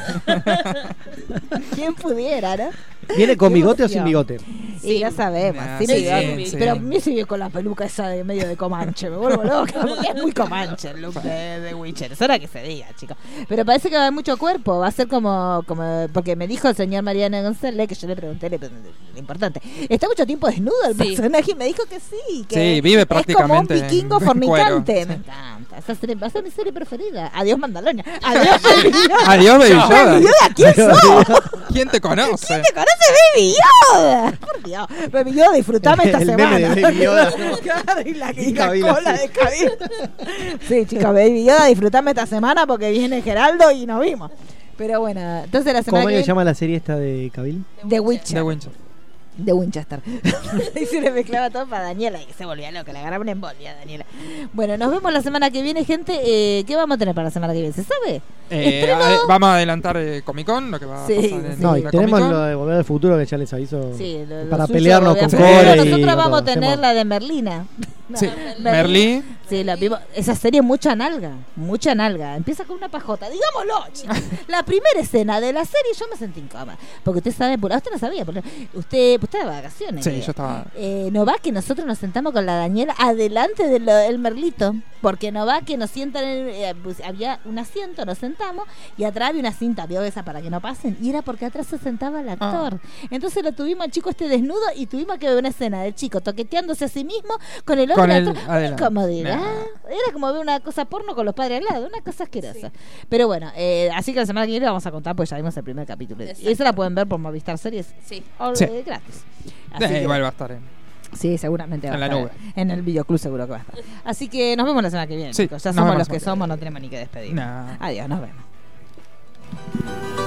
Speaker 4: ¿Quién pudiera, no?
Speaker 8: ¿Viene con
Speaker 4: Qué
Speaker 8: bigote o sin
Speaker 4: emoción.
Speaker 8: bigote?
Speaker 4: Sí, ya sabemos.
Speaker 6: Ah,
Speaker 4: sin
Speaker 6: sí,
Speaker 4: bigote.
Speaker 6: sí.
Speaker 4: Pero a mí se vio con la peluca esa de medio de Comanche. Me vuelvo
Speaker 6: <laughs>
Speaker 4: loca porque es muy Comanche el look de, de Witcher. Es hora que se diga, chicos. Pero parece que va a haber mucho cuerpo. Va a ser como, como. Porque me dijo el señor Mariano González, que yo le pregunté le- lo importante. Está mucho tiempo desnudo el
Speaker 7: Sí.
Speaker 4: personaje y me dijo que sí. Que
Speaker 6: Sí, vive prácticamente
Speaker 4: Es como un vikingo
Speaker 6: en cuero.
Speaker 4: fornicante.
Speaker 6: Sí.
Speaker 4: Me encanta. Esa serie- va a ser mi serie preferida. Adiós,
Speaker 6: <laughs>
Speaker 4: Mandalorian. Adiós, Baby Yoda.
Speaker 6: Adiós, Baby Yoda.
Speaker 4: Baby Yoda, ¿quién sos?
Speaker 6: ¿Quién te
Speaker 4: <laughs>
Speaker 6: conoce?
Speaker 4: ¿Te conoce Baby Yoda? Por Dios, Baby Yoda,
Speaker 8: <laughs>
Speaker 4: disfrutame esta
Speaker 8: El
Speaker 4: semana.
Speaker 8: meme de
Speaker 4: <laughs>
Speaker 8: Baby Yoda.
Speaker 4: Claro, y la, y la
Speaker 8: Cabil
Speaker 4: cola
Speaker 8: así.
Speaker 4: de Cabil. Sí, chicos, Baby Yoda, disfrutame esta semana porque viene Geraldo y nos vimos. Pero bueno, entonces la semana
Speaker 8: ¿Cómo
Speaker 4: que
Speaker 8: es que se
Speaker 4: viene,
Speaker 8: llama la serie esta de Cabil?
Speaker 4: The Witcher.
Speaker 6: De Winchester.
Speaker 4: De Winchester. <laughs> y se le mezclaba todo para Daniela, que se volvía loca, le agarraba una embolia a Daniela. Bueno, nos vemos la semana que viene, gente. Eh, ¿Qué vamos a tener para la semana que viene? ¿Se sabe?
Speaker 6: Eh,
Speaker 4: Estreno-
Speaker 6: ade- vamos a adelantar eh, Comic Con, lo que va a
Speaker 4: Sí,
Speaker 6: pasar en
Speaker 4: sí.
Speaker 8: No, y
Speaker 6: la
Speaker 8: tenemos
Speaker 6: Comic Con.
Speaker 8: lo de Volver al Futuro que ya les aviso.
Speaker 4: Sí, lo- lo
Speaker 8: para
Speaker 4: suyo
Speaker 8: pelearnos
Speaker 4: volvió
Speaker 8: con
Speaker 4: a
Speaker 6: hacer.
Speaker 8: Core.
Speaker 6: Sí,
Speaker 4: Nosotros vamos a tener
Speaker 8: hacemos-
Speaker 4: la de Merlina.
Speaker 6: Sí.
Speaker 4: <laughs> Merlín.
Speaker 6: Merlí.
Speaker 4: Sí, la vimos. Esa serie mucha nalga, mucha nalga. Empieza con una pajota, digámoslo, chicos. La primera escena de la serie yo me sentí incómoda. Porque usted sabe, por- ah, usted no sabía, por- usted, usted de vacaciones.
Speaker 6: Sí,
Speaker 4: creo.
Speaker 6: yo estaba.
Speaker 4: Eh, no va que nosotros nos sentamos con la Daniela adelante del el merlito, porque no va que nos sientan, en- eh, pues, había un asiento, nos sentamos y atrás había una cinta, vio esa para que no pasen, y era porque atrás se sentaba el
Speaker 6: Ah.
Speaker 4: actor. Entonces lo tuvimos al chico este desnudo y tuvimos que ver una escena del chico toqueteándose a sí mismo con el otro
Speaker 6: Con el-
Speaker 4: atrás. Una
Speaker 6: adelante.
Speaker 4: incomodidad.
Speaker 6: Nah.
Speaker 4: ah, Era como ver una cosa porno con los padres al lado, una cosa asquerosa. Pero bueno, eh, así que la semana que viene vamos a contar, pues ya vimos el primer capítulo.
Speaker 7: Exacto.
Speaker 4: Y esa la pueden ver por Movistar Series.
Speaker 7: Sí.
Speaker 4: o-
Speaker 6: Sí.
Speaker 4: eh, gratis. Así
Speaker 6: Eh,
Speaker 4: que-
Speaker 6: igual va a estar en.
Speaker 4: Sí, seguramente va
Speaker 6: En
Speaker 4: a
Speaker 6: la
Speaker 4: estar. En el videoclub seguro que va a estar. Así que nos vemos la semana que viene,
Speaker 6: Sí,
Speaker 4: chicos. Ya
Speaker 6: nos
Speaker 4: somos
Speaker 6: vemos
Speaker 4: los
Speaker 6: la
Speaker 4: que
Speaker 6: semana
Speaker 4: somos, no tenemos ni que despedir.
Speaker 6: Nah.
Speaker 4: Adiós, nos vemos.